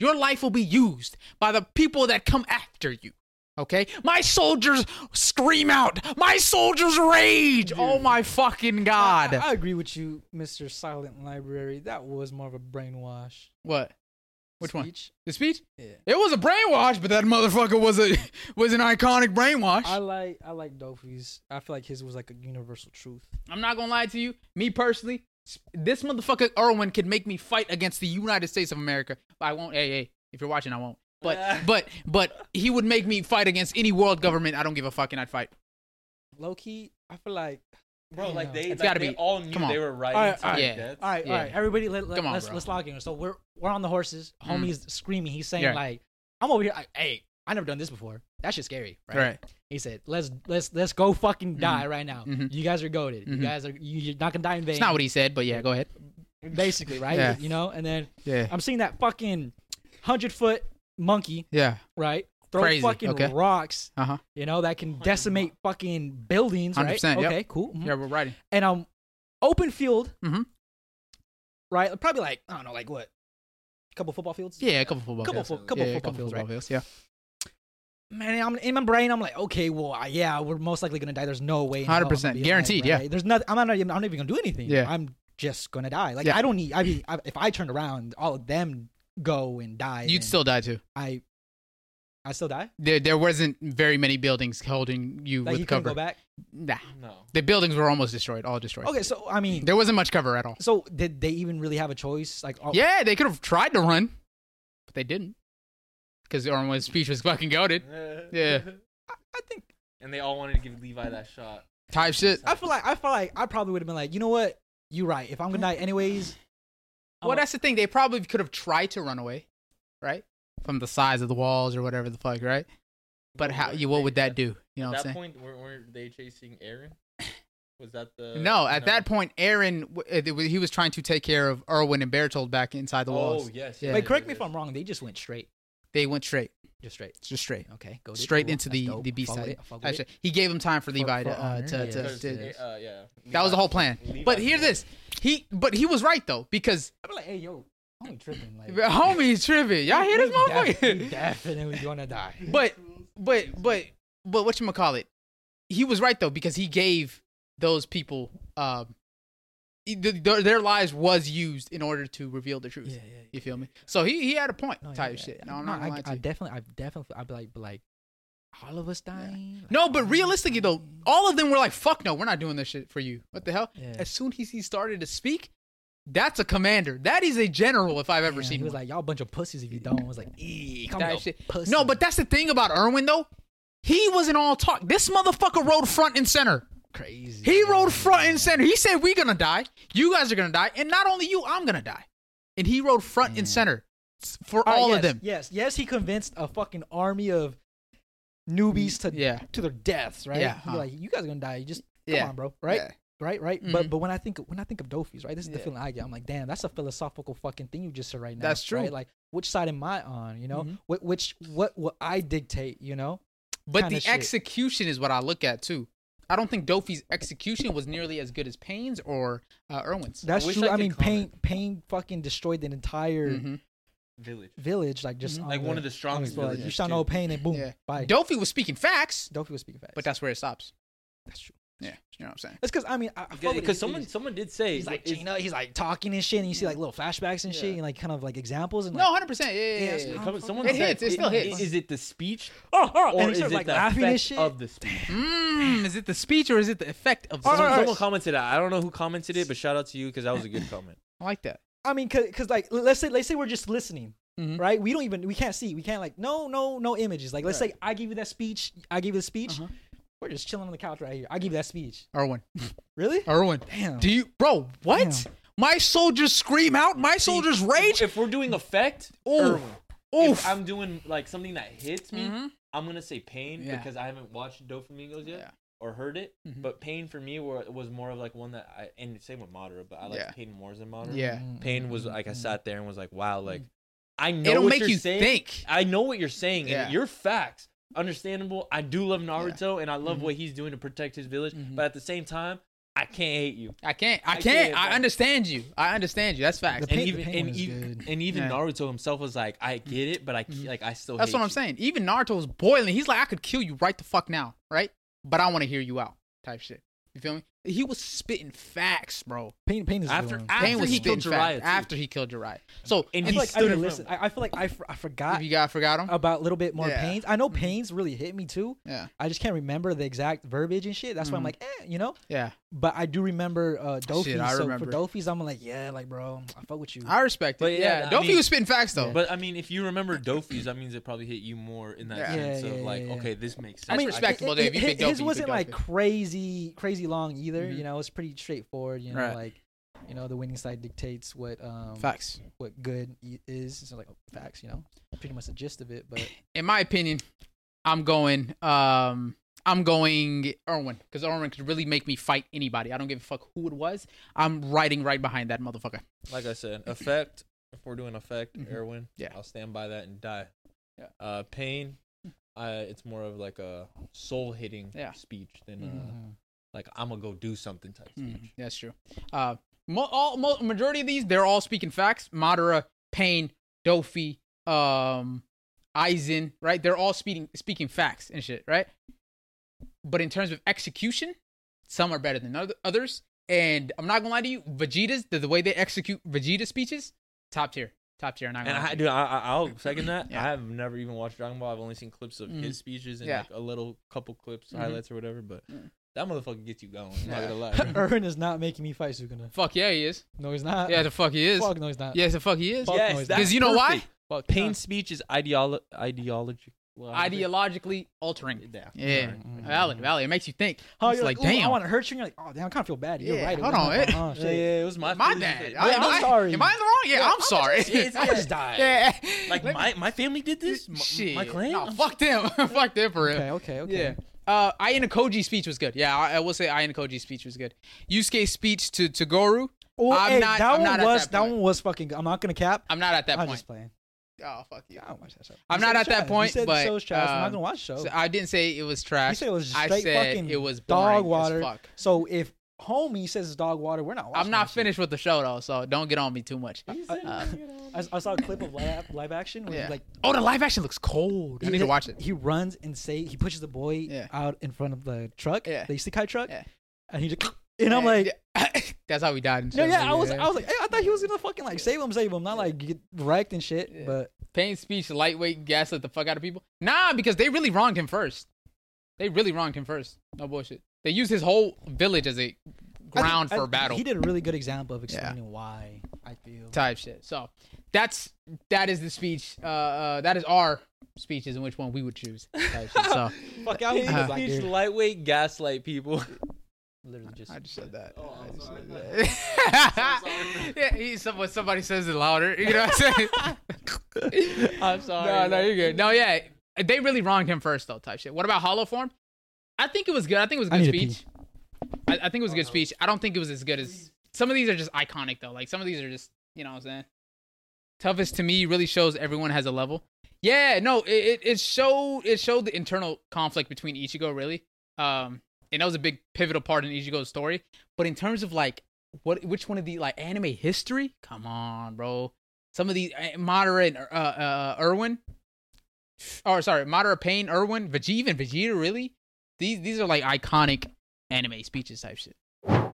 Speaker 1: Your life will be used by the people that come after you. Okay? My soldiers scream out. My soldiers rage. Oh my fucking
Speaker 2: I-
Speaker 1: god.
Speaker 2: I, I agree with you, Mister Silent Library. That was more of a brainwash.
Speaker 1: What? Which one?
Speaker 2: speech.
Speaker 1: The speech?
Speaker 2: one? Yeah.
Speaker 1: It was a brainwash, but that motherfucker was a was an iconic brainwash.
Speaker 2: I like I like Dofi's. I feel like his was like a universal truth.
Speaker 1: I'm not gonna lie to you. Me personally, s- this motherfucker Irwin could make me fight against the United States of America. I won't. Hey, hey, if you're watching, I won't. But but but he would make me fight against any world government. I don't give a fuck, and I'd fight.
Speaker 2: Low key, I feel like.
Speaker 3: Bro,
Speaker 2: Damn.
Speaker 3: like they,
Speaker 1: It's
Speaker 3: like,
Speaker 1: gotta
Speaker 3: they
Speaker 1: be-
Speaker 3: all knew
Speaker 1: come on.
Speaker 3: they were right.
Speaker 2: All right,
Speaker 3: into
Speaker 2: all
Speaker 3: their
Speaker 1: right.
Speaker 3: deaths.
Speaker 2: All right, all right,
Speaker 1: Yeah.
Speaker 2: everybody, let, let,
Speaker 1: Come on,
Speaker 2: let's
Speaker 1: bro.
Speaker 2: let's log in. So we're we're on the horses.
Speaker 1: Mm.
Speaker 2: Homie's screaming. He's saying
Speaker 1: Yeah.
Speaker 2: like, "I'm over here. I, hey, I never done this before. That shit's scary, right?" He said, "Let's let's let's go
Speaker 1: Mm-hmm.
Speaker 2: fucking die right now.
Speaker 1: Mhm.
Speaker 2: You guys are goaded.
Speaker 1: Mhm.
Speaker 2: You guys are you, you're not gonna die in vain.
Speaker 1: It's not what he said, but yeah, go ahead.
Speaker 2: basically, right?
Speaker 1: Yeah.
Speaker 2: You know. And then
Speaker 1: Yeah.
Speaker 2: I'm seeing that fucking hundred foot monkey,
Speaker 1: Yeah.
Speaker 2: right? Throw
Speaker 1: Crazy,
Speaker 2: fucking
Speaker 1: okay.
Speaker 2: rocks.
Speaker 1: Uh huh.
Speaker 2: You know that can decimate fucking buildings, right?
Speaker 1: 100%, yep.
Speaker 2: Okay, cool. mhm.
Speaker 1: Yeah, we're writing.
Speaker 2: And um, open field,
Speaker 1: Mhm.
Speaker 2: right? Probably like I don't know, like what, a couple football fields.
Speaker 1: Yeah, a couple football.
Speaker 2: couple,
Speaker 1: fields.
Speaker 2: fo- couple
Speaker 1: yeah, a
Speaker 2: football
Speaker 1: couple
Speaker 2: fields,
Speaker 1: football
Speaker 2: right?
Speaker 1: fields. Yeah.
Speaker 2: Man, I'm in my brain. I'm like, okay, well, I- yeah, we're most likely gonna die. There's no way. in hell I'm
Speaker 1: 100%,
Speaker 2: gonna be
Speaker 1: guaranteed,
Speaker 2: alive,
Speaker 1: yeah.
Speaker 2: right? There's nothing. I'm not. even- I'm not even gonna do anything.
Speaker 1: Yeah.
Speaker 2: I'm just gonna die. Like
Speaker 1: Yeah.
Speaker 2: I don't need. I mean, I, if I turned around, all of them go and die.
Speaker 1: You'd
Speaker 2: and
Speaker 1: still die too.
Speaker 2: I. I still die.
Speaker 1: There, there wasn't very many buildings holding you
Speaker 2: Like
Speaker 1: with
Speaker 2: you couldn't
Speaker 1: cover.
Speaker 2: go back.
Speaker 1: Nah.
Speaker 3: No.
Speaker 1: The buildings were almost destroyed, all destroyed.
Speaker 2: Okay, so I mean,
Speaker 1: There wasn't much cover at all.
Speaker 2: so did they even really have a choice? Like, oh, all,
Speaker 1: Yeah, they could have tried to run, but they didn't. Because Orwin's speech was fucking goaded. Yeah.
Speaker 2: I think
Speaker 3: And they all wanted to give Levi that shot.
Speaker 1: Type shit.
Speaker 2: I feel like I feel like I probably would have been like, you know what? You're right. If I'm gonna die anyways, I'm
Speaker 1: Oh. Well,
Speaker 2: a-
Speaker 1: that's the thing. They probably could have tried to run away, right? From the size of the walls or whatever the fuck, right? But how? You, what would that do? You know what
Speaker 3: At
Speaker 1: I'm
Speaker 3: that
Speaker 1: saying?
Speaker 3: point, weren't, weren't they chasing Aaron? Was that the
Speaker 1: uh, No, at that point, Aaron, w- it- it was- he was trying to take care of Erwin and Bertold back inside the
Speaker 3: Oh
Speaker 1: walls.
Speaker 3: yes.
Speaker 1: Yeah.
Speaker 3: yes,
Speaker 2: Wait,
Speaker 3: yes,
Speaker 2: correct me if
Speaker 3: yes.
Speaker 2: I'm wrong. They just went straight.
Speaker 1: They went straight,
Speaker 2: Just straight.
Speaker 1: just straight,
Speaker 2: Okay, go
Speaker 1: straight into the the B side. Actually, he gave him time for Levi to, uh,
Speaker 2: honor,
Speaker 1: to,
Speaker 2: yes,
Speaker 1: to,
Speaker 3: Because,
Speaker 1: to
Speaker 2: yes.
Speaker 3: uh, yeah.
Speaker 1: That was the whole plan.
Speaker 3: Levi-
Speaker 1: But hear this. He but he was right though because
Speaker 2: I'm like, hey yo, I'm tripping. Like,
Speaker 1: homie tripping. Y'all hear this
Speaker 2: we def- we
Speaker 1: motherfucker?
Speaker 2: Definitely gonna die.
Speaker 1: But but but but what you call it? He was right though because he gave those people um he- th- their, their lives was used in order to reveal the truth. You feel me? So he, he had a point
Speaker 2: No,
Speaker 1: type
Speaker 2: yeah,
Speaker 1: shit.
Speaker 2: yeah.
Speaker 1: No, I'm not
Speaker 2: I,
Speaker 1: lying to
Speaker 2: I
Speaker 1: you.
Speaker 2: definitely, I definitely, I'd be like, but like, all of us dying. Like,
Speaker 1: No, but
Speaker 2: all of us
Speaker 1: realistically though,
Speaker 2: dying?
Speaker 1: all of them were like, "Fuck no, we're not doing this shit for you." What the hell?
Speaker 2: Yeah.
Speaker 1: As soon as he started to speak, that's a commander. That is a general if I've ever
Speaker 2: Yeah,
Speaker 1: seen.
Speaker 2: He was
Speaker 1: one.
Speaker 2: like, y'all a bunch of pussies if you don't. I was like, "Eek, come
Speaker 1: That
Speaker 2: here,
Speaker 1: shit-
Speaker 2: pussy."
Speaker 1: No, but that's the thing about Irwin though. He wasn't all talk. This motherfucker rode front and center.
Speaker 2: crazy.
Speaker 1: He rode front and center. He said, "We gonna die. You guys are gonna die, and not only you, I'm gonna die." And he rode front and center s- for all
Speaker 2: Uh, yes,
Speaker 1: of them.
Speaker 2: Yes, yes, he convinced a fucking army of newbies to
Speaker 1: Yeah.
Speaker 2: to their deaths. Right?
Speaker 1: Yeah,
Speaker 2: He
Speaker 1: huh.
Speaker 2: like you guys are gonna die. You just come
Speaker 1: Yeah,
Speaker 2: on, bro. Right?
Speaker 1: yeah.
Speaker 2: Right? Right? But
Speaker 1: Mhm.
Speaker 2: but when I think when I think of Dofies, right, this is the
Speaker 1: Yeah.
Speaker 2: feeling I get. I'm like, damn, that's a philosophical fucking thing you just said right now.
Speaker 1: That's true.
Speaker 2: Right? Like, which side am I on? You know,
Speaker 1: Mhm.
Speaker 2: Wh- which what what I dictate? You know,
Speaker 1: But
Speaker 2: kinda
Speaker 1: the
Speaker 2: shit.
Speaker 1: execution is what I look at too. I don't think Dofi's execution was nearly as good as Payne's or uh, Irwin's.
Speaker 2: that's
Speaker 3: wish
Speaker 2: true.
Speaker 3: I
Speaker 2: I,
Speaker 3: could
Speaker 2: mean, Pain
Speaker 3: comment.
Speaker 2: Pain fucking destroyed an entire
Speaker 1: Mhm.
Speaker 3: Village.
Speaker 2: village, like just
Speaker 1: Mhm.
Speaker 2: on
Speaker 3: Like one of the
Speaker 2: on
Speaker 3: strongest
Speaker 2: spot.
Speaker 3: villages.
Speaker 2: You shall
Speaker 3: too.
Speaker 2: know pain and boom,
Speaker 1: Yeah.
Speaker 2: bye.
Speaker 1: Dofi was speaking facts,
Speaker 2: Dofi was speaking facts.
Speaker 1: but that's where it stops.
Speaker 2: that's true.
Speaker 1: Yeah, you know what I'm saying.
Speaker 2: That's because I mean, I, I follow
Speaker 3: Because
Speaker 2: these
Speaker 3: someone,
Speaker 2: dudes.
Speaker 3: someone did say
Speaker 2: Oh, he's like
Speaker 3: it's-
Speaker 2: Gina, he's like talking and shit, and you see like little flashbacks and shit,
Speaker 3: Yeah.
Speaker 2: and like kind of like examples and
Speaker 1: No,
Speaker 2: like,
Speaker 1: 100. percent Yeah, yeah,
Speaker 2: Yeah,
Speaker 1: yeah.
Speaker 2: it's
Speaker 1: yeah.
Speaker 2: not-
Speaker 3: Come- someone
Speaker 1: It
Speaker 3: said,
Speaker 1: hits, it still hits.
Speaker 3: Is it the speech
Speaker 2: oh, oh,
Speaker 3: or
Speaker 2: and he
Speaker 3: is it
Speaker 2: starts
Speaker 3: the
Speaker 2: like laughing and
Speaker 3: effect
Speaker 2: shit.
Speaker 3: of the speech?
Speaker 1: Mm, is it the speech or is it the effect of?
Speaker 2: All
Speaker 1: the
Speaker 2: right,
Speaker 1: speech?
Speaker 3: Someone,
Speaker 2: all right.
Speaker 3: someone commented that. I don't know who commented it, but shout out to you because that was a good comment.
Speaker 1: I like that.
Speaker 2: I mean, cause, 'cause, like let's say let's say we're just listening,
Speaker 3: Mm-hmm.
Speaker 1: Mhm.
Speaker 2: right? We don't even we can't see, we can't like no no no images. Like let's
Speaker 1: Right.
Speaker 2: say I give you that speech, I give you the speech.
Speaker 1: Uh-huh.
Speaker 2: We're just chilling on the couch right here. I give you that speech.
Speaker 1: Irwin.
Speaker 3: Uh,
Speaker 2: Really?
Speaker 1: Irwin.
Speaker 2: Damn.
Speaker 1: Do you, bro? What?
Speaker 2: Damn.
Speaker 1: My soldiers scream out. My soldiers rage.
Speaker 3: If, if we're doing effect,
Speaker 1: Oof.
Speaker 3: Irwin.
Speaker 1: Oof.
Speaker 3: If I'm doing like something that hits me,
Speaker 1: Mhm.
Speaker 3: I'm gonna say pain
Speaker 1: Yeah.
Speaker 3: because I haven't watched Dofamingos yet
Speaker 1: Yeah.
Speaker 3: or heard it.
Speaker 1: Mhm.
Speaker 3: But pain for me were, was more of like one that I and same with Madara, but I like
Speaker 1: Yeah.
Speaker 3: pain more than Madara.
Speaker 1: Yeah.
Speaker 2: Mm.
Speaker 1: Mm-hmm.
Speaker 3: Pain was like I sat there and was like, wow, like I know
Speaker 1: It'll
Speaker 3: what
Speaker 1: make
Speaker 3: you're
Speaker 1: you
Speaker 3: saying.
Speaker 1: think.
Speaker 3: I know what you're saying.
Speaker 1: Yeah.
Speaker 3: And your facts understandable. I do love Naruto and I love
Speaker 1: Mhm.
Speaker 3: what he's doing to protect his village.
Speaker 1: Mhm.
Speaker 3: But at the same time, I can't hate you.
Speaker 1: I can't. I
Speaker 3: I
Speaker 1: can't.
Speaker 3: can't,
Speaker 1: I
Speaker 3: bro.
Speaker 1: understand you. I understand you. That's facts.
Speaker 2: The
Speaker 3: And
Speaker 2: pain-
Speaker 3: even
Speaker 2: pain one
Speaker 3: and
Speaker 2: is
Speaker 3: even,
Speaker 2: good.
Speaker 3: and even
Speaker 1: Yeah. Mm-hmm.
Speaker 3: Naruto himself was like, I get it, but I c- like I still.
Speaker 1: That's
Speaker 3: hate
Speaker 1: what I'm
Speaker 3: you."
Speaker 1: saying. Even Naruto was boiling. He's like, I could kill you right the fuck now, right? But I want to hear you out, type shit. You feel me? He was spitting facts, bro.
Speaker 2: Pain, pain is a good
Speaker 3: After-
Speaker 2: one.
Speaker 3: after
Speaker 1: Pain was
Speaker 3: he
Speaker 1: spitting
Speaker 3: killed Jiraiya,
Speaker 1: facts
Speaker 3: too.
Speaker 1: after he killed Jiraiya. So
Speaker 3: And
Speaker 2: I
Speaker 3: he
Speaker 2: feel like I
Speaker 3: stood
Speaker 2: didn't
Speaker 3: in
Speaker 2: listen.
Speaker 3: front.
Speaker 2: I, I feel like I, f- I forgot
Speaker 1: if you guys forgot him,
Speaker 2: about a little bit more
Speaker 1: Yeah.
Speaker 2: pains. I know
Speaker 3: Mm-hmm.
Speaker 2: pains really hit me too.
Speaker 1: yeah,
Speaker 2: I just can't remember the exact verbiage and shit. That's why I'm
Speaker 1: Mhm.
Speaker 3: Mm-hmm.
Speaker 2: like, eh, you know.
Speaker 1: yeah.
Speaker 2: But I do remember uh, Dofies.
Speaker 1: Ah, I
Speaker 2: so
Speaker 1: remember.
Speaker 2: for Dofies, I'm like, yeah, like bro, I fuck with you.
Speaker 1: I respect it.
Speaker 3: But yeah,
Speaker 1: yeah,
Speaker 3: I
Speaker 1: Dofi
Speaker 3: mean-
Speaker 1: was spitting facts though.
Speaker 3: But I mean, if you remember Dofies, that means it probably hit you more in that
Speaker 1: Yeah.
Speaker 3: sense
Speaker 2: Yeah,
Speaker 3: of
Speaker 2: yeah,
Speaker 3: like,
Speaker 2: yeah, yeah.
Speaker 3: okay, this makes sense.
Speaker 1: That's
Speaker 3: I can-
Speaker 1: respectable, though, if you
Speaker 2: hi-
Speaker 1: pick
Speaker 2: his,
Speaker 1: Dofi, you
Speaker 2: wasn't
Speaker 1: pick
Speaker 2: like
Speaker 1: Dofi.
Speaker 2: crazy, crazy long either.
Speaker 1: Mhm.
Speaker 2: You know, it's pretty straightforward. You know,
Speaker 1: Right.
Speaker 2: like you know, the winning side dictates what um
Speaker 1: facts.
Speaker 2: what good e- is. So like facts, you know, pretty much the gist of it. But
Speaker 1: in my opinion, I'm going. Um, I'm going Irwin because Irwin could really make me fight anybody. I don't give a fuck who it was. I'm riding right behind that motherfucker.
Speaker 3: Like I said, effect. If we're doing effect,
Speaker 2: Mm-hmm.
Speaker 1: Mhm.
Speaker 3: Erwin,
Speaker 1: Yeah.
Speaker 3: I'll stand by that and die.
Speaker 1: Yeah.
Speaker 3: Uh, pain. Uh, it's more of like a soul hitting
Speaker 1: Yeah.
Speaker 3: speech than uh,
Speaker 2: Mhm.
Speaker 3: like I'm gonna go do something type
Speaker 2: Hmm.
Speaker 3: speech.
Speaker 1: Mhm, That's true. Uh, mo- all mo- majority of these, they're all speaking facts. Madara, Pain, Dofi, um, Aizen, right? They're all speaking speaking facts and shit, right? But in terms of execution, some are better than other- others. And I'm not gonna lie to you, Vegeta's the, the way they execute Vegeta speeches, top tier, top tier. I'm not
Speaker 3: And
Speaker 1: gonna lie
Speaker 3: I,
Speaker 1: to you.
Speaker 3: dude, I, I- I'll second that.
Speaker 1: Yeah.
Speaker 3: I have never even watched Dragon Ball. I've only seen clips of
Speaker 2: Mm-hmm.
Speaker 1: Mhm.
Speaker 3: his speeches and
Speaker 1: Yeah.
Speaker 3: like a little couple clips,
Speaker 1: Mhm.
Speaker 3: highlights or whatever. But
Speaker 1: Mm.
Speaker 3: that motherfucker gets you going. I'm
Speaker 1: Yeah.
Speaker 3: not gonna lie. bro.
Speaker 2: Erwin is not making me fight Sukuna.
Speaker 1: Fuck yeah, he is.
Speaker 2: No, he's not.
Speaker 1: Yeah, the fuck he is.
Speaker 2: Uh, fuck no, he's not.
Speaker 1: Yes, the fuck he is.
Speaker 2: Fuck no,
Speaker 3: yes,
Speaker 2: he's
Speaker 1: Because
Speaker 3: that's
Speaker 1: you know why?
Speaker 3: perfect.
Speaker 2: fuck
Speaker 3: Pain's speech is ideolo- ideology.
Speaker 1: Ideologically altering.
Speaker 3: Yeah.
Speaker 1: Yeah,
Speaker 2: Mhm.
Speaker 1: valid, valid. It makes you think.
Speaker 2: Oh,
Speaker 1: It's
Speaker 2: you're like,
Speaker 1: like,
Speaker 2: "Ooh, I
Speaker 1: damn.
Speaker 2: want to hurt you. And you're like, oh damn, I kind of feel bad. You're
Speaker 1: Yeah,
Speaker 2: right. it
Speaker 1: hold
Speaker 2: was
Speaker 1: on,
Speaker 2: my fault. Oh,
Speaker 3: Yeah,
Speaker 2: shit.
Speaker 3: yeah, it was my
Speaker 1: My
Speaker 3: feelings.
Speaker 1: bad.
Speaker 3: Yeah,
Speaker 1: I,
Speaker 2: I'm
Speaker 1: I-
Speaker 2: sorry.
Speaker 1: Am I in the wrong? Yeah, I'm
Speaker 3: I'm
Speaker 1: sorry.
Speaker 3: just- it's-
Speaker 2: I just died.
Speaker 1: yeah.
Speaker 3: Like my, my family did this. M-
Speaker 1: shit.
Speaker 3: My clan.
Speaker 1: No, fuck them. fuck them for real.
Speaker 2: Okay, okay, okay.
Speaker 1: Yeah. Uh, Ayana Koji speech was good. Yeah, I, I will say Ayana Koji speech was good. Yusuke's speech to to Goru.
Speaker 2: Well,
Speaker 1: I'm
Speaker 2: hey,
Speaker 1: not-
Speaker 2: that
Speaker 1: I'm
Speaker 2: one
Speaker 1: not at
Speaker 2: was
Speaker 1: that
Speaker 2: that,
Speaker 1: point.
Speaker 2: one was fucking. Good. I'm not gonna cap.
Speaker 1: I'm not at that
Speaker 2: I'm
Speaker 1: point.
Speaker 2: just playing.
Speaker 1: Oh fuck you.
Speaker 2: I don't watch that show.
Speaker 1: I'm
Speaker 2: You
Speaker 1: not
Speaker 2: said
Speaker 1: at that
Speaker 2: trash.
Speaker 1: point,
Speaker 2: You said
Speaker 1: but,
Speaker 2: show's trash. I'm not
Speaker 1: um,
Speaker 2: gonna watch the show.
Speaker 1: So I didn't say it was trash.
Speaker 2: you said it was
Speaker 1: I
Speaker 2: straight
Speaker 1: said
Speaker 2: fucking
Speaker 1: it was boring
Speaker 2: dog
Speaker 1: as
Speaker 2: water.
Speaker 1: fuck.
Speaker 2: So if homie says it's dog water, we're not. watching
Speaker 1: I'm not
Speaker 2: that shit.
Speaker 1: finished with the show though, so don't get on me too much.
Speaker 2: uh, I, I saw a clip of live, live action where
Speaker 1: Yeah.
Speaker 2: he like
Speaker 1: Oh, the live action looks cold. I
Speaker 2: he
Speaker 1: need to
Speaker 2: li-
Speaker 1: watch it.
Speaker 2: He runs and say he pushes the boy
Speaker 1: Yeah.
Speaker 2: out in front of the truck,
Speaker 1: Yeah.
Speaker 2: the isekai truck,
Speaker 1: Yeah.
Speaker 2: and he just and I'm like,
Speaker 1: that's how we died. in
Speaker 2: no, yeah,
Speaker 1: Shazam,
Speaker 2: I was, I was like, hey, I thought he was gonna fucking like save him, save him, not like get wrecked and shit.
Speaker 1: Yeah.
Speaker 2: But
Speaker 1: Payne speech lightweight gaslit the fuck out of people. Nah, because they really wronged him first. They really wronged him first. No bullshit. They used his whole village as a
Speaker 2: I think-
Speaker 1: ground
Speaker 2: I-
Speaker 1: for battle
Speaker 2: he did a really good example of explaining why I feel.
Speaker 1: type shit. So that's that is the speech. Uh, uh that is our speeches in which one we would choose. type shit. So
Speaker 2: Fuck, I was
Speaker 1: Uh,
Speaker 2: black dude.
Speaker 3: lightweight gaslight people.
Speaker 2: Literally just.
Speaker 1: I just said that.
Speaker 3: Oh, I'm
Speaker 1: I just
Speaker 3: sorry.
Speaker 1: said that.
Speaker 3: So sorry.
Speaker 1: yeah, he, someone, somebody says it louder. You know what I'm saying?
Speaker 3: I'm sorry.
Speaker 1: No, no, you're good. No, yeah, they really wronged him first though. Type shit. What about Hollow Form? I think it was good. I think it was a
Speaker 2: I
Speaker 1: good
Speaker 2: need to pee.
Speaker 1: speech. I, I think it was a good speech. I don't think it was as good as some of these are just iconic though. Like some of these are just you know what I'm saying. Toughest to me really shows everyone has a level. Yeah, no, it it, it showed it showed the internal conflict between Ichigo really. Um, and that was a big pivotal part in Ichigo's story. But in terms of like what which one of the like anime history? Come on, bro. Some of these uh, Madara and uh, uh, Irwin, or sorry, Madara, Pain, Irwin, Vegeta, even Vegeta. Really, these these are like iconic anime speeches type shit.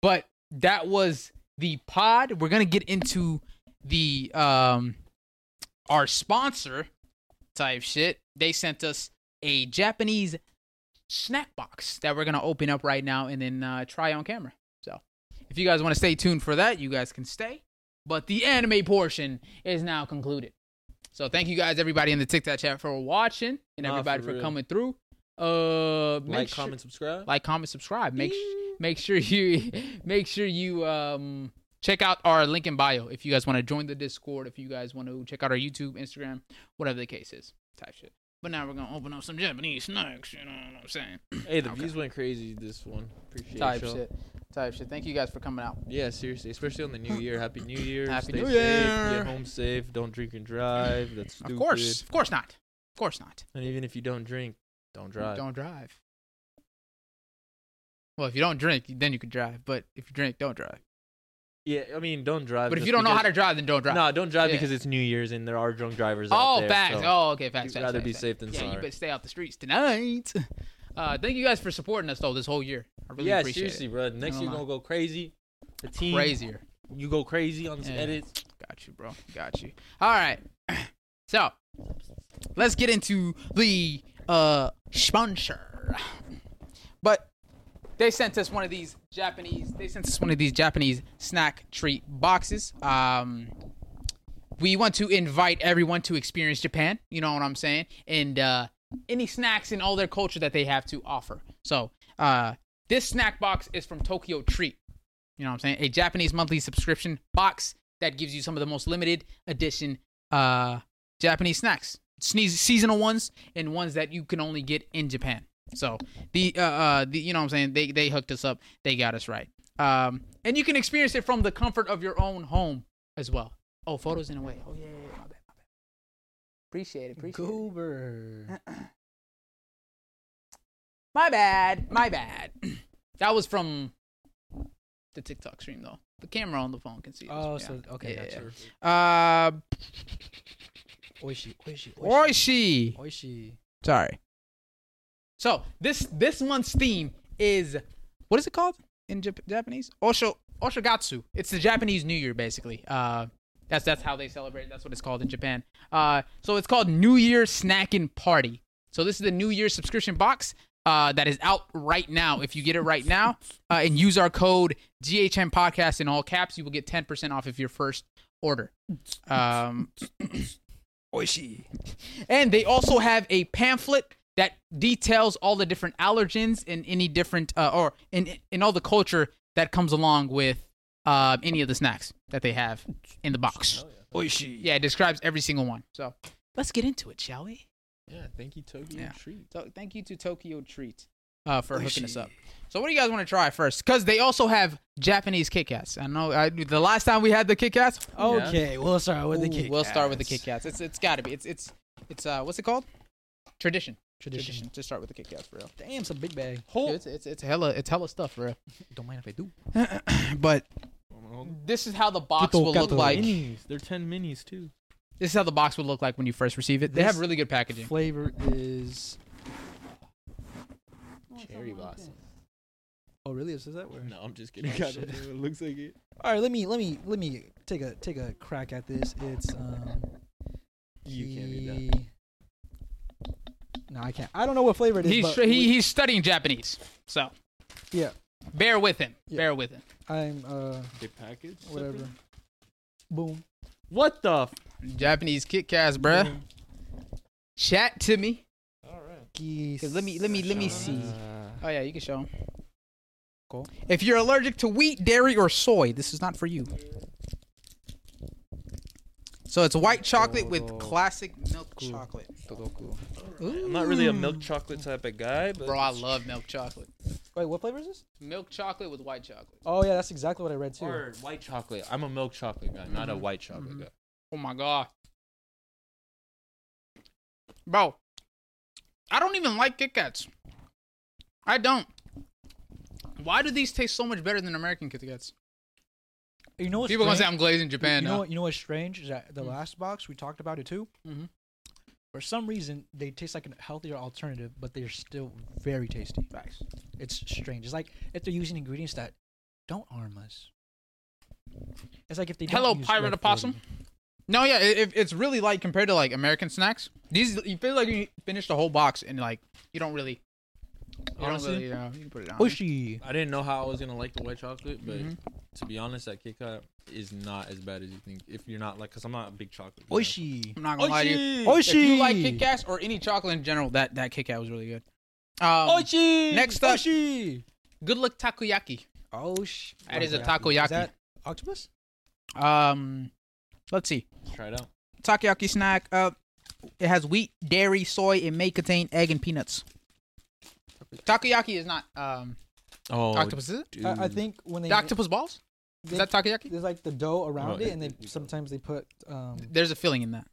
Speaker 1: But that was the pod. We're gonna get into the um our sponsor type shit. They sent us a Japanese snack box that we're gonna open up right now and then uh, try on camera. So if you guys want to stay tuned for that, you guys can stay. But the anime portion is now concluded. So thank you guys, everybody in the TikTok chat for watching and
Speaker 3: Nah,
Speaker 1: everybody
Speaker 3: for
Speaker 1: for,
Speaker 3: real.
Speaker 1: coming through. Uh, make
Speaker 3: Like,
Speaker 1: sure-
Speaker 3: comment, subscribe.
Speaker 1: like comment subscribe make sh- make sure you make sure you um check out our link in bio if you guys want to join the discord if you guys want to check out our youtube instagram whatever the case is type shit but now we're gonna open up some japanese snacks you know what i'm saying
Speaker 3: Hey, the
Speaker 1: Okay.
Speaker 3: views went crazy this one. Appreciate
Speaker 1: type
Speaker 3: y'all.
Speaker 1: shit type shit thank you guys for coming out
Speaker 3: Yeah, seriously, especially on the new year. Happy New Year.
Speaker 1: Happy
Speaker 3: Stay
Speaker 1: New
Speaker 3: safe.
Speaker 1: Year.
Speaker 3: Get home safe. Don't drink and drive. That's stupid.
Speaker 1: of course of course not of course not
Speaker 3: And even if you don't drink, don't drive.
Speaker 1: don't drive well if you don't drink then you can drive but if you drink don't drive
Speaker 3: Yeah, I mean, don't drive.
Speaker 1: but if
Speaker 3: just
Speaker 1: you don't know how to
Speaker 3: because-
Speaker 1: drive then don't drive
Speaker 3: no, don't drive
Speaker 1: Yeah.
Speaker 3: because it's New Year's and there are drunk drivers out
Speaker 1: Oh,
Speaker 3: there.
Speaker 1: facts.
Speaker 3: so
Speaker 1: Oh, okay, facts.
Speaker 3: you'd
Speaker 1: facts,
Speaker 3: rather
Speaker 1: facts,
Speaker 3: be
Speaker 1: facts.
Speaker 3: safe than
Speaker 1: yeah, you
Speaker 3: sorry.
Speaker 1: better stay out the streets tonight. Uh, thank you guys for supporting us though this whole year. I really
Speaker 3: yeah,
Speaker 1: appreciate
Speaker 3: seriously, bro. Next
Speaker 1: Never
Speaker 3: year
Speaker 1: mind.
Speaker 3: gonna go crazy. The
Speaker 1: it.
Speaker 3: team,
Speaker 1: Crazier.
Speaker 3: you go crazy on these
Speaker 1: Yeah.
Speaker 3: edits.
Speaker 1: Got you, bro. Got you. All right. So let's get into the uh sponsor. But they sent us one of these Japanese. They sent us one of these Japanese snack treat boxes. Um, we want to invite everyone to experience Japan. You know what I'm saying? And uh, any snacks and all their culture that they have to offer. So uh, this snack box is from Tokyo Treat. You know what I'm saying? A Japanese monthly subscription box that gives you some of the most limited edition uh, Japanese snacks, Sneeze- seasonal ones, and ones that you can only get in Japan. So the uh, uh the you know what I'm saying they they hooked us up, they got us right. Um, and you can experience it from the comfort of your own home as well. Oh, photos in a way. Oh yeah, yeah, yeah. my bad, my bad. Appreciate it, appreciate it.
Speaker 2: Goober.
Speaker 1: My bad. My bad. that was from the TikTok stream though. The camera on the phone can see. this.
Speaker 2: Oh,
Speaker 1: Yeah.
Speaker 2: so okay,
Speaker 1: Yeah,
Speaker 2: gotcha.
Speaker 1: Uh,
Speaker 2: Oishi, oishi, oishi,
Speaker 1: Oishi.
Speaker 2: oishi.
Speaker 1: Sorry. So this this month's theme is what is it called in Jap- Japanese? Osho Oshogatsu. It's the Japanese New Year, basically. Uh, that's that's how they celebrate. it. That's what it's called in Japan. Uh, so it's called New Year Snacking Party. So this is the New Year subscription box. Uh, that is out right now. If you get it right now uh, and use our code GHM Podcast in all caps, you will get ten percent off of your first order. Um,
Speaker 2: Oishi.
Speaker 1: and they also have a pamphlet that details all the different allergens and any different uh, or in in all the culture that comes along with uh, any of the snacks that they have in the box.
Speaker 2: Oishi.
Speaker 1: Yeah, it describes every single one. So let's get into it, shall we?
Speaker 3: Yeah, thank you, Tokyo
Speaker 1: Yeah.
Speaker 3: Treat.
Speaker 1: So thank you to Tokyo Treat. uh, for hooking us up. So what do you guys want to try first? Because they also have Japanese Kit Kats. I know I, the last time we had the Kit Kats.
Speaker 2: Okay, we'll start with the
Speaker 1: ooh,
Speaker 2: Kit
Speaker 1: we'll start with the Kit
Speaker 2: Kats.
Speaker 1: Kats. It's it's got to be. It's it's it's uh what's it called? Tradition.
Speaker 2: Tradition.
Speaker 1: To start with the Kit Kats, for real.
Speaker 2: Damn, some big bag.
Speaker 1: Dude, it's, it's it's hella it's hella stuff, bro.
Speaker 2: Don't mind if I do.
Speaker 1: But
Speaker 3: Hold-
Speaker 1: this is how the box
Speaker 2: Gato,
Speaker 1: will look
Speaker 2: gato.
Speaker 1: like.
Speaker 3: Oh, minis. They're ten minis too.
Speaker 1: This is how the box will look like when you first receive it. They
Speaker 2: This-
Speaker 1: have really good packaging.
Speaker 2: Flavor is.
Speaker 3: Cherry blossom.
Speaker 2: Oh, really? Is is that where?
Speaker 3: No, I'm just kidding.
Speaker 2: Oh,
Speaker 3: God,
Speaker 2: shit.
Speaker 3: it looks like it.
Speaker 2: All right, let me let me let me take a take a crack at this. It's um.
Speaker 3: You can't do that.
Speaker 2: the- No, I can't. I don't know what flavor it is.
Speaker 1: He's
Speaker 2: but
Speaker 1: he, he's studying Japanese, so
Speaker 2: Yeah.
Speaker 1: bear with him.
Speaker 2: Yeah.
Speaker 1: Bear with him.
Speaker 2: I'm uh
Speaker 3: They package
Speaker 2: whatever. Boom.
Speaker 3: What the? F-
Speaker 1: Japanese Kit Kats, bruh. Mm-hmm. Chat to me.
Speaker 3: All right.
Speaker 2: Geese.
Speaker 1: let me- let me- let me see.
Speaker 3: Uh,
Speaker 1: Oh yeah, you can show him.
Speaker 2: Cool.
Speaker 1: If you're allergic to wheat, dairy, or soy, this is not for you. So it's white chocolate with
Speaker 2: Toro.
Speaker 1: classic milk
Speaker 2: Cool.
Speaker 1: chocolate.
Speaker 2: Todoku.
Speaker 3: I'm not really a milk chocolate type of guy, but
Speaker 1: Bro, I love milk chocolate.
Speaker 2: Wait, what flavor is this?
Speaker 1: Milk chocolate with white chocolate.
Speaker 2: Oh yeah, that's exactly what I read too.
Speaker 3: or white chocolate. I'm a milk chocolate guy, not a white chocolate
Speaker 1: Mhm.
Speaker 3: guy.
Speaker 1: Oh my god. Bro, I don't even like Kit Kats. I don't. Why do these taste so much better than American Kit Kats?
Speaker 2: You know what's
Speaker 1: People gonna say
Speaker 2: strange?
Speaker 1: I'm glazing Japan
Speaker 2: you know
Speaker 1: now.
Speaker 2: what? You know what's strange is that the
Speaker 1: Mm.
Speaker 2: last box we talked about it too.
Speaker 1: Mhm.
Speaker 2: For some reason, they taste like a healthier alternative, but they're still very tasty.
Speaker 1: Facts.
Speaker 2: It's strange. It's like if they're using ingredients that don't harm us. It's like if they don't
Speaker 1: Hello,
Speaker 2: use
Speaker 1: pirate
Speaker 2: red
Speaker 1: opossum.
Speaker 2: floating.
Speaker 1: No, yeah, it, it- it's really light compared to like American snacks. These you feel like you finish the whole box and like you don't really. You
Speaker 3: Honestly,
Speaker 1: don't really, uh, you can put it down.
Speaker 2: Oishi.
Speaker 3: I didn't know how I was gonna like the white chocolate, but
Speaker 1: Mhm.
Speaker 2: Mm-hmm.
Speaker 3: to be honest, that Kit Kat is not as bad as you think. If you're not like, cause I'm not a big chocolate. guy.
Speaker 2: Oishi.
Speaker 1: I'm not gonna lie to you.
Speaker 3: Oishi!
Speaker 1: If
Speaker 2: Oishi.
Speaker 1: you like Kit Kats or any chocolate in general, that that Kit Kat was really good.
Speaker 2: Oh,
Speaker 1: Um,
Speaker 2: Oishi.
Speaker 1: next up-
Speaker 2: Oishi.
Speaker 1: good luck takoyaki.
Speaker 2: Oishi.
Speaker 1: That is a
Speaker 2: Is
Speaker 1: takoyaki.
Speaker 2: that octopus?
Speaker 1: Um, let's see.
Speaker 3: Try it out.
Speaker 1: Takoyaki snack. Uh, it has wheat, dairy, soy. It may contain egg and peanuts. Takoyaki is not um
Speaker 3: Oh,
Speaker 1: octopus. Is it?
Speaker 2: I, I think when they
Speaker 1: The octopus balls?
Speaker 2: they,
Speaker 1: Is that takoyaki?
Speaker 2: there's like the dough around
Speaker 3: Oh,
Speaker 2: it,
Speaker 3: it-
Speaker 2: and they
Speaker 3: it-
Speaker 2: sometimes they put um.
Speaker 1: There's a filling in that.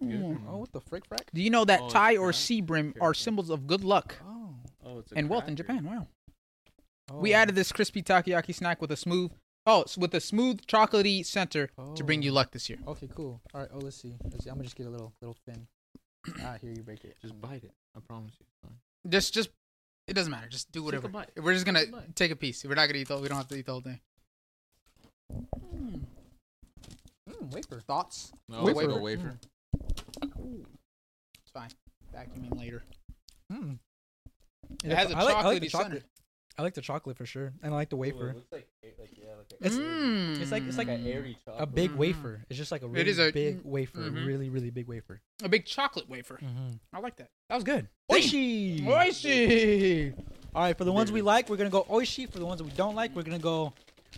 Speaker 3: Good.
Speaker 2: Oh, what the frick frack?
Speaker 1: Do you know that
Speaker 3: Oh,
Speaker 1: tai
Speaker 3: it's
Speaker 1: or
Speaker 3: not?
Speaker 1: sea brim
Speaker 3: Careful.
Speaker 1: are symbols of good luck
Speaker 2: Oh.
Speaker 3: Oh, it's a
Speaker 1: and wealth in
Speaker 3: cracker.
Speaker 1: Japan? Wow.
Speaker 2: oh.
Speaker 1: We added this crispy takoyaki snack with a smooth, oh, s- with a smooth chocolatey center to bring
Speaker 2: Oh.
Speaker 1: you luck this year.
Speaker 2: Okay, cool. All right. Oh, let's see. Let's see. I'm gonna just get a little little thin. ah, here you break it.
Speaker 3: Just bite it. I promise you. it's fine.
Speaker 1: Just, just, it doesn't matter. Just do
Speaker 3: Take a
Speaker 1: whatever.
Speaker 3: bite.
Speaker 1: We're just gonna
Speaker 3: Take a bite.
Speaker 1: take a piece. We're not gonna eat the. We don't have to eat the whole thing.
Speaker 2: Hmm. Mm, wafer.
Speaker 1: Hmm, Thoughts?
Speaker 3: No,
Speaker 1: Wafer.
Speaker 3: it's like a wafer.
Speaker 1: It's fine. Vacuuming later.
Speaker 2: Mm.
Speaker 1: It has a
Speaker 2: I like, I like the
Speaker 1: chocolatey
Speaker 2: chocolate.
Speaker 1: center.
Speaker 2: I like the chocolate for sure, and I like the wafer. It's-
Speaker 1: Mm.
Speaker 2: it's like- it's like a
Speaker 3: airy chocolate.
Speaker 2: A big
Speaker 1: Mhm.
Speaker 2: wafer. It's just like a really
Speaker 1: is a-
Speaker 2: big wafer.
Speaker 1: mhm.
Speaker 2: A really, really big wafer.
Speaker 1: Hmm. a big chocolate wafer.
Speaker 2: Mm-hmm.
Speaker 1: I like that. That was good.
Speaker 2: Oishi.
Speaker 1: Oishi.
Speaker 2: All right, for the ones we like, we're gonna go oishi. For the ones that we don't like, we're gonna go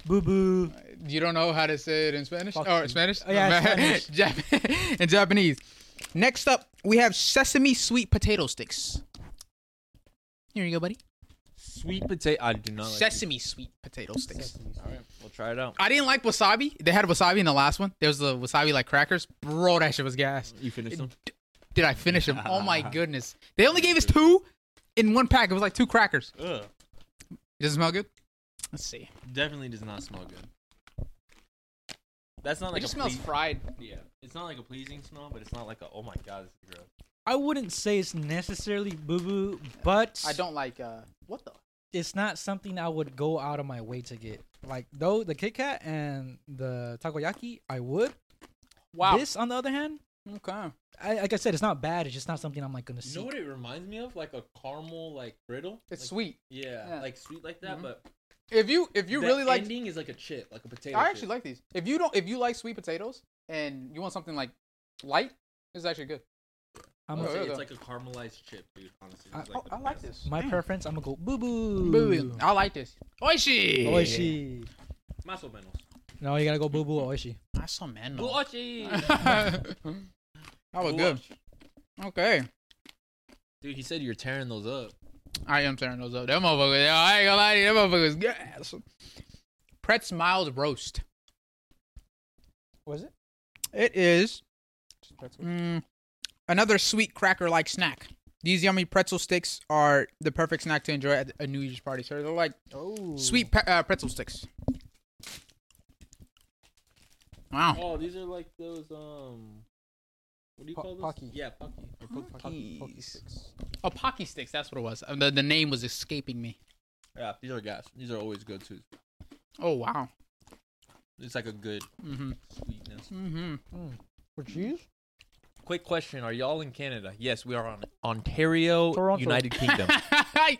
Speaker 2: boo boo.
Speaker 1: You don't know how to say it in Spanish?
Speaker 2: Fuck
Speaker 1: or
Speaker 2: you.
Speaker 1: Spanish?
Speaker 2: Oh, yeah, Spanish.
Speaker 1: Jap- in Japanese. Next up, we have sesame sweet potato sticks. Here you go, buddy.
Speaker 3: Sweet potato. I do not like these.
Speaker 1: sesame sweet potato sticks.
Speaker 3: All right, we'll try it out.
Speaker 1: I didn't like wasabi. They had wasabi in the last one. There was the wasabi like crackers. Bro, that shit was gas.
Speaker 3: You finished them?
Speaker 1: Did I finish them? Oh my goodness. They only gave us two in one pack. It was like two crackers.
Speaker 3: Ugh.
Speaker 1: Does it smell good? Let's see.
Speaker 3: Definitely does not smell good. That's not
Speaker 1: It
Speaker 3: like a
Speaker 1: just smells
Speaker 3: pleas-
Speaker 1: fried.
Speaker 3: yeah. It's not like a pleasing smell, but it's not like a oh my god, this is gross.
Speaker 2: I wouldn't say it's necessarily boo boo, but
Speaker 1: I don't like uh what the
Speaker 2: It's not something I would go out of my way to get. Like though the Kit Kat and the takoyaki, I would.
Speaker 1: Wow.
Speaker 2: This, on the other hand,
Speaker 1: okay.
Speaker 2: I, like I said, it's not bad. It's just not something I'm like gonna
Speaker 3: You
Speaker 2: see.
Speaker 3: know what it reminds me of? Like a caramel, like brittle.
Speaker 1: It's
Speaker 3: Like-
Speaker 1: sweet.
Speaker 3: Yeah,
Speaker 1: Yeah.
Speaker 3: like sweet like that,
Speaker 1: Mhm.
Speaker 3: but
Speaker 1: If you if you
Speaker 3: the
Speaker 1: really like
Speaker 3: ending is like a chip, like a potato.
Speaker 1: I
Speaker 3: chip.
Speaker 1: actually like these. If you don't if you like sweet potatoes and you want something like light, this is actually good.
Speaker 2: I'm
Speaker 1: Oh,
Speaker 3: I'd
Speaker 1: yeah,
Speaker 3: say
Speaker 1: though.
Speaker 3: it's like a caramelized chip, dude. Honestly,
Speaker 2: I-
Speaker 3: It's,
Speaker 1: Oh,
Speaker 3: the
Speaker 1: I like
Speaker 3: best.
Speaker 1: this.
Speaker 2: My
Speaker 1: Mm.
Speaker 2: preference, I'm gonna go boo boo.
Speaker 1: Boo. I like this. Oishi.
Speaker 2: Oishi.
Speaker 3: Maso menos.
Speaker 2: No, you gotta go boo boo oishi.
Speaker 1: I saw man.
Speaker 3: Buachi!
Speaker 1: that was good.
Speaker 3: Buachi.
Speaker 1: Okay.
Speaker 3: Dude, he said you're tearing those up.
Speaker 1: I am tearing those up. That motherfucker, yo, I ain't gonna lie to you, that motherfucker's gas. Pretz Miles Roast.
Speaker 2: Was it?
Speaker 1: It is
Speaker 3: That's what-
Speaker 1: mm, another sweet cracker like snack. These yummy pretzel sticks are the perfect snack to enjoy at a New Year's party. So they're like
Speaker 2: Oh,
Speaker 1: sweet pe- uh, pretzel sticks. Wow.
Speaker 3: Oh, these are like those um. What do you
Speaker 2: Po-
Speaker 3: call those?
Speaker 2: Pocky.
Speaker 3: Yeah, Pocky. Or po- Pocky.
Speaker 1: Oh, Pocky sticks. That's what it was. Uh, The, the name was escaping me.
Speaker 3: Yeah, these are gas. These are always good too.
Speaker 1: Oh, wow.
Speaker 3: It's like a good
Speaker 1: Mm-hmm.
Speaker 3: sweetness.
Speaker 1: Mm-hmm.
Speaker 2: For cheese?
Speaker 3: Quick question: Are y'all in Canada? Yes, we are on Ontario,
Speaker 2: Toronto.
Speaker 3: United Kingdom.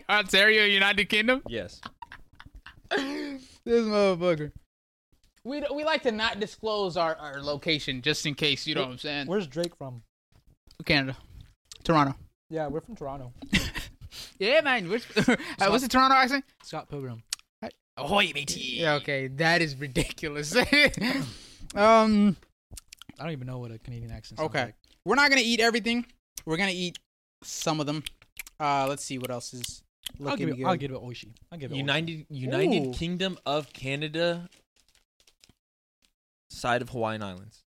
Speaker 1: Ontario, United Kingdom.
Speaker 3: yes.
Speaker 1: this motherfucker. We we like to not disclose our, our location just in case. You know what I'm saying?
Speaker 2: Where's Drake from?
Speaker 1: Canada, Toronto.
Speaker 2: Yeah, we're from Toronto.
Speaker 1: Yeah, man. Which, uh, what's the Toronto accent?
Speaker 2: Scott Pilgrim.
Speaker 3: Ahoy, matey.
Speaker 1: Yeah, okay, that is ridiculous. um,
Speaker 2: I don't even know what a Canadian accent. sounds
Speaker 1: okay,
Speaker 2: like.
Speaker 1: we're not gonna eat everything. We're gonna eat some of them. Uh, let's see what else is
Speaker 2: I'll
Speaker 1: looking
Speaker 2: give, it,
Speaker 1: good.
Speaker 2: I'll give it Oishi. I'll give it. Oishi.
Speaker 3: United United
Speaker 1: Ooh.
Speaker 3: Kingdom of Canada side of Hawaiian Islands.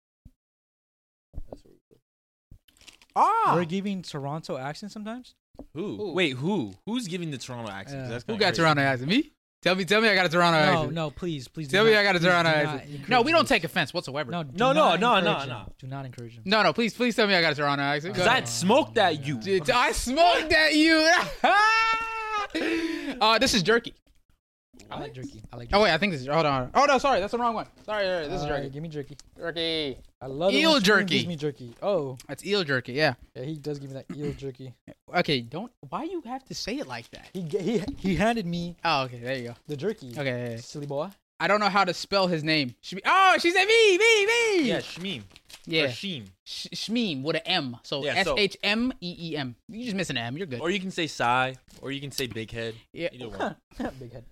Speaker 1: Ah,
Speaker 2: We're giving Toronto accent sometimes.
Speaker 3: Who?
Speaker 1: Ooh.
Speaker 3: Wait, who? Who's giving the Toronto accent? 'Cause
Speaker 2: Uh,
Speaker 3: That's
Speaker 1: who
Speaker 3: kinda
Speaker 1: got
Speaker 3: crazy.
Speaker 1: Toronto accent? Me? Tell me, tell me, I got a Toronto
Speaker 2: No,
Speaker 1: accent.
Speaker 2: no, please, please. do
Speaker 1: Tell me
Speaker 2: not-
Speaker 1: I got a
Speaker 2: please
Speaker 1: Toronto
Speaker 2: do
Speaker 1: accent.
Speaker 2: not encourage
Speaker 1: No, we don't
Speaker 2: this.
Speaker 1: take offense whatsoever.
Speaker 2: No,
Speaker 1: No,
Speaker 2: do
Speaker 3: No, no,
Speaker 2: not
Speaker 3: no,
Speaker 2: encourage
Speaker 3: no,
Speaker 2: him.
Speaker 3: no.
Speaker 2: Do not encourage him.
Speaker 1: no, please, please tell me I got a Toronto accent. Go
Speaker 3: Cause I'd
Speaker 1: ahead.
Speaker 3: smoke that you.
Speaker 1: Dude, I smoked at you. uh, this is jerky.
Speaker 2: I like jerky. I like. Jerky.
Speaker 1: Oh wait, I think this is. Hold on. Oh no, sorry, that's the wrong one. Sorry, sorry this is
Speaker 2: Uh,
Speaker 1: jerky.
Speaker 2: Give me jerky.
Speaker 1: Jerky.
Speaker 2: I love it
Speaker 1: Eel
Speaker 2: when Steven
Speaker 1: jerky.
Speaker 2: Gives me jerky. Oh,
Speaker 1: That's eel jerky. Yeah.
Speaker 2: yeah, he does give me that eel jerky.
Speaker 1: Okay, don't. Why you have to say it like that?
Speaker 2: He ga- he he handed me
Speaker 1: Oh, okay. There you go.
Speaker 2: the jerky.
Speaker 1: Okay. yeah, yeah.
Speaker 2: Silly boy.
Speaker 1: I don't know how to spell his name. Shme- oh, she said me, me, me.
Speaker 3: Yeah, Shmeem. Or
Speaker 1: Yeah.
Speaker 3: Sheem.
Speaker 1: Sh- Shmeem with an M. So
Speaker 3: Yeah,
Speaker 1: S
Speaker 3: so- Oh,
Speaker 1: H M E E M. You just miss an M. You're good.
Speaker 3: Or you can say Psy, or you can say Big Head.
Speaker 1: Yeah.
Speaker 3: Either one.
Speaker 2: Big head.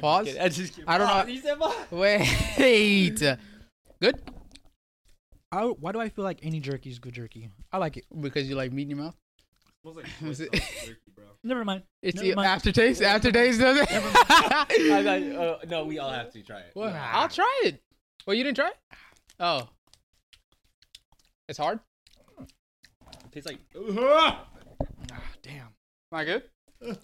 Speaker 1: Pause.
Speaker 3: I just kidding.
Speaker 1: I don't
Speaker 3: Ah,
Speaker 1: know-
Speaker 3: he said Bob.
Speaker 1: Wait. Good.
Speaker 2: I, why do I feel like any jerky is good jerky? I like it.
Speaker 1: Because you like meat in your mouth.
Speaker 3: Smells like
Speaker 1: Was
Speaker 3: soy
Speaker 1: it-
Speaker 3: sauce jerky, bro.
Speaker 2: Never mind.
Speaker 1: It's
Speaker 2: Never
Speaker 1: the
Speaker 2: mind.
Speaker 1: aftertaste. Aftertaste does it.
Speaker 3: I got- uh, no, we all have to try it.
Speaker 1: Well, I'll try it. Well, you didn't try it. Oh. It's hard.
Speaker 3: Tastes like.
Speaker 1: Ah, damn. Not good.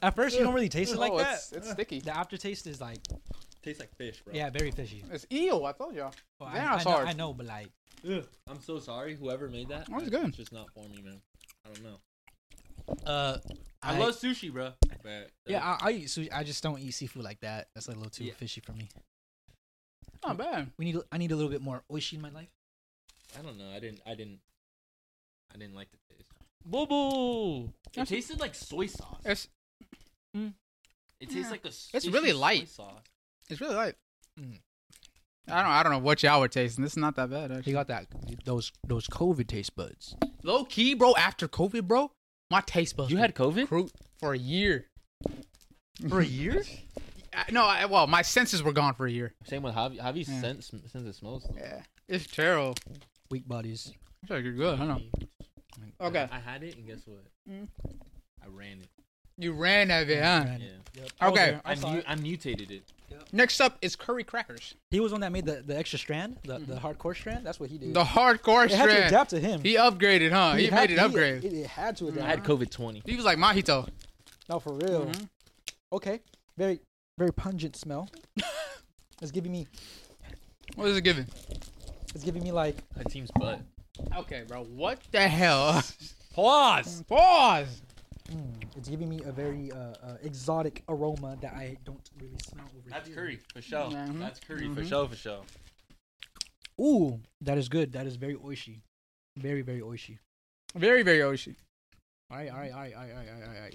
Speaker 2: At first, you don't really taste it like
Speaker 1: oh,
Speaker 2: that.
Speaker 1: it's it's sticky.
Speaker 2: The aftertaste is like,
Speaker 3: Tastes like fish, bro.
Speaker 2: yeah, very fishy.
Speaker 1: It's eel. I told y'all.
Speaker 2: Well,
Speaker 1: Yeah,
Speaker 2: I,
Speaker 1: it's
Speaker 2: I know,
Speaker 1: hard.
Speaker 2: I know, but like,
Speaker 3: Ugh. I'm so sorry, whoever made that.
Speaker 1: That was
Speaker 3: I-
Speaker 1: good.
Speaker 3: It's just not for me, man. I don't know.
Speaker 2: uh,
Speaker 3: I, love sushi, bro. But uh,
Speaker 2: Yeah, I, I eat sushi. I just don't eat seafood like that. That's like a little too
Speaker 3: Yeah.
Speaker 2: fishy for me.
Speaker 1: Not bad.
Speaker 2: We need. I need a little bit more oishi in my life.
Speaker 3: I don't know. I didn't. I didn't. I didn't like the taste. Boo boo. It
Speaker 1: That's-
Speaker 3: tasted like soy sauce.
Speaker 1: It's
Speaker 3: It tastes
Speaker 1: yeah.
Speaker 3: like a.
Speaker 1: It's
Speaker 3: fishy
Speaker 1: really light.
Speaker 3: Soy sauce.
Speaker 1: it's really light.
Speaker 2: Mm.
Speaker 1: I don't I don't know what y'all were tasting. This is not that bad.
Speaker 2: You
Speaker 1: Actually.
Speaker 2: got that? Those those COVID taste buds.
Speaker 1: Low key, bro. After COVID, bro, my taste buds. were
Speaker 3: COVID?
Speaker 1: cru- for a year.
Speaker 2: For a year?
Speaker 1: I, no, I, well, my senses were gone for a year.
Speaker 3: Same with Javi. Javi
Speaker 1: Yeah.
Speaker 3: sense since it smells.
Speaker 1: Yeah, it's terrible.
Speaker 2: Weak bodies.
Speaker 1: It's like you're good. I know.
Speaker 2: Mm.
Speaker 1: Okay,
Speaker 3: I had it and guess what?
Speaker 1: Mm.
Speaker 3: I ran it.
Speaker 1: you ran out of it, huh?
Speaker 2: Ran
Speaker 3: Yeah.
Speaker 2: it. Yep. I was
Speaker 1: Okay.
Speaker 2: there.
Speaker 3: I,
Speaker 2: I saw
Speaker 3: mu-
Speaker 2: it.
Speaker 3: I mutated it.
Speaker 1: Next up is curry crackers.
Speaker 2: He was the one that made the, the extra strand, the, the hardcore strand. That's what he did.
Speaker 1: Mm-hmm. The hardcore
Speaker 2: it had to
Speaker 1: strand.
Speaker 2: adapt to him.
Speaker 1: He upgraded, huh? He,
Speaker 2: had-
Speaker 1: made it upgrade.
Speaker 2: It, it had to adapt.
Speaker 3: I had COVID twenty.
Speaker 1: He was like Mahito.
Speaker 2: No, for real.
Speaker 1: Mhm.
Speaker 2: Okay. Very very pungent smell. it's giving me
Speaker 1: What is it giving?
Speaker 2: it's giving me like
Speaker 3: My team's butt.
Speaker 1: Okay, bro. What the hell?
Speaker 3: Pause.
Speaker 1: Pause.
Speaker 2: it's giving me a very uh, uh, exotic aroma that I don't really smell over
Speaker 3: That's
Speaker 2: here.
Speaker 3: curry for sure.
Speaker 1: Mhm.
Speaker 3: That's curry for sure for sure.
Speaker 2: Ooh, that is good. That is very oishi. Very, very oishi.
Speaker 1: Very, very Oshi.
Speaker 2: All right, all right, all right, all right, all right, all right,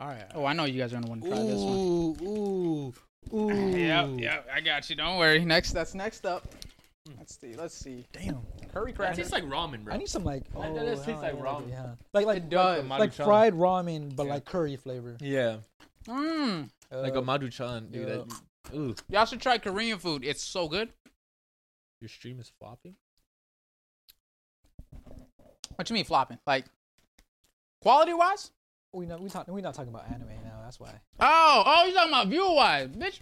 Speaker 2: all right.
Speaker 1: Oh, I know you guys are gonna want to try this one.
Speaker 2: Ooh, ooh, ooh.
Speaker 1: Yep, yep. I got you. Don't worry. Next, that's next up. Let's see. Let's see.
Speaker 2: Damn.
Speaker 1: Curry
Speaker 3: That
Speaker 1: crackers.
Speaker 3: tastes like ramen, bro.
Speaker 2: I need some like. Oh,
Speaker 3: That- that does
Speaker 2: hell,
Speaker 3: taste like
Speaker 2: yeah,
Speaker 3: ramen.
Speaker 2: Yeah. Like like
Speaker 1: It does.
Speaker 3: Like
Speaker 2: like
Speaker 3: Maruchan.
Speaker 2: fried ramen, but like curry flavor.
Speaker 3: Yeah,
Speaker 1: Mmm.
Speaker 3: like
Speaker 2: Uh,
Speaker 3: a maruchan, dude.
Speaker 2: yeah.
Speaker 3: That, ooh,
Speaker 1: Y'all should try Korean food. It's so good.
Speaker 3: your stream is flopping.
Speaker 1: What you mean flopping? Like quality wise,
Speaker 2: We not we talk, we're not talking about anime now. That's why.
Speaker 1: Oh, oh, you talking about viewer wise, bitch?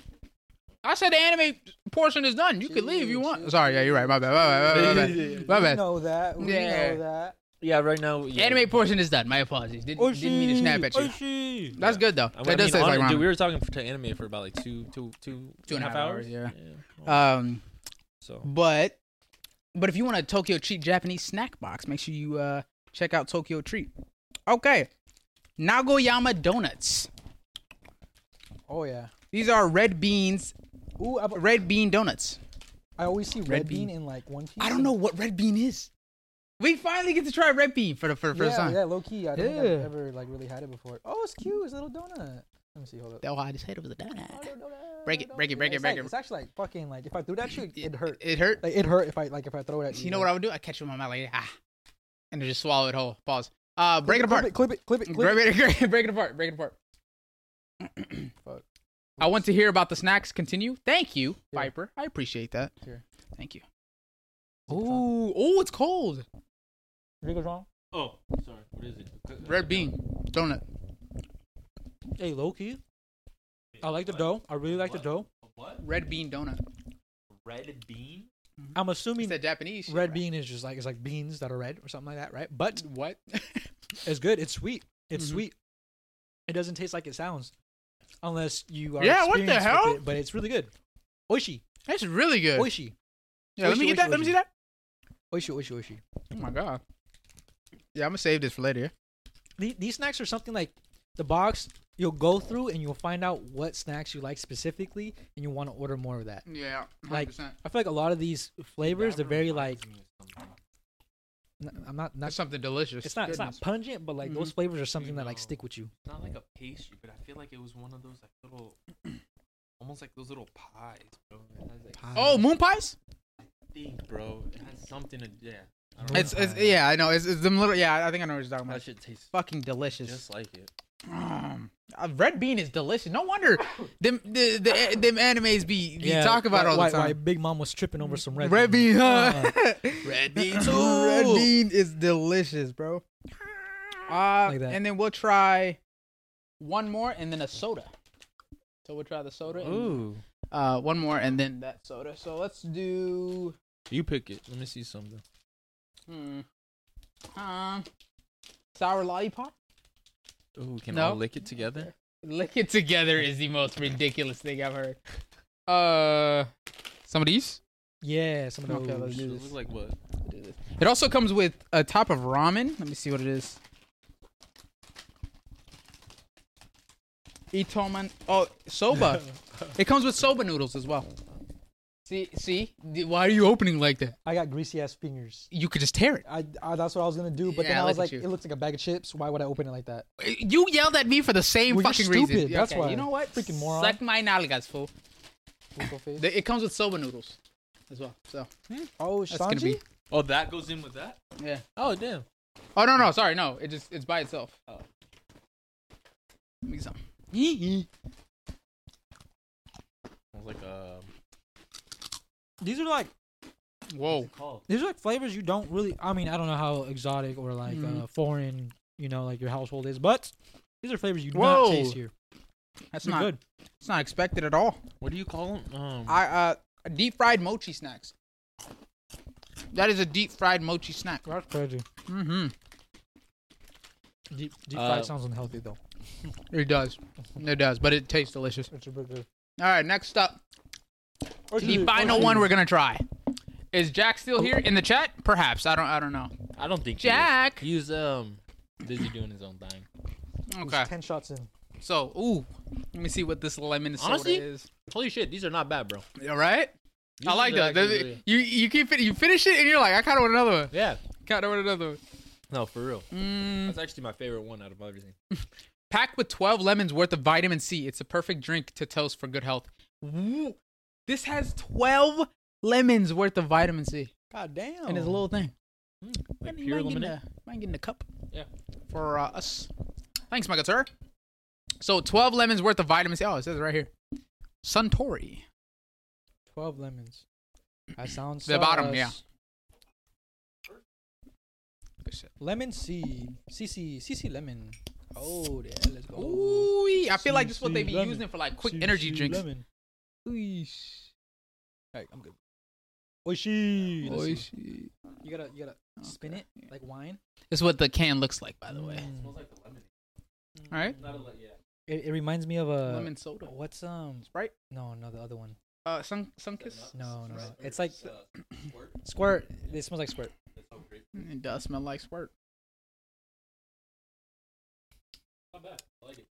Speaker 1: I said the anime portion is done. You can leave if you want. Sorry, yeah, you're right. My bad. My bad. My bad. My bad. My
Speaker 2: We
Speaker 1: bad.
Speaker 2: know that. We
Speaker 1: Yeah.
Speaker 2: know that.
Speaker 3: Yeah, right now. Yeah.
Speaker 1: Anime portion is done. My apologies. Didn't,
Speaker 2: Oh,
Speaker 1: didn't mean to snap at you.
Speaker 3: Oishi.
Speaker 1: That's good though.
Speaker 3: I mean,
Speaker 1: that does taste
Speaker 3: I mean,
Speaker 1: like
Speaker 3: honestly,
Speaker 1: ramen.
Speaker 3: dude, we were talking f- to anime for about like two, two, two, two and a half hours.
Speaker 1: yeah.
Speaker 3: yeah.
Speaker 1: um,
Speaker 3: so
Speaker 1: but but if you want a Tokyo Treat Japanese snack box, make sure you uh check out Tokyo Treat. Okay, Nagoyama donuts.
Speaker 2: Oh yeah.
Speaker 1: These are red beans,
Speaker 2: Ooh, I,
Speaker 1: red bean donuts.
Speaker 2: I always see red,
Speaker 1: bean.
Speaker 2: bean. in like one piece.
Speaker 1: I don't know what red bean is. We finally get to try red bean for the for the
Speaker 2: Yeah,
Speaker 1: first time.
Speaker 2: yeah, low key. I don't think
Speaker 1: Yeah.
Speaker 2: I've ever like really had it before. Oh, it's cute. It's a little donut. Let me see. Hold up.
Speaker 1: That hot as head was a donut.
Speaker 2: Oh, little donut,
Speaker 1: Break it,
Speaker 2: little
Speaker 1: break it,
Speaker 2: donut.
Speaker 1: break it,
Speaker 2: It's
Speaker 1: break
Speaker 2: like-
Speaker 1: it.
Speaker 2: It's actually like fucking like if I threw that shit, it hurt.
Speaker 1: It hurt.
Speaker 2: Like it hurt if I like if I throw it at you.
Speaker 1: You know what I would do? I catch it with my mouth like ah, and just swallow it whole. Pause. Uh, break it apart.
Speaker 2: Clip it. Clip it. Clip it. Clip
Speaker 1: Break
Speaker 2: it.
Speaker 1: it, break it, break it apart. Break it apart.
Speaker 2: Fuck.
Speaker 1: I want to hear about the snacks. Continue. Thank you,
Speaker 2: Here.
Speaker 1: Viper. I appreciate that.
Speaker 2: Here.
Speaker 1: Thank you.
Speaker 2: Zip it on.
Speaker 1: Ooh, oh, it's cold.
Speaker 2: Rigo's wrong.
Speaker 3: oh, sorry. What is it?
Speaker 1: Red bean donut.
Speaker 2: Hey, low key. I like the dough. I really like the dough.
Speaker 3: What?
Speaker 1: Red bean donut.
Speaker 3: Red bean?
Speaker 2: I'm
Speaker 1: Mm-hmm. It's
Speaker 2: assuming
Speaker 1: that Japanese. shit,
Speaker 2: red
Speaker 1: right?
Speaker 2: bean is just like it's like beans that are red or something like that, right? But
Speaker 1: What?
Speaker 2: it's good. It's sweet. It's
Speaker 1: Mhm.
Speaker 2: sweet. It doesn't taste like it sounds, unless you are.
Speaker 1: Yeah, what the
Speaker 2: experienced with
Speaker 1: hell?
Speaker 2: it, but it's really good. Oishi,
Speaker 1: That's really good.
Speaker 2: oishi,
Speaker 1: yeah, let me
Speaker 2: oishi,
Speaker 1: get that.
Speaker 2: oishi,
Speaker 1: Let me
Speaker 2: oishi.
Speaker 1: see that.
Speaker 2: oishi, oishi, oishi.
Speaker 1: Oh my god. Yeah, I'm gonna save this for later.
Speaker 2: The- These snacks are something like the box. You'll go through and you'll find out what snacks you like specifically, and you want to order more of that.
Speaker 1: Yeah,
Speaker 2: Like, I feel like a lot of these flavors, they're very like. n- I'm not.
Speaker 1: that's
Speaker 2: not
Speaker 1: something delicious.
Speaker 2: it's not. It's not
Speaker 1: Goodness. Mm-hmm.
Speaker 2: pungent, but like those flavors are something that like
Speaker 3: No.
Speaker 2: stick with you.
Speaker 3: It's not like a pastry, but I feel like it was one of those like little, almost like those little pies, bro. It has like
Speaker 1: Oh, moon pies?
Speaker 3: think, bro. It has something to yeah. I
Speaker 2: Moon
Speaker 3: don't
Speaker 1: It's,
Speaker 3: know.
Speaker 1: it's
Speaker 2: pie.
Speaker 1: yeah, I know. It's, it's them little. Yeah, I think I know what you're talking
Speaker 3: that
Speaker 1: about.
Speaker 3: shit tastes
Speaker 1: Fucking delicious.
Speaker 3: just like it.
Speaker 1: Mm. Uh, red bean is delicious. No wonder them the, the them animes be, be
Speaker 2: Yeah,
Speaker 1: talk about
Speaker 2: why,
Speaker 1: all the
Speaker 2: why-
Speaker 1: time.
Speaker 2: Why Big Mom was tripping over some red,
Speaker 1: red bean, huh?
Speaker 2: Uh,
Speaker 3: Red bean
Speaker 1: red bean is delicious, bro. Uh,
Speaker 2: Like that.
Speaker 1: and then we'll try one more and then a soda. So we'll try the soda. and-
Speaker 3: Ooh,
Speaker 1: uh, one more and then that soda. So let's do.
Speaker 3: you pick it. Let me see something.
Speaker 1: Hmm. Um. Sour lollipop.
Speaker 3: Ooh, can
Speaker 1: No.
Speaker 3: all lick it together?
Speaker 1: Lick it together is the most ridiculous thing I've heard. Uh, some of these.
Speaker 2: Yeah, some of
Speaker 1: Okay,
Speaker 2: those.
Speaker 1: let's do
Speaker 3: It
Speaker 1: this.
Speaker 3: looks like what?
Speaker 1: It also comes with a top of ramen. Let me see what it is. Itoman. Oh, soba. it comes with soba noodles as well. See, see, D- why are you opening like that?
Speaker 2: I got greasy ass fingers.
Speaker 1: You could just tear it.
Speaker 2: I, I that's what I was gonna do, but then
Speaker 1: Yeah,
Speaker 2: I was
Speaker 1: look
Speaker 2: like,
Speaker 1: at you.
Speaker 2: it looks like a bag of chips. Why would I open it like that?
Speaker 1: You yelled at me for the same
Speaker 2: Well, you're
Speaker 1: fucking reason.
Speaker 2: stupid, that's why.
Speaker 1: You know what?
Speaker 2: Freaking moron.
Speaker 1: Suck my nalgas, fool.
Speaker 2: Poofo face.
Speaker 1: They- It comes with soba noodles as well. So
Speaker 2: oh,
Speaker 1: that's gonna be.
Speaker 2: Sanji.
Speaker 3: Oh, that goes in with that.
Speaker 1: Yeah.
Speaker 3: Oh damn.
Speaker 1: Oh no no sorry no it just it's by itself.
Speaker 3: Oh.
Speaker 1: Let me get some. Yee.
Speaker 3: It's like um.
Speaker 2: These are like
Speaker 1: Whoa.
Speaker 3: called?
Speaker 2: these are like flavors you don't really. I mean, I don't know how exotic or like
Speaker 1: Mhm.
Speaker 2: uh, foreign you know like your household is, but these are flavors you do
Speaker 1: Whoa.
Speaker 2: not taste here.
Speaker 1: That's
Speaker 2: They're
Speaker 1: not
Speaker 2: good.
Speaker 1: it's not expected at all.
Speaker 3: What do you call them? Um,
Speaker 1: I uh deep fried mochi snacks. That is a deep fried mochi snack.
Speaker 2: That's crazy.
Speaker 1: Mm-hmm.
Speaker 2: Deep deep
Speaker 3: Uh,
Speaker 2: fried sounds unhealthy though.
Speaker 1: It does. It does, but it tastes delicious.
Speaker 2: It's a bit good.
Speaker 1: All right, next up, the
Speaker 2: Oishi,
Speaker 1: final
Speaker 2: oishi.
Speaker 1: one we're gonna try. Is Jack still here in the chat? Perhaps I don't. I don't know.
Speaker 3: I don't think he is.
Speaker 1: Jack.
Speaker 3: He's um busy doing his own thing.
Speaker 2: He's
Speaker 1: Okay.
Speaker 2: Ten shots in.
Speaker 1: So, ooh, let me see what this lemon soda
Speaker 3: Honestly?
Speaker 1: is.
Speaker 3: Holy shit, these are not bad, bro.
Speaker 1: All right. I
Speaker 3: These
Speaker 1: like
Speaker 3: are
Speaker 1: that.
Speaker 3: actually
Speaker 1: The-
Speaker 3: really-
Speaker 1: you you keep fin- you finish it and you're like, I kind of want another one.
Speaker 3: yeah.
Speaker 1: Kind of want another one.
Speaker 3: No, for real.
Speaker 1: Mm.
Speaker 3: That's actually my favorite one out of everything.
Speaker 1: Packed with 12 lemons worth of vitamin C. It's a perfect drink to toast for good health. Woo. This has 12 lemons worth of vitamin C
Speaker 2: God damn.
Speaker 1: in this little thing. Might-
Speaker 3: Like pure
Speaker 1: might, get in
Speaker 3: lemonade.
Speaker 1: a, might get in a cup.
Speaker 3: Yeah.
Speaker 1: For uh, us. Thanks, my good sir. So 12 lemons worth of vitamin C. Oh, it says it right here. Suntory.
Speaker 2: Twelve lemons. That sounds.
Speaker 1: The bottom,
Speaker 2: sus.
Speaker 1: yeah. Good shit.
Speaker 2: Lemon seed. CC CC lemon. Oh, yeah, let's go.
Speaker 1: Ooh, I feel like this is what they be
Speaker 4: Lemon.
Speaker 1: using for like quick
Speaker 4: Sushi
Speaker 1: energy drinks.
Speaker 4: Lemon.
Speaker 2: Oish.
Speaker 4: All right, I'm good. Oishi.
Speaker 1: Oh,
Speaker 4: Oishi.
Speaker 1: shit.
Speaker 2: You gotta, you gotta spin it like wine.
Speaker 1: It's what the can looks like, by the way.
Speaker 2: Mm.
Speaker 3: smells like the lemon.
Speaker 1: All right,
Speaker 3: Not a le- yeah.
Speaker 2: It, it reminds me of a
Speaker 1: lemon soda.
Speaker 2: What's um?
Speaker 1: Sprite?
Speaker 2: No, no, the other one.
Speaker 1: Uh, sun sunkiss.
Speaker 2: No, no,
Speaker 1: Sprite.
Speaker 2: it's like
Speaker 3: It's, uh, squirt.
Speaker 2: squirt. It smells like squirt.
Speaker 3: That's how grape-
Speaker 1: It does smell like squirt.
Speaker 3: Not bad. I like it.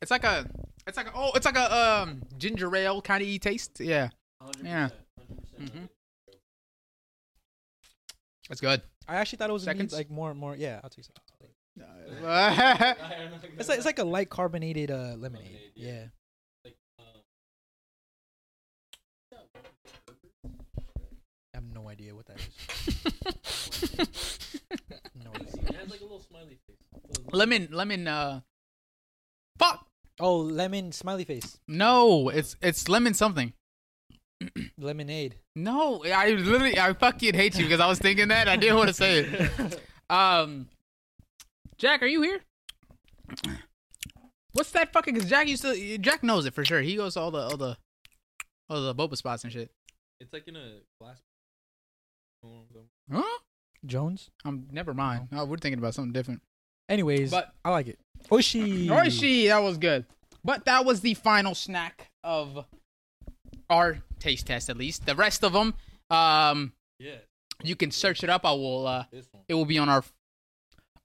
Speaker 1: It's like a, it's like a, oh, it's like a um ginger ale kind of e taste. Yeah,
Speaker 3: 100%,
Speaker 1: Yeah.
Speaker 3: 100%
Speaker 1: Mhm.
Speaker 3: like it.
Speaker 1: that's good.
Speaker 2: I actually thought it was gonna be,
Speaker 1: Seconds?
Speaker 2: like more, more. Yeah, I'll take seconds.
Speaker 1: Uh,
Speaker 3: I don't know.
Speaker 2: It's like it's like a light carbonated uh, lemonade.
Speaker 3: Lemonade,
Speaker 2: Yeah.
Speaker 3: yeah. um,
Speaker 2: I have no idea what that is. No idea.
Speaker 3: It has like a little smiley face.
Speaker 1: lemon, lemon. Uh, fuck.
Speaker 2: Oh, lemon smiley face
Speaker 1: No, it's it's lemon something.
Speaker 2: lemonade.
Speaker 1: No, I literally, I fucking hate you because I was thinking that. I didn't want to say it. Um, Jack, are you here? What's that fucking? Because Jack used to, Jack knows it for sure. He goes to all the, all the, all the boba spots and shit.
Speaker 3: It's like in a glass. Oh, no.
Speaker 1: Huh?
Speaker 2: Jones.
Speaker 1: Um, never mind. Oh, we're thinking about something different.
Speaker 2: Anyways,
Speaker 1: But
Speaker 4: I like it.
Speaker 2: Oshi.
Speaker 1: Oishi, that was good. But that was the final snack of our taste test, at least. The rest of them, um,
Speaker 3: Yeah,
Speaker 1: you can search it up. I will. Uh,
Speaker 3: this one.
Speaker 1: it will be on our.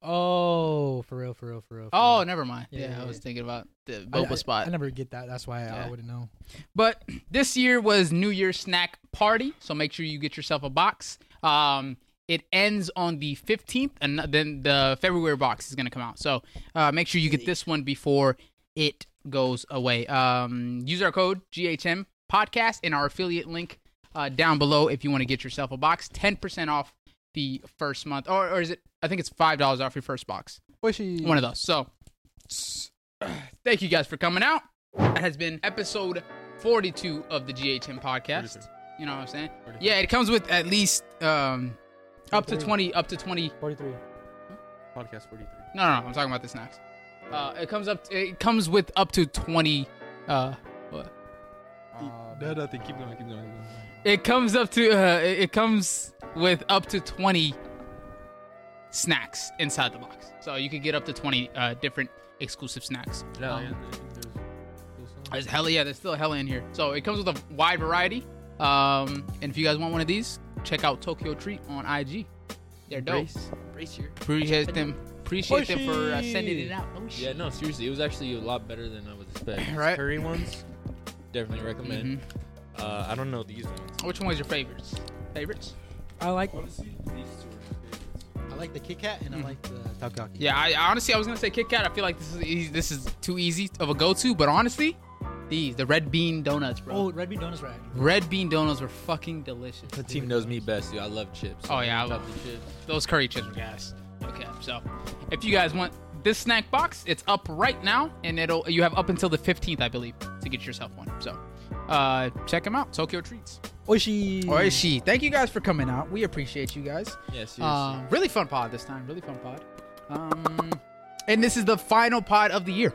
Speaker 2: Oh, for real, for real, for real. for
Speaker 1: Oh,
Speaker 2: real.
Speaker 1: never mind.
Speaker 2: Yeah,
Speaker 1: Yeah,
Speaker 2: yeah,
Speaker 1: I was
Speaker 2: yeah.
Speaker 1: thinking about the
Speaker 2: I-
Speaker 1: boba
Speaker 2: I,
Speaker 1: spot.
Speaker 2: I never get that. That's why I,
Speaker 1: Yeah.
Speaker 2: wouldn't know.
Speaker 1: But this year was New Year's snack party, so make sure you get yourself a box. Um, it ends on the 15th, and then the February box is going to come out. So uh, make sure you get this one before it goes away. Um, use our code GHM podcast and our affiliate link uh, down below if you want to get yourself a box. 10% off the first month, or, or is it? I think it's $5 off your first box
Speaker 2: Oshi.
Speaker 1: one of those. So, thank you guys for coming out. That has been episode 42 of the GHM podcast. You know what I'm saying? Yeah, it comes with at least um up to 20 up to 20
Speaker 2: Forty-three.
Speaker 3: Podcast 43.
Speaker 1: No, no, no I'm talking about the snacks. Uh it comes up it comes with up to 20 uh what?
Speaker 3: No, no, keep going, keep going.
Speaker 1: It comes up to uh it it comes with up to 20 snacks inside the box. So you could get up to 20 uh different exclusive snacks.
Speaker 3: Oh,
Speaker 1: Um, There's hella yeah, there's still hella in here. So it comes with a wide variety. Um, and if you guys want one of these, check out Tokyo Treat on IG. They're dope. Appreciate them. Appreciate them for uh, sending it out. Oh,
Speaker 3: Yeah,
Speaker 1: shit.
Speaker 3: no, seriously, it was actually a lot better than I was expecting.
Speaker 1: Right.
Speaker 3: Curry ones, definitely
Speaker 1: Mhm.
Speaker 3: recommend. Uh, I don't know these ones.
Speaker 1: Which one was your favorites? Favorites?
Speaker 2: I like. Mm.
Speaker 3: Honestly, these two are
Speaker 2: I like the Kit Kat and I like the takoyaki.
Speaker 1: Yeah, I, I honestly I was gonna say Kit Kat. I feel like this is easy, this is too easy of a go-to, but honestly, these the red bean donuts, bro.
Speaker 2: Oh, red bean donuts, right?
Speaker 1: Red bean donuts were fucking delicious.
Speaker 3: The team knows me best, dude. I love chips.
Speaker 1: Oh, yeah, I
Speaker 3: Top
Speaker 1: love-
Speaker 3: the chips.
Speaker 1: those curry chips are gas. Okay, so if you guys want this snack box, it's up right now, and it'll you have up until the fifteenth, I believe, to get yourself one. So uh, check them out, Tokyo Treats.
Speaker 2: Oishi.
Speaker 1: Oishi, thank you guys for coming out. We appreciate you guys.
Speaker 3: Yeah, seriously.
Speaker 1: Um, really fun pod this time. Really fun pod. Um, and this is the final pod of the year,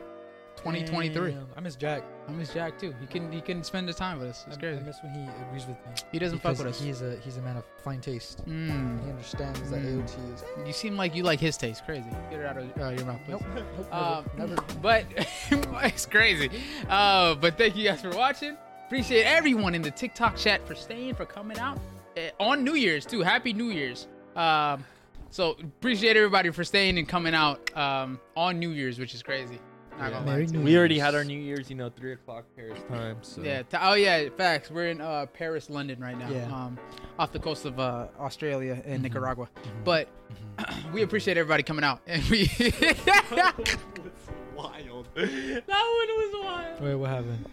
Speaker 1: 2023.
Speaker 2: Damn, I miss Jack.
Speaker 1: I miss Jack too. He can he can spend the time with us.
Speaker 2: I,
Speaker 1: It's
Speaker 2: I
Speaker 1: crazy.
Speaker 2: miss when he agrees with me.
Speaker 1: He doesn't fuck
Speaker 2: Because
Speaker 1: with us.
Speaker 2: He's a he's a man of fine taste.
Speaker 1: Mm.
Speaker 2: He understands that
Speaker 1: Mm.
Speaker 2: AOT is.
Speaker 1: You seem like you like his taste. Crazy. Get it out of uh, your mouth, please.
Speaker 2: Nope. nope
Speaker 1: Um,
Speaker 2: never. never.
Speaker 1: but it's crazy. Uh, but thank you guys for watching. Appreciate everyone in the TikTok chat for staying, for coming out Eh, on New Year's too. Happy New Year's. Um, so appreciate everybody for staying and coming out um, on New Year's, which is crazy. Not gonna lie.
Speaker 2: Merry New
Speaker 3: we already
Speaker 2: Year's.
Speaker 3: had our New Year's, you know, 3 o'clock Paris time. So.
Speaker 1: Yeah. t- oh yeah. Facts. We're in uh, Paris, London right now.
Speaker 2: Yeah. Mm-hmm.
Speaker 1: Um, off the coast of uh, Australia and Nicaragua. But we appreciate everybody coming out. And we. that one
Speaker 3: Wild.
Speaker 1: was wild.
Speaker 2: Wait, what happened?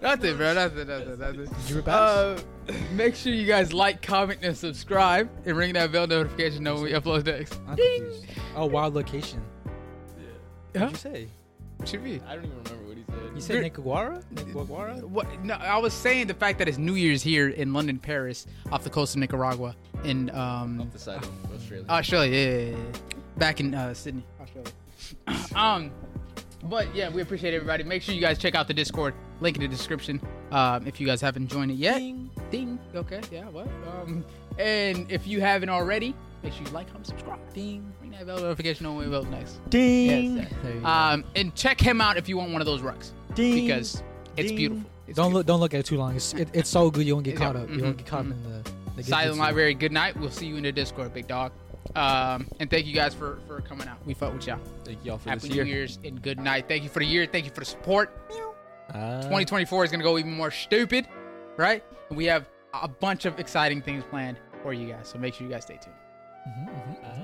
Speaker 1: That's it, bro. That's it. That's it. That's it.
Speaker 2: Did you rip ass?
Speaker 1: Uh, make sure you guys like, comment, and subscribe, and ring that bell notification to know when we upload next.
Speaker 2: I'm confused. Oh, wild location.
Speaker 1: Huh?
Speaker 2: What'd you say?
Speaker 1: What you mean?
Speaker 3: I don't even remember what he
Speaker 2: You
Speaker 3: said.
Speaker 2: said
Speaker 1: You're-
Speaker 2: Nicaragua? Nicaragua?
Speaker 1: What? No, I was saying the fact that it's New Year's here in London, Paris, off the coast of Nicaragua, in um,
Speaker 3: Off the side of Australia.
Speaker 1: Australia, yeah, yeah, yeah, yeah. back in uh, Sydney, Australia. um, but yeah, we appreciate everybody. Make sure you guys check out the Discord. Link in the description. Um, if you guys haven't joined it yet, ding, ding. Okay, yeah, what? Um, and if you haven't already, make sure you like, comment, subscribe, ding. Ring that bell notification on when we next.
Speaker 2: Ding.
Speaker 1: Yes, Um, and check him out if you want one of those rugs
Speaker 2: Ding.
Speaker 1: because it's
Speaker 2: Ding.
Speaker 1: beautiful. It's
Speaker 4: Don't
Speaker 1: beautiful.
Speaker 4: look. Don't look at it too long. It's it, it's so good. You won't get
Speaker 1: Yeah,
Speaker 4: caught up. You won't
Speaker 1: mhm,
Speaker 4: get caught up
Speaker 1: mhm.
Speaker 4: in the, the
Speaker 1: Silent
Speaker 4: Genjutsu.
Speaker 1: Library. Good night. We'll see you in the Discord, big dog. Um, and thank you guys for for coming out. We fuck with y'all.
Speaker 3: Thank y'all for
Speaker 1: Happy
Speaker 3: this year. Uh-huh.
Speaker 1: New Year's and good night. Thank you for the year. Thank you for the support.
Speaker 4: Ah.
Speaker 1: 2024 is going to go even more stupid, right? And we have a bunch of exciting things planned for you guys. So make sure you guys stay tuned.
Speaker 4: Mhm, mhm.